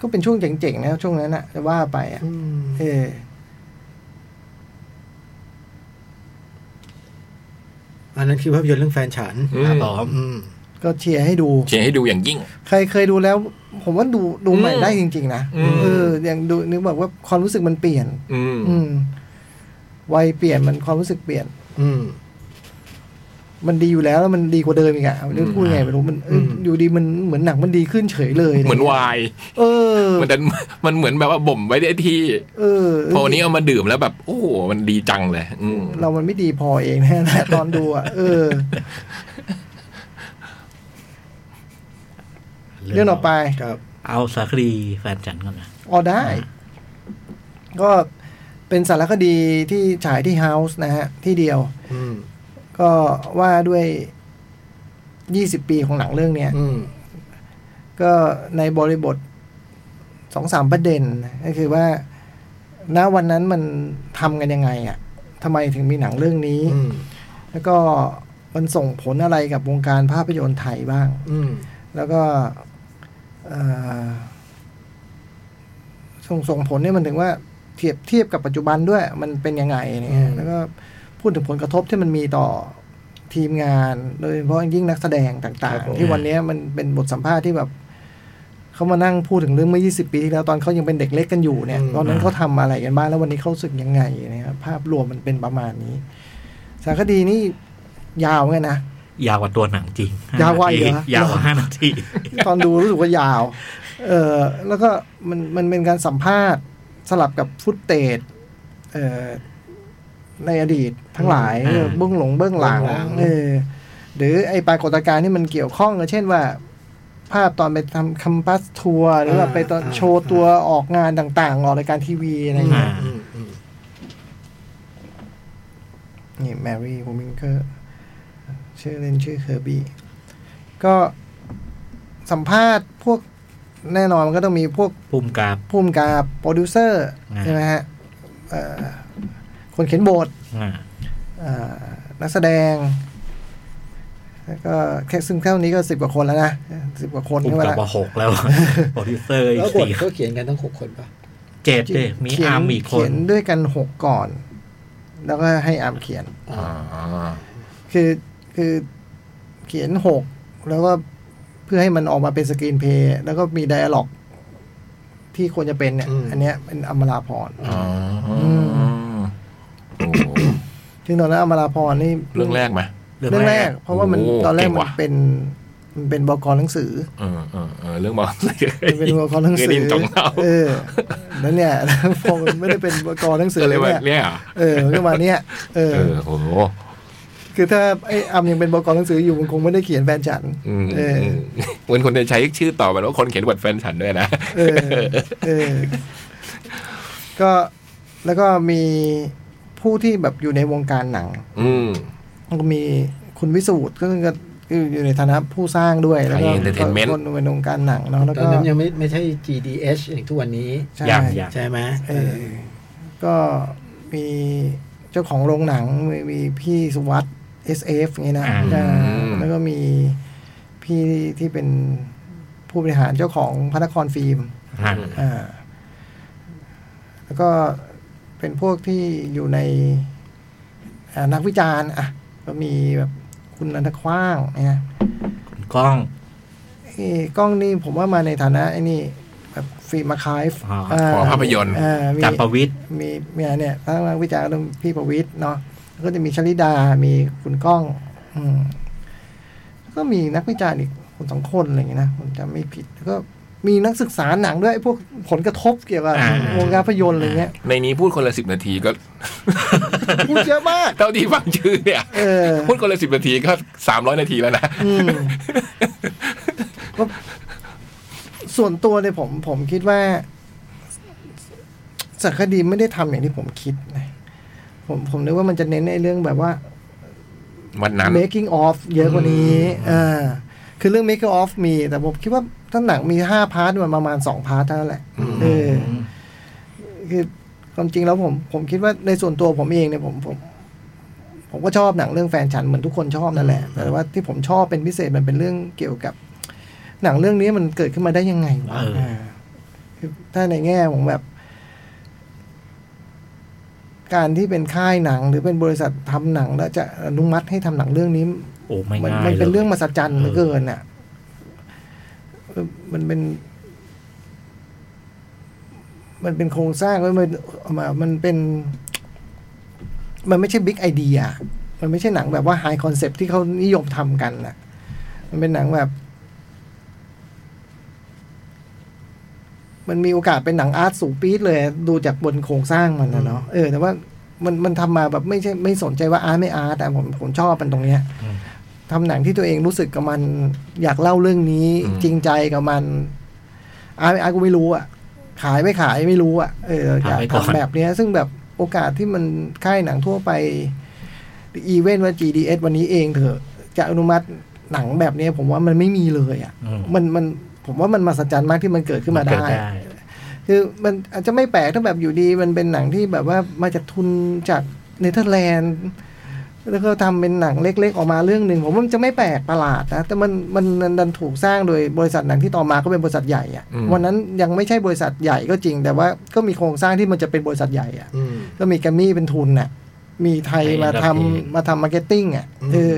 [SPEAKER 1] ก็เป็นช่วงเจ๋งๆนะช่วงนั้นอะจะว่าไปอะ
[SPEAKER 4] อืม
[SPEAKER 1] เออ
[SPEAKER 4] อันนั้นคือภาพยนตร์เรื่องแฟนฉัน
[SPEAKER 3] อืม
[SPEAKER 2] ครับผม
[SPEAKER 4] อืม
[SPEAKER 1] ก็เชียร์ให้ดู
[SPEAKER 3] เชียร์ให้ดูอย่างยิ่ง
[SPEAKER 1] ใครเคยดูแล้ว ผมว่าดูดูใหม่ได้จริง ๆ นะ
[SPEAKER 3] อืม
[SPEAKER 1] เอออย่างดูนึกบอกว่าความรู้สึกมันเปลี่ยน
[SPEAKER 3] อืม
[SPEAKER 1] อืมวัยเปลี่ยนมันความรู้สึกเปลี่ยน
[SPEAKER 4] อืม
[SPEAKER 1] มันดีอยู่แล้วแล้วมันดีกว่าเดิมอีกอะไม่รู้
[SPEAKER 3] อืม
[SPEAKER 1] พูดไงไม่รู้มันเอ้ย
[SPEAKER 4] อืม
[SPEAKER 1] อยู่ดีมันเหมือนหนังมันดีขึ้นเฉยเลย
[SPEAKER 3] เหมือนวาย
[SPEAKER 1] เออ
[SPEAKER 3] มัน ดันมันเหมือนแบบว่าบ่มไว้ได้ที่
[SPEAKER 1] เออ
[SPEAKER 3] พอวันนี้เอามาดื่มแล้วแบบ โอ้โหมันดีจังเลย อืม
[SPEAKER 1] เรามันไม่ดีพอเองนะ ตอนดูอะเออ เรื่องต่อไป
[SPEAKER 4] ครับ
[SPEAKER 2] เอาสารคดีแฟนฉันก่อนนะ
[SPEAKER 1] ออได้ ก็เป็นสารคดีที่ฉายที่เฮาส์นะฮะ ที่เดียว
[SPEAKER 4] อืม
[SPEAKER 1] ก็ว่าด้วย 20 ปีของหนังเรื่องเนี้ย
[SPEAKER 4] อืม
[SPEAKER 1] ก็ในบริบทสองสามประเด็นนะก็คือว่า ณวันนั้นมันทำกันยังไงอะ่ะทำไมถึงมีหนังเรื่องนี้
[SPEAKER 4] อืม
[SPEAKER 1] แล้วก็มันส่งผลอะไรกับวงการภาพยนตร์ไทยบ้าง
[SPEAKER 4] อืม
[SPEAKER 1] แล้วก็เอ่อส่งส่งผลเนี่ยมันถึงว่าเทียบเทียบกับปัจจุบันด้วยมันเป็นยังไงอะไรเงี้
[SPEAKER 4] อื
[SPEAKER 1] ย
[SPEAKER 4] ม
[SPEAKER 1] แล้วก็พูดถึงผลกระทบที่มันมีต่อทีมงานโดยเฉพาะยิ่งนักแสดงต่าง ๆ ที่วันเนี้ยมันเป็นบทสัมภาษณ์ที่แบบเขามานั่งพูดถึงเรื่องเมื่อ 20 ปีที่แล้วตอนเขายังเป็นเด็กเล็กกันอยู่เนี่ย
[SPEAKER 4] อืม
[SPEAKER 1] ตอนนั้นเขาทำอะไรกันบ้างแล้ววันนี้เขารู้สึกยังไงนะครับภาพรวมมันเป็นประมาณนี้ สารคดีนี่ยาวไงนะ
[SPEAKER 2] ยาวกว่าตัวหนังจริง
[SPEAKER 1] ยาวกว่า
[SPEAKER 2] ห้
[SPEAKER 1] อีก
[SPEAKER 2] น
[SPEAKER 1] เหรอ
[SPEAKER 2] ทียาวกว่าห้านา ที
[SPEAKER 1] ตอนดูรู้สึกว่ายาว เออแล้วก็มันมันเป็นการสัมภาษณ์สลับกับฟุตเตจเออในอดีตทั้งหลาย
[SPEAKER 2] อืม
[SPEAKER 1] เออเบื้องหลงเบื้องหลัง
[SPEAKER 4] เบื้องหลัง
[SPEAKER 1] เออหรือไอปรากฏการณ์ที่มันเกี่ยวข้องเช่นว่า ภาพตอนไปทำคัมปัสทัวร์หรือว่าไปตอนโชว์ตัวออกงานต่างๆ ออกรายการทีวีอะไรอย่างเงี้ย
[SPEAKER 4] อืมอืม
[SPEAKER 1] นี่แมรี่โฮมิงเกอร์ชื่อเล่นชื่อเคอร์บี้ ก็สัมภาษณ์พวกแน่นอนมันก็ต้องมีพวก
[SPEAKER 2] ภูมิกับ
[SPEAKER 1] ภูมิกับโปรดิวเซอร์
[SPEAKER 2] อ่า
[SPEAKER 1] ใช่ไหมฮะเอ่อคนเขียนบท
[SPEAKER 2] อ่า
[SPEAKER 1] เอ่อนักแสดง แล้วก็แค่ซึ่งเท่านี้ก็สิบกว่าคนแล้วนะสิบกว่าคน
[SPEAKER 2] ภูมิ
[SPEAKER 1] ใช่ไหม
[SPEAKER 2] กับ
[SPEAKER 1] ล่ะ
[SPEAKER 2] ว่าหกแล้ว โปรดิวเซอร์อี
[SPEAKER 4] แล้ว
[SPEAKER 2] ก
[SPEAKER 4] บท
[SPEAKER 2] สี่
[SPEAKER 4] ก็เขียนกันทั้งหกคนปะ
[SPEAKER 2] เจ็ดเด้มี
[SPEAKER 1] เขียน
[SPEAKER 2] อาร์มอีกค
[SPEAKER 1] เขี
[SPEAKER 2] น
[SPEAKER 1] ยนด้วยกันหกก่อน แล้วก็ให้อามเขียน
[SPEAKER 4] อ่า
[SPEAKER 3] อ่า
[SPEAKER 1] คือคือเขียนหกแล้วก็เพื่อให้มันออกมาเป็นสกรีนเพลย์แล้วก็มีไดอะล็อก ที่ควรจะเป็นเนี่ย อันเนี้ยเป็นอมราพร
[SPEAKER 3] อ๋ออ
[SPEAKER 1] ม
[SPEAKER 3] โอ้โห
[SPEAKER 1] ซึ่งตอนนั้นอมราพรนี่
[SPEAKER 3] เรื่องแรกไหม
[SPEAKER 1] เรื่องแรก เพราะว่ามัน
[SPEAKER 3] โอ้
[SPEAKER 1] ตอนแรก
[SPEAKER 3] เก่ง
[SPEAKER 1] มั
[SPEAKER 3] ว่ะ
[SPEAKER 1] นเป็นมันเป็นบกหนังสือ
[SPEAKER 3] เออเออเออเรื่องบอก
[SPEAKER 1] มันเป็นบกหนังสื
[SPEAKER 3] เยได้
[SPEAKER 1] อ
[SPEAKER 3] ยินจองเรา
[SPEAKER 1] เออแล้วเนี่ยพอมันไม่ได้เป็นบกหนังสือ
[SPEAKER 3] ก็เลย
[SPEAKER 1] แล้ว
[SPEAKER 3] ว่า
[SPEAKER 1] เนี่ย
[SPEAKER 3] เนี่ยเห
[SPEAKER 1] เออ
[SPEAKER 3] รอ
[SPEAKER 1] มันก็มาเนี่ยเอ
[SPEAKER 3] เอ
[SPEAKER 1] อ
[SPEAKER 3] อโอ้โห
[SPEAKER 1] คือถ้าไอ้อำยังเป็นบกหนังสืออยู่มันคงไม่ได้เขียนแฟนฉัน
[SPEAKER 3] อืม
[SPEAKER 1] เออ
[SPEAKER 3] มเหมือนคนจะใช้ชื่อต่อมันว่าคนเขียนบทแฟนฉันด้วยนะ
[SPEAKER 1] เออเออ ก็แล้วก็มีผู้ที่แบบอยู่ในวงการหนัง
[SPEAKER 3] อืม
[SPEAKER 1] แล้วก็มีคุณวิสูตรก็คือก็คืออยู่ในฐานะผู้สร้างด้วย แล้วก็
[SPEAKER 3] ไทย Entertainment
[SPEAKER 1] คนในวงการหนังเนาะแล้ว
[SPEAKER 4] ตอน
[SPEAKER 1] ก็
[SPEAKER 4] นั้นยังไม่ไม่ใช่ GDH อย่างทุกวันนี้
[SPEAKER 1] ใช่
[SPEAKER 2] ยังยัง
[SPEAKER 4] ใช่ไหม
[SPEAKER 1] เออก็มีเจ้าของโรงหนังมีมีพี่สุวัสด์ SF อย่างงี้นะ
[SPEAKER 2] อ่า
[SPEAKER 1] อ่า
[SPEAKER 3] อืม
[SPEAKER 1] แล้วก็มีพี่ที่เป็นผู้บริหารเจ้าของพระนครฟิล์ม
[SPEAKER 2] อ่า
[SPEAKER 1] อ่า แล้วก็เป็นพวกที่อยู่ในอ่านักวิจารณ์อ่ะ ก็มีแบบคุณนันทคว้างเนี่ย
[SPEAKER 2] คุณกล้อง
[SPEAKER 1] เอ้กล้องนี่ผมว่ามาในฐานะไอ้นี่แบบฟิล์มอาร์คาย
[SPEAKER 2] อ๋อ
[SPEAKER 3] ขอภาพยนตร์
[SPEAKER 1] มี
[SPEAKER 2] จันประวิทย์
[SPEAKER 1] มีมีอะไรเนี่ยทั้งนักวิจารณ์แล้วพี่ประวิทย์เนาะแล้วก็จะมีชลิดา มีคุณกล้อง อืมแล้วก็มีนักวิจารณ์อีกคนสองคนอะไรอย่างเงี้ยนะผมจำไม่ผิด แล้วก็มีนักศึกษาหนังด้วยไอ้พวกผลกระทบเกี่ยวกับวงการภาพยนตร์อะไรเงี้ย
[SPEAKER 3] ในนี้พูดคนละสิบนาทีก็
[SPEAKER 1] พูดเยอะมาก
[SPEAKER 3] เท่าที่ฟังชื่อเนี่ย
[SPEAKER 1] เออ
[SPEAKER 3] พูดคนละสิบนาทีก็สามร้อยนาทีแล้วนะ
[SPEAKER 1] อื มก็ส่วนตัวเนี่ยผมผมคิดว่าสารคดีไม่ได้ทำอย่างที่ผมคิดนะผมผมนึกว่ามันจะเน้นในเรื่องแบบว่า
[SPEAKER 3] วันนั้น
[SPEAKER 1] making of เยอะกว่านี้เออคือเรื่อง making of มี แต่ผมคิดว่าถ้าหนังมีห้าพาร์ทมันประมาณสองพาร์ทเท่านั้นแหละเออ คือความจริงแล้วผมผมคิดว่าในส่วนตัวผมเองเนี่ยผมผม ผมก็ชอบหนังเรื่องแฟนฉันเหมือนทุกคนชอบนั่นแหละ แต่ว่าที่ผมชอบเป็นพิเศษมันเป็นเรื่องเกี่ยวกับ หนังเรื่องนี้มันเกิดขึ้นมาได้ยังไงวะ
[SPEAKER 2] เออ
[SPEAKER 1] าคือถ้าในแง่ของแบบ การที่เป็นค่ายหนัง หรือเป็นบริษัททำหนังแล้วจะอนุมัติให้ทำหนังเรื่องนี้
[SPEAKER 2] โอ้ไม่
[SPEAKER 1] มัน
[SPEAKER 2] ง่าย
[SPEAKER 1] มันเป็น
[SPEAKER 2] ลย
[SPEAKER 1] เรื่องมหัศจรรย์เหลือเกินอ่ะเออมันเป็น มันเป็นโครงสร้างแล้วมันเอามามันเป็น มันไม่ใช่บิ๊กไอเดียมันไม่ใช่หนังแบบว่าไฮคอนเซปที่เขานิยมทำกันน่ะ มันเป็นหนังแบบ มันมีโอกาสเป็นหนังอาร์ตสูงปี๊ดเลย ดูจากบนโครงสร้างมันนะเนาะเออแต่ว่ามันมันทำมาแบบไม่ใช่ไม่สนใจว่าอาร์ตไม่อาร์ตแต่ผมผมชอบมันตรงเนี้ย
[SPEAKER 2] อืม
[SPEAKER 1] ทำหนังที่ตัวเองรู้สึกกับมัน อยากเล่าเรื่องนี้
[SPEAKER 3] อืม
[SPEAKER 1] จริงใจกับมัน อาร์ตไม่อาร์ตกูไม่รู้อ่ะ ขายไม่ขายไม่รู้อ่ะ เอออยาก
[SPEAKER 2] ทำไว้ก่อน
[SPEAKER 1] ทำแบบเนี้ย ซึ่งแบบโอกาสที่มันค่ายหนังทั่วไป อีเวนต์ว่า GDS วันนี้เองเถอะ จะอนุมัติหนังแบบเนี้ยผมว่ามันไม่มีเลยอ่ะ
[SPEAKER 2] อืม
[SPEAKER 1] มันมันผมว่ามันมหัศจรรย์มากที่มันเกิดขึ้นมา
[SPEAKER 2] เกิ
[SPEAKER 1] ได้
[SPEAKER 2] ดได้
[SPEAKER 1] คือมันอาจจะไม่แปลกถ้าแบบอยู่ดี มันเป็นหนังที่แบบว่ามาจากทุนจากเนเธอร์แลนด์ แล้วก็ทำเป็นหนังเล็ก ๆ ออกมาเรื่องหนึ่งผมว่ามันจะไม่แปลกประหลาดนะ แต่มันมันมันดันถูกสร้างโดยบริษัทหนังที่ต่อมาก็เป็นบริษัทใหญ่อะ
[SPEAKER 3] อืม
[SPEAKER 1] วันนั้นยังไม่ใช่บริษัทใหญ่ก็จริง แต่ว่าก็มีโครงสร้างที่มันจะเป็นบริษัทใหญ่อะ
[SPEAKER 4] อืม
[SPEAKER 1] ก็มีแกรมมี่เป็นทุนน่ะ มีไทย
[SPEAKER 2] ไทย
[SPEAKER 1] มา
[SPEAKER 2] ระดั
[SPEAKER 1] ทำ
[SPEAKER 2] บเอก
[SPEAKER 1] มาทำมาร์เก็ตติ้งอ่ะ
[SPEAKER 4] อืม
[SPEAKER 1] เออ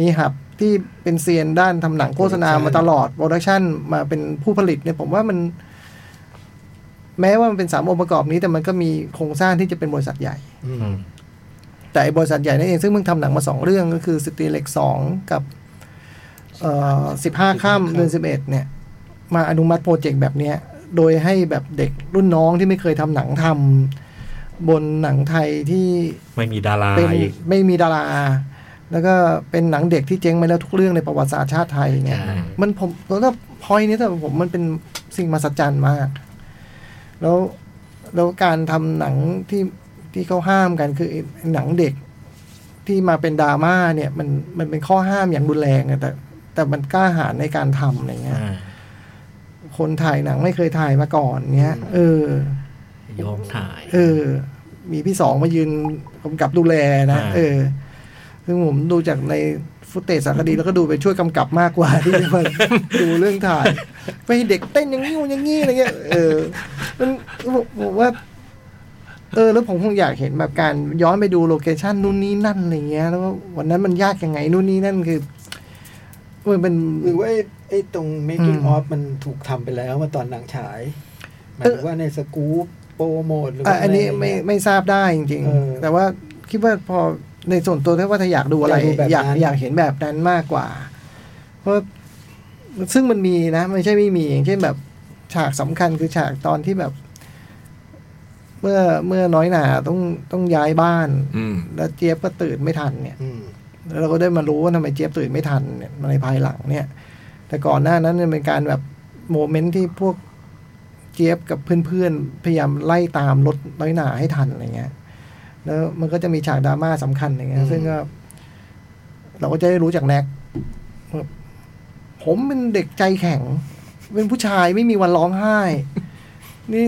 [SPEAKER 1] มีหับที่เป็นเซียนด้านทำหนังโฆษณามาตลอดโปรดักชันมาเป็นผู้ผลิตเนี่ยผมว่ามัน แม้ว่ามันเป็นสามองค์ประกอบนี้แต่มันก็มีโครงสร้างที่จะเป็นบริษัทใหญ่
[SPEAKER 4] อืม
[SPEAKER 2] อืม
[SPEAKER 1] แต่ไอ้บริษัทใหญ่นั่นเองซึ่งเพิ่งทำหนังมาสองเรื่องก็คือสตรีเล็กสองกับเอ่อสิบห้าข้ามเดือนสิบเอ็ดเนี่ย มาอนุมัติโปรเจกต์แบบเนี้ย โดยให้แบบเด็กรุ่นน้องที่ไม่เคยทำหนังทำบนหนังไทยที่
[SPEAKER 2] ไม่มีดารา
[SPEAKER 1] เป็น
[SPEAKER 2] อีก
[SPEAKER 1] ไม่มีดารา แล้วก็เป็นหนังเด็กที่เจ๊งไปแล้วทุกเรื่องในประวัติศาสตร์ชาติไทยเนี่ย
[SPEAKER 2] ใช่
[SPEAKER 1] มันผมแล้วก็พอยนี้แต่ผมมันเป็นสิ่งมหัศจรรย์มาก แล้วแล้วการทำหนังที่ที่เขาห้ามกันคือไอ้หนังเด็กที่มาเป็นดราม่าเนี่ย มันมันเป็นข้อห้ามอย่างรุนแรงอะแต่ แต่มันกล้าหาญในการทำอะไรเงี้ย
[SPEAKER 2] อ่า
[SPEAKER 1] คนถ่ายหนังไม่เคยถ่ายมาก่อนเงี้ย เออ
[SPEAKER 2] ยอมถ่าย
[SPEAKER 1] เออ มีพี่สองมายืนกำกับดูแลนะ
[SPEAKER 2] อ่า
[SPEAKER 1] เออ ซึ่งผมดูจากในฟุตเตจสารคดีแล้วก็ดูไปช่วยกำกับมากกว่า ที่จะมาดูเรื่องถ่าย ไปให้เด็กเต้นอย่างนี้อย่างนี้อะไรเงี้ย เออมันผมผมว่า เออ แล้วผมคงอยากเห็นแบบการย้อนไปดูโลเคชันนู่นนี่นั่นอะไรเงี้ย แล้วว่าวันนั้นมันยากยังไงนู่นนี่นั่นคือมันเป็น
[SPEAKER 4] หรือว่าไอ้ไอ้ตรง making
[SPEAKER 1] อืม
[SPEAKER 4] of มันถูกทำไปแล้วมาตอนหนังฉายหมายถึงว่าในสกู๊ปโปรโมทหรือ
[SPEAKER 1] อ่ะ
[SPEAKER 4] ว่า
[SPEAKER 1] อันนี้
[SPEAKER 4] ะร
[SPEAKER 1] ไม่
[SPEAKER 4] เงี้ย
[SPEAKER 1] ไม่ทราบได้จริง
[SPEAKER 4] เออ
[SPEAKER 1] ๆ แต่ว่าคิดว่าพอในส่วนตัวถ้าว่าถ้าอยากดูอะไร
[SPEAKER 4] อยากดูแบบ
[SPEAKER 1] อยาก
[SPEAKER 4] นั้น
[SPEAKER 1] อยากเห็นแบบนั้นมากกว่า เพราะซึ่งมันมีนะไม่ใช่ไม่มีอย่างเช่นแบบฉากสำคัญคือฉากตอนที่แบบ เมื่อเมื่อน้อยหนาต้องต้องย้ายบ้าน
[SPEAKER 3] อืม
[SPEAKER 1] แล้วเจี๊ยบก็ตื่นไม่ทันเนี่ย
[SPEAKER 4] อืม
[SPEAKER 1] แล้วเราก็ได้มารู้ว่าทำไมเจี๊ยบตื่นไม่ทันเนี่ยในภายหลังเนี่ย แต่ก่อนหน้านั้นเนี่ยเป็นการแบบโมเมนต์ที่พวกเจี๊ยบกับเพื่อนๆ พยายามไล่ตามรถน้อยหนาให้ทันอะไรเงี้ย แล้วมันก็จะมีฉากดราม่าสำคัญอย่างเงี้
[SPEAKER 4] อื
[SPEAKER 1] ย
[SPEAKER 4] ม
[SPEAKER 1] ซึ่งก็ เราก็จะได้รู้จากแน็กว่าผมเป็นเด็กใจแข็ง เป็นผู้ชายไม่มีวันร้องไห้ นี่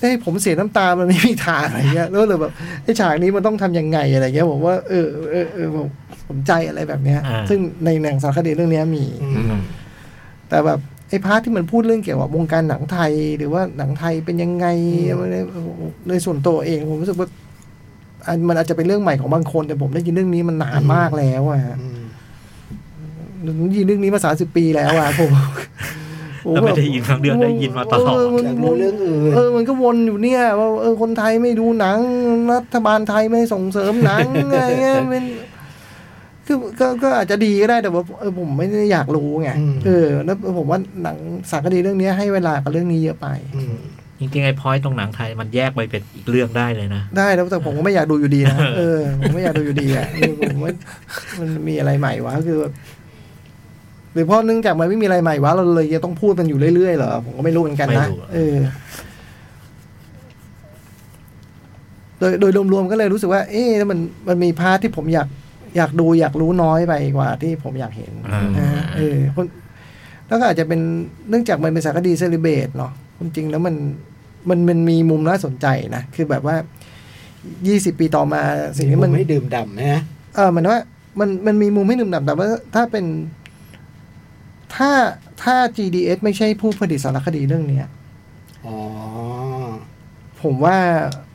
[SPEAKER 1] ให้ผมเสียน้ำตา มันไม่มีทางอะไรเงี้ย แล้วเลยแบบไอ้ฉากนี้มันต้องทำยังไงอะไรเงี้ยผมว่าเออเออเออผมผมใจอะไรแบบเนี้ย
[SPEAKER 2] อ่า
[SPEAKER 1] ซึ่งในหนังสารคดีเรื่องเนี้ยมี
[SPEAKER 4] อื
[SPEAKER 3] อื
[SPEAKER 4] ม
[SPEAKER 3] ม
[SPEAKER 1] แต่แบบไอ้พาร์ทที่มันพูดเรื่องเกี่ยวกับวงการหนังไทย หรือว่าหนังไทยเป็นยังไง
[SPEAKER 4] อืม
[SPEAKER 1] อะไรเนี่ยในส่วนตัวเองผมรู้สึกว่าอันมันอาจจะเป็นเรื่องใหม่ของบางคน แต่ผมได้ยินเรื่องนี้มันนานมากแล้วอะฮะ
[SPEAKER 4] อืม
[SPEAKER 1] ผมได้ยินเรื่องนี้มาสามสิบปีแล้วอะผมผม
[SPEAKER 2] แล้วไม่ได้ยินครั้งเดียวได้ยินมาตลอด
[SPEAKER 1] เมัน
[SPEAKER 4] อยากรู้เรื่องอื่น
[SPEAKER 1] เออ มันก็วนอยู่เนี่ยว่าเออ คนไทยไม่ดูหนัง รัฐบาลไทยไม่ส่งเสริมหนัง อะไรเงี้ยเป็นคือก็ก็อาจจะดีก็ได้แต่ว่าเออผมไม่ได้อยากรู้ไงเออ แล้วผมว่าหนังสารคดีเรื่องนี้ให้เวลากับเรื่องนี้เยอะไป
[SPEAKER 4] ม
[SPEAKER 2] จริงๆไอ้พอยต์ตรงหนังไทยมันแยกไปเป็นอีกเรื่องได้เลยนะ
[SPEAKER 1] ได้แล้วแต่ผมก็ไม่อยากดูอยู่ดีนะเออผมไม่อยากดูอยู่ดีอ่ะคือผมว่ามันมีอะไรใหม่วะคือแบบหรือเพราะเนื่องจากมันไม่มีอะไรใหม่วะเราเลยจะต้องพูดมันอยู่เรื่อยๆเหรอผมก็ไม่รู้เหมือนกัน
[SPEAKER 2] ไม่
[SPEAKER 1] นะ
[SPEAKER 2] รู้อะ
[SPEAKER 1] เออ โดยโดยรวมๆก็เลยรู้สึกว่า เอ๊ะแล้วมันมันมีพาร์ทที่ผมอยากอยากดูอยากรู้น้อยไปกว่าที่ผมอยากเห็น
[SPEAKER 2] อ่า
[SPEAKER 1] นะฮะเออคนแล้วก็อาจจะเป็นเนื่องจากมันเป็นสารคดีเซเลเบตเนาะความจริงแล้วมันมันมันมีมุมน่าสนใจนะ คือแบบว่า 20 ปีต่อมาสิ่งที่มัน
[SPEAKER 4] ไม่ดื่มด่ำนะ
[SPEAKER 1] เออเหมือนว่า มันมันมีมุมให้หนุ่มหนับแต่ว่าถ้าเป็น ถ้าถ้า GDS ไม่ใช่ผู้ผลิตสารคดีเรื่องเนี้ย
[SPEAKER 4] อ๋อ
[SPEAKER 1] ผมว่า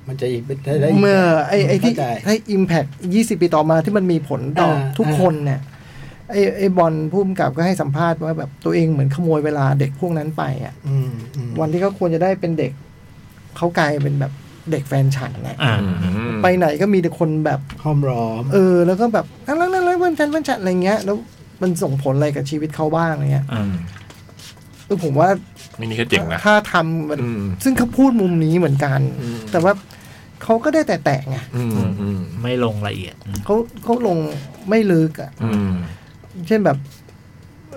[SPEAKER 4] มันจะอีกได้ได้ก
[SPEAKER 1] เมื่อไอไอที่
[SPEAKER 4] เข้าใจ
[SPEAKER 1] ไออิมแพค20 ปีต่อมาที่มันมีผลต่ออา ทุกคนเนี่ยไอไอบอลพุ่มกับก็ให้สัมภาษณ์ว่าแบบตัวเองเหมือนขโมยเวลาเด็กพวกนั้นไปอ่ะ
[SPEAKER 4] อืมอืม
[SPEAKER 1] วันที่เขาควรจะได้เป็นเด็ก เขากลายเป็นแบบเด็กแฟนฉันแหละ
[SPEAKER 2] อ่า
[SPEAKER 1] ไปไหนก็มีแต่คนแบบ
[SPEAKER 4] ห้อมร้อม
[SPEAKER 1] เออ แล้วก็แบบนั่นนั่นนั่นวันจันทร์วันจันทร์อะไรเงี้ย แล้วมันส่งผลอะไรกับชีวิตเขาบ้างอะไรเงี้ย
[SPEAKER 2] อ่า
[SPEAKER 1] คือผมว่า
[SPEAKER 3] ไม่นี่ก็เจ๋งนะ
[SPEAKER 1] ถ้าทำมัน
[SPEAKER 3] อืม
[SPEAKER 1] ซึ่งเขาพูดมุมนี้เหมือนกัน
[SPEAKER 3] อืม
[SPEAKER 1] แต่ว่าเขาก็ได้แต่แตะไง
[SPEAKER 3] อืมอืม
[SPEAKER 2] ไม่ลงละเอียด
[SPEAKER 1] เขาเขาลงไม่ลึกอ่ะ
[SPEAKER 3] อืม
[SPEAKER 1] เช่นแบบ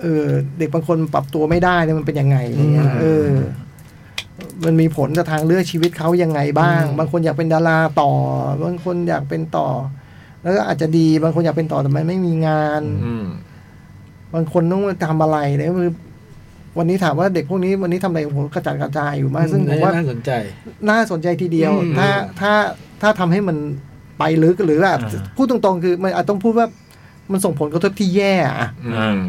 [SPEAKER 1] เออเด็กบางคนปรับตัวไม่ได้เนี่ยมันเป็นยังไงอะไรเงี้ย
[SPEAKER 3] อืม
[SPEAKER 1] เออ มันมีผลกับทางเลือกชีวิตเขายังไงบ้าง
[SPEAKER 3] อืม
[SPEAKER 1] บางคนอยากเป็นดาราต่อ บางคนอยากเป็นต่อ แล้วก็อาจจะดีบางคนอยากเป็นต่อแต่มันไม่มีงาน
[SPEAKER 3] อืม
[SPEAKER 1] บางคนต้องมาทำอะไรเนี่ยคือวันนี้ถามว่าเด็กพวกนี้วันนี้ทำอะไรผมกระจัดกระจายอยู่มาก ซึ่งผมว่า
[SPEAKER 4] น่าสนใจ
[SPEAKER 1] น่าสนใจทีเดียว
[SPEAKER 4] อืม
[SPEAKER 1] ถ้าถ้าถ้าทำให้มันไปลึกหรืออะ
[SPEAKER 2] อ่า
[SPEAKER 1] พูดตรงๆ คือมันอาจต้องพูดว่ามันส่งผลกระทบที่แย่อะ
[SPEAKER 3] อืม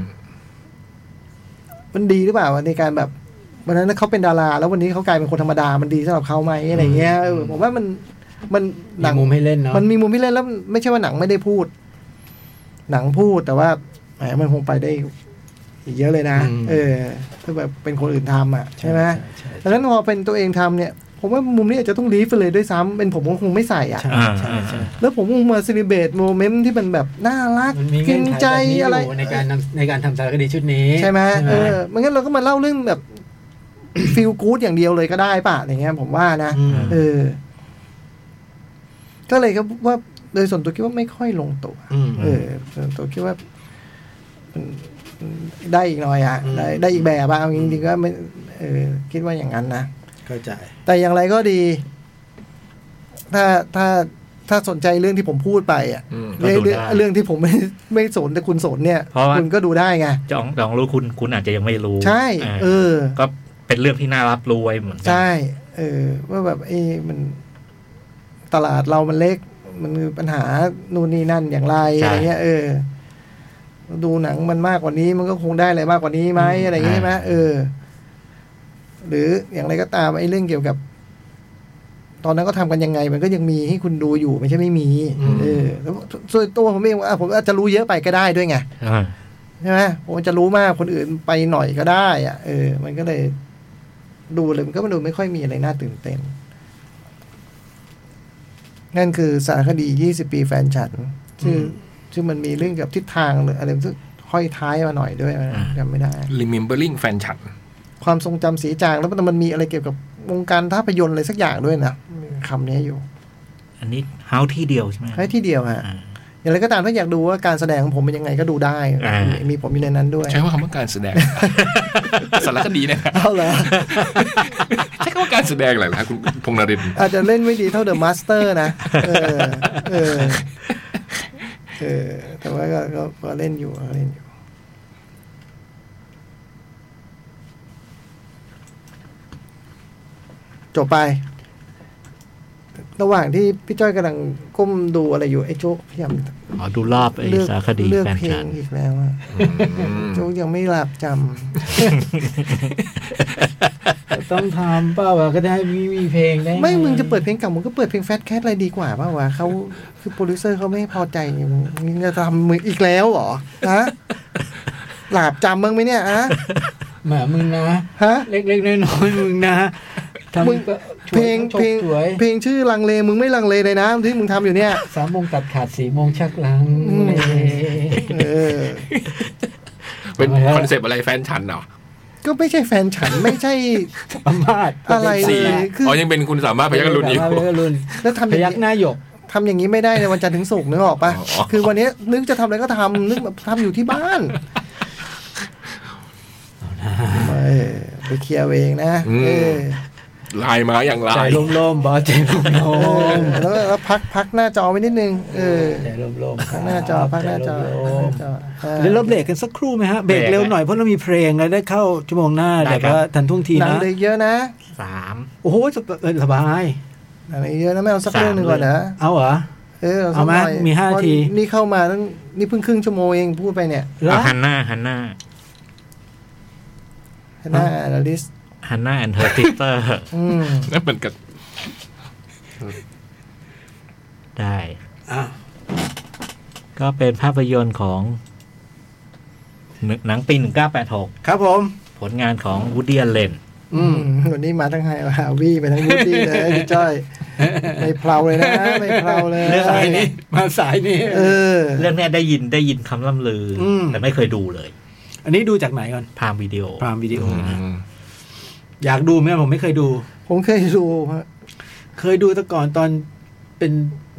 [SPEAKER 1] มันดีหรือเปล่าในการแบบวันนั้นเขาเป็นดารา แล้ววันนี้เขากลายเป็นคนธรรมดามันดีสำหรับเขาไหมอะไรเงี้ยเออผมว่ามันมันห
[SPEAKER 4] มี
[SPEAKER 1] นัง
[SPEAKER 4] มุมให้เล่นเนาะ
[SPEAKER 1] มันมีมุมที่เล่นแล้วมันไม่ใช่ว่าหนังไม่ได้พูด หนังพูดแต่ว่าแหมมันคงไปได้อีกเยอะเลยนะเออ ถ้าแบบเป็นคนอื่นทำอ่ะใช่ไหม
[SPEAKER 4] ใช่
[SPEAKER 1] ดังนั้นพอเป็นตัวเองทำเนี่ย ผมว่ามุมนี้อาจจะต้องรีฟไปเลยด้วยซ้ำเป็นผมก็คงไม่ใส่อ่ะ
[SPEAKER 4] ใช่ใช่ใช่
[SPEAKER 1] แล้วผมคงมาเซเลเบตโมเมนต์ที่มันแบบน่ารัก
[SPEAKER 4] มันมี
[SPEAKER 1] กิ
[SPEAKER 4] เงื่อนนไข
[SPEAKER 1] ใจ
[SPEAKER 4] แบบนี้อ
[SPEAKER 1] อะไร
[SPEAKER 4] ยู่ในการนำในการทำสารคดีชุดนี้
[SPEAKER 1] ใช่ไหม
[SPEAKER 4] ใช่ไหม
[SPEAKER 1] เออมันงั้นเราก็มาเล่าเรื่องแบบ ฟิลกู๊ดอย่างเดียวเลยก็ได้ป่ะอย่างเงี้ย ผมว่านะ
[SPEAKER 4] ม
[SPEAKER 1] เออ ก็เลยก็ว่า โดยส่วนตัวคิดว่าไม่ค่อยลงตัว
[SPEAKER 4] ม
[SPEAKER 1] เออ ส่วนตัวคิดว่ามันได้อีกหน่อยอ่ะ
[SPEAKER 4] อืม
[SPEAKER 1] ได้ได้อีกแบบอ่ะเอาจริงๆก็ไม่เออ คิดว่าอย่างนั้นนะ
[SPEAKER 4] เข้าใจ
[SPEAKER 1] แต่อย่างไรก็ดี ถ้าถ้าถ้าสนใจเรื่องที่ผมพูดไปอ่ะ
[SPEAKER 3] อืม
[SPEAKER 2] ก็ดูได้
[SPEAKER 1] เรื่องเรื่องที่ผมไม่ไม่สนแต่คุณสนเนี่ย
[SPEAKER 2] เพราะว่า
[SPEAKER 1] คุณก็ดูได้ไง
[SPEAKER 2] จองจองรู้คุณคุณอาจจะยังไม่รู้
[SPEAKER 1] ใช่ เออ
[SPEAKER 2] ก็เป็นเรื่องที่น่ารับรู้ไว้เหมือนกั
[SPEAKER 1] ใช่ เออ ว่าแบบเอ้มันตลาดเรามันเล็ก มันมีปัญหา นู่นนี่นั่นอย่างไรอะไรเงี้ย เออ ดูหนังมันมากกว่านี้ มันก็คงได้อะไรมากกว่านี้ไหมอะไรอย่างเงี้ยใช่ไหมเออ หรืออย่างไรก็ตามไอ้เรื่องเกี่ยวกับ ตอนนั้นก็ทำกันยังไง มันก็ยังมีให้คุณดูอยู่ไม่ใช่ไม่มี
[SPEAKER 4] อืม
[SPEAKER 1] เออ แล้วส่วนตัวผมเองอ่ะผมอาจจะรู้เยอะไปก็ได้ด้วยไง
[SPEAKER 2] อ่า
[SPEAKER 1] ใช่ไหมผมจะรู้มากคนอื่นไปหน่อยก็ได้อ่ะ เออ มันก็เลย ดูเลยมันก็มันดูไม่ค่อยมีอะไรน่าตื่นเต้น นั่นคือสารคดี 20 ปีแฟนฉันชื่อชื่อมันมีเรื่องเกยวกับทิศทางหรืออะไรซึ่งห้อยท้ายมาหน่อยด้วยนะ
[SPEAKER 2] อ่า
[SPEAKER 1] จำไม่ได้
[SPEAKER 3] remembering แฟนฉัน
[SPEAKER 1] ความทรงจำสีจางแล้วมันมีอะไรเกี่ยวกับวงการภาพยนตร์อะไรสักอย่างด้วยนะคำนี้อยู่
[SPEAKER 2] อันนี้เฮาที่เดียวใช่ไหม
[SPEAKER 1] ให้ที่เดียวฮะ อย่างไรก็ตามถ้าอยากดูว่าการแสดงของผมเป็นยังไงก็ดูได้
[SPEAKER 2] อ่ามี
[SPEAKER 1] มีผมอยู่ในนั้นด้วย
[SPEAKER 3] ใช้ว่าคำว่าการแสดง สารคดีนะครับ
[SPEAKER 1] เอาเหรอ
[SPEAKER 3] ใช้คำว่าการแสดงเหรอครับคุณพงษ์นรินทร์
[SPEAKER 1] อาจจะเล่นไม่ดีเท่าเดอะมาสเตอร์นะ เออ เออ เออ แต่ว่าก็ก็ก็เล่นอยู่ก็เล่นอยู่ จบไป ระหว่างที่พี่จ้อยกำลังก้มดูอะไรอยู่ ไอ้โจ๊กพยายาม
[SPEAKER 2] อ๋อดูรอบไอ้
[SPEAKER 1] เลือก
[SPEAKER 2] สารคดี
[SPEAKER 1] เลือก
[SPEAKER 2] แฟน
[SPEAKER 1] เพล
[SPEAKER 2] ฉั
[SPEAKER 1] ง
[SPEAKER 2] น
[SPEAKER 1] อีกแล้วอะโจ๊กยังไม่หลับจ
[SPEAKER 4] ต้องทำเปล่าวะก็ได้มีมีเพลงได้
[SPEAKER 1] ำ ไม่มึงจะเปิดเพลงเก่ามึงก็เปิดเพลงแฟตแคทอะไรดีกว่าป่าวะเขาคือโปรดิวเซอร์เขาไม่พอใจมึงมึงจะทำมึงอีกแล้วเหรอฮะหลับจำมึงไหมเนี่ยอะ
[SPEAKER 4] หมามึงนะ
[SPEAKER 1] ฮะ
[SPEAKER 4] เล็กๆน้อยๆมึงนะทำ
[SPEAKER 1] มึง
[SPEAKER 4] ก็ช่วย
[SPEAKER 1] เพลง
[SPEAKER 4] ชก
[SPEAKER 1] เพลง
[SPEAKER 4] สวย
[SPEAKER 1] เพลงชื่อลังเลมึงไม่ลังเลเลยนะที่มึงทำอยู่เนี่ย
[SPEAKER 4] สามโมงตัดขาดสี่โมงชักหลัง
[SPEAKER 1] อืม
[SPEAKER 4] เอ้ย
[SPEAKER 1] เออ
[SPEAKER 3] เป็น
[SPEAKER 4] ทำไมฮะ
[SPEAKER 3] คอนเซปต์อะไรแฟนฉันเหรอ
[SPEAKER 1] ก็ไม่ใช่แฟนฉันไม่ใช่
[SPEAKER 4] ประมาท
[SPEAKER 1] อะไร
[SPEAKER 4] ป
[SPEAKER 3] สี่
[SPEAKER 1] เออคืออ๋
[SPEAKER 3] อ๋อยังเป็นคุณสามารถพยักรุณอยู่
[SPEAKER 4] สามารถพยักรุณ
[SPEAKER 1] แล้วทำอ
[SPEAKER 4] พ
[SPEAKER 1] ย่าง
[SPEAKER 4] ยัก
[SPEAKER 1] นี้
[SPEAKER 4] หน้าหยก
[SPEAKER 1] ทำอย่างนี้ไม่ได้ในวันจันทร์ถึงศุกร์นึกออกปะ
[SPEAKER 3] อ๋อ
[SPEAKER 1] คือวันนี้นึกจะทำอะไรก็ทำนึกแบบทำอยู่ที่บ้านเออไปเคลียร์เอาเองนะเออ
[SPEAKER 3] ลายมาอย่างลา
[SPEAKER 4] ใจ
[SPEAKER 3] ย
[SPEAKER 4] ลมๆบอสใจล
[SPEAKER 1] เออ
[SPEAKER 4] ม
[SPEAKER 1] แล้วแล้วพักพักหน้าจอไว้นิดนึง เออ
[SPEAKER 4] ๆใจลมๆ
[SPEAKER 1] พักหน้าจอ พักหน้าจอ
[SPEAKER 4] ใจล
[SPEAKER 1] พักห
[SPEAKER 4] ม
[SPEAKER 1] น้า
[SPEAKER 4] ๆ
[SPEAKER 1] จอออ
[SPEAKER 4] เดี๋ยวเราเบรกกันสักครู่ไหมฮะเบรกเร็วหน่อยเพราะเรามีเพลงแล้วได้เข้าชั่วโมงหน้า
[SPEAKER 2] ได้
[SPEAKER 4] แต่
[SPEAKER 2] ครับ
[SPEAKER 4] ว่าทันท่วงที
[SPEAKER 1] หนัง
[SPEAKER 4] นะ
[SPEAKER 1] เหลยเยอะนะ
[SPEAKER 2] สาม
[SPEAKER 4] โอ้โหสบเออสบาย
[SPEAKER 1] หนังเหลยเยอะนะไม่เอาสักเรื่องหนึ่งก่อนนะ
[SPEAKER 4] เอาเหรอ
[SPEAKER 1] เออเอาสักหน่อย
[SPEAKER 4] เอาไหมมีห้า
[SPEAKER 1] เพระ
[SPEAKER 4] ที
[SPEAKER 1] นี่เข้ามาตั้งนี่เพิ่งครึ่งชั่วโมงเองพูดไปเนี่ย
[SPEAKER 4] แล้
[SPEAKER 2] เอา
[SPEAKER 4] ว
[SPEAKER 2] ฮันน่าฮันน่า
[SPEAKER 1] หน้าอนาลิส
[SPEAKER 2] ฮันน่าแอนเทอร์ติ เตอร์
[SPEAKER 1] อืม
[SPEAKER 3] นั่นเหมือนกับ
[SPEAKER 2] ได้
[SPEAKER 4] อ่ะ
[SPEAKER 2] ก็เป็นภาพยนตร์ของหนังปี 1986
[SPEAKER 4] ครับผม
[SPEAKER 2] ผลงานของวูดดี้อเลน
[SPEAKER 4] อืม
[SPEAKER 1] วันนี้มาทั้งไฮฮาวี่ไปทั้งวูดดี้เลยพี่จ้อยไม่เพลาเลยนะไม่เพลาเลย
[SPEAKER 2] เรื่องอะไรนี่
[SPEAKER 4] มาสายนี่
[SPEAKER 1] เออ
[SPEAKER 2] เรื่องเนี้ยได้ยินได้ยินคำล่ำลืออ
[SPEAKER 4] ม
[SPEAKER 2] แต่ไม่เคยดูเลย
[SPEAKER 4] อันนี้ดูจากไหนก่อน
[SPEAKER 2] พามวิดีโอ
[SPEAKER 4] พรามวิดีโอ
[SPEAKER 3] อืม
[SPEAKER 4] อยากดูไหมผมไม่เคยดู
[SPEAKER 1] ผมเคยดูฮะ
[SPEAKER 4] เคยดูแต่ก่อนตอนเป็น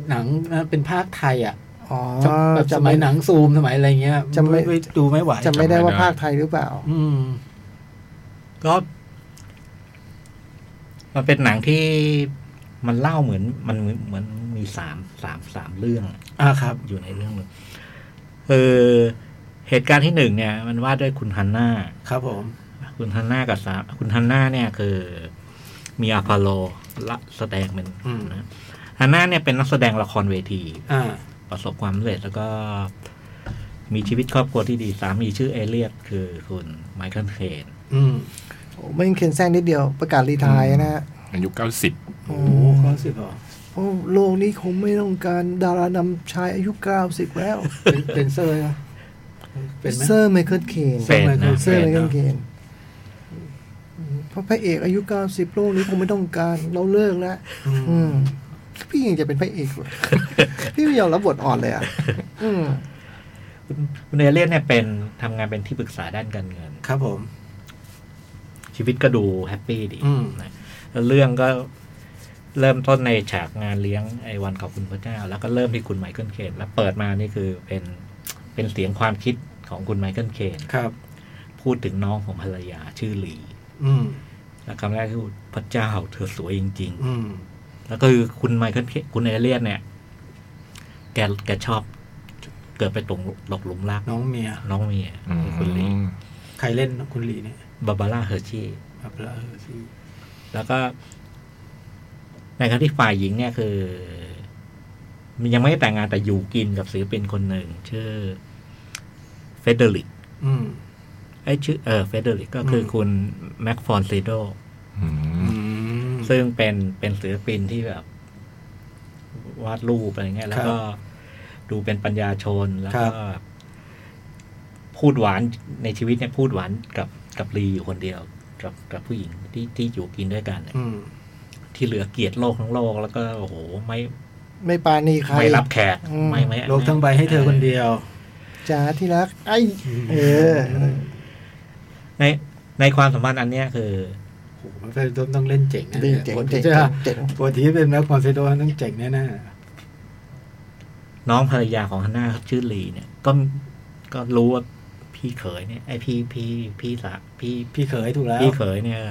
[SPEAKER 4] หนังนะเป็นภาคไทยอ่ะ
[SPEAKER 1] อ๋อ
[SPEAKER 4] แบบส
[SPEAKER 1] จำ
[SPEAKER 4] มั
[SPEAKER 1] ไม่
[SPEAKER 4] ยหนังซูมสมัยอะไรเงี้ย
[SPEAKER 1] จำไม่
[SPEAKER 4] ไม่ดูไม่ไหว
[SPEAKER 1] จำไม่ได้ว่าภาคไทยหรือเปล่า
[SPEAKER 4] อืม
[SPEAKER 2] ก็ มันเป็นหนังที่มันเล่าเหมือน มันเหมือนมีสามสามสามเรื่อง
[SPEAKER 4] อ่าครับ
[SPEAKER 2] อยู่ในเรื่องหนึ่งเออเหตุการณ์ที่หนึ่งเนี่ย มันว่าด้วยคุณฮันน่า
[SPEAKER 4] ครับผม
[SPEAKER 2] คุณฮันน่ากับสาคุณฮันน่าเนี่ย คือ มีอาพาโลละแสดงเป็น
[SPEAKER 4] อืม
[SPEAKER 2] นะฮันน่าเนี่ยเป็นนักแสดงละครเวที
[SPEAKER 4] อ่า
[SPEAKER 2] ประสบความสำเร็จแล้วก็ มีชีวิตครอบครัวที่ดีสามีชื่อเอเลียตคือคุณไมเคิลเคน
[SPEAKER 4] อืม
[SPEAKER 1] ไม่เคนแซงนิดเดียวประกาศรีไทายนะฮะ
[SPEAKER 3] อายุเก้าสิบ
[SPEAKER 4] โอ้โหเขาสิบเหรอ
[SPEAKER 1] โอ้โลกนี้คงไม่ต้องการดารานำชายอายุ 90 แล้ว
[SPEAKER 4] เป็นเป็นเซอร์เหรอเป็นไหม
[SPEAKER 1] เซอร์ไมเคิลเคน
[SPEAKER 2] เป็นนะ
[SPEAKER 1] เซอร์ไม
[SPEAKER 4] เป็น
[SPEAKER 1] เคิล
[SPEAKER 4] นะ
[SPEAKER 1] เคนเพราะพระเอกอายุ 90 โลกนี้คงไม่ต้องการเราเลิกแล้วอืม พี่ยังจะเป็นพระเอกเหรอ พี่ไม่ยอมรับบทอ่อนเลยอ่ะ อืม
[SPEAKER 2] คุณคุณเอเลียนเนี่ยเป็นทำงานเป็นที่ปรึกษาด้านการเงิน
[SPEAKER 4] ครับผม
[SPEAKER 2] ชีวิตก็ดูแฮปปี้ดี
[SPEAKER 4] อืม
[SPEAKER 2] นะแล้วเรื่องก็เริ่มต้นในฉากงานเลี้ยงไอ้วันขอบคุณพระเจ้า แล้วก็เริ่มที่คุณไมเคิลเคนแล้วเปิดมานี่คือเป็นเป็นเสียงความคิดของคุณไมเคิลเคน
[SPEAKER 4] ครับ
[SPEAKER 2] พูดถึงน้องของภรรยาชื่อลี
[SPEAKER 4] อืม
[SPEAKER 2] แล้วคำแรกคือพระเจ้าเธอสวยจริง ๆ
[SPEAKER 4] อืม
[SPEAKER 2] แล้วก็คือคุณไมเคิลเคคุณเอเลียนเนี่ย แกแกชอบเกิดไปตรงหลกหลุมรัก
[SPEAKER 4] น้องเมีย
[SPEAKER 2] น้องเมีย
[SPEAKER 3] อืม
[SPEAKER 2] คุณลี
[SPEAKER 4] ใครเล่นคุณหลีเนี่ย
[SPEAKER 2] บาบาร่าเฮอร์ชี
[SPEAKER 4] อับลาเฮอร์ซี
[SPEAKER 2] แล้วก็ ในขณะที่ฝ่ายหญิงเนี่ยคือ มันยังไม่ได้แต่งงานแต่อยู่กินกับศิลปินคนหนึ่ง ชื่อเฟเดริก
[SPEAKER 4] อืม
[SPEAKER 2] ไอ้ยชื่อเออเฟเดริกก็คืออ
[SPEAKER 4] ม
[SPEAKER 2] คุณแม็กฟอนซิโด
[SPEAKER 3] อื
[SPEAKER 4] อื
[SPEAKER 3] ม
[SPEAKER 4] ม
[SPEAKER 2] ซึ่งเป็นเป็นศิลปินที่แบบ วาดรูปอะไรเงี้ย แล้วก็ดูเป็นปัญญาชนแล้ว
[SPEAKER 4] ครั
[SPEAKER 2] ก็
[SPEAKER 4] บ
[SPEAKER 2] พูดหวานในชีวิตเนี่ยพูดหวานกับกับลีอยู่คนเดียว กับกับผู้หญิงที่ที่อยู่กินด้วยกันเนี่ย
[SPEAKER 4] อืม
[SPEAKER 2] ที่เหลือเกลียดโลกทั้งโลกแล้วก็โอ้โหไม่
[SPEAKER 1] ไม่ปราณีใคร
[SPEAKER 2] ไม่รับแขก
[SPEAKER 1] อืม
[SPEAKER 2] ไม่ไม่
[SPEAKER 4] โลกทั้งใบให้เธอคนเดียว
[SPEAKER 1] จ๋าที่รัก ไอ้เออ
[SPEAKER 2] ในในความสัมพันธ์อันเนี้ยคือ
[SPEAKER 4] โอ้โหมันเป็นต้องต้องเล่นเจ๋งนะ
[SPEAKER 1] ดีเจ๋ง
[SPEAKER 4] ปก
[SPEAKER 1] เจ๋
[SPEAKER 4] ติ
[SPEAKER 1] ง
[SPEAKER 4] จะ
[SPEAKER 1] เจ๋ง
[SPEAKER 4] ปกติเป็นแม็กคอนเซโดต้องเจ๋งแน่
[SPEAKER 2] น้องภรรยาของฮันน่าชื่อลีเนี่ย ก็ก็รู้ว่าพี่เขยเนี่ยไอพี่พี่พี่สะพี่
[SPEAKER 4] ๆพี่เขยถูกแล้ว
[SPEAKER 2] พี่เขยเนี่ย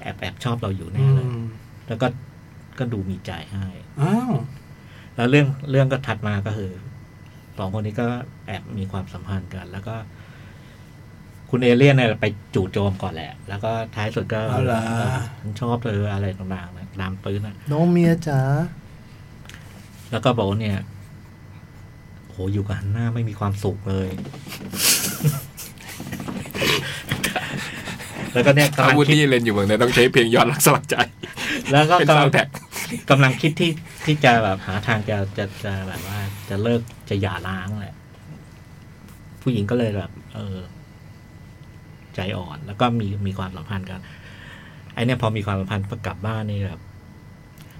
[SPEAKER 2] แอบแอบชอบเราอยู่
[SPEAKER 4] อื
[SPEAKER 2] แน่เลย
[SPEAKER 4] ม
[SPEAKER 2] แล้วก็ก็ดูมีใจให้
[SPEAKER 4] อ้าว
[SPEAKER 2] แล้วเรื่องเรื่องก็ถัดมาก็คือสองคนนี้ก็แอบมีความสัมพันธ์กัน แล้วก็ คุณเอเลี่ยนเนี่ยไปจู่โจมก่อนแหละ แล้วก็ท้ายสุดก็
[SPEAKER 4] เอาล่ะ
[SPEAKER 2] ฉันชอบเธออะไรต่างๆนะตามปื้นนะ
[SPEAKER 1] น้องเมียจ๋า
[SPEAKER 2] แล้วก็บอกว่าเนี่ยโหอยู่กับฮันน่าไม่มีความสุขเลย แล้วก็เนี่ย
[SPEAKER 3] ถ้า
[SPEAKER 2] ำ
[SPEAKER 3] ก
[SPEAKER 2] ลัง
[SPEAKER 3] วูด
[SPEAKER 2] คิด
[SPEAKER 3] ดี้เล่นอยู่เมืองไทยต้องใช้เพลงย้อนรักสลักใจ
[SPEAKER 2] แล้วก็
[SPEAKER 3] เป็น
[SPEAKER 2] กำ
[SPEAKER 3] ซา
[SPEAKER 2] ลั
[SPEAKER 3] ว
[SPEAKER 2] ง
[SPEAKER 3] ด์แท็ก
[SPEAKER 2] กำลังคิดที่ที่จะแบบหาทางจะจะจะแบบว่า จะเลิกจะหย่าร้างแหละ ผู้หญิงก็เลยแบบ เออ ใจอ่อนแล้วก็มีมีความสัมพันธ์กัน ไอเนี่ยพอมีความสัมพันธ์ก็กลับบ้านนี่แบบ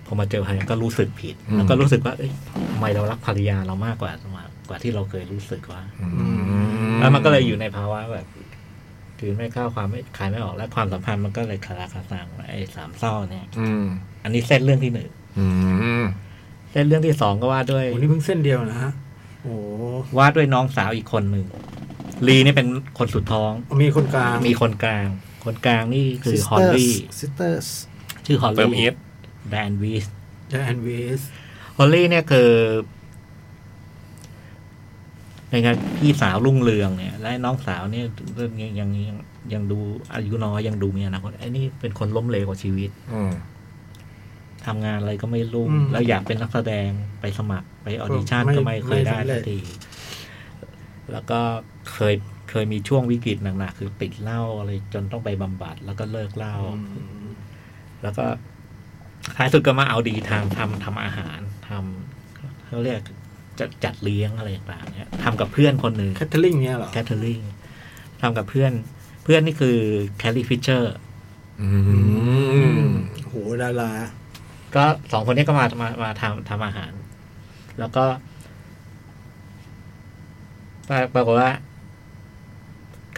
[SPEAKER 2] พอมาเจอภรรยาก็รู้สึกผิด แล้วก็รู้สึกว่าเอ้ยทำไมเรารักภรรยาเรามากกว่ากว่าที่เราเคยรู้สึกว่า แล้วมันก็เลยอยู่ในภาวะแบบถือไม่เข้าความไม่ขายไม่ออกและความสัมพันธ์มันก็เลยคาราคาซังไอ้สามเศร้าเนี่ย
[SPEAKER 3] อืม
[SPEAKER 2] อันนี้เส้นเรื่องที่หนึ่ง
[SPEAKER 3] อืม
[SPEAKER 2] เส้นเรื่องที่สองก็ว่าด้วย
[SPEAKER 4] โอ้นี่เพิ่งเส้นเดียวนะฮะโอ้โห
[SPEAKER 2] ว่าด้วยน้องสาวอีกคนหนึ่งลีนี่เป็นคนสุดท้อง
[SPEAKER 4] มีคนกลาง
[SPEAKER 2] มีคนกลาง คนกลางนี่คือฮอลลี่
[SPEAKER 1] ซิสเตอร์ส
[SPEAKER 2] ชื่อฮอล
[SPEAKER 3] เติมเอ
[SPEAKER 2] ลี่
[SPEAKER 3] ฟ
[SPEAKER 2] แบรนด์วีส
[SPEAKER 4] จะแอนเวส
[SPEAKER 2] ฮอลลี่เนี่ยคือในงานพี่สาวรุ่งเรืองเนี่ย และน้องสาวเนี่ยเริ่มยังยังยังยังดูอายุน้อยยังดูมีอนาคตไอ้นี่เป็นคนล้มเหลวกว่าชีวิต
[SPEAKER 3] อืม
[SPEAKER 2] ทำงานอะไรก็ไม่รุ่งแล้วอยากเป็นนักแสดงไปสมัครไปออดิชั่นก็ไม่เคยได้สักทีแล้วก็เคยเคยมีช่วงวิกฤตหนักๆคือติดเหล้าอะไรจนต้องไปบำบัด แล้วก็เลิกเหล้า แล้วก็ท้ายสุดก็มาเอาดีทางทำทำอาหารทำเขาเรียกจัดจัดเลี้ยงอะไรต่างๆเนี่ยทำกับเพื่อนคนหนึ่ง
[SPEAKER 4] แคทเธอรีนเนี่ยเหรอ
[SPEAKER 2] แคทเธอรีนทำกับเพื่อน เพื่อนนี่คือแคลรี่ฟิชเชอร์
[SPEAKER 3] อืม
[SPEAKER 4] โอ้โหดารา
[SPEAKER 2] ก็สองคนนี้ก็มามามาทำทำอาหาร แล้วก็ปราปรากฏว่า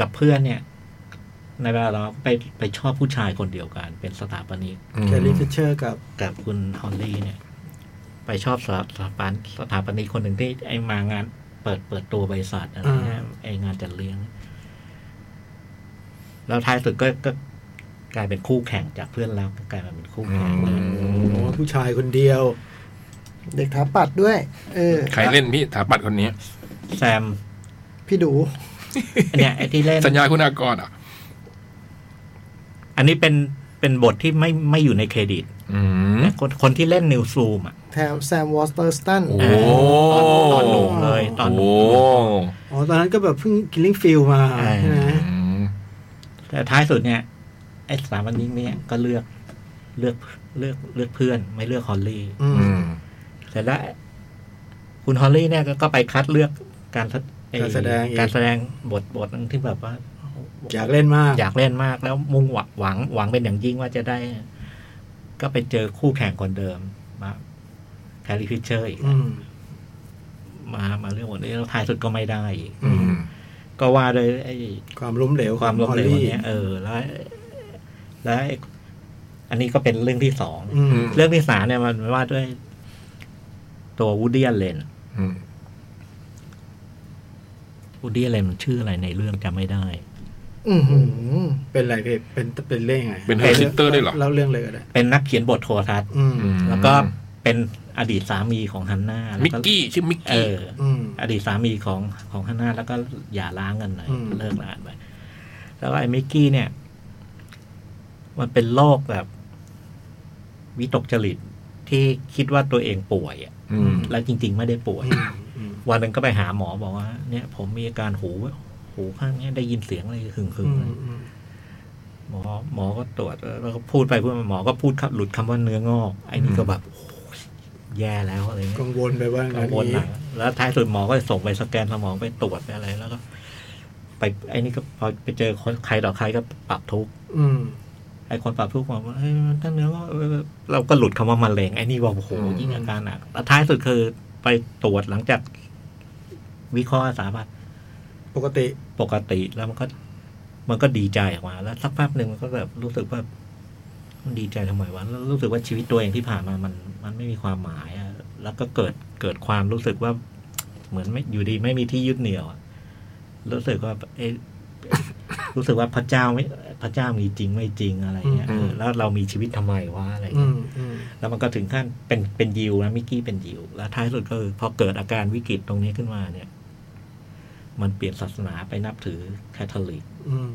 [SPEAKER 2] กับเพื่อนเนี่ย ในเวลาเราก็ไปไปชอบผู้ชายคนเดียวกัน เป็นสถาปนิก
[SPEAKER 4] แคลรี่ฟิชเชอร์กับ
[SPEAKER 2] กับคุณฮอลลี่เนี่ย ไปชอบสถาสถาปนสถาปนิกคนหนึ่งที่ไอมางานเปิดเปิดตัวบริษัทอะไรเงี้ย
[SPEAKER 4] อ่า
[SPEAKER 2] ไองานจัดเลี้ยง แล้วท้ายสุดก็ก็กลายเป็นคู่แข่งจากเพื่อนแล้วก็กลายมาเป็นคู่แข่งเลย
[SPEAKER 4] โอ้โหผู้ชายคนเดียว
[SPEAKER 1] เด็กถาปัดด้วย เออ
[SPEAKER 3] ใครเล่นพี่ถาปัดคนนี้
[SPEAKER 2] แซม
[SPEAKER 1] พี่ดู
[SPEAKER 2] อันเนี่ยไอที่เล่น
[SPEAKER 3] สัญญาคุณอากรอ่ะ
[SPEAKER 2] อันนี้เป็นเป็นบทที่ไม่ไม่อยู่ในเครดิต
[SPEAKER 3] อืม
[SPEAKER 2] นะคนคนที่เล่นนิวซูมอ่ะ
[SPEAKER 1] แถมแซมวอสเตอร์สตัน
[SPEAKER 3] โอ้
[SPEAKER 2] เออตอนตอนหนุ่มเลย ตอนห
[SPEAKER 3] โอ้
[SPEAKER 2] นุ่ม
[SPEAKER 4] อ๋อ ตอนนั้นก็แบบเพิ่ง Killing Field มา
[SPEAKER 2] อ่า
[SPEAKER 4] ใช่ไหม
[SPEAKER 3] อืม
[SPEAKER 2] แต่ท้ายสุดเนี่ย ไอ้สามวันนี้เนี่ยก็เลือกเลือกเลือกเลือกเพื่อน ไม่เลือกฮอลลี่
[SPEAKER 4] อืม
[SPEAKER 3] อืม
[SPEAKER 2] เสร็จแล้วคุณฮอลลี่เนี่ยก็ก็ไปคัดเลือกการทัดไอ้
[SPEAKER 4] การแสดงอีก
[SPEAKER 2] การแสดงบทบทหนึงที่แบบว่า
[SPEAKER 4] อยากเล่นมาก
[SPEAKER 2] อยากเล่นมากแล้วมุ่งหวังหวังหวังเป็นอย่างยิ่งว่าจะได้ ก็ไปเจอคู่แข่งคนเดิมมาแคลริฟิเชอร์อีก
[SPEAKER 4] อืม
[SPEAKER 2] มามาเรื่องหมดนี้แล้วท้ายสุดก็ไม่ได้อีก
[SPEAKER 3] อืม
[SPEAKER 2] ก็ว่าโดวยไอ้
[SPEAKER 4] ความล้มเหลว
[SPEAKER 2] ความล้มเหลว
[SPEAKER 4] ขอ
[SPEAKER 2] อัน
[SPEAKER 4] ง Holly
[SPEAKER 2] เนี้ยเออแล้วแล้วไอ้อันนี้ก็เป็นเรื่องที่สอง
[SPEAKER 4] อืม
[SPEAKER 2] เรื่องที่สามเนี่ยมันว่าด้วย ตัววูดดี้เลน
[SPEAKER 3] อืม
[SPEAKER 2] วูดดี้เลนมันชื่ออะไรในเรื่องจำไม่ได้
[SPEAKER 1] อือหือ
[SPEAKER 4] เป็นอะไรเพจเป็นเป็นเรื่องไง
[SPEAKER 3] เป็นเฮอร์ซิสเตอร์ได้วยเหรอ
[SPEAKER 4] เล่าเรื่องเลยก็ได้
[SPEAKER 2] เป็นนักเขียนบทโทรทัศน์
[SPEAKER 4] อืม
[SPEAKER 3] อืม
[SPEAKER 2] แล้วก็เป็นอดีตสามีของฮันน่า
[SPEAKER 3] มิ
[SPEAKER 2] แล้ว
[SPEAKER 3] กกี้ชื่อมิก
[SPEAKER 2] เอ
[SPEAKER 3] กี้
[SPEAKER 2] อ
[SPEAKER 4] อืม
[SPEAKER 2] อดีตสามีของของฮันน่าแล้วก็หย่าร้างกันหน่อย
[SPEAKER 4] อืม
[SPEAKER 2] เลิกร้างไปแล้วก็ไอ้มิกกี้เนี่ย มันเป็นโรคแบบ วิตกจริตที่คิดว่าตัวเองป่วยอะ
[SPEAKER 3] อืม
[SPEAKER 2] แล้วจริง ๆ ไม่ได้ป่วย
[SPEAKER 4] อืมอืม
[SPEAKER 2] วันหนึ่งก็ไปหาหมอบอกว่า เนี่ย ผมมีอาการหูหูข้างเนี้ยได้ยินเสียงอะไรหึงหึงๆเลยหมอหมอก็ตรวจแล้วก็พูดไปพูดมาหมอก็พูดคำหลุดคำว่าเนื้องอก ไอ้นี่ก็แบบโอ้ยแย่แล้วอะไรเงี้ย
[SPEAKER 4] กังวลไปว่า
[SPEAKER 2] กั
[SPEAKER 4] งาง น
[SPEAKER 2] วล
[SPEAKER 4] นี้
[SPEAKER 2] หนักแล้วท้ายสุดหมอก็ส่งไปสแกนสมองไปตรวจไปอะไรแล้วก็ ไปไอ้นี่ก็พอไปเจอคนใครต่อใครก็ปรับทุกข์
[SPEAKER 4] อืม
[SPEAKER 2] ไอ้คนปรับทุกข์บอกว่าเฮ้ยมันตั้งเนื้อว่าเออเราก็หลุดคำว่ามะเร็งไอ้นี่บอกโอ้โห
[SPEAKER 3] อืม
[SPEAKER 2] ยิ่งอาการหนักแล้วท้ายสุดคือไปตรวจหลังจาก วิเคราะห์สามารถ
[SPEAKER 4] ปกติ
[SPEAKER 2] ปกติแล้วมันก็ มันก็ดีใจออกมา แล้วสักแป๊บหนึ่งมันก็แบบรู้สึกว่ามันดีใจทำไมวะแล้วรู้สึกว่าชีวิตตัวเองที่ผ่านมามัน มันไม่มีความหมายอะแล้วก็เกิดเกิดความรู้สึกว่า เหมือนไม่อยู่ดีไม่มีที่ยึดเหนี่ยวอะรู้สึกว่าเอะรู้สึกว่าพระเจ้าไม่พระเจ้ามีจริงไม่จริงอะไรเงี้ย
[SPEAKER 4] อืม
[SPEAKER 2] เออแล้วเรามีชีวิตทำไมวะอะไร
[SPEAKER 4] อื
[SPEAKER 2] เงี้ย
[SPEAKER 4] มอืม
[SPEAKER 2] แล้วมันก็ถึงขั้นเป็นเป็นยิวนะมิกกี้เป็นยิว แล้วท้ายสุดก็คือพอเกิดอาการวิกฤตตรงนี้ขึ้นมาเนี่ย มันเปลี่ยนศาสนาไปนับถือแคทอลิก
[SPEAKER 4] อืม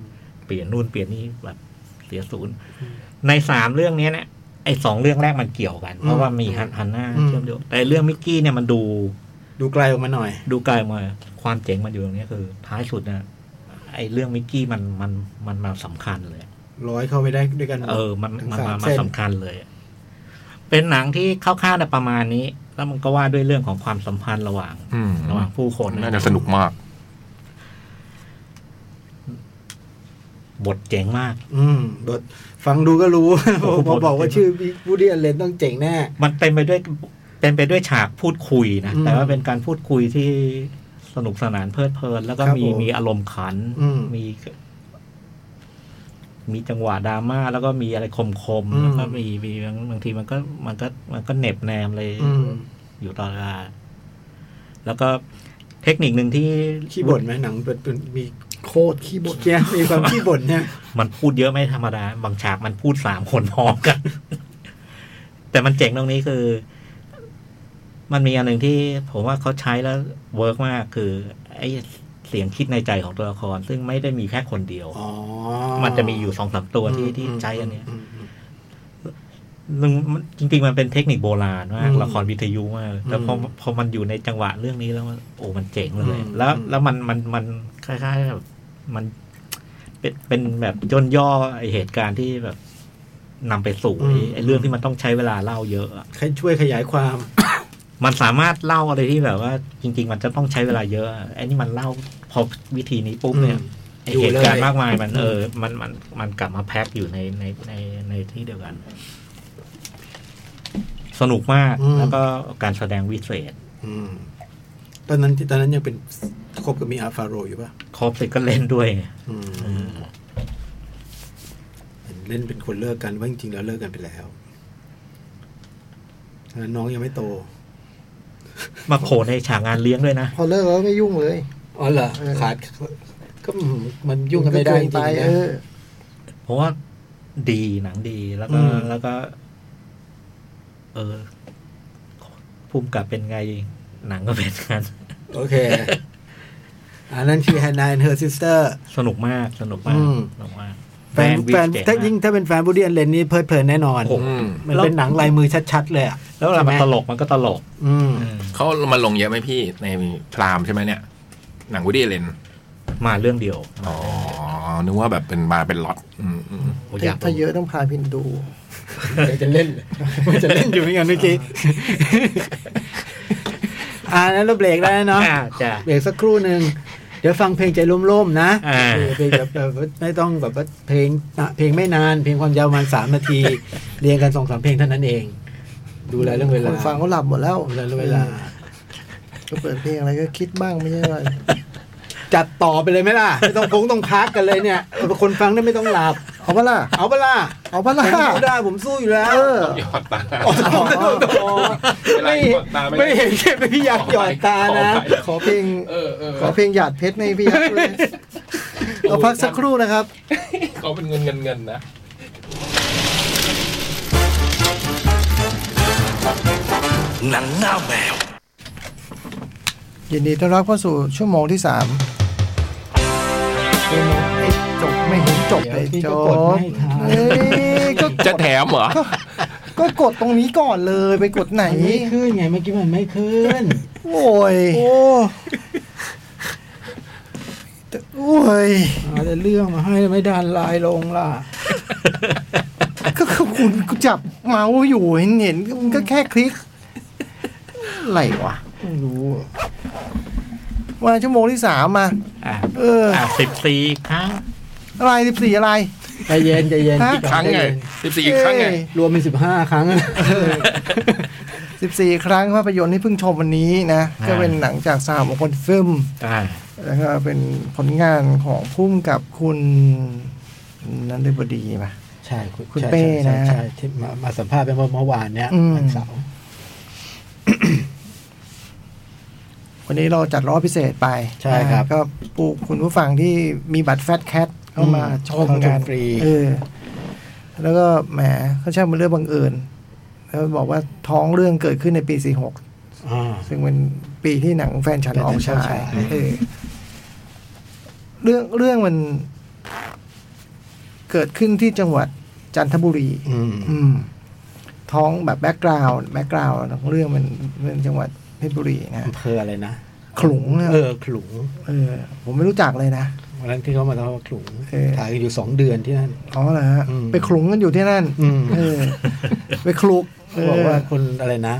[SPEAKER 2] เปลี่ยนนู่นเปลี่ยนนี่แบบเสียศูนย์
[SPEAKER 4] อืม
[SPEAKER 2] ในสามเรื่องเนี้ยเนี่ยไอ้สองเรื่องแรกมันเกี่ยวกัน เพราะว่ามีฮันฮันน่า
[SPEAKER 4] อืม
[SPEAKER 2] เชื่อมโยงแต่เรื่องมิกกี้เนี่ยมันดู
[SPEAKER 4] ดูไกลออกมาหน่อย
[SPEAKER 2] ดูไกลมาความเจ๋งมันอยู่ตรงเนี้ยคือ ท้ายสุดนะไอ้เรื่องมิกกี้มันมันมันมาสำคัญเลย
[SPEAKER 4] ร้อยเข้าไปได้ด้วยกันหมด
[SPEAKER 2] เออ มัน
[SPEAKER 4] ทั้ง
[SPEAKER 2] มั
[SPEAKER 4] สาม
[SPEAKER 2] นามมา
[SPEAKER 4] เส้น
[SPEAKER 2] สำคัญเลย เป็นหนังที่เข้าข้างๆนะประมาณนี้ แล้วมันก็ว่าด้วยเรื่องของความสัมพันธ์ระหว่าง
[SPEAKER 3] อืม
[SPEAKER 2] ระหว่างผู้คน
[SPEAKER 3] น่าจะสนุกมาก
[SPEAKER 2] บทเจ๋งมาก
[SPEAKER 4] อืมบทฟังดูก็รู้
[SPEAKER 2] โอ้โห
[SPEAKER 4] พอบอกว่าชื่อวูดี้อเลนต้องเจ๋งแน่
[SPEAKER 2] มันเต็มไปด้วยเป็นไปด้วยฉากพูดคุยนะ
[SPEAKER 4] อืม
[SPEAKER 2] แต่ว่าเป็นการพูดคุยที่สนุกสนานเพลิดเพลิน แล้วก็
[SPEAKER 4] ครับ
[SPEAKER 2] มี
[SPEAKER 4] ผม
[SPEAKER 2] มีอารมณ์ขัน
[SPEAKER 4] อืม
[SPEAKER 2] มี มีจังหวะดราม่าแล้วก็มีอะไรคมคมๆ
[SPEAKER 4] อืม
[SPEAKER 2] แล้วก็มีมีบางบางทีมันก็มันก็มันก็เหน็บแนมเลย
[SPEAKER 4] อืม
[SPEAKER 2] อยู่ตลอดเวลาแล้วก็เทคนิคหนึ่งที่
[SPEAKER 4] ขี้บ่นไหมหนังเป็นเป็นมี
[SPEAKER 1] โคตรขี้บ่น
[SPEAKER 4] แกมีความขี้บ่นเนี่ย
[SPEAKER 2] มันพูดเยอะไม่ธรรมดา บางฉากมันพูดสามคนพร้อม กัน แต่มันเจ๋งตรงนี้คือ มันมีอันหนึ่งที่ผมว่าเขาใช้แล้วเวิร์กมากคือ ไอ้เสียงคิดในใจของตัวละคร ซึ่งไม่ได้มีแค่คนเดียว
[SPEAKER 4] อ๋อ
[SPEAKER 2] มันจะมีอยู่สองสามตัวที่
[SPEAKER 4] อืม
[SPEAKER 2] ที่ใช้อันเนี้ย
[SPEAKER 4] มอืม
[SPEAKER 2] นึงมันจริง ๆ มันเป็นเทคนิคโบราณมา
[SPEAKER 4] อื
[SPEAKER 2] ก
[SPEAKER 4] ม
[SPEAKER 2] ละครวิทยุมากแต่พอ
[SPEAKER 4] อืม
[SPEAKER 2] พอมันอยู่ในจังหวะเรื่องนี้แล้วมันโอ้มันเจ๋งเลย
[SPEAKER 4] อืม
[SPEAKER 2] แล้ว
[SPEAKER 4] อืม
[SPEAKER 2] แล้วมันมันมันคล้ายๆแบบมันเป็นเป็นแบบย่นย่อไอเหตุการณ์ที่แบบนำไปสู่ไอ้ไอเรื่องที่มันต้องใช้เวลาเล่าเยอะอะ
[SPEAKER 4] ให้ช่วยขยายความ
[SPEAKER 2] มันสามารถเล่าอะไรที่แบบว่า จริง ๆ มันจะต้องใช้เวลาเยอะ ไอ้นี่มันเล่าพอวิธีนี้ปุ๊บเนี่ย
[SPEAKER 4] อืม
[SPEAKER 2] ไอ เหตุการณ์มากมายมันเออ มันมันมันกลับมาแพ็คอยู่ในในในในที่เดียวกัน สนุกมาก
[SPEAKER 4] อืม
[SPEAKER 2] แล้วก็การแสดงวิเศษ
[SPEAKER 4] อืมตอนนั้นตอนนั้นยังเป็นคบกับมีอาฟาโรอยู่ป่ะ
[SPEAKER 2] ครบเลยก็เล่นด้วยไง
[SPEAKER 4] อืม
[SPEAKER 2] เออ
[SPEAKER 4] เห็นเล่นเป็นคนเลิกกันว่าจริงๆแล้วเลิกกันไปแล้วตอนนั้นน้องยังไม่โต
[SPEAKER 2] มาโผล่ในฉากงานเลี้ยงด้วยนะ
[SPEAKER 1] พอเลิกแล้วไม่ยุ่งเลย
[SPEAKER 4] อ๋อเหรอ
[SPEAKER 1] เออ
[SPEAKER 4] ขาดก็อืมมันยุ่งกันไม่ได้จริง
[SPEAKER 1] ไป
[SPEAKER 4] ๆนะ
[SPEAKER 1] เออ
[SPEAKER 2] เพราะว่าดีหนังดีแล้วก็
[SPEAKER 1] อืม
[SPEAKER 2] แล้วก็ เออพุ่มกับเป็นไงหนังก็เป็นกัน
[SPEAKER 4] โอเค อันนั้นคือ Hannah and her sister
[SPEAKER 2] สนุกมากสนุกมาก
[SPEAKER 4] อืม
[SPEAKER 2] สนุกมาก
[SPEAKER 4] แฟนแฟน
[SPEAKER 2] เจ๋
[SPEAKER 4] ถ้าม
[SPEAKER 2] งาก
[SPEAKER 4] ยิ่งถ้าเป็นแฟนบูดดี้แอนเลนนี่เพลิดเพลินแน่นอน
[SPEAKER 2] โอ้โห
[SPEAKER 3] อืม
[SPEAKER 4] มันเป็นหนังลายมือชัดๆเลยอ่ะ
[SPEAKER 2] แล้วเวลามัน
[SPEAKER 4] ใช่ไหม
[SPEAKER 2] ตลกมันก็ตลก
[SPEAKER 4] อืม
[SPEAKER 2] อืม
[SPEAKER 3] เขามาลงเยอะไหมพี่ในพรามใช่ไหมเนี่ย หนังวูดดี้เลน
[SPEAKER 2] มาเรื่องเดียว
[SPEAKER 3] อ๋อนึกว่าแบบเป็นมาเป็นล็อตอืมอืม
[SPEAKER 2] โอ้อยาก
[SPEAKER 1] ถ้าเยอะต้องพาพินดู
[SPEAKER 4] เดี๋ยวจะเล่นเลยจะเล่นอยู่เหมือนกันเมื่อกี้ อ่านั้นเราเบรกได้วเนาะ
[SPEAKER 2] อ่าจ้ะ
[SPEAKER 4] เบรกสักครู่หนึ่ง เดี๋ยวฟังเพลงใจร่มๆนะ
[SPEAKER 2] อ่า
[SPEAKER 4] เพลงแบบแบบไม่ต้องแบบว่าเพลงอ่ะเพลงไม่นาน เพลงความยาวประมาณสามนาที เรียงกันสองสามเพลงเท่านั้นเอง ดูแลเรื่องเว
[SPEAKER 1] ค
[SPEAKER 4] ลาน
[SPEAKER 1] ฟังเขาหลับหมดแล้ว
[SPEAKER 4] ดูแลเรื่องเวลา
[SPEAKER 1] ก็เปิดเพลงอะไรก็คิดบ้างไม่ใช่ว่า
[SPEAKER 4] จัดต่อไปเลยไหมล่ะ ไม่ต้องพงต้องพักกันเลยเนี่ยคนฟังได้ไม่ต้องหลับ
[SPEAKER 1] เอาปะล่ะ
[SPEAKER 4] เอาเปะล่า
[SPEAKER 1] เอาปะ
[SPEAKER 4] ผ
[SPEAKER 1] ล่ะ
[SPEAKER 4] มสู้ได้ผมสู้อยู่แล้ว
[SPEAKER 1] เออ
[SPEAKER 3] หยอดตา
[SPEAKER 4] ไม่ไม่เห็นเก็บพี่ยักษ์หยอดตานะ
[SPEAKER 1] ขอเพลง
[SPEAKER 3] เออเออ
[SPEAKER 1] ขอเพลงหยาดเพชรในพี่ยักษ์ด้วยเราพักสักครู่นะครับ
[SPEAKER 3] เขาเป็นเงินเงินเงินนะ
[SPEAKER 5] หนังหน้าแมว
[SPEAKER 1] ยินดีต้อนรับเข้าสู่ชั่วโมงที่สามชั่วโมงเอ๊ะจบไม่เห็นจบเลย
[SPEAKER 4] เดี๋
[SPEAKER 1] จ
[SPEAKER 4] ยวพี่
[SPEAKER 1] บ
[SPEAKER 4] ก็กดไม่ทัน
[SPEAKER 1] เอ้ยก็ก
[SPEAKER 3] จะ
[SPEAKER 1] ด
[SPEAKER 3] แถมเหรอ
[SPEAKER 1] ก็กดตรงนี้ก่อนเลยไปกดไหน
[SPEAKER 4] มันไม่ขึ้นไงเมื่อกี้มันไม่ขึ้น
[SPEAKER 1] โอ้ย
[SPEAKER 4] โอ้
[SPEAKER 1] โอ้ย
[SPEAKER 4] หาแต่เรื่องมาให้ไม่ดันลายลงล่ะ
[SPEAKER 1] ก็คือคุณกูจับเมาส์อยู่เห็นเห็นมันก็แค่คลิกอะไรวะ
[SPEAKER 4] ไม่รู้อะ
[SPEAKER 1] มาชั่วโมงที่สามมา
[SPEAKER 2] อ่า
[SPEAKER 1] เออ
[SPEAKER 2] อ่าสิบสี่ครั้ง
[SPEAKER 1] อะไรสิบสี่อะไร
[SPEAKER 4] ใจเย็นใจเย็น
[SPEAKER 1] ฮะ
[SPEAKER 4] พี่
[SPEAKER 3] ครั้งไง
[SPEAKER 4] ใจเย็น
[SPEAKER 3] สิบสี่ครั้งไง
[SPEAKER 4] รวมเป็นสิบห้าครั้ง
[SPEAKER 1] สิบสี่ครั้งภาพยนตร์ที่เพิ่งชมวันนี้นะ
[SPEAKER 2] อ่า
[SPEAKER 1] ก็เป็นหนังจากสามมงคลฟิล์ม
[SPEAKER 2] อ่า
[SPEAKER 1] แล้วก็เป็นผลงานของพุ่มกับคุณนันทบดีป่ะ
[SPEAKER 4] ใช่คุณ
[SPEAKER 1] คุณ
[SPEAKER 4] ใช่
[SPEAKER 1] เป้
[SPEAKER 4] ใช่
[SPEAKER 1] นะ
[SPEAKER 4] ใช่ใช่ที่มามาสัมภาษณ์ไปเมื่อเมื่อวานเนี้ย
[SPEAKER 1] อืม
[SPEAKER 4] วันเสาร์
[SPEAKER 1] วันนี้เราจัดรอบพิเศษไป
[SPEAKER 4] ใช่ครับ
[SPEAKER 1] ก็ปูคุณผู้ฟังที่มีบัตรแฟตแคทเข้ามา
[SPEAKER 4] อืม
[SPEAKER 1] ชมกั
[SPEAKER 4] เข้าน ชมฟรี
[SPEAKER 1] เออ แล้วก็แหมเขาใช่างเป็นเรื่องบังเอิญแล้วบอกว่าท้องเรื่องเกิดขึ้นในปี 46
[SPEAKER 4] อ่า
[SPEAKER 1] ซึ่งเป็นปีที่หนังแฟนฉันออกฉา
[SPEAKER 4] แฟนฉันออกฉาย ย
[SPEAKER 1] เออเรื่องเรื่องมัน เกิดขึ้นที่จังหวัดจันทบุรี
[SPEAKER 4] อืม
[SPEAKER 1] อืม ท้องแบบแบ็กกราวน์แบ็กกราวน์ของเรื่องมันเรื่องจังหวัดเพชรบุรีนะ
[SPEAKER 4] อำเภออะไรนะ
[SPEAKER 1] ขลุงนะ
[SPEAKER 4] เออขลุง
[SPEAKER 1] เออผมไม่รู้จักเลยนะ
[SPEAKER 4] วันนั้นที่เขามาทำว่าขลุง
[SPEAKER 1] เออ
[SPEAKER 4] ถ่ายกันอยู่สองเดือนที่นั่น
[SPEAKER 1] อ๋อเหรอฮะ
[SPEAKER 4] อืม
[SPEAKER 1] ไปขลุงกันอยู่ที่นั่น
[SPEAKER 4] อืม
[SPEAKER 1] เออ ไปคลุกเ
[SPEAKER 4] เขาบอกว่าคนอะไรนะ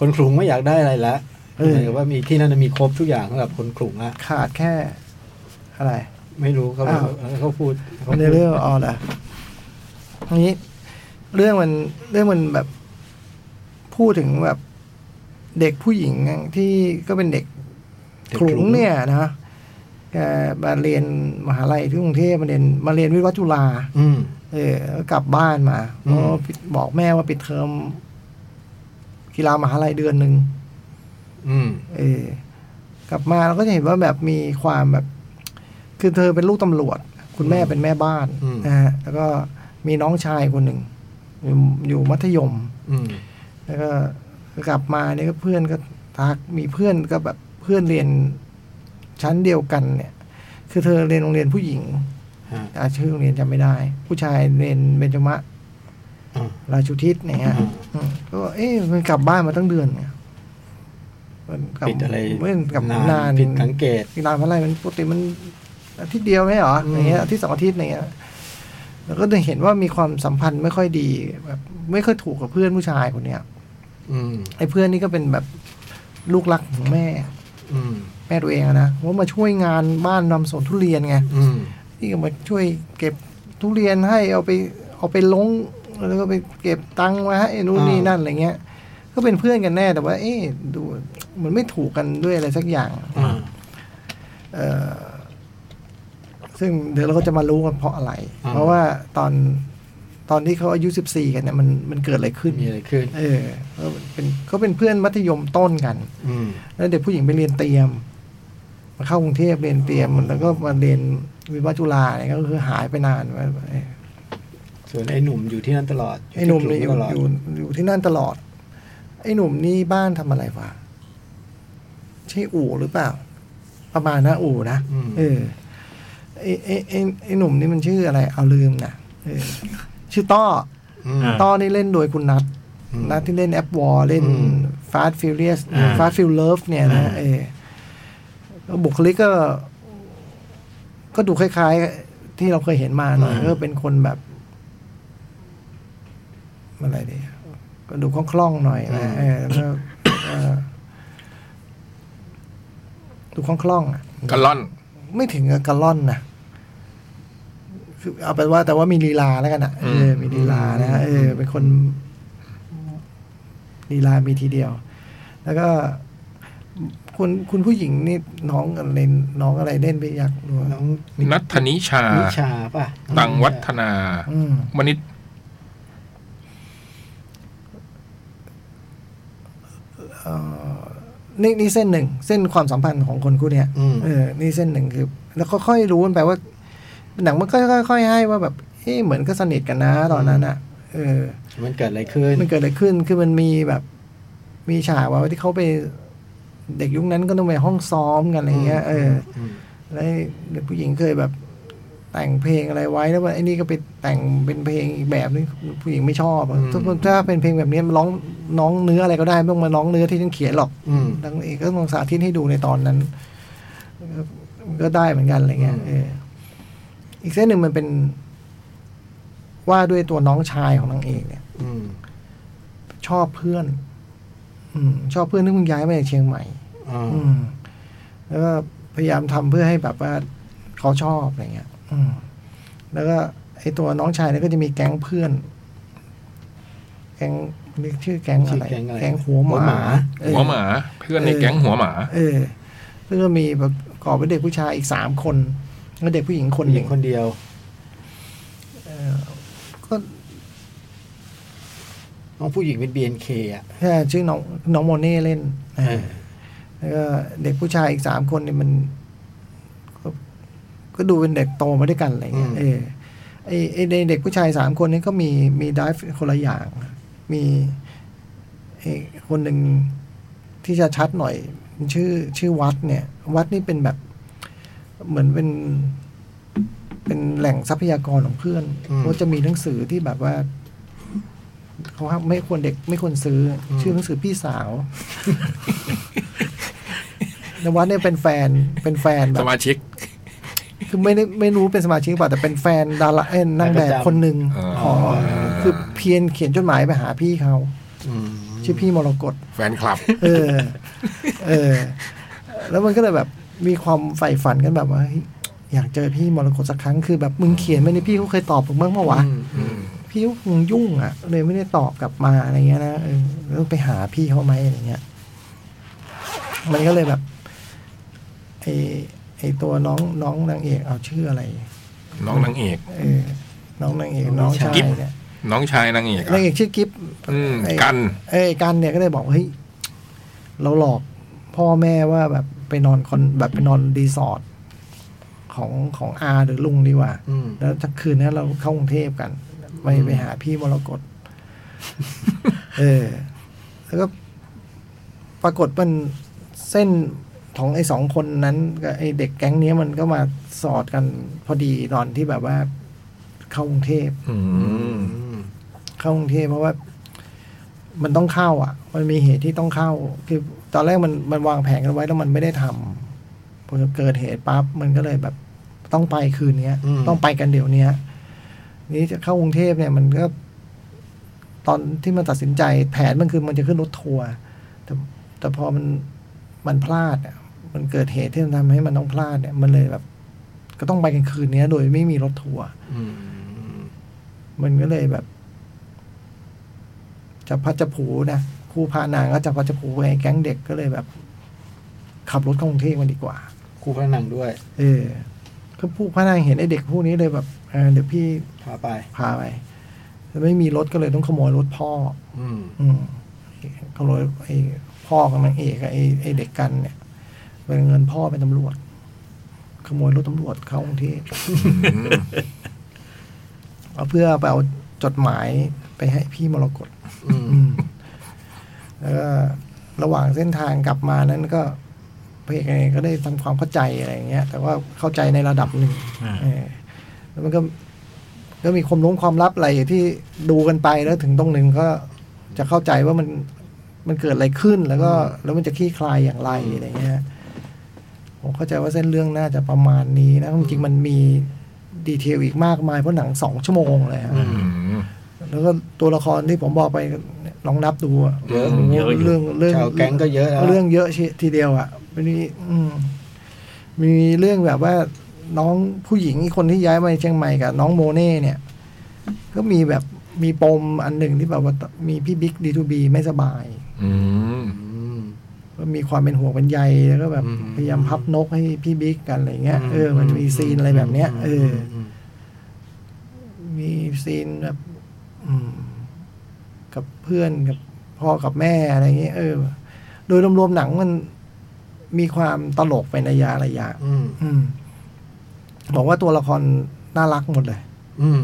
[SPEAKER 4] คนขลุงไม่อยากได้อะไรละ
[SPEAKER 1] เออ
[SPEAKER 4] หมายถึงว่ามีที่นั่นนะมีครบทุกอย่างสำหรับคนขลุงละ
[SPEAKER 1] ขาดแค่อะไร
[SPEAKER 4] ไม่รู้เขาบอก
[SPEAKER 1] อ้าว
[SPEAKER 4] เขาพูดเขา
[SPEAKER 1] ใน
[SPEAKER 4] พูด
[SPEAKER 1] เรื่องอ๋อเหรอทีนี้ เรื่องมันเรื่องมันแบบ พูดถึงแบบ เด็กผู้หญิงที่ก็เป็นเด็กขลุงเนี่ยนะแกมาเรียนมหาลัยที่กรุงเทพมาเรียนมาเรียนวิทยาจุฬา
[SPEAKER 4] อืม
[SPEAKER 1] เออก็กลับบ้านมา
[SPEAKER 4] อื
[SPEAKER 1] เพ
[SPEAKER 4] ม
[SPEAKER 1] ราะว่าบอกแม่ว่าปิดเทอมกีฬามหาลัยเดือนหนึ่ง
[SPEAKER 4] อืม
[SPEAKER 1] เออกลับมาเราก็จะเห็นว่าแบบมีความแบบ คือเธอเป็นลูกตำรวจ คุณแม่เป็นแม่บ้าน
[SPEAKER 4] อืม
[SPEAKER 1] นะฮะแล้วก็มีน้องชายคนหนึ่งอยู่อยู่มัธยม
[SPEAKER 4] อืม
[SPEAKER 1] แล้วก็กลับมาเนี่ยก็เพื่อนก็ทักมีเพื่อนก็แบบเพื่อนเรียนชั้นเดียวกันเนี่ย คือเธอเรียนโรงเรียนผู้หญิง
[SPEAKER 4] ฮะ
[SPEAKER 1] อาชื่อโรงเรียนจำไม่ได้ ผู้ชายเรียนเบญจมะ
[SPEAKER 4] อ่า
[SPEAKER 1] ราชุทิศเนี่ยฮะ
[SPEAKER 4] อ่า
[SPEAKER 1] อืมก็บอกเอ๊ะมันกลับบ้านมาตั้งเดือนเนี่ยมันกลับ
[SPEAKER 4] ผิดอะไร
[SPEAKER 1] มันกลับ
[SPEAKER 4] นาน
[SPEAKER 1] นาน
[SPEAKER 4] ผิดสังเกต
[SPEAKER 1] ผิดนานเพราะอะไรมันปกติมันอาทิตย์เดียวไหมเหรอ
[SPEAKER 4] อืม
[SPEAKER 1] อย่างเงี้ยอาทิตย์สองอาทิตย์อย่างเงี้ยแล้วก็จะเห็นว่ามีความสัมพันธ์ไม่ค่อยดีแบบไม่ค่อยถูกกับเพื่อนผู้ชายคนเนี้ย
[SPEAKER 4] อืม
[SPEAKER 1] ไอ้เพื่อนนี่ก็เป็นแบบลูกรักของแม่
[SPEAKER 4] อืม
[SPEAKER 1] แม่ตัวเองอะนะว่ามาช่วยงานบ้านทำสวนทุเรียนไง
[SPEAKER 4] อืม
[SPEAKER 1] นี่ก็มาช่วยเก็บทุเรียนให้เอาไปเอาไปลงแล้วก็ไปเก็บตังค์มาให้นู่นนี่
[SPEAKER 4] อ่านั่
[SPEAKER 1] นั่นอะไรเงี้ย ก็เป็นเพื่อนกันแน่แต่ว่า เอ๊ะดูเหมือนไม่ถูกกันด้วยอะไรสักอย่าง
[SPEAKER 4] อ่า
[SPEAKER 1] เอ่อซึ่งเดี๋ยวเราก็จะมารู้กันเพราะอะไร
[SPEAKER 4] า
[SPEAKER 1] เพราะว่าตอนตอนที่เขาอายุสิบสี่กันเนี่ยมันมันเกิดอะไรขึ้น
[SPEAKER 4] มีอะไรขึ้น
[SPEAKER 1] เออเขาเป็นเขาเป็นเพื่อนมัธยมต้นกัน
[SPEAKER 4] อืม
[SPEAKER 1] แล้วเด็กผู้หญิงไปเรียนเตรียม มาเข้ากรุงเทพเรียนเตรียมแล้วก็มาเรียนวิวาจุฬาเนี่ยก็คือหายไปนานไว้
[SPEAKER 4] ส่วนไอ้หนุ่มอยู่ที่นั่นตลอด
[SPEAKER 1] ไอ้หนุ่ม
[SPEAKER 4] ที่
[SPEAKER 1] นี่อยู่
[SPEAKER 4] ตลอด
[SPEAKER 1] อยู่อยู่ที่นั่นตลอด ไอ้หนุ่มนี่บ้านทำอะไรวะใช่อู่หรือเปล่า ประมาณนะอู่นะ
[SPEAKER 4] ม
[SPEAKER 1] เออไอ้ไอ้ไอ้ไอ้หนุ่มนี่มันชื่ออะไร เอาลืมนะเออชื่อต้อ
[SPEAKER 4] ม
[SPEAKER 1] อต้อนี่เล่นโดยคุณนัทนัทที่เล่นแอปวอลเล่น
[SPEAKER 4] อืม
[SPEAKER 1] ฟาสฟิลเลียส
[SPEAKER 2] อ่า
[SPEAKER 1] ฟาสฟิลเลิฟเนี่ยนะเออแล้วบุคลิกก็ ก็ดูคล้ายๆ ที่เราเคยเห็นมาหน่อย
[SPEAKER 4] อืม
[SPEAKER 1] ก็เป็นคนแบบ อะไรดีก็ดูคล่องๆหน่อยนะเออแล้วก็เออดูคล่องๆอ่ะ
[SPEAKER 3] กะล่อน
[SPEAKER 1] ไม่ถึงกับกะล่อนนะคือเอาเป็นว่าแต่ว่ามีลีลาแล้วกันอ่ะเออ มีลีลานะฮะเออ เป็นคนลีลามีทีเดียว แล้วก็ คุณคุณผู้หญิงนี่น้องอะไรเล่นน้องอะไรเล่นไปอยากรู้
[SPEAKER 4] น้อง
[SPEAKER 3] นัทธนิชา
[SPEAKER 4] นิชาป่ะ
[SPEAKER 3] ตังวัฒนา
[SPEAKER 1] อืม
[SPEAKER 3] มณิต
[SPEAKER 1] นี่นี่เส้นหนึ่ง เส้นความสัมพันธ์ของคนคู่เนี้ย
[SPEAKER 4] อืม
[SPEAKER 1] เออ นี่เส้นหนึ่งคือ แล้วค่อยๆรู้กันไปว่า หนังมันก็ค่อยๆให้ว่าแบบ เอ๊ะเหมือนก็สนิทกันนะ ตอนนั้นอ่ะ เออ
[SPEAKER 4] มันเกิดอะไรขึ้น
[SPEAKER 1] มันเกิดอะไรขึ้น คือมันมีแบบ มีฉากว่าที่เขาไป เด็กยุคนั้นก็ต้องไปห้องซ้อมกันอะไรเงี้ย เออ
[SPEAKER 4] ม
[SPEAKER 1] แล้วเด็กผู้หญิงเคยแบบ แต่งเพลงอะไรไว้แล้วว่าไอ้นี่ก็ไปแต่งเป็นเพลงอีกแบบนึงผู้หญิงไม่ชอบอะถ้าถ้าเป็นเพลงแบบนี้มันร้องน้องเนื้ออะไรก็ได้ไม่ต้องมาร้องเนื้อที่ฉันเขียนหรอก
[SPEAKER 4] อืม
[SPEAKER 1] ดังเอกก็ลองสาธิตให้ดูในตอนนั้นมันก็ได้เหมือนกันอะไรเงี้ย
[SPEAKER 4] อืม
[SPEAKER 1] เอออีกเส้นหนึ่งมันเป็นว่าด้วยตัวน้องชายของนางเอกเนี่ย
[SPEAKER 4] อืม
[SPEAKER 1] ชอบเพื่อน อืม ชอบเพื่อนที่เพิ่งย้ายมาจากเชียงใหม่
[SPEAKER 4] อ่า
[SPEAKER 1] อืม แล้วก็พยายามทำเพื่อให้แบบว่าเขาชอบอะไรเงี้ย อืม แล้วก็ไอตัวน้องชายเนี่ยก็จะมีแก๊งเพื่อน แก๊งเรียกชื่อแก๊ง
[SPEAKER 4] ชื่
[SPEAKER 1] อะ
[SPEAKER 4] อ
[SPEAKER 1] ไร
[SPEAKER 4] แก๊งอะไร
[SPEAKER 1] แก๊งหัวหมาเออ
[SPEAKER 3] หัวหมา เพื่อนใน
[SPEAKER 1] เออ
[SPEAKER 3] แก๊งหัวหมา
[SPEAKER 1] เออแล้วก็มีประกอบไปด้วยเด็กผู้ชายอีกสามคนแล้วเด็กผู้หญิงคน
[SPEAKER 4] ผู้
[SPEAKER 1] ห
[SPEAKER 4] หญิ
[SPEAKER 1] นึ่
[SPEAKER 4] ง
[SPEAKER 1] ง
[SPEAKER 4] คนเดียว
[SPEAKER 1] ก็
[SPEAKER 4] น้องผู้หญิงเป็น BNK อ่ะ
[SPEAKER 1] ใช่ชื่อน้องน้องโมเน่เล่นนะฮะ แล้วก็เด็กผู้ชายอีกสามคนเนี่ยมันก็ก็ดูเป็นเด็กโตมาด้วยกันอะไรเงี้ยเออไอไอเด็กผู้ชายสามคนนี้ก็มีมีไดฟ์คนละอย่าง มีไอคนหนึ่งที่จะชัดหน่อยมันชื่อชื่อวัดเนี่ย วัดนี่เป็นแบบ เหมือนเป็น เป็นแหล่งทรัพยากรของเพื่อนเขาจะมีหนังสือที่แบบว่าเขาห้ามไม่ควรเด็กไม่ควรซื้ออชื่อหนังสือพี่สาว นวัดเนี่ยเป็นแฟนเป็นแฟนแบ
[SPEAKER 3] ส
[SPEAKER 1] บ
[SPEAKER 3] มาชิก
[SPEAKER 1] คือไม่ได้ไม่รู้เป็นสมาชิกหรือเปล่าแต่เป็นแฟนดาราเอ้ยนางแบบคนหนึ่ง
[SPEAKER 3] อ๋อ
[SPEAKER 1] ของคือเพียนเขียนจดหมายไปหาพี่เขา
[SPEAKER 4] อืม
[SPEAKER 1] ชื่อพี่มรกต
[SPEAKER 3] แฟนคลับ
[SPEAKER 1] เออ เออ แล้วมันก็เลยแบบมีความใฝ่ฝันกันแบบว่าเฮ้ยอยากเจอพี่มรกตสักครั้งคือแบบมึงเขียนไหมนี่พี่เขาเคยตอบมึงบ้างเมื่อวะพี่เขาคงยุ่งอ่ะ เลยไม่ได้ตอบกลับมาอะไรเงี้ยนะเออแล้วไปหาพี่เขาไหมอะไรเงี้ย มันก็เลยแบบไอไอตัวน้องน้องนางเอกเอาชื่ออะไร
[SPEAKER 3] น้องนางเอก
[SPEAKER 1] เออ น้องนางเอกน้องชาย
[SPEAKER 3] กิ๊บ
[SPEAKER 1] เนี่ย
[SPEAKER 3] น้องชายนางเอกอะ
[SPEAKER 1] นางเอกชื่อกิฟ
[SPEAKER 3] อืม
[SPEAKER 1] ไอ้
[SPEAKER 3] กัน
[SPEAKER 1] เอ้ยกันเนี่ยก็เลยบอกว่าเฮ้ยเราหลอกพ่อแม่ว่าแบบไปนอนคอนแบบไปนอนรีสอร์ทของของอาหรือลุงดีกว่า
[SPEAKER 4] อืม
[SPEAKER 1] แล้วทั้งคืนนั้นเราเข้ากรุงเทพกันไปไปหาพี่มรกตเออ แล้วก็ปรากฏมันเส้นของไอ้สองคนนั้นกับไอ้เด็กแก๊งเนี้ยมันก็มาสอดกันพอดีตอนที่แบบว่า เข้ากรุงเทพ
[SPEAKER 3] อืม
[SPEAKER 4] อืม
[SPEAKER 1] เข้ากรุงเทพเพราะว่า มันต้องเข้า อ่ะ มันมีเหตุที่ต้องเข้า คือตอนแรกมันมันวางแผนกันไว้แล้วมันไม่ได้ทำพอเกิดเหตุปั๊บมันก็เลยแบบต้องไปคืนเนี้ย ต้องไปกันเดี๋ยวเนี้ยนี้จะเข้ากรุงเทพเนี่ย มันก็ ตอนที่มันตัดสินใจแผนมันคือมันจะขึ้นรถทัวร์แต่แต่พอมันมันพลาดอะ มันเกิดเหตุที่มันทำให้มันต้องพลาดเนี่ย มันเลยแบบ ก็ต้องไปกันคืนเนี้ย โดยไม่มีรถทัวร์
[SPEAKER 4] อืม
[SPEAKER 1] มันก็เลยแบบจะพัดจะผูนะครู่พานางก็จะพัดจะผูไอ้แก๊งเด็กก็เลยแบบ ขับรถเข้ากรุงเทพมันดีกว่า
[SPEAKER 4] ครูพระนังด้วย
[SPEAKER 1] เออก็ผู้พานางเห็นไอ้เด็กพวกนี้เลยแบบเออเดี๋ยวพี่
[SPEAKER 4] พาไป
[SPEAKER 1] พาไปแต่ไม่มีรถก็เลยต้องขโมยรถพ่อ
[SPEAKER 4] อืม
[SPEAKER 1] อืมขโมยไอ้พ่อกับนางเอกกับไอ้ไอ้เด็กกันเนี่ยเป็นเงินพ่อเป็นตำรวจ ขโมยรถตำรวจเข้ากรุงเทพ
[SPEAKER 3] อืม
[SPEAKER 1] เอาเพื่อไปเอาจดหมายไปให้พี่มรกต
[SPEAKER 4] อืม
[SPEAKER 1] อืมแล้วก็ระหว่างเส้นทางกลับมานั้นก็พระเอกเองก็ได้ทำความเข้าใจอะไรอย่างเงี้ย แต่ว่าเข้าใจในระดับหนึ่ง
[SPEAKER 2] อ่า
[SPEAKER 1] เออแล้วมันก็ ก็มีความรู้ความลับอะไรที่ดูกันไปแล้วถึงตรงหนึ่งก็จะเข้าใจว่ามันมันเกิดอะไรขึ้นแล้วก็ แล้วมันจะคลี่คลายอย่างไรอะไรเงี้ย ผมเข้าใจว่าเส้นเรื่องน่าจะประมาณนี้นะจริงๆมันมีดีเทลอีกมากมายเพราะหนังสองชั่วโมงเลยฮะ
[SPEAKER 4] อืม
[SPEAKER 3] อืม
[SPEAKER 1] แล้วก็ตัวละครที่ผมบอกไปลองนับดูอะ
[SPEAKER 4] เยอะ
[SPEAKER 2] เยอะอยู่
[SPEAKER 1] เรื่องเรื่อง
[SPEAKER 4] ชาวแก๊งก็เยอะนะ
[SPEAKER 1] เรื่องเยอะทีเดียวอ่ะมันมีอืมมีเรื่องแบบว่าน้องผู้หญิงอีกคนที่ย้ายมาเชียงใหม่กับน้องโมเน่เนี่ย ก็มีแบบมีปมอันหนึ่งที่แบบว่ามีพี่บิ๊กดีทูบีไม่สบาย
[SPEAKER 3] อืม
[SPEAKER 4] อืม
[SPEAKER 1] ก็มีความเป็นห่วงเป็นใยแล้วก็แบบ
[SPEAKER 4] อืม
[SPEAKER 1] พยายามพับนกให้พี่บิ๊กกันอะไรเงี้ยเออมันมีซีนอะไรแบบเนี้ยเออ
[SPEAKER 4] ม
[SPEAKER 1] มีซีนแบบ อืม กับเพื่อนกับพ่อกับแม่อะไรเงี้ยเออ โดยรวมๆหนังมันมีความตลกไปในยาระยะ
[SPEAKER 4] อืม
[SPEAKER 1] อืมบอกว่าตัวละครน่ารักหมดเลย
[SPEAKER 4] อืม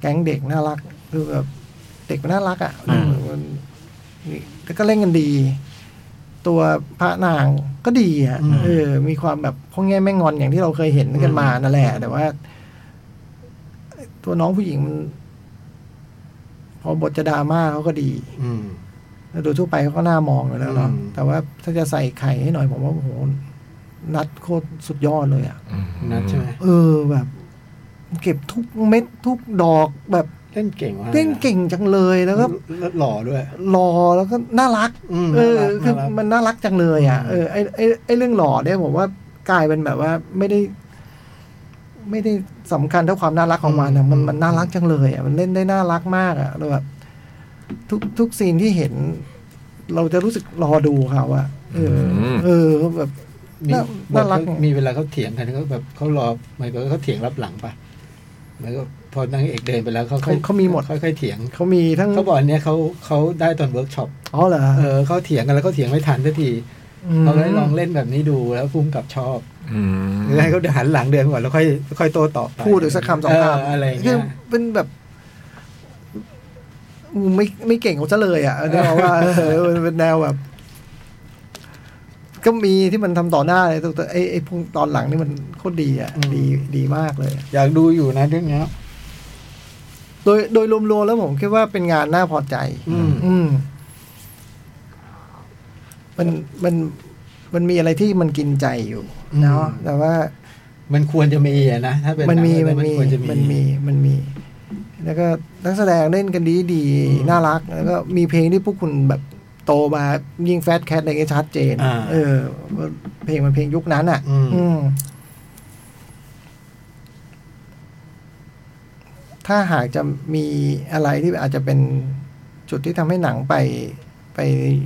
[SPEAKER 1] แก๊งเด็กน่ารักคือแบบเด็กมันน่ารักอะ
[SPEAKER 2] อืม
[SPEAKER 1] มันนี่แล้วก็เล่นกันดี ตัวพระนางก็ดีอะ
[SPEAKER 4] อืม
[SPEAKER 1] เออ มีความแบบพ่อแง่แม่งอนอย่างที่เราเคยเห็นกันมานั่นแหละแต่ว่า ตัวน้องผู้หญิงมันพอบทจะดราม่าเขาก็ดี
[SPEAKER 4] อืม
[SPEAKER 1] แล้วโดยทั่วไปเขาก็น่ามองอยู่แล้วเนาะ
[SPEAKER 4] อืม
[SPEAKER 1] แต่ว่าถ้าจะใส่ไข่ให้หน่อยผมว่าโอ้โหนัดโคตรสุดยอดเลยอะ
[SPEAKER 3] อืม
[SPEAKER 4] นัดใช่ไหม
[SPEAKER 1] เออแบบ เก็บทุกเม็ดทุกดอกแบบ
[SPEAKER 4] เล่นเก่งมาก
[SPEAKER 1] เล่นเก่งจังเลยแล้วก็
[SPEAKER 4] แล้วหล่อด้วย
[SPEAKER 1] รอแล้วก็น่ารัก
[SPEAKER 4] อืม
[SPEAKER 1] เออคื
[SPEAKER 4] น่า
[SPEAKER 1] อ
[SPEAKER 4] รัก
[SPEAKER 1] มันน่ารักจังเลยอ่ะเออไอไอไอเรื่องหล่อเนี่ยผมว่ากลายเป็นแบบว่าไม่ได้ ไม่ได้สำคัญเท่าความน่ารักของมันอะมันมันน่ารักจังเลยอ่ะมันเล่นได้น่ารักมากอ่ะแล้วแบบทุกทุกซีนที่เห็น เราจะรู้สึกรอดูเขาอ่ะเออเออแบบ
[SPEAKER 4] มี
[SPEAKER 1] น่า
[SPEAKER 4] บ
[SPEAKER 1] น่า
[SPEAKER 4] ท
[SPEAKER 1] รัก
[SPEAKER 4] เขามีเวลาเขาเถียงกันเขาแบบเขารอหมายความว่าเขาเถียงรับหลังปะหมายก็พอนางเอกเดินไปแล้วเขาค่อย
[SPEAKER 1] เขามีหมด
[SPEAKER 4] ค่อยๆเถียง
[SPEAKER 1] เขามีทั้ง
[SPEAKER 4] เขาบอกอันเนี้ยเขาเขาได้ตอนเวิร์กช็อป
[SPEAKER 1] อ๋อเหรอ
[SPEAKER 4] เออเขาเถียงกันแล้วเขาเถียงไม่ทันสักทีเขาเลยลองเล่นแบบนี้ดูแล้วภูมิกับชอบ
[SPEAKER 3] อืม
[SPEAKER 4] หรือให้เขาหันหลังเดินก่อนแล้วค่อยค่อยโต้ตอบไป
[SPEAKER 1] พูดหรือสักคำสอง
[SPEAKER 4] เ
[SPEAKER 1] คำ
[SPEAKER 4] อะไรอย่าง
[SPEAKER 1] คื
[SPEAKER 4] เงี้
[SPEAKER 1] อย เป็นแบบไม่ไม่เก่งเขาซะเลย อ่ะ เดี๋ยวว่าเออมันเป็นแนวแบบ ก็มีที่มันทำต่อหน้าเลยแต่ไอ้ไอ้พวกตอนหลังนี่มันโคตรดีอ่ะ
[SPEAKER 4] อืม
[SPEAKER 1] ดีดีมากเลย
[SPEAKER 4] อยากดูอยู่นะเรื่องเนี้ย
[SPEAKER 1] โดยโดยรวมๆแล้วผมคิดว่าเป็นงานน่าพอใจ
[SPEAKER 4] อืม
[SPEAKER 1] อืม มันมันมันมีอะไรที่มันกินใจอยู่เนาะ
[SPEAKER 4] อืม
[SPEAKER 1] แต่ว่า
[SPEAKER 4] มันควรจะมีอะนะถ้าเป็น
[SPEAKER 1] มันมี
[SPEAKER 4] ห
[SPEAKER 1] มัน
[SPEAKER 4] งแบบ
[SPEAKER 1] มี
[SPEAKER 4] ควรจะมี
[SPEAKER 1] มันมีมันมี แล้วก็นักแสดงเล่นกันดีดีๆ
[SPEAKER 4] อืม
[SPEAKER 1] น่ารัก แล้วก็มีเพลงที่พวกคุณแบบโตมายิ่งแฟตแคทอะไรเงี้ยชัดเจน
[SPEAKER 4] อ่า
[SPEAKER 1] เออว่าเพลงมันเพลงยุคนั้นอ่ะ
[SPEAKER 4] อืม
[SPEAKER 1] อืมถ้าหากจะมีอะไรที่อาจจะเป็นจุดที่ทำให้หนังไป ไป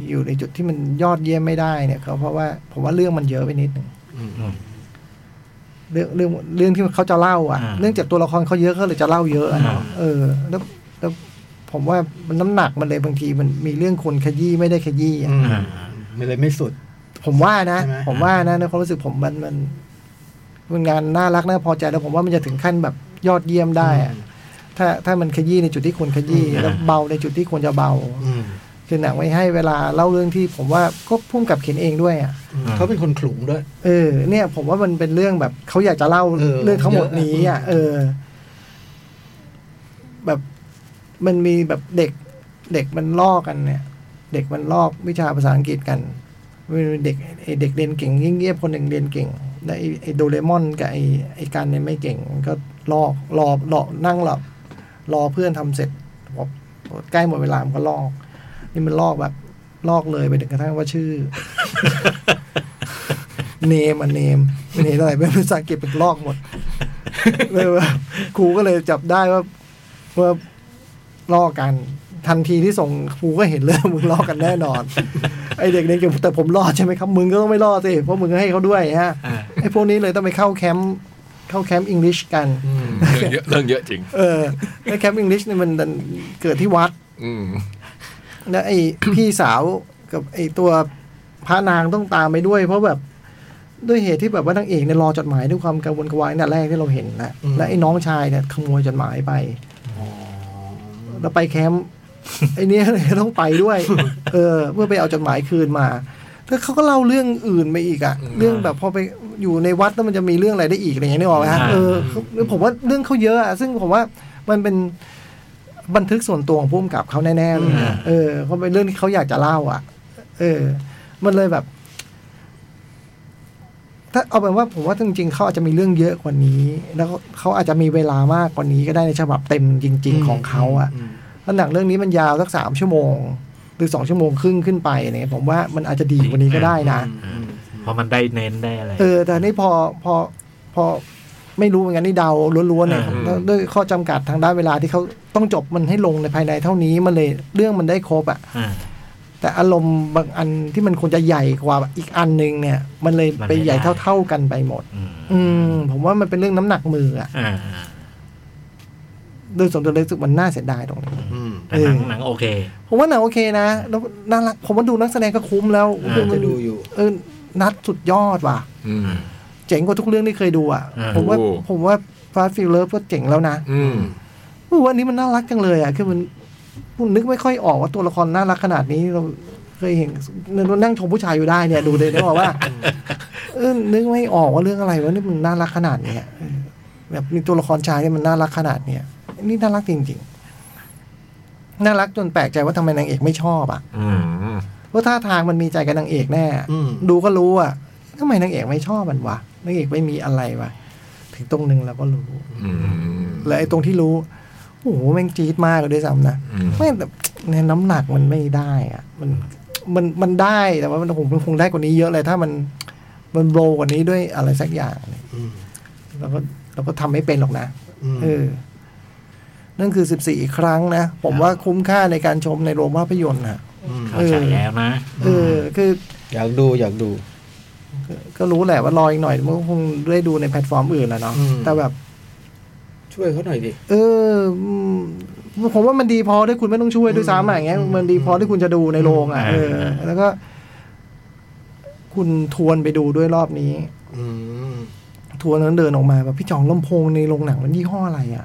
[SPEAKER 1] อยู่ในจุดที่มันยอดเยี่ยมไม่ได้เนี่ยเขาเพราะว่าผมว่าเรื่องมันเยอะไปนิดหนึ่ง
[SPEAKER 4] อืม
[SPEAKER 1] เรื่องเรื่องเรื่องที่เขาจะเล่าอ่ะ
[SPEAKER 2] อ่า
[SPEAKER 1] เรื่องจากตัวละครเขาเยอะเขาเลยจะเล่าเยอะอะเนาะ
[SPEAKER 2] อ่า
[SPEAKER 1] เออ แล้วแล้วผมว่ามันน้ำหนักมันเลยบางทีมันมีเรื่องคนขยี้ไม่ได้ขยี้อะ
[SPEAKER 4] อืมมันเลยไม่สุด
[SPEAKER 1] ผมว่านะ
[SPEAKER 4] ใช่ไหม
[SPEAKER 1] ผมว่านะในความรู้สึกผมมันมันมันงานน่ารักน่าพอใจแล้วผมว่ามันจะถึงขั้นแบบยอดเยี่ยมได้อะถ้าถ้ามันขยี้ในจุดที่ควรขยี้แล้วเบาในจุดที่ควรจะเบา
[SPEAKER 4] อืม
[SPEAKER 1] คือหนังไว้ให้เวลาเล่าเรื่องที่ ผมว่าก็พุ่มกับเขียนเองด้วยอ่ะ
[SPEAKER 4] อืมเขาเป็นคนขลุมด้วย
[SPEAKER 1] เออเนี่ย ผมว่ามันเป็นเรื่องแบบเขาอยากจะเล่า
[SPEAKER 4] เออ
[SPEAKER 1] เรื่องทั้งหมดนี้อ่ะ
[SPEAKER 4] เย
[SPEAKER 1] เอ
[SPEAKER 4] อะ
[SPEAKER 1] อ แบบมันมีแบบเด็ก เด็กมันลอกกันเนี่ย เด็กมันลอกวิชาภาษาอังกฤษกันมีเด็กไอเด็กเรียนเก่งเงียบๆคนหนึ่งเรียนเก่งแล้วไอ้ไอโดเรมอนกับไอไอการเนี่ยไม่เก่งก็ลอกรอรอนั่งหลับรอเพื่อนทำเสร็จบอกใกล้หมดเวลามันก็ลอก นี่มันลอกแบบ ลอกเลยไปถึงกระทั่งว่าชื่อ เนมอันเนมเนมอะไรเป็นภาษาอังกฤษเป็นลอกหมด เลยว่าครูก็เลยจับได้ว่าว่าลอกกัน ทันทีที่ส่งครูก็เห็นเลย มึงลอกกันแน่นอน ไอเด็กเนี่ยแต่ผมรอดใช่ไหมครับ มึงก็ต้องไม่รอดสิเพราะมึงให้เขาด้วยฮะ
[SPEAKER 2] อ่า
[SPEAKER 1] ไอพวกนี้เลยต้องไปเข้าแคมป์เข้าแคมป์อังกฤษกัน
[SPEAKER 3] เรื่องเยอะเรื่องเยอะจริง
[SPEAKER 1] เออแล้วแคมป์อังกฤษเนี่ยมันดันเกิดที่วัด
[SPEAKER 3] อืม
[SPEAKER 1] แล้ว ไอ้ พี่สาวกับไอ้ตัวพระนางต้องตามไปด้วย เพราะแบบด้วยเหตุที่แบบว่านางเอกเนี่ยรอจดหมายด้วยความกังวลกระวายนั่นแรกที่เราเห็นนะ
[SPEAKER 4] อืม
[SPEAKER 1] และไอ้น้องชายเนี่ยขโมยจดหมายไปแล้วไปแคมป์ไอ้เนี่ยเลยต้องไปด้วย เออ เพื่อไปเอาจดหมายคืนมาแล้วเขาก็เล่าเรื่องอื่นไปอีกอะเรื่องแบบพอไปอยู่ในวัดแล้วมันจะมีเรื่องอะไรได้อีกอะไรอย่างเงี้ยนึกออกไหมฮะ
[SPEAKER 2] อ่า
[SPEAKER 1] เออเขาผมว่าเรื่องเขาเยอะอะซึ่งผมว่ามันเป็น บันทึกส่วนตัวของผู้กำกับเขาแน่ๆเลย
[SPEAKER 2] อืม
[SPEAKER 1] นะเออเขาะเป็นเรื่องที่เขาอยากจะเล่า อ่ะ เออ มันเลยแบบ ถ้าเอาเป็นว่าผมว่าจริงๆเขาอาจจะมีเรื่องเยอะกว่านี้ แล้วเขาอาจจะมีเวลามากกว่านี้ก็ได้ในฉบับเต็มจริง ๆ ของเขาอ่ะ
[SPEAKER 4] ม
[SPEAKER 1] แล้วหนังเรื่องนี้มันยาวสักสามชั่วโมง หรือสองชั่วโมงครึ่งขึ้นไปเนี่ยผมว่ามันอาจจะดีกว่านี้ก็ได้นะ
[SPEAKER 4] อืม
[SPEAKER 2] เพราะมันได้เน้นได้อะไร
[SPEAKER 1] เออ แต่นี่พอพอพอไม่รู้เหมือนกันนี่เดาล้วนๆเนี่ย
[SPEAKER 2] อ่า
[SPEAKER 1] แล้วด้วยข้อจำกัดทางด้านเวลาที่เขาต้องจบมันให้ลงในภายในเท่านี้มันเลยเรื่องมันได้ครบอะ
[SPEAKER 2] อ่า
[SPEAKER 1] แต่อารมณ์บางอันที่มันควรจะใหญ่กว่าอีกอันหนึงเนี่ย มันเลย
[SPEAKER 2] มัน
[SPEAKER 1] ไป
[SPEAKER 2] ไม่
[SPEAKER 1] ใหญ่
[SPEAKER 2] ได้
[SPEAKER 1] เท่า ๆกันไปหมด
[SPEAKER 2] อืม
[SPEAKER 1] อืม ผมว่ามันเป็นเรื่องน้ำหนักมืออะ
[SPEAKER 2] อ่า
[SPEAKER 1] โดยส่วนตัวเลยรู้สึกมันน่าเสียดายตรงนี้
[SPEAKER 4] อืม
[SPEAKER 2] แต่หนัง
[SPEAKER 1] เออ
[SPEAKER 2] หนังโอเค
[SPEAKER 1] ผมว่าหนังโอเคนะแล้วน่ารักผมว่าดูนักแสดงก็คุ้มแล้ว
[SPEAKER 2] อ่า
[SPEAKER 1] คือมั
[SPEAKER 4] จะ
[SPEAKER 1] น
[SPEAKER 4] ดูอยู่
[SPEAKER 1] เออนัดสุดยอดว่ะ
[SPEAKER 3] อืม
[SPEAKER 1] เจ๋งกว่าทุกเรื่องที่เคยดูอ่ะ
[SPEAKER 2] อ่า
[SPEAKER 1] ผมว่า
[SPEAKER 3] โอ้
[SPEAKER 1] ผมว่าฟาสฟิลเลอร์ก็เจ๋งแล้วนะ
[SPEAKER 3] อืม
[SPEAKER 1] อู้วันนี้มันน่ารักจังเลยอ่ะ คือมันผมนึกไม่ค่อยออกว่าตัวละครน่ารักขนาดนี้เราเคยเห็นนั่งชมผู้ชายอยู่ได้เนี่ย ดูเลยนึกออก ว่าเออนึกไม่ออกว่าเรื่องอะไรวะนี่มันน่ารักขนาดเนี้ยเออแบบมีตัวละครชายเนี่ยมันน่ารักขนาดเนี้ยนี่น่ารักจริงๆน่ารักจนแปลกใจว่าทำไมนางเอกไม่ชอบอ่ะ
[SPEAKER 2] อื
[SPEAKER 3] อื
[SPEAKER 2] ม
[SPEAKER 3] ม
[SPEAKER 1] เพราะท่าทางมันมีใจกับนางเอกแน่
[SPEAKER 4] อืม
[SPEAKER 1] ดูก็รู้อ่ะทำไมนางเอกไม่ชอบมันวะนางเอกไม่มีอะไรวะถึงตรงนึงเราก็รู้
[SPEAKER 3] อืม
[SPEAKER 1] และไอ้ตรงที่รู้ โอ้โห แม่งจี๊ดมากเลยด้วยซ้ำนะ
[SPEAKER 3] อืม
[SPEAKER 1] แม่งแต่ในน้ำหนักมันไม่ได้อะมันมันมันได้แต่ว่ามันคงมันคงได้กว่านี้เยอะเลย ถ้ามันมันโบรกว่านี้ด้วยอะไรสักอย่างเนี่ย
[SPEAKER 4] อืม
[SPEAKER 1] เราก็เราก็ทำไม่เป็นหรอกนะ
[SPEAKER 4] อืม
[SPEAKER 1] เออ นั่นคือสิบสี่ครั้งนะ ผมว่าคุ้มค่าในการชมในโรงภาพยนตร์นะ
[SPEAKER 4] ม
[SPEAKER 2] เขาฉายแล้วนะ
[SPEAKER 1] เออ คือ
[SPEAKER 4] อยากดูอยากดู
[SPEAKER 1] ก็รู้แหละว่ารออีกหน่อยมันก็คงได้ดูในแพลตฟอร์มอื่นแหละเนาะ
[SPEAKER 4] อืม
[SPEAKER 1] แต่แบบ
[SPEAKER 4] ช่วยเขาหน่อยดิ
[SPEAKER 1] เอออืมผมว่ามันดีพอด้วยคุณไม่ต้องช่วยด้วยซ้ำอะอย่างเงี้ย
[SPEAKER 4] อืม
[SPEAKER 1] มันดีพอที่คุณจะดูในโรงอ่ะเออ
[SPEAKER 2] อ่า
[SPEAKER 1] แล้วก็ คุณทวนไปดูด้วยรอบนี้
[SPEAKER 4] อืม
[SPEAKER 1] ทวนนั้นเดินออกมาแบบพี่จ่องลำโพงในโรงหนังมันยี่ห้ออะไรอ่ะ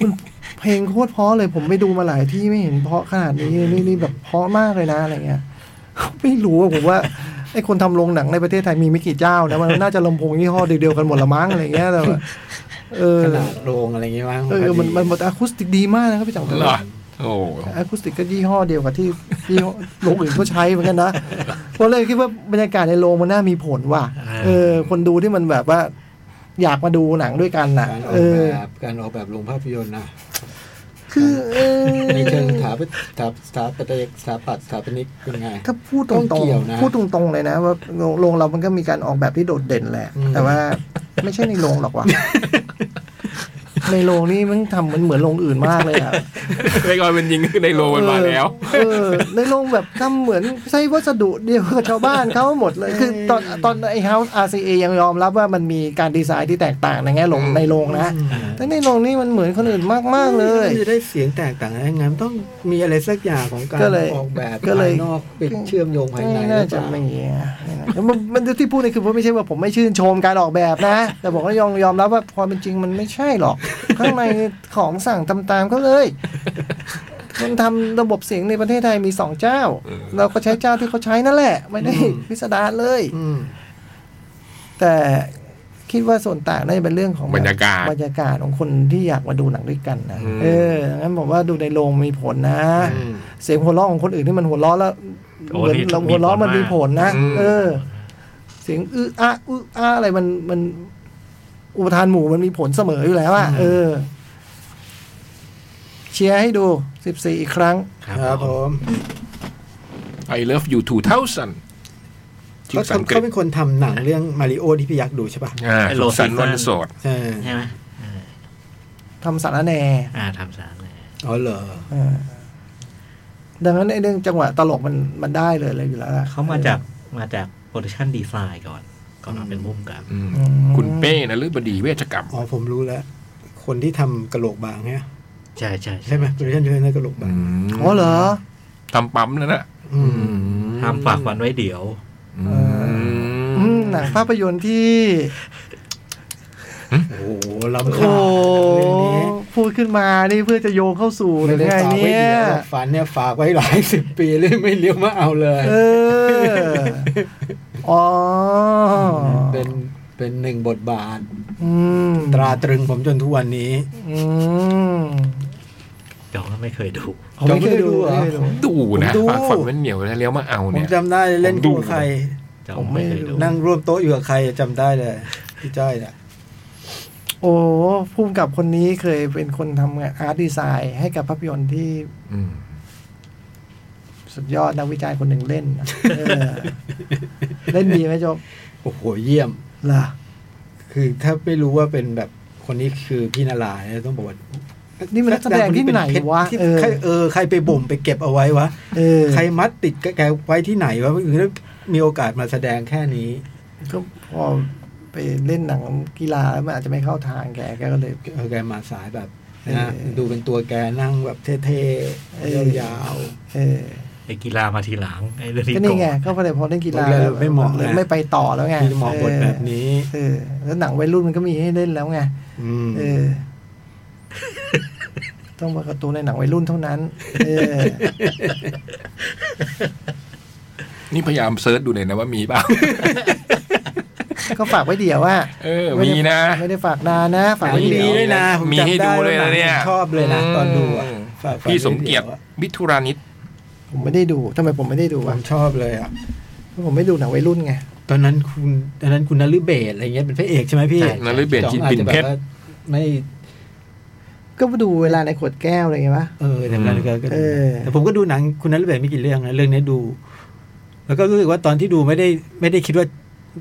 [SPEAKER 1] มันเพลงโคตรเพราะเลยผมไปดูมาหลายที่ไม่เห็นเพราะขนาดนี้นี่นี่แบบเพราะมากเลยนะอะไรเงี้ย ไม่รู้อะผมว่าไอ้คนทำโรงหนังในประเทศไทยมีไม่กี่เจ้านะมันน่าจะลำโพงยี่ห้อเดียวๆกันหมดละมั้งอะไรเงี้ยแต่ว่าเออ
[SPEAKER 4] ขนาดโรงอะไรอย่างงี้มั้ง
[SPEAKER 1] เออ มันมันมันอะคูสติกดีมากนะครับพี่จัง
[SPEAKER 3] เหรอโอ้โห
[SPEAKER 1] อะคูสติกก็ยี่ห้อเดียวกับที่ ยี่ห้อโรงอื่นก็ใช้เหมือนกันนะ ผมเลยคิดว่าบรรยากาศในโรงมันน่ามีผลว่ะ
[SPEAKER 2] อ่า
[SPEAKER 1] เออ คนดูที่มันแบบว่า อยากมาดูหนังด้วยกันน่ะ
[SPEAKER 4] การออ
[SPEAKER 1] เอกอ
[SPEAKER 4] แบบการออกแบบโรงภาพยนตร์นะ
[SPEAKER 1] คือเออ
[SPEAKER 4] ในเชิงสถาปัตย์สถาสถาปัตยสถาปัตย์สถาปนิกเป็นไง
[SPEAKER 1] ถ้าพูดตร
[SPEAKER 4] ต้องงเกี่ยวนะ
[SPEAKER 1] ๆพูดตรงๆเลยนะ ว่าโรงโรงเรามันก็มีการออกแบบที่โดดเด่นแหละ
[SPEAKER 4] อืม
[SPEAKER 1] แต่ว่าไม่ใช่ในโรงหรอก ว่ะ ในโรงนี่มันทำมันเหมือนโรงอื่นมากเลยอะ
[SPEAKER 3] ในกรเป็นยิงในโลมันมาแล้ว
[SPEAKER 1] เออเออในโรงแบบทำเหมือนใช้วัสดุเดียวกับชาวบ้านเขาหมดเลย คือตอนตอนไอ้ House RCA ยังยอมรับว่ามันมีการดีไซน์ที่แตกต่างในแง่ลงในโรงนะ แต่ในโรงนี่มันเหมือนคนอื่นมาก ๆ เลย
[SPEAKER 4] จะได้เสียงแตกต่างอะไรงั้นต้องมีอะไรสักอย่างของการ
[SPEAKER 1] ก็เลย
[SPEAKER 4] ออกแบบ
[SPEAKER 1] ก็เลย
[SPEAKER 4] ภานอกไปเชื่อมโยงภายใน
[SPEAKER 1] ไม่น่าจะไม่อย่างเงี้ยไม่น่า แล้วมันมันที่พูดนี่คือผมไม่ใช่ว่าผมไม่ชื่นชมการออกแบบนะ แต่ผมก็ยอมยอมรับว่าความเป็นจริงมันไม่ใช่หรอก ข้างในของสั่งตามๆเขาเลย มันทำระบบเสียงในประเทศไทยมีสองเจ้า เราก็ใช้เจ้าที่เขาใช้นั่นแหละ ไม่ได้พิสดารเลย
[SPEAKER 4] อืม
[SPEAKER 1] แต่คิดว่าส่วนต่างน่าจะเป็นเรื่องของ
[SPEAKER 3] บรรยากาศ
[SPEAKER 1] บรรยากาศของคนที่อยากมาดูหนังด้วยกันนะ
[SPEAKER 3] อืม
[SPEAKER 1] เอองั้นผมว่าดูในโรงมีผลนะ
[SPEAKER 4] อืม
[SPEAKER 1] เสียงหัวเราะของคนอื่นที่มันหัวเราะแล้ว
[SPEAKER 2] โอ้
[SPEAKER 1] เหมือน
[SPEAKER 2] นี่
[SPEAKER 1] เราหัวเราะมัน
[SPEAKER 2] มี
[SPEAKER 1] มีผ
[SPEAKER 2] ผ
[SPEAKER 1] ล
[SPEAKER 2] ล
[SPEAKER 1] นะ
[SPEAKER 2] มาก
[SPEAKER 3] อืม
[SPEAKER 1] เออ เสียงอื้ออะอื้ออะอะไรมันมันอุปทานหมู่มันมีผลเสมออยู่แล้วอะเออ เชียร์ให้ดูสิบสี่อีกครั้ง
[SPEAKER 4] ครับผม
[SPEAKER 3] I love you 2000 ชื่อ
[SPEAKER 4] เขา
[SPEAKER 3] ภาษาอังกฤษ
[SPEAKER 4] เขาเป็นคนทำหนังเรื่องมาริโอที่พี่ยักษ์ดูใช่ป่ะ
[SPEAKER 3] อ่า
[SPEAKER 2] ไอ้โล
[SPEAKER 3] สุขสัน
[SPEAKER 2] ซี
[SPEAKER 3] ต์
[SPEAKER 2] ซั่
[SPEAKER 3] วัน นโสด
[SPEAKER 4] ใช่
[SPEAKER 2] ใช่ไหมเออ
[SPEAKER 1] ทำสารแหน
[SPEAKER 2] อ่าทำสารเลย
[SPEAKER 4] อ๋อเหรอ
[SPEAKER 1] เออดังนั้นไอ้เรื่องจังหวะตลกมันมันได้เลยเลยอยู่แล้วล่ะ
[SPEAKER 2] เขามาจากมาจากโปรดักชันดีไซน์ก่อน ก่อนมาเป็นมุมกับ
[SPEAKER 3] อืมคุณเป้นะลือบดีเวชกรรม
[SPEAKER 4] อ๋อผมรู้แล้ว คนที่ทำกระโหลกบางเนี่ย
[SPEAKER 2] ใช่ใช่
[SPEAKER 4] ใช่ไหมโปรดิวเซอร์ที่ทำกระโหลกบาง
[SPEAKER 1] อ๋อเหรอ
[SPEAKER 3] ทำปั๊มแล้วนะ
[SPEAKER 4] อืม
[SPEAKER 2] ทำฝากฝันไว้เดี๋ยว
[SPEAKER 3] อืม
[SPEAKER 1] อืมหนังภาพยนตร์ที่
[SPEAKER 4] โอ้โหล้ำ
[SPEAKER 1] โอ้
[SPEAKER 4] ค่าเรื่องนี้
[SPEAKER 1] พูดขึ้นมานี่เพื่อจะโยงเข้าสู่หรือไง
[SPEAKER 4] ฝากไว้
[SPEAKER 1] เนี่ย
[SPEAKER 4] เดี๋ยวฝันเนี่ยฝากไว้หลายสิบปีเลยไม่เลี้ยวมาเอาเลย
[SPEAKER 1] เออ อ๋อ
[SPEAKER 4] เป็นเป็นหนึ่งบทบาท
[SPEAKER 1] อืม
[SPEAKER 4] ตราตรึงผมจนทุกวันนี้
[SPEAKER 1] อืม
[SPEAKER 2] จองก็ไม่เคยดู
[SPEAKER 1] ผมไม่เคยดู
[SPEAKER 4] จำไม่
[SPEAKER 1] ไม่
[SPEAKER 4] ได้
[SPEAKER 1] เคย
[SPEAKER 4] ดู
[SPEAKER 1] ดู
[SPEAKER 4] เห
[SPEAKER 3] ดู
[SPEAKER 4] รอ
[SPEAKER 3] นะ
[SPEAKER 4] ผมดู
[SPEAKER 3] ฝากฝันมันเหนียวแล้วเลี้ยวมาเอา
[SPEAKER 4] ผ
[SPEAKER 3] เนี่ย
[SPEAKER 4] มจำได้เล่น
[SPEAKER 3] ผมดู
[SPEAKER 4] คู่กับใคร
[SPEAKER 2] จอง
[SPEAKER 1] ผมไม่
[SPEAKER 2] ไม่เคย
[SPEAKER 1] ดู
[SPEAKER 2] ดู
[SPEAKER 4] นั่งร่วมโต๊ะอยู่กับใครจำได้เลยพี่จ้อยน่ะ
[SPEAKER 1] โอ้ภูมิกับคนนี้เคยเป็นคนทำงานอาร์ตดีไซน์ให้กับภาพยนตร์ที่
[SPEAKER 3] อืม
[SPEAKER 1] สุดยอดนักวิจัยคนหนึ่งเล่นนะเออ เล่นดีไหมโจบ
[SPEAKER 4] โอ้โหเยี่ยม
[SPEAKER 1] ล่ะ
[SPEAKER 4] คือถ้าไม่รู้ว่าเป็นแบบคนนี้คือพี่นาลายณ์เนี่ยต้องบอกว่า
[SPEAKER 1] นี่มันนักแสดงที่ไหน
[SPEAKER 4] เป็เพชร
[SPEAKER 1] วะ
[SPEAKER 4] ที่
[SPEAKER 1] เออ
[SPEAKER 4] ใครเออใครไปบ่มไปเก็บเอาไว้วะ
[SPEAKER 1] เออ
[SPEAKER 4] ใครมัดติดกับแกไว้ที่ไหนวะคือถ้ามีโอกาสมาแสดงแค่นี้
[SPEAKER 1] ก็พอไปเล่นหนังกีฬาแล้วมันอาจจะไม่เข้าทางแกแกก็เลย
[SPEAKER 4] เออแกมาสายแบบ
[SPEAKER 1] เออ
[SPEAKER 4] นะดูเป็นตัวแกนั่งแบบเท่ๆยาว
[SPEAKER 1] เออ
[SPEAKER 2] ไอ้กีฬามาทีหลัง ไอ้เรื่องที่
[SPEAKER 1] ก็
[SPEAKER 2] โกร
[SPEAKER 1] นี่ไง
[SPEAKER 2] ธ
[SPEAKER 1] ก็พอเลยพอเล่นกีฬาแล้วเลยไม่ไปต่อแล้วไง
[SPEAKER 4] ๆที่เหมาะบทแบบนี้
[SPEAKER 1] เออ แล้วหนังวัยรุ่นมันก็มีให้เล่นแล้วไง
[SPEAKER 4] ม
[SPEAKER 1] เออ ต้องมาการ์ตูนในหนังวัยรุ่นเท่านั้น เออ
[SPEAKER 3] นี่พยายามเซิร์ชดูเลยนะว่ามีเปล่า
[SPEAKER 1] ก็ฝากไว้เดี๋ยวว่า
[SPEAKER 3] เออมีนะ
[SPEAKER 1] ไม่ได้ฝากนานนะ
[SPEAKER 4] ห
[SPEAKER 1] ฝาก
[SPEAKER 4] นัง
[SPEAKER 1] ไว้เดี๋ย
[SPEAKER 4] ดี
[SPEAKER 1] ว
[SPEAKER 4] ด้วยนะผ
[SPEAKER 3] มีให้ดูด้วยนะเนี่ย
[SPEAKER 4] ผมจำได้ว่าหงผมชอบเลยนะตอนดูอะฝาก
[SPEAKER 3] พี่สมเกียรติ
[SPEAKER 4] ฝากไว้
[SPEAKER 3] วิทุรานิต
[SPEAKER 1] ผมไม่ได้ดูทำไมผมไม่ได้ดู
[SPEAKER 4] เดี๋ยวอะผ
[SPEAKER 1] อ่ะ
[SPEAKER 4] มชอบเลยอ่ะ
[SPEAKER 1] เพราะผมไม่ดูหนังวัยรุ่นไง
[SPEAKER 4] ตอนนั้นคุณตอนนั้นคุณนฤเบศอะไรเงี้ยเป็นพระเอกใช่ไหมพี่
[SPEAKER 3] นฤเบศ
[SPEAKER 4] จ๋อง
[SPEAKER 3] จิน
[SPEAKER 4] อาจ
[SPEAKER 3] ปิน
[SPEAKER 4] จะแบ
[SPEAKER 3] เพ
[SPEAKER 4] บ
[SPEAKER 3] ชร
[SPEAKER 4] ว่าไม่
[SPEAKER 1] ก็ดูเวลาในขวดแก้วอะไรอย่างเงี้ยปะ
[SPEAKER 4] เออแต่นั้นก็ก็
[SPEAKER 1] เอ
[SPEAKER 4] ดู
[SPEAKER 1] อ
[SPEAKER 4] แต่ผมก็ดูหนังคุณนฤเบศไม่กี่เรื่องนะเรื่องนี้ดู แล้วก็รู้สึกว่าตอนที่ดูไม่ได้ไม่ได้คิดว่า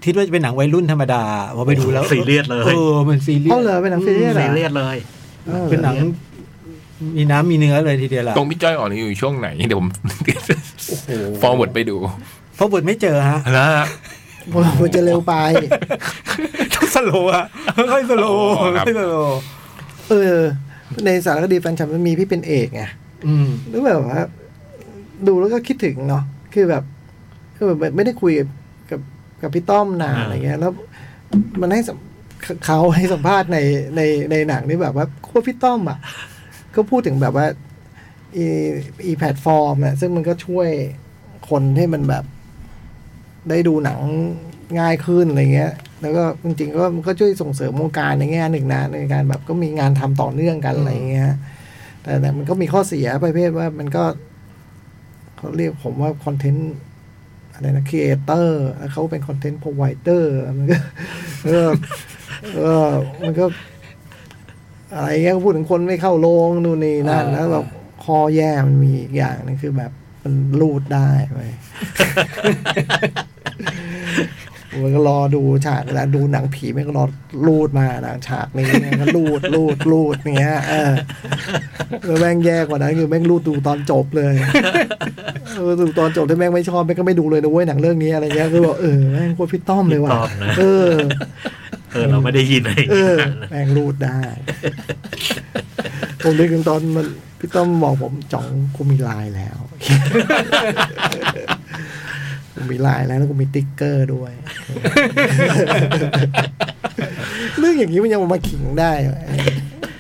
[SPEAKER 4] คิดว่าจะเป็นหนังวัยรุ่นธรรมดาพอไปดูแล้ว
[SPEAKER 2] ซีเรียสเลย
[SPEAKER 4] เออมันซีเรียส
[SPEAKER 1] เอาเหรอเป็นหนังซีรีส์เหร
[SPEAKER 2] ซี
[SPEAKER 1] อ
[SPEAKER 2] เรียสเลย
[SPEAKER 1] ออ
[SPEAKER 4] เป็นหนัง มีน้ำมีเนื้อเลยทีเดียวล่ะ
[SPEAKER 3] ตรงพี่จ้อยอ่อนนี่อยู่ช่วงไหน เดี๋ยวผม ฟอร์เวิร์ดไปดู
[SPEAKER 4] เพราะบทไม่เจอฮะ
[SPEAKER 3] นะฮะ
[SPEAKER 1] ผมผมจะเร็วไป
[SPEAKER 4] สโลว์อะค่อยๆสโลว์ค่อยๆสโลว์
[SPEAKER 1] เออ ในสารคดีแฟนฉันมันมีพี่เป็นเอกไง
[SPEAKER 4] อืม
[SPEAKER 1] หรือแบบว่าดูแล้วก็คิดถึงเนาะคือแบบคือแบบไม่ได้คุยกับกับกับพี่ต้อมนาน
[SPEAKER 2] อ่า
[SPEAKER 1] อะไรเงี้ย แล้ว มันให้สัมเขาให้สัมภาษณ์ในในในหนังนี่แบบว่าโคตรพี่ต้อมอ่ะ ก็พูดถึงแบบว่าอีอีแพลตฟอร์มอ่ะซึ่งมันก็ช่วยคนให้มันแบบ ได้ดูหนังง่ายขึ้นอะไรเงี้ย แล้วก็จริงๆก็มันก็ช่วยส่งเสริมวงการในแง่หนึ่งนะในการแบบก็มีงานทำต่อเนื่องกันอะไรเงี้ย แต่แต่มันก็มีข้อเสียประเภทว่ามันก็เขาเรียกผมว่าคอนเทนต์อะไรนะครีเอเตอร์เขาเป็นคอนเทนต์พรอไวเตอร์มันก็ เออเออมันก็ อะไรเงี้ยก็พูดถึงคนไม่เข้าโรงนู่นนี่นั่น
[SPEAKER 4] อ่า
[SPEAKER 1] แล้วแบบคอแย่มันมีอีกอย่างหนึงคือแบบมันรูดได้ไป มันก็รอดูฉากเวลาดูหนังผีมันก็รอรูดมาหนังฉากนี้มันก็รูดรูดรูดอย่างเงี้ยเออแล้วแม่งแย่กว่านั้นคือแม่งรูดดูตอนจบเลยเออดูตอนจบถ้าแม่งไม่ชอบแม่งก็ไม่ดูเลยนะเว้ยหนังเรื่องนี้อะไรเงี้ยคือบอกเออแม่งโคตรพี่ต้อมเลยว่ะ
[SPEAKER 2] พี่ต้อมนะ
[SPEAKER 1] เออ
[SPEAKER 2] เออเราไม่ได้ยินอะไรอย่าง
[SPEAKER 1] เอ
[SPEAKER 2] นี้
[SPEAKER 1] อ
[SPEAKER 2] นานแล้ว
[SPEAKER 1] แม่งรูดได้ ผมนึกถึงตอนมันพี่ต้อมบอกผมจ่องกูมีไลายแล้ว กูมีไลายแล้วแล้วกูมีติ๊กเกอร์ด้วย เรื่องอย่างนี้มันยังมาขิงได้เหรอ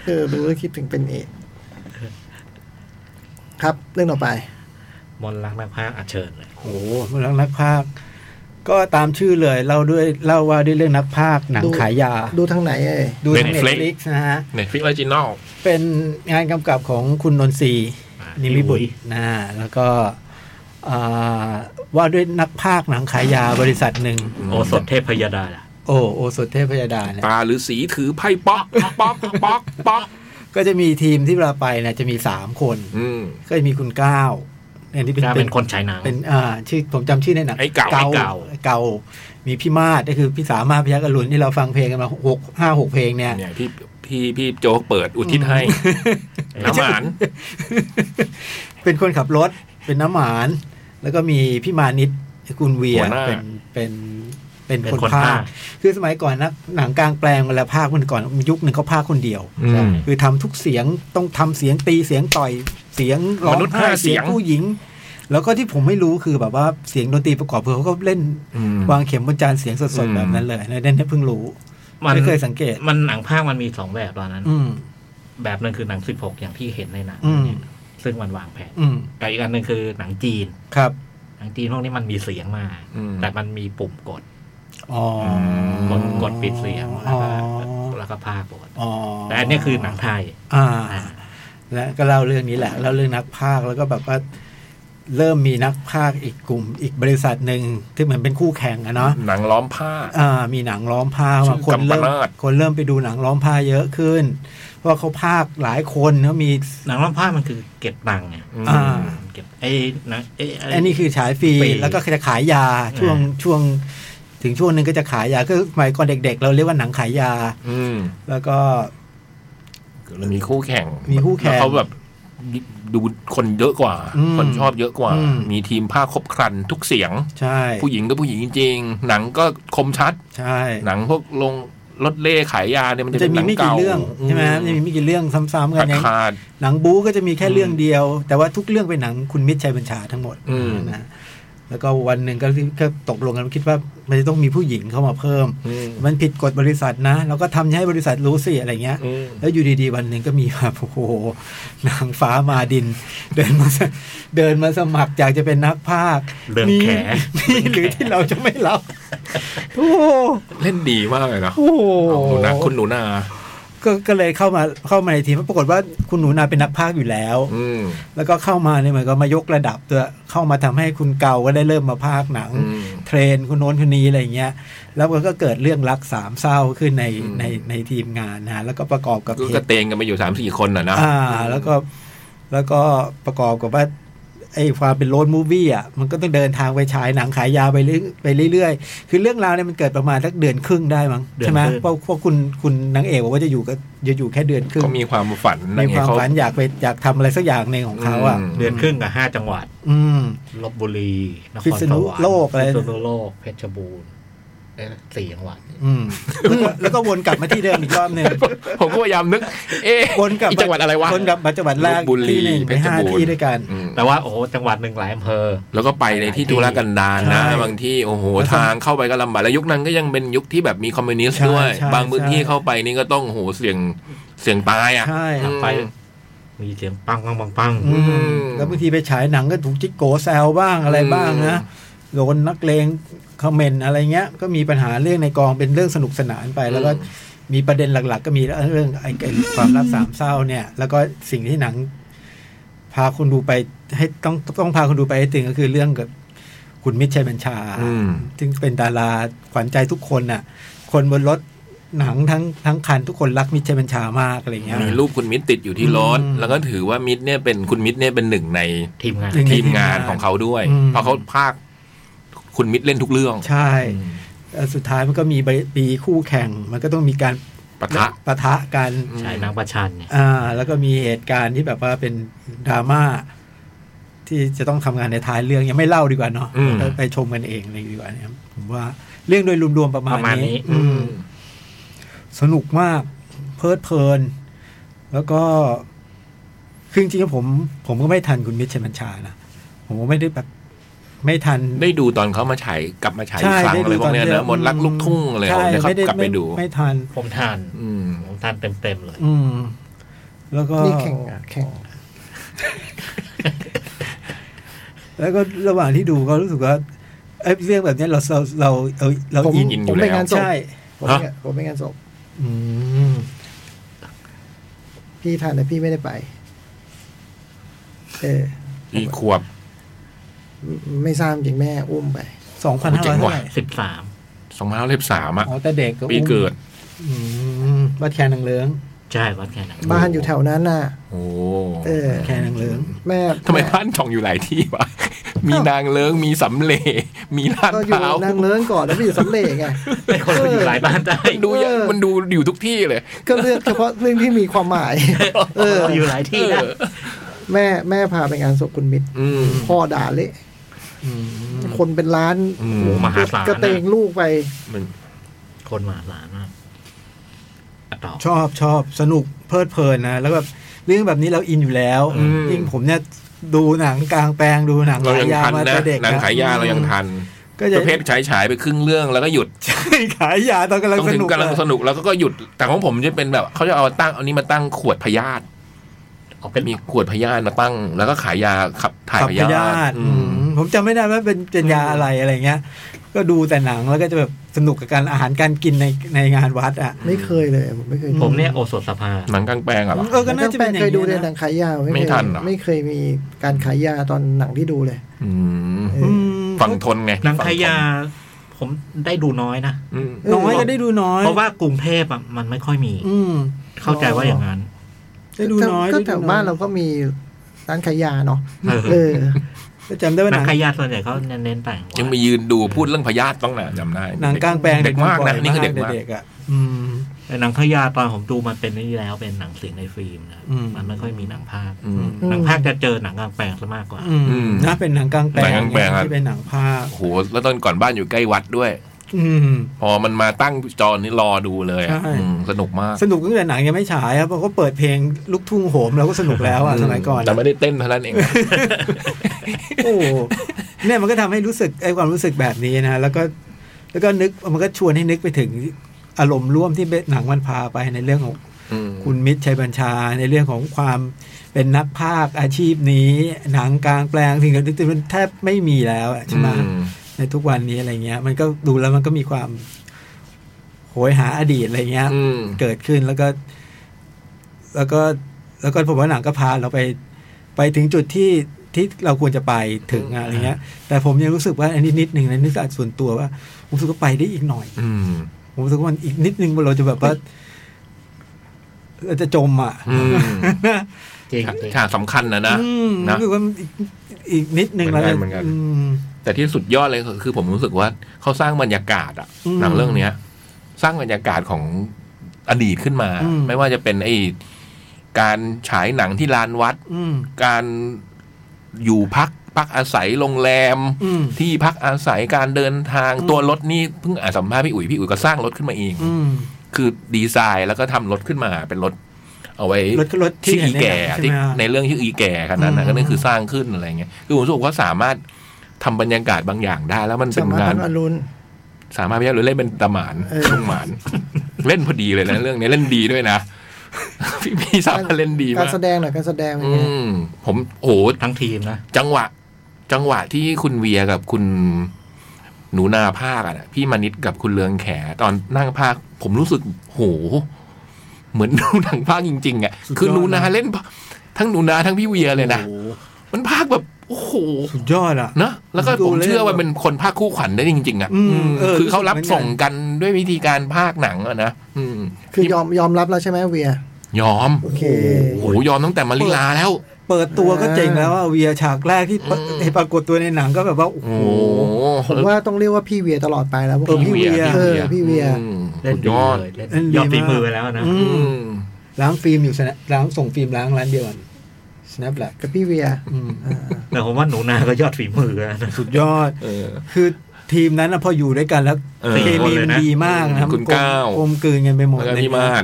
[SPEAKER 1] เออดูแล้วคิดถึงเป็นเอกครับ เรื่องต่อไป
[SPEAKER 2] มนต์รักนักพากย์อัญเชิญเลย
[SPEAKER 4] โอ้โหเรื่องนักภาค ก็ตามชื่อเลยเล่าด้วยเล่าว่าด้วยเรื่องนักภาคหนัง
[SPEAKER 1] ดู
[SPEAKER 4] ขายยา
[SPEAKER 1] ดูทางไหนเอ่ย
[SPEAKER 4] ดูทาง
[SPEAKER 3] Netflix
[SPEAKER 4] Netflix นะฮะ
[SPEAKER 3] เน็ตฟิกออริจินอล
[SPEAKER 4] เป็นงานกำกับของคุณนนทรีนิมิบุตรนะฮะแล้วก็อ่าว่าด้วยนักภาคหนังขายยาบริษัทหนึ่ง
[SPEAKER 2] โอสถเทพพยดาล่ะ
[SPEAKER 4] โอ้โอสถเทพพยดาเนี่ย
[SPEAKER 3] ตาหรือสีถือไพ่ป๊อกป๊อกป๊อกป๊อก
[SPEAKER 4] ก็จะมีทีมที่เราไปเนี่ยจะมีสามคน
[SPEAKER 3] อืม
[SPEAKER 4] ก็จะมีคุณก้าวใน อันนี้เป็น
[SPEAKER 2] กล้าเป็นคนฉายหนัง
[SPEAKER 4] เป็นอ่าชื่อผมจำชื่อในหนัง
[SPEAKER 3] ไอ้เก่า
[SPEAKER 2] ไอ้เก่า
[SPEAKER 4] เก่า มีพี่มาศก็คือพี่สามารถพยักอรุณที่เราฟังเพลงกันมาหกห้าหกเพลงเนี่ย
[SPEAKER 3] เนี่ยพี่พี่พี่โจ๊กเปิดอุทิศให้ น้ำหวาน
[SPEAKER 4] เป็นคนขับรถ เป็นน้ำหมาน แล้วก็มีพี่มานิดคุณเวีย
[SPEAKER 3] หัวหน้า
[SPEAKER 4] เป็นเป็นเป็น
[SPEAKER 2] เป็น
[SPEAKER 4] คน
[SPEAKER 2] คน
[SPEAKER 4] ภา
[SPEAKER 2] ภาค
[SPEAKER 4] คคือสมัยก่อนนะหนังกลางแปลงเวลาภาคมันก่อนยุคหนึ่งเขาภาคคนเดียว
[SPEAKER 3] อืม
[SPEAKER 4] คือทำทุกเสียงต้องทำเสียงตีเสียงต่อยเสียงร้อ
[SPEAKER 3] ม
[SPEAKER 4] ง
[SPEAKER 3] นุษย์
[SPEAKER 4] ไห้
[SPEAKER 3] ห้าเสี
[SPEAKER 4] เสีย
[SPEAKER 3] ย
[SPEAKER 4] ง
[SPEAKER 3] ง
[SPEAKER 4] ผู้หญิง แล้วก็ที่ผมไม่รู้คือแบบว่าเสียงดนตรีประกอบเพื่อเขาก็เล่น
[SPEAKER 3] อืม
[SPEAKER 4] วางเข็มบนจานเสียงส
[SPEAKER 3] อื
[SPEAKER 4] ด
[SPEAKER 3] ม
[SPEAKER 4] ๆแบบนั้นเลยในเด่นเนี่ยเพิ่งรู้ไม่เคยสังเกต
[SPEAKER 2] มันหนังภาคมันมีสองแบบตอนนั้น
[SPEAKER 4] อืม
[SPEAKER 2] แบบหนึงคือหนัง 16 อย่างที่เห็นในหนัง
[SPEAKER 4] อืม
[SPEAKER 2] ซึ่งมันวางแผน
[SPEAKER 4] อืม
[SPEAKER 2] กับอีกอันหนึ่งคือหนังจีน
[SPEAKER 4] ครับ
[SPEAKER 2] หนังจีนพวกนี้มันมีเสียงมา
[SPEAKER 3] อืม
[SPEAKER 2] แต่มันมีปุ่มกด
[SPEAKER 4] อ๋อ
[SPEAKER 2] กดกดปิดเสียง
[SPEAKER 4] อ๋
[SPEAKER 2] แล้ว
[SPEAKER 4] อ
[SPEAKER 2] ก็แล้วก็ภาคปกติ
[SPEAKER 4] อ๋อ
[SPEAKER 2] แต่อันเนี้ยคือหนังไทย
[SPEAKER 4] อ่า และก็เล่าเรื่องนี้แหละเล่าเรื่องนักพากย์แล้วก็แบบว่าเริ่มมีนักพากย์อีกกลุ่ม อีกบริษัทหนึ่งที่เหมือนเป็นคู่แข่งอะเนาะ
[SPEAKER 3] หนังล้อมผ้า
[SPEAKER 4] อ่า มีหนังล้อมผ้า
[SPEAKER 3] ชื่อ
[SPEAKER 4] มาคนเริ่
[SPEAKER 3] กัม
[SPEAKER 4] ม
[SPEAKER 3] ปนาท
[SPEAKER 4] คนเริ่มไปดูหนังล้อมผ้าเยอะขึ้น เพราะเขาพากย์หลายคนเขามี
[SPEAKER 2] หนังร้องภาคมันคือเก็บตังค์ไง
[SPEAKER 3] อืม
[SPEAKER 4] อ่า
[SPEAKER 2] เก็บไอ้หนังไอ้ไ
[SPEAKER 4] อันนี้คือฉายฟรี
[SPEAKER 2] ฟรี
[SPEAKER 4] แล้วก็จะขายยาช่วง
[SPEAKER 2] อ่า
[SPEAKER 4] ช่วง ถึงช่วงหนึ่งก็จะขายยาคือสมัยก่อนเด็ก ๆ เราเรียกว่าหนังขายยา
[SPEAKER 3] อืม
[SPEAKER 4] แล้วก็
[SPEAKER 3] มันมีคู่แข่ง
[SPEAKER 4] มีคู่แข่
[SPEAKER 3] ล้
[SPEAKER 4] ง
[SPEAKER 3] วเขาแบบดูคนเยอะกว่า
[SPEAKER 4] อืม
[SPEAKER 3] คนชอบเยอะกว่า
[SPEAKER 4] อืม
[SPEAKER 3] มีทีมภาคครบครันทุกเสียง
[SPEAKER 4] ใช่
[SPEAKER 3] ผู้หญิงก็ผู้หญิงจริงๆหนังก็คมชัด
[SPEAKER 4] ใช่
[SPEAKER 3] หนังพวกลงรถเล่ขายยาเนี่ยมัน
[SPEAKER 4] มัน
[SPEAKER 3] จะ
[SPEAKER 4] จะ
[SPEAKER 3] เป็นห
[SPEAKER 4] มี
[SPEAKER 3] นัง
[SPEAKER 4] ไม่กี่
[SPEAKER 3] เก่า
[SPEAKER 4] เรื่องใช่ไหมจะมีไม่กี่เรื่องซ้ำๆกั
[SPEAKER 3] ตั
[SPEAKER 4] น
[SPEAKER 3] ด
[SPEAKER 4] ยัง
[SPEAKER 3] ขาด
[SPEAKER 4] หนังบู๊ก็จะมีแค่
[SPEAKER 3] อืม
[SPEAKER 4] เรื่องเดียว แต่ว่าทุกเรื่องเป็นหนังคุณมิตรชัยบัญชาทั้งหมด
[SPEAKER 3] อืม
[SPEAKER 4] นะแล้วก็วันหนึ่งก็ก็ตกลงกันคิดว่ามันจะต้องมีผู้หญิงเข้ามาเพิ่ม
[SPEAKER 3] อืม
[SPEAKER 4] มันผิดกฎบริษัทนะเราก็ทำให้บริษัทรู้สิอะไรเงี้ย
[SPEAKER 3] อืม
[SPEAKER 4] แล้วอยู่ดีๆ วันหนึ่งก็มีแบบโอ้โหนางฟ้ามาดิน เดินมาสเดินมาสมัครอยากจะเป็นนักภาค
[SPEAKER 2] เรื่องแขน
[SPEAKER 4] นี่หรือที่เราจะไม่ รับโอ้
[SPEAKER 3] เล่นดีมากเลยเนาะ
[SPEAKER 4] โอ้โ
[SPEAKER 3] ห
[SPEAKER 4] ห
[SPEAKER 3] นูนาคุณหนูนา
[SPEAKER 4] ก็ก็เลยเข้ามาเข้ามาในทีมปรากฏว่าคุณหนูนาเป็นนักพากย์อยู่แล้ว
[SPEAKER 3] อืม
[SPEAKER 4] แล้วก็เข้ามาเนี่ยเหมือนก็มายกระดับตัวเข้ามาทำให้คุณเกาก็ได้เริ่มมาภาคหนัง
[SPEAKER 3] อืม
[SPEAKER 4] เทรนคุณโน้นคนนี้อะไรอย่างเงี้ย แล้วมันก็เกิดเรื่องรักสามเศร้าขึ้นใน
[SPEAKER 3] อืม
[SPEAKER 4] ในในทีมงานนะฮะแล้วก็ประกอบกับ
[SPEAKER 3] ก็กระเตงกันไปอยู่สามสี่คนน่ะนะ
[SPEAKER 4] อ่า แล้วก็แล้วก็ประกอบกับว่าไอ้ความเป็นโรดมูวี่อ่ะมันก็ต้องเดินทางไปฉายหนังขายยาไปเรื่อยไปเรื่อยๆ คือเรื่องราวเนี่ยมันเกิดประมาณสักเดือนครึ่งได้มั้ง
[SPEAKER 2] เดือน
[SPEAKER 4] ใช่ไหม
[SPEAKER 2] ครึ่ง
[SPEAKER 4] เพราะเพราะคุณคุณนางเอกบอกว่าจะอยู่ก็จะอยู่แค่เดือนครึ่ง
[SPEAKER 3] ก็มีความฝัน
[SPEAKER 4] ในความ
[SPEAKER 3] เข
[SPEAKER 4] ฝันอยากไปอยากทำอะไรสักอย่างหนึ่งของเขาอ่ะ
[SPEAKER 3] อืม
[SPEAKER 2] เดือนครึ่งกับห้าจังหวัด
[SPEAKER 4] อืม
[SPEAKER 2] ลบบุรีนค
[SPEAKER 4] พิ
[SPEAKER 2] ร
[SPEAKER 4] ษ
[SPEAKER 2] ส
[SPEAKER 4] ณุ
[SPEAKER 2] วรรค์
[SPEAKER 4] โลกอะไร
[SPEAKER 2] พิษณุโลกเพชรบูรณ์ได้ละสี่จังหวัด
[SPEAKER 4] อืมแล้วก็แล้วก็วนกลับมาที่เดิมอีกร อบหนึ่ง
[SPEAKER 3] ผมก็พยายามนึก เอ๊ะ
[SPEAKER 4] วนกลับ
[SPEAKER 3] อีจังหวัดอะไรวะ
[SPEAKER 4] วนกลับมาจังหวัดแรก
[SPEAKER 3] ลพบุรี
[SPEAKER 4] ที่หนึ่ง
[SPEAKER 3] เพ
[SPEAKER 4] ไป
[SPEAKER 3] ชร
[SPEAKER 4] ห้า
[SPEAKER 3] บูรณ์
[SPEAKER 4] ที่ด้วยกัน
[SPEAKER 3] อืม
[SPEAKER 2] แต่ว่าโอ้โหจังหวัดหนึ่งหลายอำเภอ
[SPEAKER 3] แล้วก็ไปในที่ธุรกันดารนะ
[SPEAKER 4] ใช่
[SPEAKER 3] บางที่โอ้โห
[SPEAKER 4] แล้วก็
[SPEAKER 3] ทางเข้าไปก็ลำบากแล้วยุคนั้นก็ยังเป็นยุคที่แบบมีคอมมิวนิสต์
[SPEAKER 4] ใช่
[SPEAKER 3] ด้วย
[SPEAKER 4] ใช่
[SPEAKER 3] บางพื้นที่
[SPEAKER 4] ใช่
[SPEAKER 3] เข้าไปนี่ก็ต้องโอ้โหเสี่ยงเสี่ยงตายอ่ะ
[SPEAKER 4] ใช่
[SPEAKER 3] อืม
[SPEAKER 2] ไป มีเสียงปังปังปังปัง
[SPEAKER 4] อืม
[SPEAKER 3] อืม
[SPEAKER 4] แล้วบางทีไปฉายหนังก็ถูกจิกโกแซวบ้างอะไรบ้างนะโดนนักเลงคอมเมนต์อะไรเงี้ย ก็มีปัญหาเรื่องในกองเป็นเรื่องสนุกสนานไป แล้วก็
[SPEAKER 3] อืม
[SPEAKER 4] มีประเด็นหลัก ๆ ก็มีเรื่องไอ้ไอ้ความรักสามเศร้าเนี่ย แล้วก็สิ่งที่หนัง พาคุณดูไปให้ต้องต้องพาคุณดูไปให้ถึงก็คือเรื่องกับคุณมิตรชัยบัญชา
[SPEAKER 3] อืม
[SPEAKER 4] ซึ่งเป็นดาราขวัญใจทุกคนน่ะ คนบนรถหนังทั้งทั้งคันทุกคนรักมิตรชัยบัญชามากอะไรเงี้ย
[SPEAKER 3] มีรูปคุณมิตรติดอยู่ที่รถ
[SPEAKER 4] อืม
[SPEAKER 3] แล้วก็ถือว่ามิตรเนี่ยเป็นคุณมิตรเนี่ยเป็นหนึ่งใน
[SPEAKER 2] ทีมงาน
[SPEAKER 4] จริ
[SPEAKER 3] ทีมงานของเขาด้วย
[SPEAKER 4] อืม
[SPEAKER 3] เพราะเขาภาคคุณมิตรเล่นทุกเรื่อง
[SPEAKER 4] ใช่แล้วสุดท้ายมันก็มีปีคู่แข่ง มันก็ต้องมีการ
[SPEAKER 3] ปะทะ
[SPEAKER 4] ปะทะกัน
[SPEAKER 2] ใช้หนังประชันเนี่ย
[SPEAKER 4] อ่าแล้วก็มีเหตุการณ์ที่แบบว่าเป็นดราม่าที่จะต้องทำงานในท้ายเรื่องยังไม่เล่าดีกว่าเนาะ
[SPEAKER 3] อืม
[SPEAKER 4] ไปชมกันเองเลยดีกว่านะครับผมว่าเรื่องโดยรวมๆประมา
[SPEAKER 2] ป
[SPEAKER 4] ณ
[SPEAKER 2] ระมาณ
[SPEAKER 4] นี้
[SPEAKER 2] นี้
[SPEAKER 4] อืม สนุกมาก เพลิดเพลิน แล้วก็คือจริงๆผม ผมก็ไม่ทันคุณมิตรชัยบัญชานะ ผมก็ไม่ได้แบบ ไม่ทัน
[SPEAKER 3] ได้ดูตอนเขามาฉายกลับมาฉายอีกครั้งอะไรพวกเนี้ยนะมนต์รักลูกทุ่งอะไร
[SPEAKER 4] ใช่
[SPEAKER 3] เนี่ยเขา
[SPEAKER 4] ม่ด้
[SPEAKER 3] กลับไปดู
[SPEAKER 4] ม่ไม่ทัน
[SPEAKER 2] ผมทาน
[SPEAKER 3] อืม
[SPEAKER 2] ผมทานเต็มเต็มๆเลย
[SPEAKER 4] อืม แล้วก็
[SPEAKER 1] นี่แข่งอ่ะแข่ง
[SPEAKER 4] แล้วก็ระหว่างที่ดูก็รู้สึกว่าเอ้ยเรื่องแบบเนี้ยเราเราเราเรา
[SPEAKER 1] ผ
[SPEAKER 4] เรา
[SPEAKER 1] ม
[SPEAKER 4] อิน
[SPEAKER 3] ยู่
[SPEAKER 1] ผมไป
[SPEAKER 3] แล้ว
[SPEAKER 1] งานศพ
[SPEAKER 4] ใช่
[SPEAKER 1] ผมไปผมไปงานศพ
[SPEAKER 4] อืม
[SPEAKER 1] พี่ทันแต่พี่ไม่ได้ไป เออ
[SPEAKER 3] อีขวบ
[SPEAKER 1] ไม่ไม่ทราบจริงแม่อุ้มไป
[SPEAKER 4] สองพันห้า
[SPEAKER 3] โอ้เจ๋
[SPEAKER 4] ร้อย
[SPEAKER 3] ง
[SPEAKER 4] เท่า
[SPEAKER 3] ว่ะ
[SPEAKER 4] ไหร่
[SPEAKER 2] สิบสาม
[SPEAKER 3] สองพันห้าร้อยสิบสามอ่ะ
[SPEAKER 4] อ๋อแต่เด็กก็
[SPEAKER 3] ปี
[SPEAKER 4] อุ้ม
[SPEAKER 3] เกิด
[SPEAKER 4] อืมวัดแคนนางเลื้ง
[SPEAKER 2] ใช่วัดแค่นั้น
[SPEAKER 1] บ้านอยู่แถวนั้นน่ะ
[SPEAKER 3] โอ้
[SPEAKER 1] เออ
[SPEAKER 4] แค่นางเลิ้ง
[SPEAKER 1] แม่
[SPEAKER 3] ทำไมบ้านจองอยู่หลายที่วะ มีนางเลิงมีสำเล มีลาด
[SPEAKER 1] ก็อ
[SPEAKER 3] พ
[SPEAKER 1] ยู่
[SPEAKER 3] ร้าว
[SPEAKER 1] นางเลิ้งก่อนแล้วไปอยู่สำเร็จไง
[SPEAKER 2] ไอ้คนเราอยู่หลายบ้านได้
[SPEAKER 3] ดูเยอะมันดูอยู่ทุกที่เลย
[SPEAKER 1] ก็เลือกเฉพาะเรื่องที่มีความหมาย เออ
[SPEAKER 2] เราอยู่หลายที่ได้
[SPEAKER 1] แม่แม่พาไปงานศพคุณมิตร
[SPEAKER 3] อืม
[SPEAKER 1] พ่อด่าเละคนเป็นล้าน
[SPEAKER 3] อืม
[SPEAKER 1] โอ้โ
[SPEAKER 2] มหาศาลนะ
[SPEAKER 1] กระเตงลูกไป
[SPEAKER 3] มัน
[SPEAKER 2] คนมหาศาลมากอ่ะต่อ
[SPEAKER 4] ชอบชอบสนุกเพลิดเพลินนะ แล้วแบบเรื่องแบบนี้เราอินอยู่แล้ว
[SPEAKER 3] อืม
[SPEAKER 4] ยิ่งผมเนี่ยดูหนังกลางแปลงดูหนัง
[SPEAKER 3] เรา
[SPEAKER 4] ขาย
[SPEAKER 3] ยัง
[SPEAKER 4] ยา
[SPEAKER 3] ทัน
[SPEAKER 4] มา
[SPEAKER 3] นะ
[SPEAKER 4] แต่เด็ก
[SPEAKER 3] หนังขายยาเรายังทัน
[SPEAKER 4] ก็จะ
[SPEAKER 3] ประเภทฉายฉายไปครึ่งเรื่องแล้วก็หยุด
[SPEAKER 4] ใช่ขายยาตอนกำลัง
[SPEAKER 3] ต้อง
[SPEAKER 4] ส
[SPEAKER 3] ถึง
[SPEAKER 4] นุก
[SPEAKER 3] กำลัง
[SPEAKER 4] อะ
[SPEAKER 3] สนุกแล้วก็หยุด แต่ของผมจะเป็นแบบเขาจะเอาตั้งเอานี้มาตั้งขวดพยาธิ
[SPEAKER 2] ออกเป็น
[SPEAKER 3] มีขวดพยาธิมาตั้ง แล้วก็ขายยาขับถ่าย
[SPEAKER 4] ขับ
[SPEAKER 3] พ
[SPEAKER 4] พ
[SPEAKER 3] ยาย
[SPEAKER 4] า
[SPEAKER 3] ธิ
[SPEAKER 4] ธิ
[SPEAKER 3] อืม
[SPEAKER 4] อืมผมจำไม่ได้ว่าเป็นเป็นยาอะไรอะไรเงี้ย ก็ดูแต่หนังแล้วก็จะแบบสนุกกับการอาหารการกินในในงานวัดอ่ะ
[SPEAKER 1] ไม่เคยเลย ผมไม่เคย
[SPEAKER 2] ผมเนี่ยโอสถสภา
[SPEAKER 3] หนังกลางแปลงอะเหรอ
[SPEAKER 4] เออก็น่าจะเป็นอย่าง
[SPEAKER 1] เคยดู
[SPEAKER 4] นี้
[SPEAKER 1] ในหนั
[SPEAKER 4] นะ
[SPEAKER 1] งขายยาไม่
[SPEAKER 3] ไม่
[SPEAKER 1] เคย
[SPEAKER 3] ทันเหรอ
[SPEAKER 1] ไม่เคยมีการขายยาตอนหนังที่ดูเลย
[SPEAKER 3] อืม
[SPEAKER 1] เอ
[SPEAKER 4] อื
[SPEAKER 1] อ
[SPEAKER 4] ม
[SPEAKER 3] ฝั่งทนไง
[SPEAKER 2] หนังขายยา ผมได้ดูน้อยนะ
[SPEAKER 3] อืม
[SPEAKER 4] น้อยก็ได้ดูน้อย
[SPEAKER 2] เพราะว่ากรุงเทพอ่ะมันไม่ค่อยมี
[SPEAKER 4] อืม
[SPEAKER 2] เข้าใจว่าอย่างนั้น
[SPEAKER 4] ได้ดูน้อย
[SPEAKER 1] ก็
[SPEAKER 4] ได้
[SPEAKER 1] แถ
[SPEAKER 4] ดู
[SPEAKER 1] ว
[SPEAKER 4] น้อย
[SPEAKER 1] บ้านเราก็มีร้านขายยาเนาะ
[SPEAKER 2] เออ
[SPEAKER 1] เออ
[SPEAKER 4] ก็จำได้ว่า
[SPEAKER 2] ห
[SPEAKER 4] ห
[SPEAKER 2] นั
[SPEAKER 4] นั
[SPEAKER 2] ง
[SPEAKER 4] ง
[SPEAKER 2] ขายยาส่วนใหญ่เขาเน้นๆแต่าง
[SPEAKER 3] ยังไปยืนดูพูดเรื่องพยาธิต้องน่ะจำได้
[SPEAKER 4] หนังกลางแปลง
[SPEAKER 3] เด็กมากนะนี่คือเด็กมาก
[SPEAKER 4] เด็กอ่ะ อืม
[SPEAKER 2] แต่หนังขายยาตอนผมดูมันเป็นนี่แล้วเป็นหนังเสียงในฟิล์มนะ
[SPEAKER 4] อืม
[SPEAKER 2] มันไม่ค่อยมีหนังภาค
[SPEAKER 3] อืม
[SPEAKER 2] หนังภาคจะเจอหนังกลางแปลงซะมากกว่า
[SPEAKER 4] อืม
[SPEAKER 3] อืม
[SPEAKER 4] นะเป็นหนังกลางแปลง
[SPEAKER 3] หนังกลางแปลงครับ
[SPEAKER 4] ที่เป็นหนังภาค
[SPEAKER 3] โอ้โหแล้วตอนก่อนบ้านอยู่ใกล้วัดด้วย
[SPEAKER 4] อืม
[SPEAKER 3] พอมันมาตั้งจอนี่รอดูเลยอะ
[SPEAKER 4] ใช่
[SPEAKER 3] อืมสนุกมาก
[SPEAKER 4] สนุกตั้งแต่หนังยังไม่ฉายครับเพราะก็เปิดเพลงลูกทุ่งโหมเราก็สนุกแล้วอ่ะสมัยก่อน
[SPEAKER 3] แต่
[SPEAKER 4] อะ
[SPEAKER 3] ไม่ได้เต้นเท่านั้นเอง
[SPEAKER 4] โอ้เนี่ยมันก็ทำให้รู้สึกไอ้ความรู้สึกแบบนี้นะแล้วก็ แล้วก็นึกมันก็ชวนให้นึกไปถึงอารมณ์ร่วมที่หนังมันพาไปในเรื่องของ
[SPEAKER 3] อืม
[SPEAKER 4] คุณมิตรชัยบัญชา ในเรื่องของความเป็นนักภาคอาชีพนี้ หนังกลางแปลงสิ่งต่างๆมันแทบไม่มีแล้วอะใช่ไหม
[SPEAKER 3] อืม
[SPEAKER 4] ในทุกวันนี้อะไรเงี้ย มันก็ดูแล้วมันก็มีความโหยหาอดีตอะไรเงี้ย
[SPEAKER 3] อืม
[SPEAKER 4] เกิดขึ้นแล้วก็ แล้วก็แล้วก็ผมว่าหนังก็พาเราไป ไปถึงจุดที่ที่เราควรจะไปถึงอะอะไรเงี้ย แต่ผมยังรู้สึกว่าอันนี้นิดหนึ่งนะนึกอาจส่วนตัวว่าผมรู้สึกว่าไปได้อีกหน่อย
[SPEAKER 3] อืม
[SPEAKER 4] ผมรู้สึกว่ามันอีกนิดนึงเราจะแบบว่าเราจะจมอ่ะ
[SPEAKER 3] อืม
[SPEAKER 2] จริง
[SPEAKER 3] ฉากสำคัญนะนะ
[SPEAKER 4] อืม
[SPEAKER 3] นะ
[SPEAKER 4] รู้สึกว่ามันอีกอีกนิดนึง
[SPEAKER 3] เหมื
[SPEAKER 4] เรา
[SPEAKER 3] อนกัน
[SPEAKER 4] จะ
[SPEAKER 3] เหมือนกัน
[SPEAKER 4] อืม
[SPEAKER 3] แต่ที่สุดยอดเลยคือคือผมรู้สึกว่าเขาสร้างบรรยากาศอะ
[SPEAKER 4] อืม
[SPEAKER 3] หนังเรื่องเนี้ย สร้างบรรยากาศของอดีตขึ้นมา
[SPEAKER 4] อืม
[SPEAKER 3] ไม่ว่าจะเป็นไอ้การฉายหนังที่ลานวัด
[SPEAKER 4] อืม
[SPEAKER 3] การอยู่พักพักอาศัยโรงแรม
[SPEAKER 4] อืม
[SPEAKER 3] ที่พักอาศัยการเดินทาง
[SPEAKER 4] อืม
[SPEAKER 3] ตัวรถนี่เพิ่งอ่านสัมภาษณ์พี่อุ๋ยพี่อุ๋ยก็สร้างรถขึ้นมาเอง
[SPEAKER 4] อืม
[SPEAKER 3] คือดีไซน์แล้วก็ทำรถขึ้นมาเป็นรถ เอาไว้
[SPEAKER 4] รถก็รถที่
[SPEAKER 3] ที่อี
[SPEAKER 4] เห็นใน
[SPEAKER 3] แก่
[SPEAKER 4] หนัง
[SPEAKER 3] ที่
[SPEAKER 4] ใช่ไหมฮะ
[SPEAKER 3] ในเรื่องที่อีแก่ขนาดนั้นนะ
[SPEAKER 4] อืม
[SPEAKER 3] ก็นั่นคือสร้างขึ้นอะไรเงี้ยคือผมรู้สึกว่าสามารถทำบรรยากาศบางอย่างได้ แล้วมันเป็
[SPEAKER 1] สาน มารถ
[SPEAKER 3] งาน
[SPEAKER 1] ทำอรุณ
[SPEAKER 3] สามารถไปเล่นหรือเล่นเป็นตาหมาน
[SPEAKER 1] เออ
[SPEAKER 3] ลุงหมาน เล่นพอดีเลยนะเรื่องนี้เล่นดีด้วยนะ พี่พี่สามารถเล่น
[SPEAKER 1] กาม
[SPEAKER 3] ดีาร ก
[SPEAKER 1] แสดงหน่อยการแสดงอย่าง
[SPEAKER 3] อื
[SPEAKER 1] เงี้ย
[SPEAKER 3] มผมโอ้โห
[SPEAKER 2] ทั้งทีมนะ
[SPEAKER 3] จังหวะ จังหวะที่คุณเวียกับคุณหนูนาภาคอะนะพี่มานิดกับคุณเลืองแข ตอนนั่งภาค ผมรู้สึกโห เหมือนดูหนังภาคจริงๆอ่ะ
[SPEAKER 4] สุดยอด
[SPEAKER 3] คือหนูนาเล่น ทั้งหนูนาทั้งพี่เวียเลยนะ
[SPEAKER 4] โอ้โห
[SPEAKER 3] มันภาคแบบ โอ้โห
[SPEAKER 4] สุดยอดอ่ะ
[SPEAKER 3] เนอะแล้วก็
[SPEAKER 4] ดู
[SPEAKER 3] ผมเชื่อว่า
[SPEAKER 4] แล้ว
[SPEAKER 3] เป็นคนภาคคู่ขวัญได้จริง ๆ อ่ะ
[SPEAKER 4] อืมเออ
[SPEAKER 3] คือเขารับ
[SPEAKER 4] รู้สึกเหมือนกัน
[SPEAKER 3] ส่งกันด้วยวิธีการภาคหนังอะนะอืม
[SPEAKER 1] คือยอมยอมรับแล้วใช่ไหมเวีย
[SPEAKER 3] ยอม
[SPEAKER 1] โอเค
[SPEAKER 3] โอ้โหยอมตั้งแต่มาริลาแล้ว
[SPEAKER 4] เปิดตัวก็เจ๋งแล้วอะเวียฉากแรกที่ปะ
[SPEAKER 3] อืม
[SPEAKER 4] เห็นปรากฏตัวในหนังก็แบบว่าโอ้
[SPEAKER 3] โอ้
[SPEAKER 4] โห
[SPEAKER 1] ผ
[SPEAKER 3] โห
[SPEAKER 1] มว่าต้องเรียกว่าพี่เวียตลอดไปแล้ว
[SPEAKER 4] เออพี่เวีย
[SPEAKER 1] เออพี่เวีย
[SPEAKER 3] อืม
[SPEAKER 2] เล่น
[SPEAKER 3] สุด
[SPEAKER 2] ดี
[SPEAKER 3] ยอด
[SPEAKER 2] เลยเล่น
[SPEAKER 4] เล่นดี
[SPEAKER 2] ยอดฝีมือ
[SPEAKER 4] มาก
[SPEAKER 2] ไปแล้วนะ
[SPEAKER 4] อื
[SPEAKER 3] อื
[SPEAKER 4] ม
[SPEAKER 3] ม
[SPEAKER 4] ล้างฟิล์มอยู่สนะล้างส่งฟิล์มล้างร้านเดียวกัน snap แหละ
[SPEAKER 1] กับพี่เวียอ่า
[SPEAKER 2] แต่ผมว่าหนูนาก็ยอดฝีมือแล้วนะ
[SPEAKER 4] สุดยอด
[SPEAKER 3] เออ
[SPEAKER 4] คือทีมนั้นนะพออยู่ด้วยกันแล้ว
[SPEAKER 3] เออ
[SPEAKER 4] เคมีมันดีมากนะ
[SPEAKER 3] คุณ
[SPEAKER 4] มันลม
[SPEAKER 3] ก้าว
[SPEAKER 4] กลมกลืนกันไปหมด
[SPEAKER 3] แล้วก็
[SPEAKER 4] เลย
[SPEAKER 3] พี่มาศ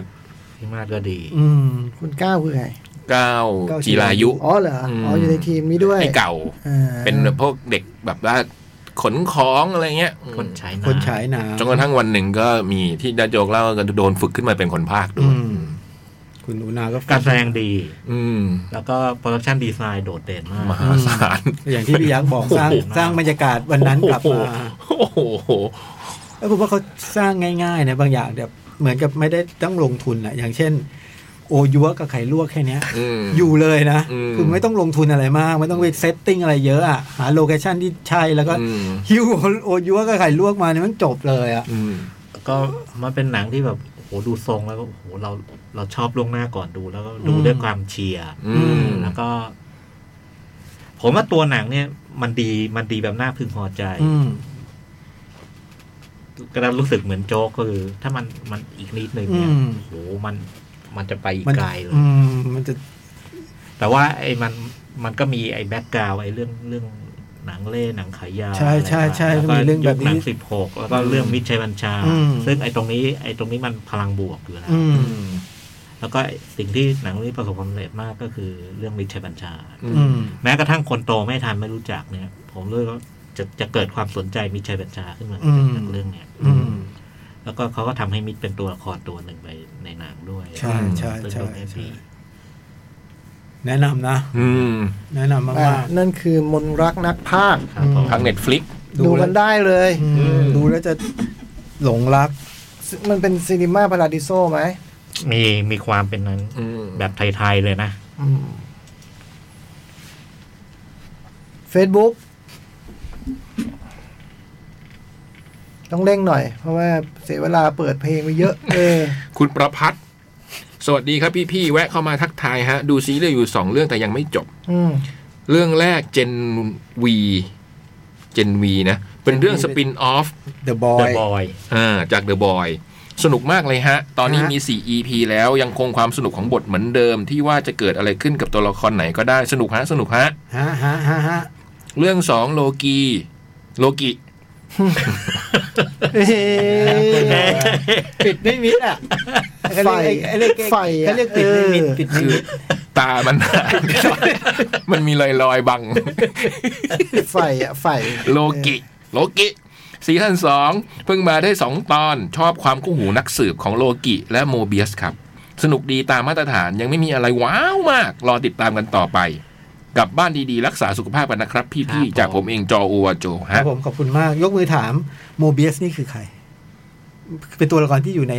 [SPEAKER 2] พี่มาดก็ดี
[SPEAKER 4] อืม
[SPEAKER 1] คุณก้าวคือใคร
[SPEAKER 3] ก้าว
[SPEAKER 4] ก้าวจี
[SPEAKER 3] จีรา
[SPEAKER 4] รายุ
[SPEAKER 3] ยุ
[SPEAKER 1] อ๋อเหรออ๋ออยู่ในทีมนี้ด้วย
[SPEAKER 3] ไอ้เก่า
[SPEAKER 1] อ่า
[SPEAKER 3] เป็นแบบพวกเด็กแบบว่าขนของอะไรเงี้ยอืม
[SPEAKER 2] คนใช้นา
[SPEAKER 4] คนฉายหนัง
[SPEAKER 3] จนกระทั่งวันหนึ่งก็มีที่ดาโจกเล่ากันโดนฝึกขึ้นมาเป็นคนภาคด้
[SPEAKER 4] อื
[SPEAKER 3] วย
[SPEAKER 4] มคุณหนูนาก็
[SPEAKER 2] การแสดงดี
[SPEAKER 3] อืม
[SPEAKER 2] แล้วก็โปรดักชันดีไซน์โดดเด่นมาก
[SPEAKER 3] มหาศาล
[SPEAKER 4] อย่างที่พี่ยักษ์บอกสร้าง
[SPEAKER 2] โอ้โห
[SPEAKER 4] สร้างบรรยากาศวันนั้นกลับมา
[SPEAKER 3] โอ้โห
[SPEAKER 4] แล้วผมว่าเขาสร้างง่ายๆนะบางอย่างแบบเหมือนกับไม่ได้ต้องลงทุนอะอย่างเช่น โอยัวกับไข่ลวกแค่เนี้ย อยู่เลยนะ
[SPEAKER 3] อืม
[SPEAKER 4] คือไม่ต้องลงทุนอะไรมาก ไม่ต้องไปเซตติ้งอะไรเยอะอะหาโลเคชั่นที่ใช่แล้วก็
[SPEAKER 3] ก็
[SPEAKER 4] ฮิวโอยัวกับไข่ลวกมาเนี่ยมันจบเลยอะ
[SPEAKER 3] อืม
[SPEAKER 2] แล้วก็มันเป็นหนังที่แบบโอ้โห ดูทรงแล้วก็โอ้โหเราเราชอบล่วงหน้าก่อนดูแล้วก็ดูด้วยความเชียร์
[SPEAKER 3] อืม
[SPEAKER 2] แล้วก็ ผมว่าตัวหนังเนี่ย มันดีมันดีแบบน่าพึงพอใจ
[SPEAKER 1] อืม
[SPEAKER 2] ก็ได้รู้สึกเหมือนโจ๊กก็คือ ถ้ามันมันอีกนิดหนึ่งเนี่ย
[SPEAKER 1] อืม
[SPEAKER 2] โอ้โหมันมันจะไปอีก
[SPEAKER 4] มัน
[SPEAKER 2] ไกลเลย
[SPEAKER 1] อืมมันจะ
[SPEAKER 2] แต่ว่าไอ้มันมันก็มีไอ้แบ็กกราวไอ้เรื่องเรื่องหนังเล่หนังขายยาว
[SPEAKER 1] ใช่ใช่ใช่
[SPEAKER 2] ะไ
[SPEAKER 1] มีเรื่องแบบนี้
[SPEAKER 2] หนังสิบหกแล้วก็เรื่องมิตรชัยบัญชา
[SPEAKER 1] อืม
[SPEAKER 2] ซึ่งไอ้ตรงนี้ ไอ้ตรงนี้มันพลังบวกอยู่แล้ว
[SPEAKER 1] อืม
[SPEAKER 2] แล้วก็สิ่งที่หนังเรื่องนี้ประสบความสำเร็จมากก็คือเรื่องมิตรชัยบัญชา
[SPEAKER 1] อืม
[SPEAKER 2] แม้กระทั่งคนโตไม่ทันไม่รู้จักเนี่ย ผมเลยว่าจะจะเกิดความสนใจมิตรชัยบัญชาขึ้นมา
[SPEAKER 1] อืม
[SPEAKER 2] จากเรื่องเนี้ย
[SPEAKER 1] อืม
[SPEAKER 2] แล้วก็เขาก็ทำให้มิตรเป็นตัวละครตัวหนึ่งไปในหนังด้วย
[SPEAKER 1] ใช่ใช่
[SPEAKER 2] ซึ่ง
[SPEAKER 1] ใช่
[SPEAKER 2] ตรงนี้
[SPEAKER 1] ใช่
[SPEAKER 2] ดี
[SPEAKER 4] แนะนำนะ
[SPEAKER 3] อืม
[SPEAKER 4] แนะนำมา
[SPEAKER 1] อ่ะ
[SPEAKER 4] ก
[SPEAKER 1] นั่นคือมนรักนักภาค
[SPEAKER 2] ครับผม
[SPEAKER 3] ทางเน็ตฟลิก
[SPEAKER 4] ดู
[SPEAKER 1] ดู
[SPEAKER 4] แล้ว
[SPEAKER 1] กันได้เลย
[SPEAKER 4] ๆอืมดูแล้วจะหลงรัก
[SPEAKER 1] มันเป็นซีนีมาพาราดิโซไหม
[SPEAKER 2] มีมีความเป็นนั้นแบบไทย ๆ เลยนะ
[SPEAKER 1] เฟซบุ๊กต้องเร่งหน่อย เพราะว่าเสียเวลาเปิดเพลงไปเยอะ เออ
[SPEAKER 3] คุณประพัฒน์สวัสดีครับพี่พี่ๆแวะเข้ามาทักทายฮะ ดูซีรีส์อยู่สองเรื่องแต่ยังไม่จบ
[SPEAKER 1] อืม
[SPEAKER 3] เรื่องแรกเจนวีเจนวีนะ เป็นเรื่องสปินออฟ
[SPEAKER 4] The Boy
[SPEAKER 2] The Boy
[SPEAKER 3] อ่าจาก The Boy สนุกมากเลยฮะ ตอนนี้
[SPEAKER 4] ฮะ
[SPEAKER 3] มี 4 EP แล้วยังคงความสนุกของบทเหมือนเดิม ที่ว่าจะเกิดอะไรขึ้นกับตัวละครไหนก็ได้สนุกฮะ สนุกฮะ
[SPEAKER 4] ฮะฮะฮะฮะ
[SPEAKER 3] เรื่อง 2 โลกีโลกิ
[SPEAKER 1] เอ้ย
[SPEAKER 4] ปิดไม่มิดอ่ะ
[SPEAKER 1] ไฟ
[SPEAKER 4] เขาเรียก
[SPEAKER 1] ไฟอะ
[SPEAKER 4] เขาเรียกปิดไม่มิด
[SPEAKER 1] เออ
[SPEAKER 4] ปิดไม่
[SPEAKER 3] คือ
[SPEAKER 4] มิด
[SPEAKER 3] ตามัน มันมีลอยลอยๆบัง
[SPEAKER 1] ใส่อะใส่
[SPEAKER 3] โลกิโลกิซีซั่นสองเพิ่งมาได้ 2 ตอนชอบความคู่หูนักสืบของโลกิและโมเบียสครับ สนุกดีตามมาตรฐานยังไม่มีอะไรว้าวมาก รอติดตามกันต่อไป กลับบ้านดีๆ รักษาสุขภาพกันนะครับ
[SPEAKER 2] ครั
[SPEAKER 3] พี่
[SPEAKER 2] บผม
[SPEAKER 3] ๆ จากผมเองจอโอวาโจ
[SPEAKER 4] ครั
[SPEAKER 3] ฮะ
[SPEAKER 4] บผมขอบคุณมาก ยกมือถามโมเบียสนี่คือใคร เป็นตัวละครที่อยู่ใน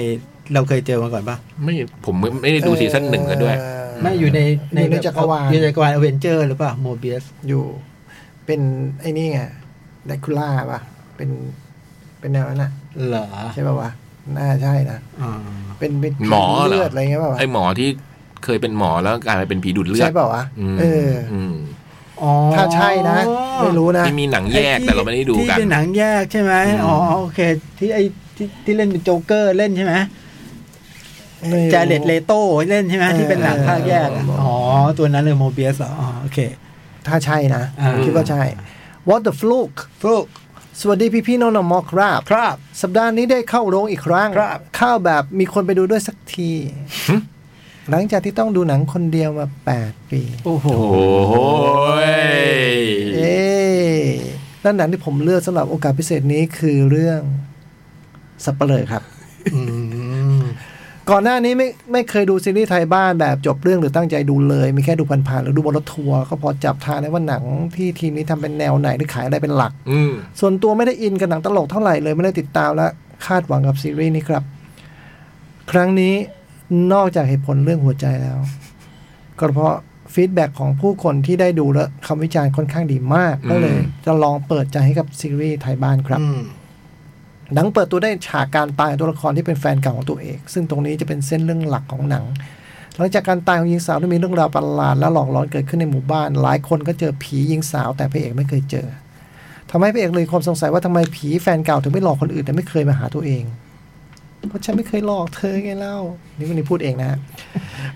[SPEAKER 4] เราเคยเจอมาก่อนปะ
[SPEAKER 3] ไม่ผมไม่ได้ดูซีซั่นหนึ่งกันด้วย
[SPEAKER 1] เออ
[SPEAKER 4] ไม่อยู่ใน
[SPEAKER 1] อยู่ในจักรวาล
[SPEAKER 4] อยู่ในจักรวาลอเวนเจอร์หรือเปล่าโมเบียส
[SPEAKER 1] อยู่ เป็นไอ้นี่ไงแดคูล่าป่ะ เป็น เป็นแนวนั้นอะ
[SPEAKER 4] เหรอ
[SPEAKER 1] ใช่ป่ะวะ น่าใช่นะ
[SPEAKER 4] อ่า
[SPEAKER 1] เป็นเป็นผี
[SPEAKER 3] หมอเหร
[SPEAKER 1] เลื
[SPEAKER 3] อ
[SPEAKER 1] อดอะไรเงี้ยป่ะวะ
[SPEAKER 3] ไอหมอที่เคยเป็นหมอแล้วกลายมาเป็นผีดูดเลือด
[SPEAKER 1] ใช่ป่ะวะ
[SPEAKER 3] ม
[SPEAKER 1] เอออ
[SPEAKER 3] อืม
[SPEAKER 4] อ๋อ
[SPEAKER 1] ถ้าใช่นะ ไม่รู้นะ
[SPEAKER 3] ที่มีหนังแยก
[SPEAKER 4] อ้ที่
[SPEAKER 3] แต่เราไม่ได้ดูกัน
[SPEAKER 4] ที่เป็นหนังแยกใช่ไหม
[SPEAKER 3] อืม
[SPEAKER 4] อ๋อโอเค ที่ไอที่ที่เล่นเป็นโจ๊กเกอร์เล่นใช่ไหม
[SPEAKER 1] ไม่รู้
[SPEAKER 4] จาเลตเลโต้เล่นใช่ไหม
[SPEAKER 1] เออ
[SPEAKER 4] ที่เป็นหนังภาคแยกอะอ๋อ ตัวนั้นเลยโมเบียสอ๋อโอเค
[SPEAKER 1] ถ้าใช่นะ
[SPEAKER 4] อ่า
[SPEAKER 1] คิดว่าใช่ What the fluke
[SPEAKER 4] ฟลุก
[SPEAKER 1] สวัสดีพี่พี่ๆน้องนมอครับ
[SPEAKER 4] ครับ
[SPEAKER 1] สัปดาห์นี้ได้เข้าโรงอีกครั้ง
[SPEAKER 4] ครับ
[SPEAKER 1] เข้าแบบมีคนไปดูด้วยสักที หลังจากที่ต้องดูหนังคนเดียวมา 8 ปี
[SPEAKER 4] โอ้โห
[SPEAKER 3] โอ้โห
[SPEAKER 1] เอ๊ด้านหนังที่ผมเลือกสำหรับโอกาสพิเศษนี้คือเรื่องสับเปลือครับ
[SPEAKER 4] อืม
[SPEAKER 1] ก่อนหน้านี้ไม่ไม่เคยดูซีรีส์ไทยบ้านแบบจบเรื่องหรือตั้งใจดูเลย มีแค่ดูผ่านๆหรือดูบนรถทัวร์ก็พอจับทางได้ว่าหนังที่ทีมนี้ทำเป็นแนวไหนหรือขายอะไรเป็นหลัก
[SPEAKER 3] อืม
[SPEAKER 1] ส่วนตัวไม่ได้อินกับหนังตลกเท่าไหร่เลยไม่ได้ติดตามและคาดหวังกับซีรีส์นี้ครับ ครั้งนี้นอกจากเหตุผลเรื่องหัวใจแล้ว ก็เพราะฟีดแบ็กของผู้คนที่ได้ดูและคำวิจารณ์ค่อนข้างดีมาก ก็เลย
[SPEAKER 3] อืม
[SPEAKER 1] จะลองเปิดใจให้กับซีรีส์ไทยบ้านครับ
[SPEAKER 4] อืม
[SPEAKER 1] หนังเปิดตัวได้ฉากการตายของตัวละครที่เป็นแฟนเก่าของตัวเอง ซึ่งตรงนี้จะเป็นเส้นเรื่องหลักของหนัง หลังจากการตายของหญิงสาวที่มีเรื่องราวประหลาดและหลอกหลอนเกิดขึ้นในหมู่บ้าน หลายคนก็เจอผีหญิงสาวแต่พระเอกไม่เคยเจอทำให้พระเอกเลยความสงสัยว่าทำไมผีแฟนเก่าถึงไม่หลอกคนอื่นแต่ไม่เคยมาหาตัวเอง เพราะฉันไม่เคยหลอกเธอไงเล่า นี่วันนี้พูดเองนะฮะ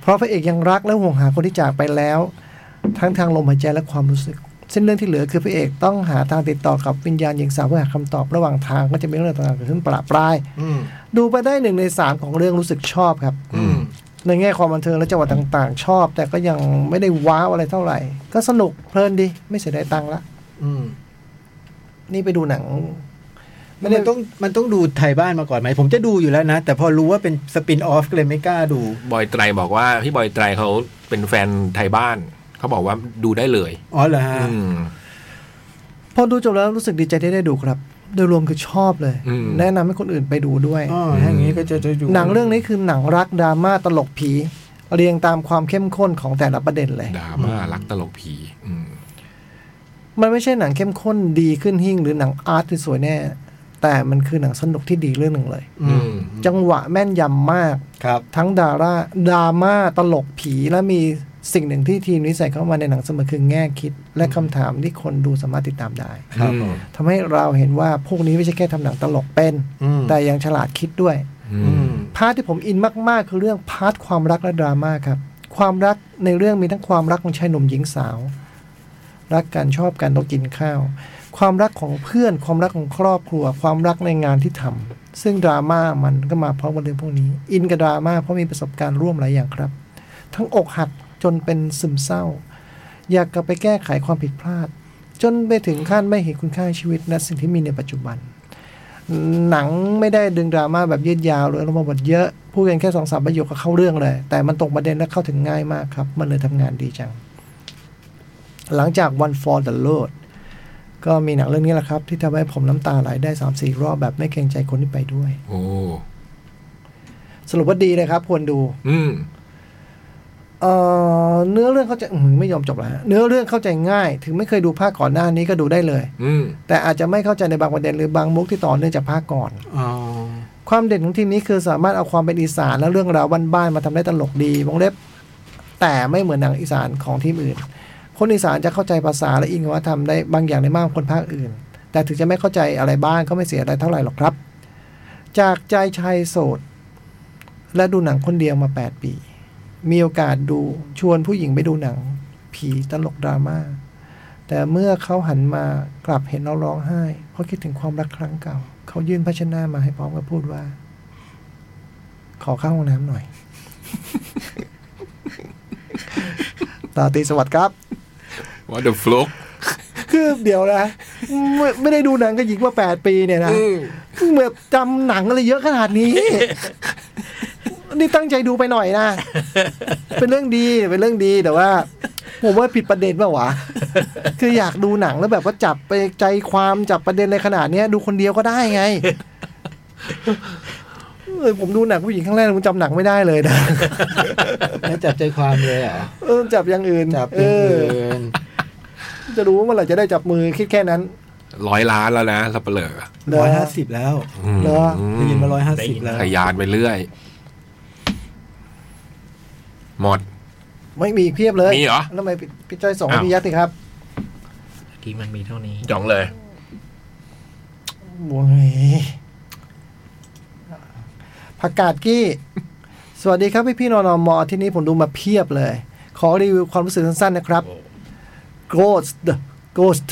[SPEAKER 1] เพราะพระเอกยังรักและห่วงหาคนที่จากไปแล้ว ทั้งทางลมหายใจและความรู้สึก เส้นเรื่องที่เหลือคือพระเอกต้องหาทางติดต่อกับวิญญาณหญิงสาวเพื่อหาคำตอบระหว่างทางก็จะมีเรื่องต่างๆเกิดขึ้นประปราย
[SPEAKER 4] อืม
[SPEAKER 1] ดูไปได้หนึ่งในสามของเรื่องรู้สึกชอบครับ
[SPEAKER 3] อืม
[SPEAKER 1] ในแง่ความบันเทิงและจังหวะต่างๆ ชอบ แต่ก็ยังไม่ได้ว้าวอะไรเท่าไหร่ ก็สนุกเพลินดีไม่เสียดายตังค์ละ
[SPEAKER 4] อืม
[SPEAKER 1] นี่ไปดูหนัง ไม่
[SPEAKER 4] มัน
[SPEAKER 1] ได้
[SPEAKER 4] ต้องมันต้องดูไทยบ้านมาก่อนไหม ผมจะดูอยู่แล้วนะ แต่พอรู้ว่าเป็นสปินออฟก็เลยไม่กล้าดู
[SPEAKER 3] บอยไตรบอกว่าพี่บอยไตรเขาเป็นแฟนไทยบ้าน เขาบอกว่าดูได้เลย
[SPEAKER 4] อ๋อเหรอฮะ
[SPEAKER 3] อืม
[SPEAKER 1] พอดูจบแล้วรู้สึกดีใจที่ได้ดูครับ โดยรวมคือชอบเลย
[SPEAKER 3] อืม
[SPEAKER 1] แนะนำให้คนอื่นไปดูด้วย
[SPEAKER 4] อ๋อถ้าอย่างนี้ก็จะจะอยู่
[SPEAKER 1] หนังเรื่องนี้คือหนังรักดราม่าตลกผีเรียงตามความเข้มข้นของแต่ละประเด็นเลย
[SPEAKER 3] ดราม่ารักตลกผีอืม
[SPEAKER 1] มันไม่ใช่หนังเข้มข้นดีขึ้นหิ่งหรือหนังอาร์ตที่สวยแน่ แต่มันคือหนังสนุกที่ดีเรื่องหนึ่งเลย
[SPEAKER 4] อืม
[SPEAKER 1] จังหวะแม่นยำมาก
[SPEAKER 4] ครับ
[SPEAKER 1] ทั้งดาราดราม่าตลกผีและมีสิ่งหนึ่งที่ทีมนี้ใส่เข้ามาในหนังเสมอคือแง่คิด และคำถามที่คนดูสามารถติดตามได้
[SPEAKER 4] ครับ
[SPEAKER 3] อืม
[SPEAKER 1] ทำให้เราเห็นว่าพวกนี้ไม่ใช่แค่ทำหนังตลกเป็น
[SPEAKER 4] อืม
[SPEAKER 1] แต่ยังฉลาดคิดด้วย
[SPEAKER 3] อื
[SPEAKER 4] อื
[SPEAKER 3] ม
[SPEAKER 4] ม
[SPEAKER 1] พาร์ทที่ผมอินมาก ๆ คือเรื่องพาร์ทความรักและดราม่าครับ ความรักในเรื่องมีทั้งความรักของชายหนุ่มหญิงสาว รักกันชอบกันต้องกินข้าว ความรักของเพื่อน ความรักของครอบครัว ความรักในงานที่ทำซึ่งดราม่ามันก็มาพร้อมกับเรื่องพวกนี้ อินกับดราม่าเพราะมีประสบการณ์ร่วมหลายอย่างครับ ทั้งอกหักจนเป็นซึมเศร้า อยากกลับไปแก้ไขความผิดพลาด จนไปถึงขั้นไม่เห็นคุณค่าในชีวิตและสิ่งที่มีในปัจจุบัน หนังไม่ได้ดึงดราม่าแบบยืดยาวหรืออารมณ์บทเยอะ พูดกันแค่สองสามประโยคก็เข้าเรื่องเลย แต่มันตรงประเด็นและเข้าถึงง่ายมากครับ มันเลยทำงานดีจัง หลังจาก One for the Road ก็มีหนังเรื่องนี้แหละครับ ที่ทำให้ผมน้ำตาไหลได้สามสี่รอบแบบไม่เกรงใจคนที่ไปด้วย
[SPEAKER 3] โอ้
[SPEAKER 1] สรุปว่าดีเลยครับ ควรดู
[SPEAKER 3] อืม
[SPEAKER 1] เอ่อเนื้อเรื่องเข้าใจอื้อหือไม่ยอมจบแล้วฮะเนื้อเรื่องเข้าใจง่าย ถึงไม่เคยดูภาคก่อนหน้านี้ก็ดูได้เลย
[SPEAKER 3] อืม
[SPEAKER 1] แต่อาจจะไม่เข้าใจในบางประเด็นหรือบางมุกที่ต่อเนื่องจากภาคก่อน
[SPEAKER 4] อ๋อ
[SPEAKER 1] ความเด่นของทีมนี้คือสามารถเอาความเป็นอีสานและเรื่องราวบ้านๆมาทำได้ตลกดีวงเล็บ แต่ไม่เหมือนหนังอีสานของทีมอื่น คนอีสานจะเข้าใจภาษาและอิงวัฒนธรรมได้บางอย่างได้มากกว่าคนภาคอื่น แต่ถึงจะไม่เข้าใจอะไรบ้างก็ไม่เสียอะไรเท่าไหร่หรอกครับ จากใจชายโสด และดูหนังคนเดียวมา 8 ปี มีโอกาสดูชวนผู้หญิงไปดูหนัง ผีตลกดราม่าแต่เมื่อเขาหันมากลับเห็นเราร้องไห้ เพราะคิดถึงความรักครั้งเก่า เขายื่นภาชนะมาให้พร้อมกับพูดว่า ขอเข้าห้องน้ำหน่อย ตาตรีสวัสดิ์ครับ
[SPEAKER 3] What the fuck
[SPEAKER 1] คือเดี๋ยวนะไม่ไม่ได้ดูหนังกับหญิงมาแปดปีเนี่ยนะแบบจำหนังอะไรเยอะขนาดนี้ นี่ตั้งใจดูไปหน่อยนะ เป็นเรื่องดีเป็นเรื่องดีแต่ว่า ผมว่าผิดประเด็นเปล่าวะ คืออยากดูหนังแล้วแบบว่าจับไปใจความจับประเด็นในขนาดเนี้ย ดูคนเดียวก็ได้ไงเออผมดูหนังผู้หญิงข้างแรกผมจำหนังไม่ได้เลยนะ
[SPEAKER 4] แล้วจับใจความเลยเหรอ
[SPEAKER 1] เออจับอย่างอื่น
[SPEAKER 4] จับอย่างอื่น
[SPEAKER 1] เออจะรู้ว่าเมื่อไหร่จะได้จับมือคิดแค่นั้น
[SPEAKER 3] ร้อยล้านแล้วนะสับเปลือ
[SPEAKER 1] เ
[SPEAKER 4] ร้อยห้าสิบแล้ว
[SPEAKER 1] เหรอ
[SPEAKER 4] ได้ยินมาร้อยห้า
[SPEAKER 2] ได้
[SPEAKER 4] สิบ
[SPEAKER 2] ยิน
[SPEAKER 4] แล้ว
[SPEAKER 3] ขยานไปเรื่อย หมด
[SPEAKER 1] ไม่มีอีกเพียบเลย
[SPEAKER 3] มีเหรอ
[SPEAKER 1] แล้วทำไมพี่พี่จ้อยส่งให้
[SPEAKER 3] อ้าว
[SPEAKER 1] พี่ยักษ์สิครับ
[SPEAKER 2] ที่มันมีเท่านี้
[SPEAKER 3] จ่องเลย
[SPEAKER 1] โว้ยผักกาดกี้ สวัสดีครับพี่พี่ๆนอนอมอที่นี้ผมดูมาเพียบเลย ขอรีวิวความรู้สึกสั้นๆนะครับ Ghost Ghost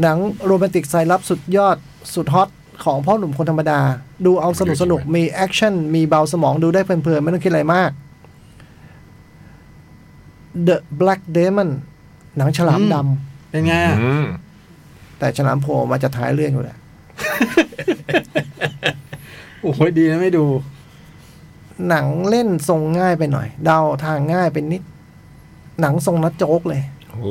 [SPEAKER 1] หนังโรแมนติกสายลับสุดยอดสุดฮอตของพ่อหนุ่มคนธรรมดา ดูเอาสนุกสนุกๆมีแอคชั่น มีเบาสมองดูได้เพลินๆ ไม่ต้องคิดอะไรมาก The Black Demon หนังฉลาม
[SPEAKER 4] อืม
[SPEAKER 1] ดำ
[SPEAKER 4] เป็นไงอะ
[SPEAKER 3] อืม
[SPEAKER 1] แต่ฉลามโผล่มาจะท้ายเรื่องอยู่แหละ
[SPEAKER 4] โอ้โหดีนะไม่ดู
[SPEAKER 1] หนังเล่นทรงง่ายไปหน่อย เดาทางง่ายไปนิด หนังทรงนัดโจ๊กเลย
[SPEAKER 3] โอ้โห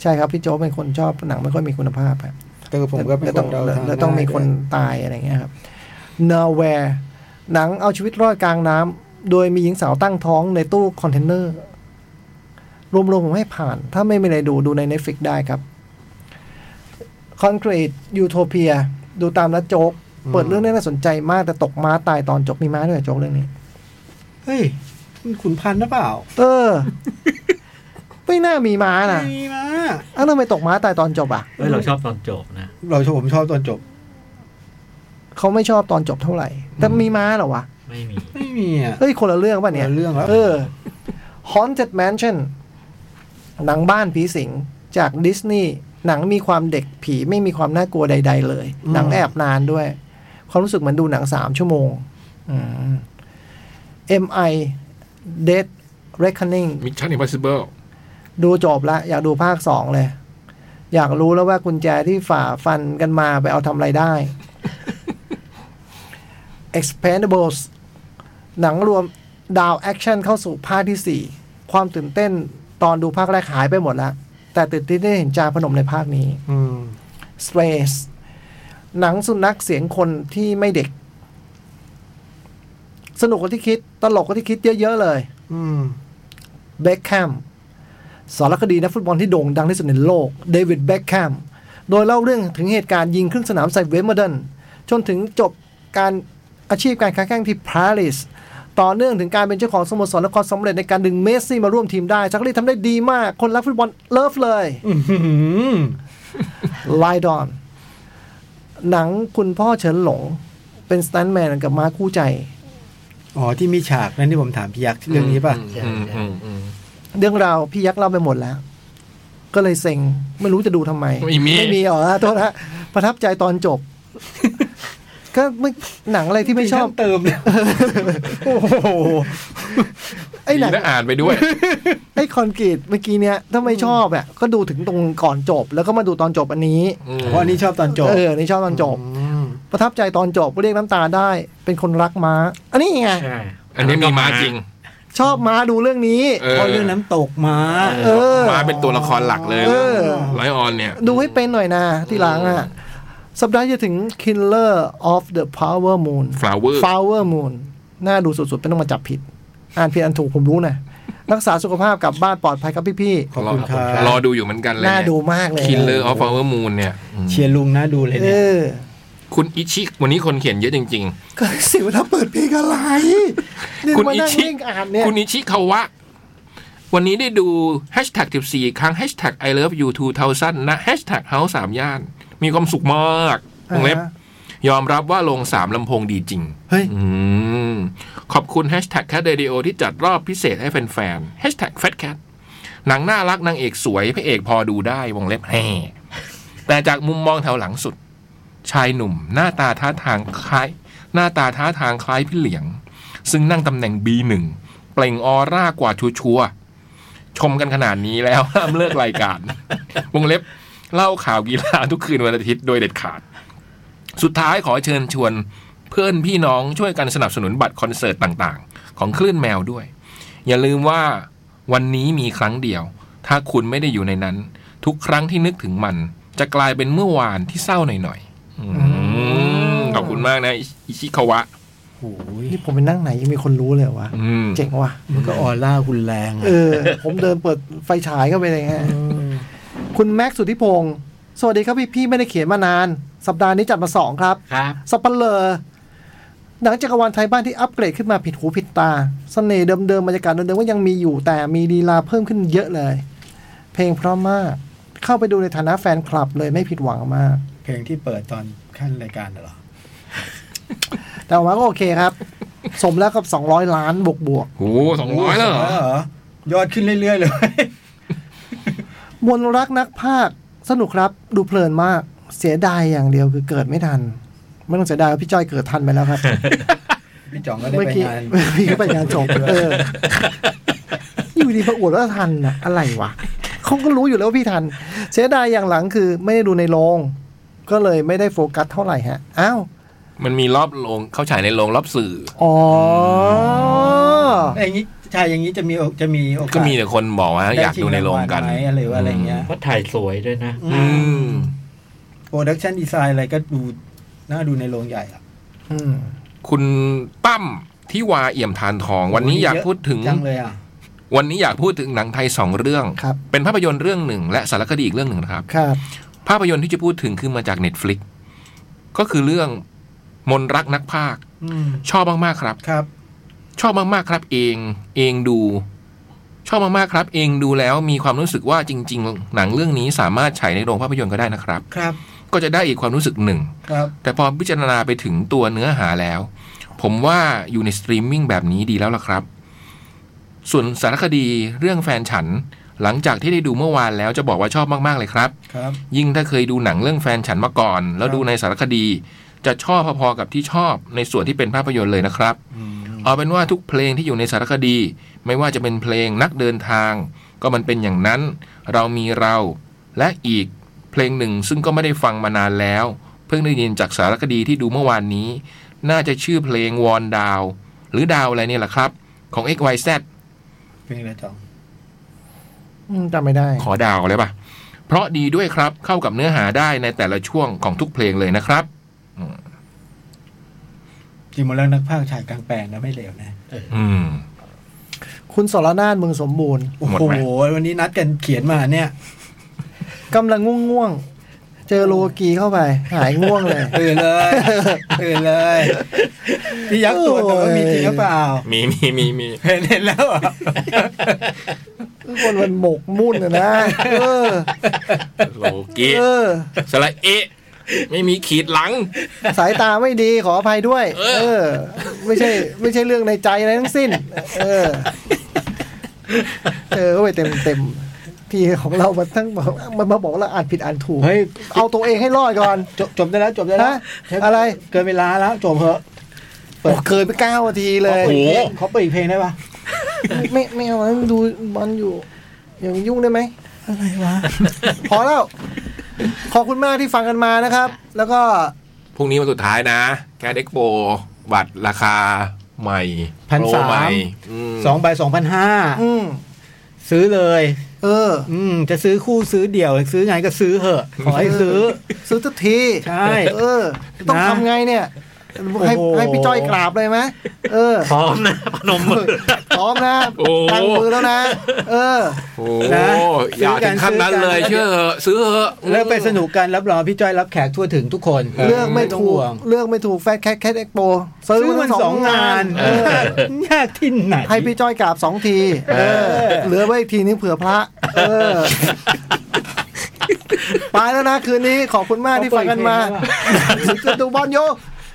[SPEAKER 1] ใช่ครับพี่โจ๊กเป็นคนชอบหนังไม่ค่อยมีคุณภาพครับ
[SPEAKER 4] ก็คือผมก็เป็น
[SPEAKER 1] แล้ว
[SPEAKER 4] ค
[SPEAKER 1] ต้อน ง
[SPEAKER 4] เดาทาง
[SPEAKER 1] แล้วต้องมีคนตายอะไรเงี้ยครับ Nowhere หนังเอาชีวิตรอดกลางน้ำโดยมีหญิงสาวตั้งท้องในตู้คอนเทนเนอร์ รวมๆผมให้ผ่าน ถ้าไม่มีอะไรดูดูใน Netflix ได้ครับ Concrete Utopia ดูตามนัดโจ๊กเปิดเรื่องได้น่าสนใจมากแต่ตกม้าตายตอนจบมีม้าด้วยเหรอโจ๊กเรื่องนี้
[SPEAKER 4] เฮ้ยมันขุนพันธุ์หรือเปล่า
[SPEAKER 1] เออ ไม่น่ามีม้านะ
[SPEAKER 4] ดีมา
[SPEAKER 1] อ้าวทำไมตกม้าตายตอนจบอ่ะ
[SPEAKER 2] เฮ้ยเราชอบตอนจบนะ
[SPEAKER 4] เราชอบผมชอบตอนจบ
[SPEAKER 1] เขาไม่ชอบตอนจบเท่าไหร่ แต่มีม้าเหรอวะ
[SPEAKER 2] ไม่มี
[SPEAKER 4] ไม่มีอ่ะ
[SPEAKER 1] เฮ้ย คนละเรื่องป่ะเนี่ย
[SPEAKER 4] คนละเรื่องครับ
[SPEAKER 1] เออ Haunted Mansion หนังบ้านผีสิง จากดิสนีย์หนังมีความเด็กผีไม่มีความน่ากลัวใด ๆ เลย หนังแอบนานด้วย ความรู้สึกเหมือนดูหนังสามชั่วโมงอืม MI Dead Reckoning
[SPEAKER 3] มิชชั่นอิมพอสิเบิล
[SPEAKER 1] ดูจบละอยากดูภาคสองเลย อยากรู้แล้วว่ากุญแจที่ฝ่าฟันกันมาไปเอาทำอะไรได้ Expendables หนังรวมดาวแอคชั่นเข้าสู่ภาคที่ 4 ความตื่นเต้นตอนดูภาคแรกหายไปหมดละแต่ตื่นเต้นได้เห็นจาพนมในภาคนี้
[SPEAKER 4] อืม
[SPEAKER 1] Space หนังสุนัขเสียงคนที่ไม่เด็ก สนุกกว่าที่คิด ตลกกว่าที่คิดเยอะ ๆ เลย
[SPEAKER 4] อืม
[SPEAKER 1] เบคแฮมสารคดีนักฟุตบอลที่โด่งดังที่สุดในโลกเดวิดเบคแฮมโดยเล่าเรื่องถึงเหตุการณ์ยิงครึ่งสนามใส่เวมเบอร์ดันจนถึงจบการ อาชีพการค้าแข้งที่ปารีสต่อเนื่องถึงการเป็นเจ้าของสโมสรและความสำเร็จในการดึงเมสซี่มาร่วมทีมได้จักรีทำได้ดีมาก คนรักฟุตบอลเลิฟเลย
[SPEAKER 4] อื้อหือ
[SPEAKER 1] ไลดอน หนังคุณพ่อเฉินหลง เป็นสแตนท์แมนกับม้าคู่ใจ
[SPEAKER 4] อ๋อที่มีฉากนั้นที่ผมถามพี่ยักษ์เรื่องนี้ป่ะ
[SPEAKER 3] อืมอืมอืม
[SPEAKER 1] เรื่องราวพี่ยักษ์เล่าไปหมดแล้ว ก็เลยเซ็ง ไม่รู้จะดูทำไม
[SPEAKER 3] ไม่มี
[SPEAKER 1] ไม่มีเหรอโทษนะประทับใจตอนจบ ก็ไม่หนังอะไรที่ไม่ชอบ
[SPEAKER 4] เติม เลย
[SPEAKER 1] โอ้โหไอ้หนัง
[SPEAKER 3] ดีนะอ่านไปด้วย
[SPEAKER 1] ไอ้คอนกรีตเมื่อกี้เนี้ยถ้าไม่ชอบอ่ะก็ดูถึงตรงก่อนจบ แล้วก็มาดูตอนจบอันนี้
[SPEAKER 4] เพราะอันนี้ชอบตอนจบ
[SPEAKER 1] เออนี่ชอบตอนจบ
[SPEAKER 4] อืม
[SPEAKER 1] ประทับใจตอนจบเรียกน้ำตาได้ เป็นคนรักม้า อันนี้ไง
[SPEAKER 2] ใช่
[SPEAKER 3] อันนี้มีมาจริง
[SPEAKER 1] ชอบม้าดูเรื่องนี้
[SPEAKER 3] เออ
[SPEAKER 4] เพราะเรื่องน้ำตกมา
[SPEAKER 1] เออ
[SPEAKER 3] มาเป็นตัวละครหลักเลย
[SPEAKER 1] เออ
[SPEAKER 3] ไลออนเนี่ย
[SPEAKER 1] ดูให้เป็นหน่อยนะที่หลังอ่ะ สัปดาห์จะถึง Killer of the Power Moon
[SPEAKER 3] Flower
[SPEAKER 1] Flower Moon น่าดูสุดๆ ไม่ต้องมาจับผิด อ่านผิดอันถูกผมรู้ นะรักษาสุขภาพกลับบ้านปลอดภัยครับพี่
[SPEAKER 4] ขอบคุณครับ
[SPEAKER 3] รอดูอยู่เหมือนกันเล
[SPEAKER 1] ๆ
[SPEAKER 3] ย
[SPEAKER 1] น่าดูมากเลย
[SPEAKER 3] คิลเลอร์ออฟฟาวเวอร์มูนเนี่ย
[SPEAKER 4] เชียร์ลุงนะดูเลย
[SPEAKER 1] เอ
[SPEAKER 4] เนี่ย
[SPEAKER 1] อ
[SPEAKER 3] คุณอิชิ วันนี้คนเขียนเยอะจริง
[SPEAKER 1] ก็เสียเวลาเปิดเพลงอะไรนี่
[SPEAKER 3] คุณ
[SPEAKER 1] มา
[SPEAKER 3] อิ
[SPEAKER 1] นั่ง
[SPEAKER 3] ชิ
[SPEAKER 1] เล่นอ่านเนี่ย
[SPEAKER 3] ๆ คุณอิชิคาวะ วันนี้ได้ดู Hashtag 14 ครั้ง Hashtag I love you 2000 นะ Hashtag House 3ย่าน มีความสุขมากวงเล็บ
[SPEAKER 1] อ่าฮะ
[SPEAKER 3] ยอมรับว่าลงสามลำโพงดีจริง
[SPEAKER 4] เฮ้ย
[SPEAKER 3] อืม ขอบคุณแฮชแท็กแค t เ a ด i โอที่จัดรอบพิเศษให้แฟนๆแฮชแท็กแฟตแคทหนังน่ารักนางเอกสวย พระเอกพอดูได้วงเล็บแฮ่แต่จากมุมมองแถวหลังสุด ชายหนุ่ม หน้าตาท่าทางคล้าย หน้าตาท่าทางคล้ายพี่เหลียง ซึ่งนั่งตำแหน่ง B1 เปล่งออร่ากว่าชัวร์ๆชมกันขนาดนี้แล้ว ห้ามเลิกรายการ วงเล็บเล่าข่าวกีฬาทุกคืนวันอาทิตย์โดยเด็ดขาด สุดท้ายขอเชิญชวน เพื่อนพี่น้องช่วยกันสนับสนุนบัตรคอนเสิร์ตต่างๆ ของคลื่นแมวด้วย อย่าลืมว่าวันนี้มีครั้งเดียว ถ้าคุณไม่ได้อยู่ในนั้น ทุกครั้งที่นึกถึงมัน จะกลายเป็นเมื่อวานที่เศร้าหน่อยๆอืมขอบคุณมากนะ อิชิคาวะ
[SPEAKER 4] โอ้ย
[SPEAKER 1] นี่ผมไปนั่งไหนยังมีคนรู้เลยเหรอวะ
[SPEAKER 3] อืม
[SPEAKER 1] เจ๋งว่ะ
[SPEAKER 4] มันก็ออร่าคุณแรงอะ
[SPEAKER 1] เออ ผมเดินเปิดไฟฉายเข้าไปเลยฮะ
[SPEAKER 4] ม
[SPEAKER 1] คุณแม็กซ์สุทธิพงศ์สวัสดีครับพี่พี่ไม่ได้เขียนมานาน สัปดาห์นี้จัดมาสองครับ
[SPEAKER 2] ครับ
[SPEAKER 1] สปเหร่อหนังจักรวาลไทยบ้านที่อัปเกรดขึ้นมาผิดหูผิดตา เสน่ห์เดิมๆบรรยากาศเดิมๆก็ยังมีอยู่แต่มีลีลาเพิ่มขึ้นเยอะเลย เพลงเพราะมาก เข้าไปดูในฐานะแฟนคลับเลยไม่ผิดหวังมาก
[SPEAKER 4] เพลงที่เปิดตอนขั้นรายการน่ะเหรอ
[SPEAKER 1] แต่ว่าก็โอเคครับ สมแล้วกับ 200 ล้านบวกบวก
[SPEAKER 3] โอ้สองร้อยแล้วเหรอ
[SPEAKER 4] ยอดขึ้นเรื่อยๆเลย
[SPEAKER 1] ๆมนรักนักภาค สนุกครับ ดูเพลินมาก เสียดายอย่างเดียวคือเกิดไม่ทัน ไม่ต้องเสียดายว่าพี่จ้อยเกิดทันไปแล้วครับ
[SPEAKER 4] พี่จ่องก็ได้
[SPEAKER 1] เมื่อ
[SPEAKER 4] ไป
[SPEAKER 1] กี้
[SPEAKER 4] งาน
[SPEAKER 1] พี่ก็ไปงานจบ เออ อยู่ดีมาอวดว่าทันนะอะไรวะเขาก็รู้อยู่แล้วว่าพี่ทัน เสียดายอย่างหลังคือไม่ได้ดูในโรงก็เลยไม่ได้โฟกัสเท่าไหร่ฮะ อ้าว
[SPEAKER 3] มันมีรอบลงเข้าฉายในโรงรอบสื่อ
[SPEAKER 1] อ๋อ
[SPEAKER 4] ไอ้อย่างนี้ชายอย่างนี้จะมีโอจะมีโอกาส
[SPEAKER 3] ก็มีแต่คนบอกว่าอยากดูในโรงกัน
[SPEAKER 4] ได้ชิรางวัลไหมอะไรว่าอะไรเงี้ย
[SPEAKER 2] ก็ถ่ายสวยด้วยนะ
[SPEAKER 3] อืม
[SPEAKER 4] โปรดักชันดีไซน์อะไรก็ดูน่าดูในโรงใหญ่อะ
[SPEAKER 1] อืม
[SPEAKER 3] คุณตั้มที่วาเอี่ยมทานทอง วันนี้อยากพูดถึง
[SPEAKER 4] จังเลยอ่ะ
[SPEAKER 3] วันนี้อยากพูดถึงหนังไทยสองเรื่อง
[SPEAKER 1] ครับ
[SPEAKER 3] เป็นภาพยนตร์เรื่องหนึ่ง และสารคดีอีกเรื่องหนึ่งนะครับ
[SPEAKER 1] ครับ
[SPEAKER 3] ภาพยนตร์ที่จะพูดถึงคือมาจาก Netflix ก็คือเรื่องมนรักนักภาค
[SPEAKER 4] อืม
[SPEAKER 3] ชอบมากๆครับ
[SPEAKER 4] ครับ
[SPEAKER 3] ชอบมากๆครับ เอง เองดู ชอบมากๆครับ เองดูแล้วมีความรู้สึกว่าจริง ๆ หนังเรื่องนี้สามารถฉายในโรงภาพยนตร์ก็ได้นะครับ
[SPEAKER 4] ครับ
[SPEAKER 3] ก็จะได้อีกความรู้สึกหนึ่ง
[SPEAKER 4] ครับ
[SPEAKER 3] แต่พอพิจารณาไปถึงตัวเนื้อหาแล้ว ผมว่าอยู่ในสตรีมมิ่งแบบนี้ดีแล้วล่ะครับ ส่วนสารคดีเรื่องแฟนฉัน หลังจากที่ได้ดูเมื่อวานแล้วจะบอกว่าชอบมาก ๆ เลยครับ
[SPEAKER 4] ครับ
[SPEAKER 3] ยิ่งถ้าเคยดูหนังเรื่องแฟนฉันมาก่อน แล้ว
[SPEAKER 4] ครับ
[SPEAKER 3] ดูในสารคดี จะชอบพอๆกับที่ชอบในส่วนที่เป็นภาพยนตร์เลยนะครับ
[SPEAKER 4] อืม
[SPEAKER 3] เอาเป็นว่าทุกเพลงที่อยู่ในสารคดี ไม่ว่าจะเป็นเพลงนักเดินทาง ก็มันเป็นอย่างนั้น เรามีเราและอีกเพลงหนึ่งซึ่งก็ไม่ได้ฟังมานานแล้ว เพิ่งได้ยินจากสารคดีที่ดูเมื่อวานนี้ น่าจะชื่อเพลงวอนดาว หรือดาวอะไรเนี่ยแหละครับ ของ x y z
[SPEAKER 4] เพลงอะไรจ่อง
[SPEAKER 1] อืมจำไม่ได้
[SPEAKER 3] ขอดาวเลยปะเพราะดีด้วยครับเข้ากับเนื้อหาได้ในแต่ละช่วงของทุกเพลงเลยนะครับ
[SPEAKER 4] จริงหมดแล้วนักภาคชายกลางแปลงนะไม่เลวนะ
[SPEAKER 3] อืม
[SPEAKER 1] คุณสรนาถเมืองสมบูรณ์
[SPEAKER 4] โอ้
[SPEAKER 3] หมด
[SPEAKER 4] โห
[SPEAKER 3] ไหม
[SPEAKER 4] วันนี้นัดกันเขียนมาเนี่ย
[SPEAKER 1] กำลังง่วง เจอโลกีเข้าไป หายง่วงเลย
[SPEAKER 4] ตื่น เลยตื่นเลยพี่ยักษ์ตัวจแต่ว่ามีจริงหรือเปล่า
[SPEAKER 3] มีมีมีมี
[SPEAKER 4] เห็นเห็นแล้วเหรอ
[SPEAKER 1] คนมันหมกมุ่นอะนะ เออ
[SPEAKER 3] โลกี
[SPEAKER 1] เออ
[SPEAKER 3] สระเอะไม่มีขีดหลัง
[SPEAKER 1] สายตาไม่ดีขออภัยด้วย
[SPEAKER 3] เออ
[SPEAKER 1] เออ ไม่ใช่ ไม่ใช่เรื่องในใจอะไรทั้งสิ้น เออ เออเข้าไปเต็มเต็มพี่ของเรามาทั้งบอกมันมาบอกเราอ่านผิดอ่านถูก
[SPEAKER 4] เฮ้ย
[SPEAKER 1] เอาตัวเองให้รอดก่อน
[SPEAKER 4] จบจบได้แล้วจบได้แล้ว
[SPEAKER 1] ฮะอะไร
[SPEAKER 4] เกินเวลาแล้วจบเหอะ
[SPEAKER 1] เปิดเกินไปเก้านาทีเลย
[SPEAKER 3] โอ้โห
[SPEAKER 4] เขาเปิดอีกเพลงได้ปะ
[SPEAKER 1] ไม่ไม่เอาแล้วดูบอลอยู่อย่างยุ่งได้ไหมอะไรวะ พอแล้ว ขอบคุณมากที่ฟังกันมานะครับ แล้วก็
[SPEAKER 3] พรุ่งนี้วันสุดท้ายนะ แกเด็กโปบัตรราคาใหม่
[SPEAKER 4] พัน
[SPEAKER 3] โปร
[SPEAKER 4] สา
[SPEAKER 3] ให
[SPEAKER 4] ม
[SPEAKER 3] ม่อืม
[SPEAKER 4] สองใบสองพันห้า
[SPEAKER 1] อืม
[SPEAKER 4] ซื้อเลย
[SPEAKER 1] เออ
[SPEAKER 4] อืม จะซื้อคู่ซื้อเดี่ยว ซื้อไงก็ซื้อเหอะ ขอให้ซื้อ
[SPEAKER 1] ซื้อทุกที
[SPEAKER 4] ใช่
[SPEAKER 1] เออ ต้อง
[SPEAKER 4] นะ
[SPEAKER 1] ทำไงเนี่ย ให้
[SPEAKER 4] โอ้โห
[SPEAKER 1] ให้พี่จ้อยกราบเลยไหมเออ
[SPEAKER 2] พร้อมนะพนมมื อ
[SPEAKER 1] พร้อมนะ
[SPEAKER 3] โอ้โห
[SPEAKER 1] ตั้งมือแล้วนะ เออ
[SPEAKER 3] โอ้โห
[SPEAKER 4] นะ
[SPEAKER 3] อย่าถึงขั้นนั้น
[SPEAKER 4] ซื้อกัน
[SPEAKER 3] เลยเชื่อเถอะซื้อเถอะ
[SPEAKER 4] เลิกไปสนุกกันรับรองพี่จ้อยรับแขกทั่วถึงทุกคน
[SPEAKER 1] เลือกไม่
[SPEAKER 4] ต้อง
[SPEAKER 1] ถูก
[SPEAKER 4] ห่วง
[SPEAKER 1] เลือกไม่ถูกแฟนแคทแคทเอ็กโปซื้อ
[SPEAKER 4] ซื้อมั
[SPEAKER 1] มัน น
[SPEAKER 4] ส
[SPEAKER 1] ส
[SPEAKER 4] อ
[SPEAKER 1] อง ง
[SPEAKER 4] งาง
[SPEAKER 1] าน น
[SPEAKER 4] เอ
[SPEAKER 1] เออ
[SPEAKER 4] อยากที่ไหน
[SPEAKER 1] ให้พี่จ้อยกราบสองที เออ
[SPEAKER 4] เออ
[SPEAKER 1] เหลือไว้อีกทีนึงเผื่อพระ เออ ไปแล้วนะ คืนนี้ขอบคุณมากที่ฟังกันมาจะดูบอลโย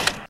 [SPEAKER 5] ว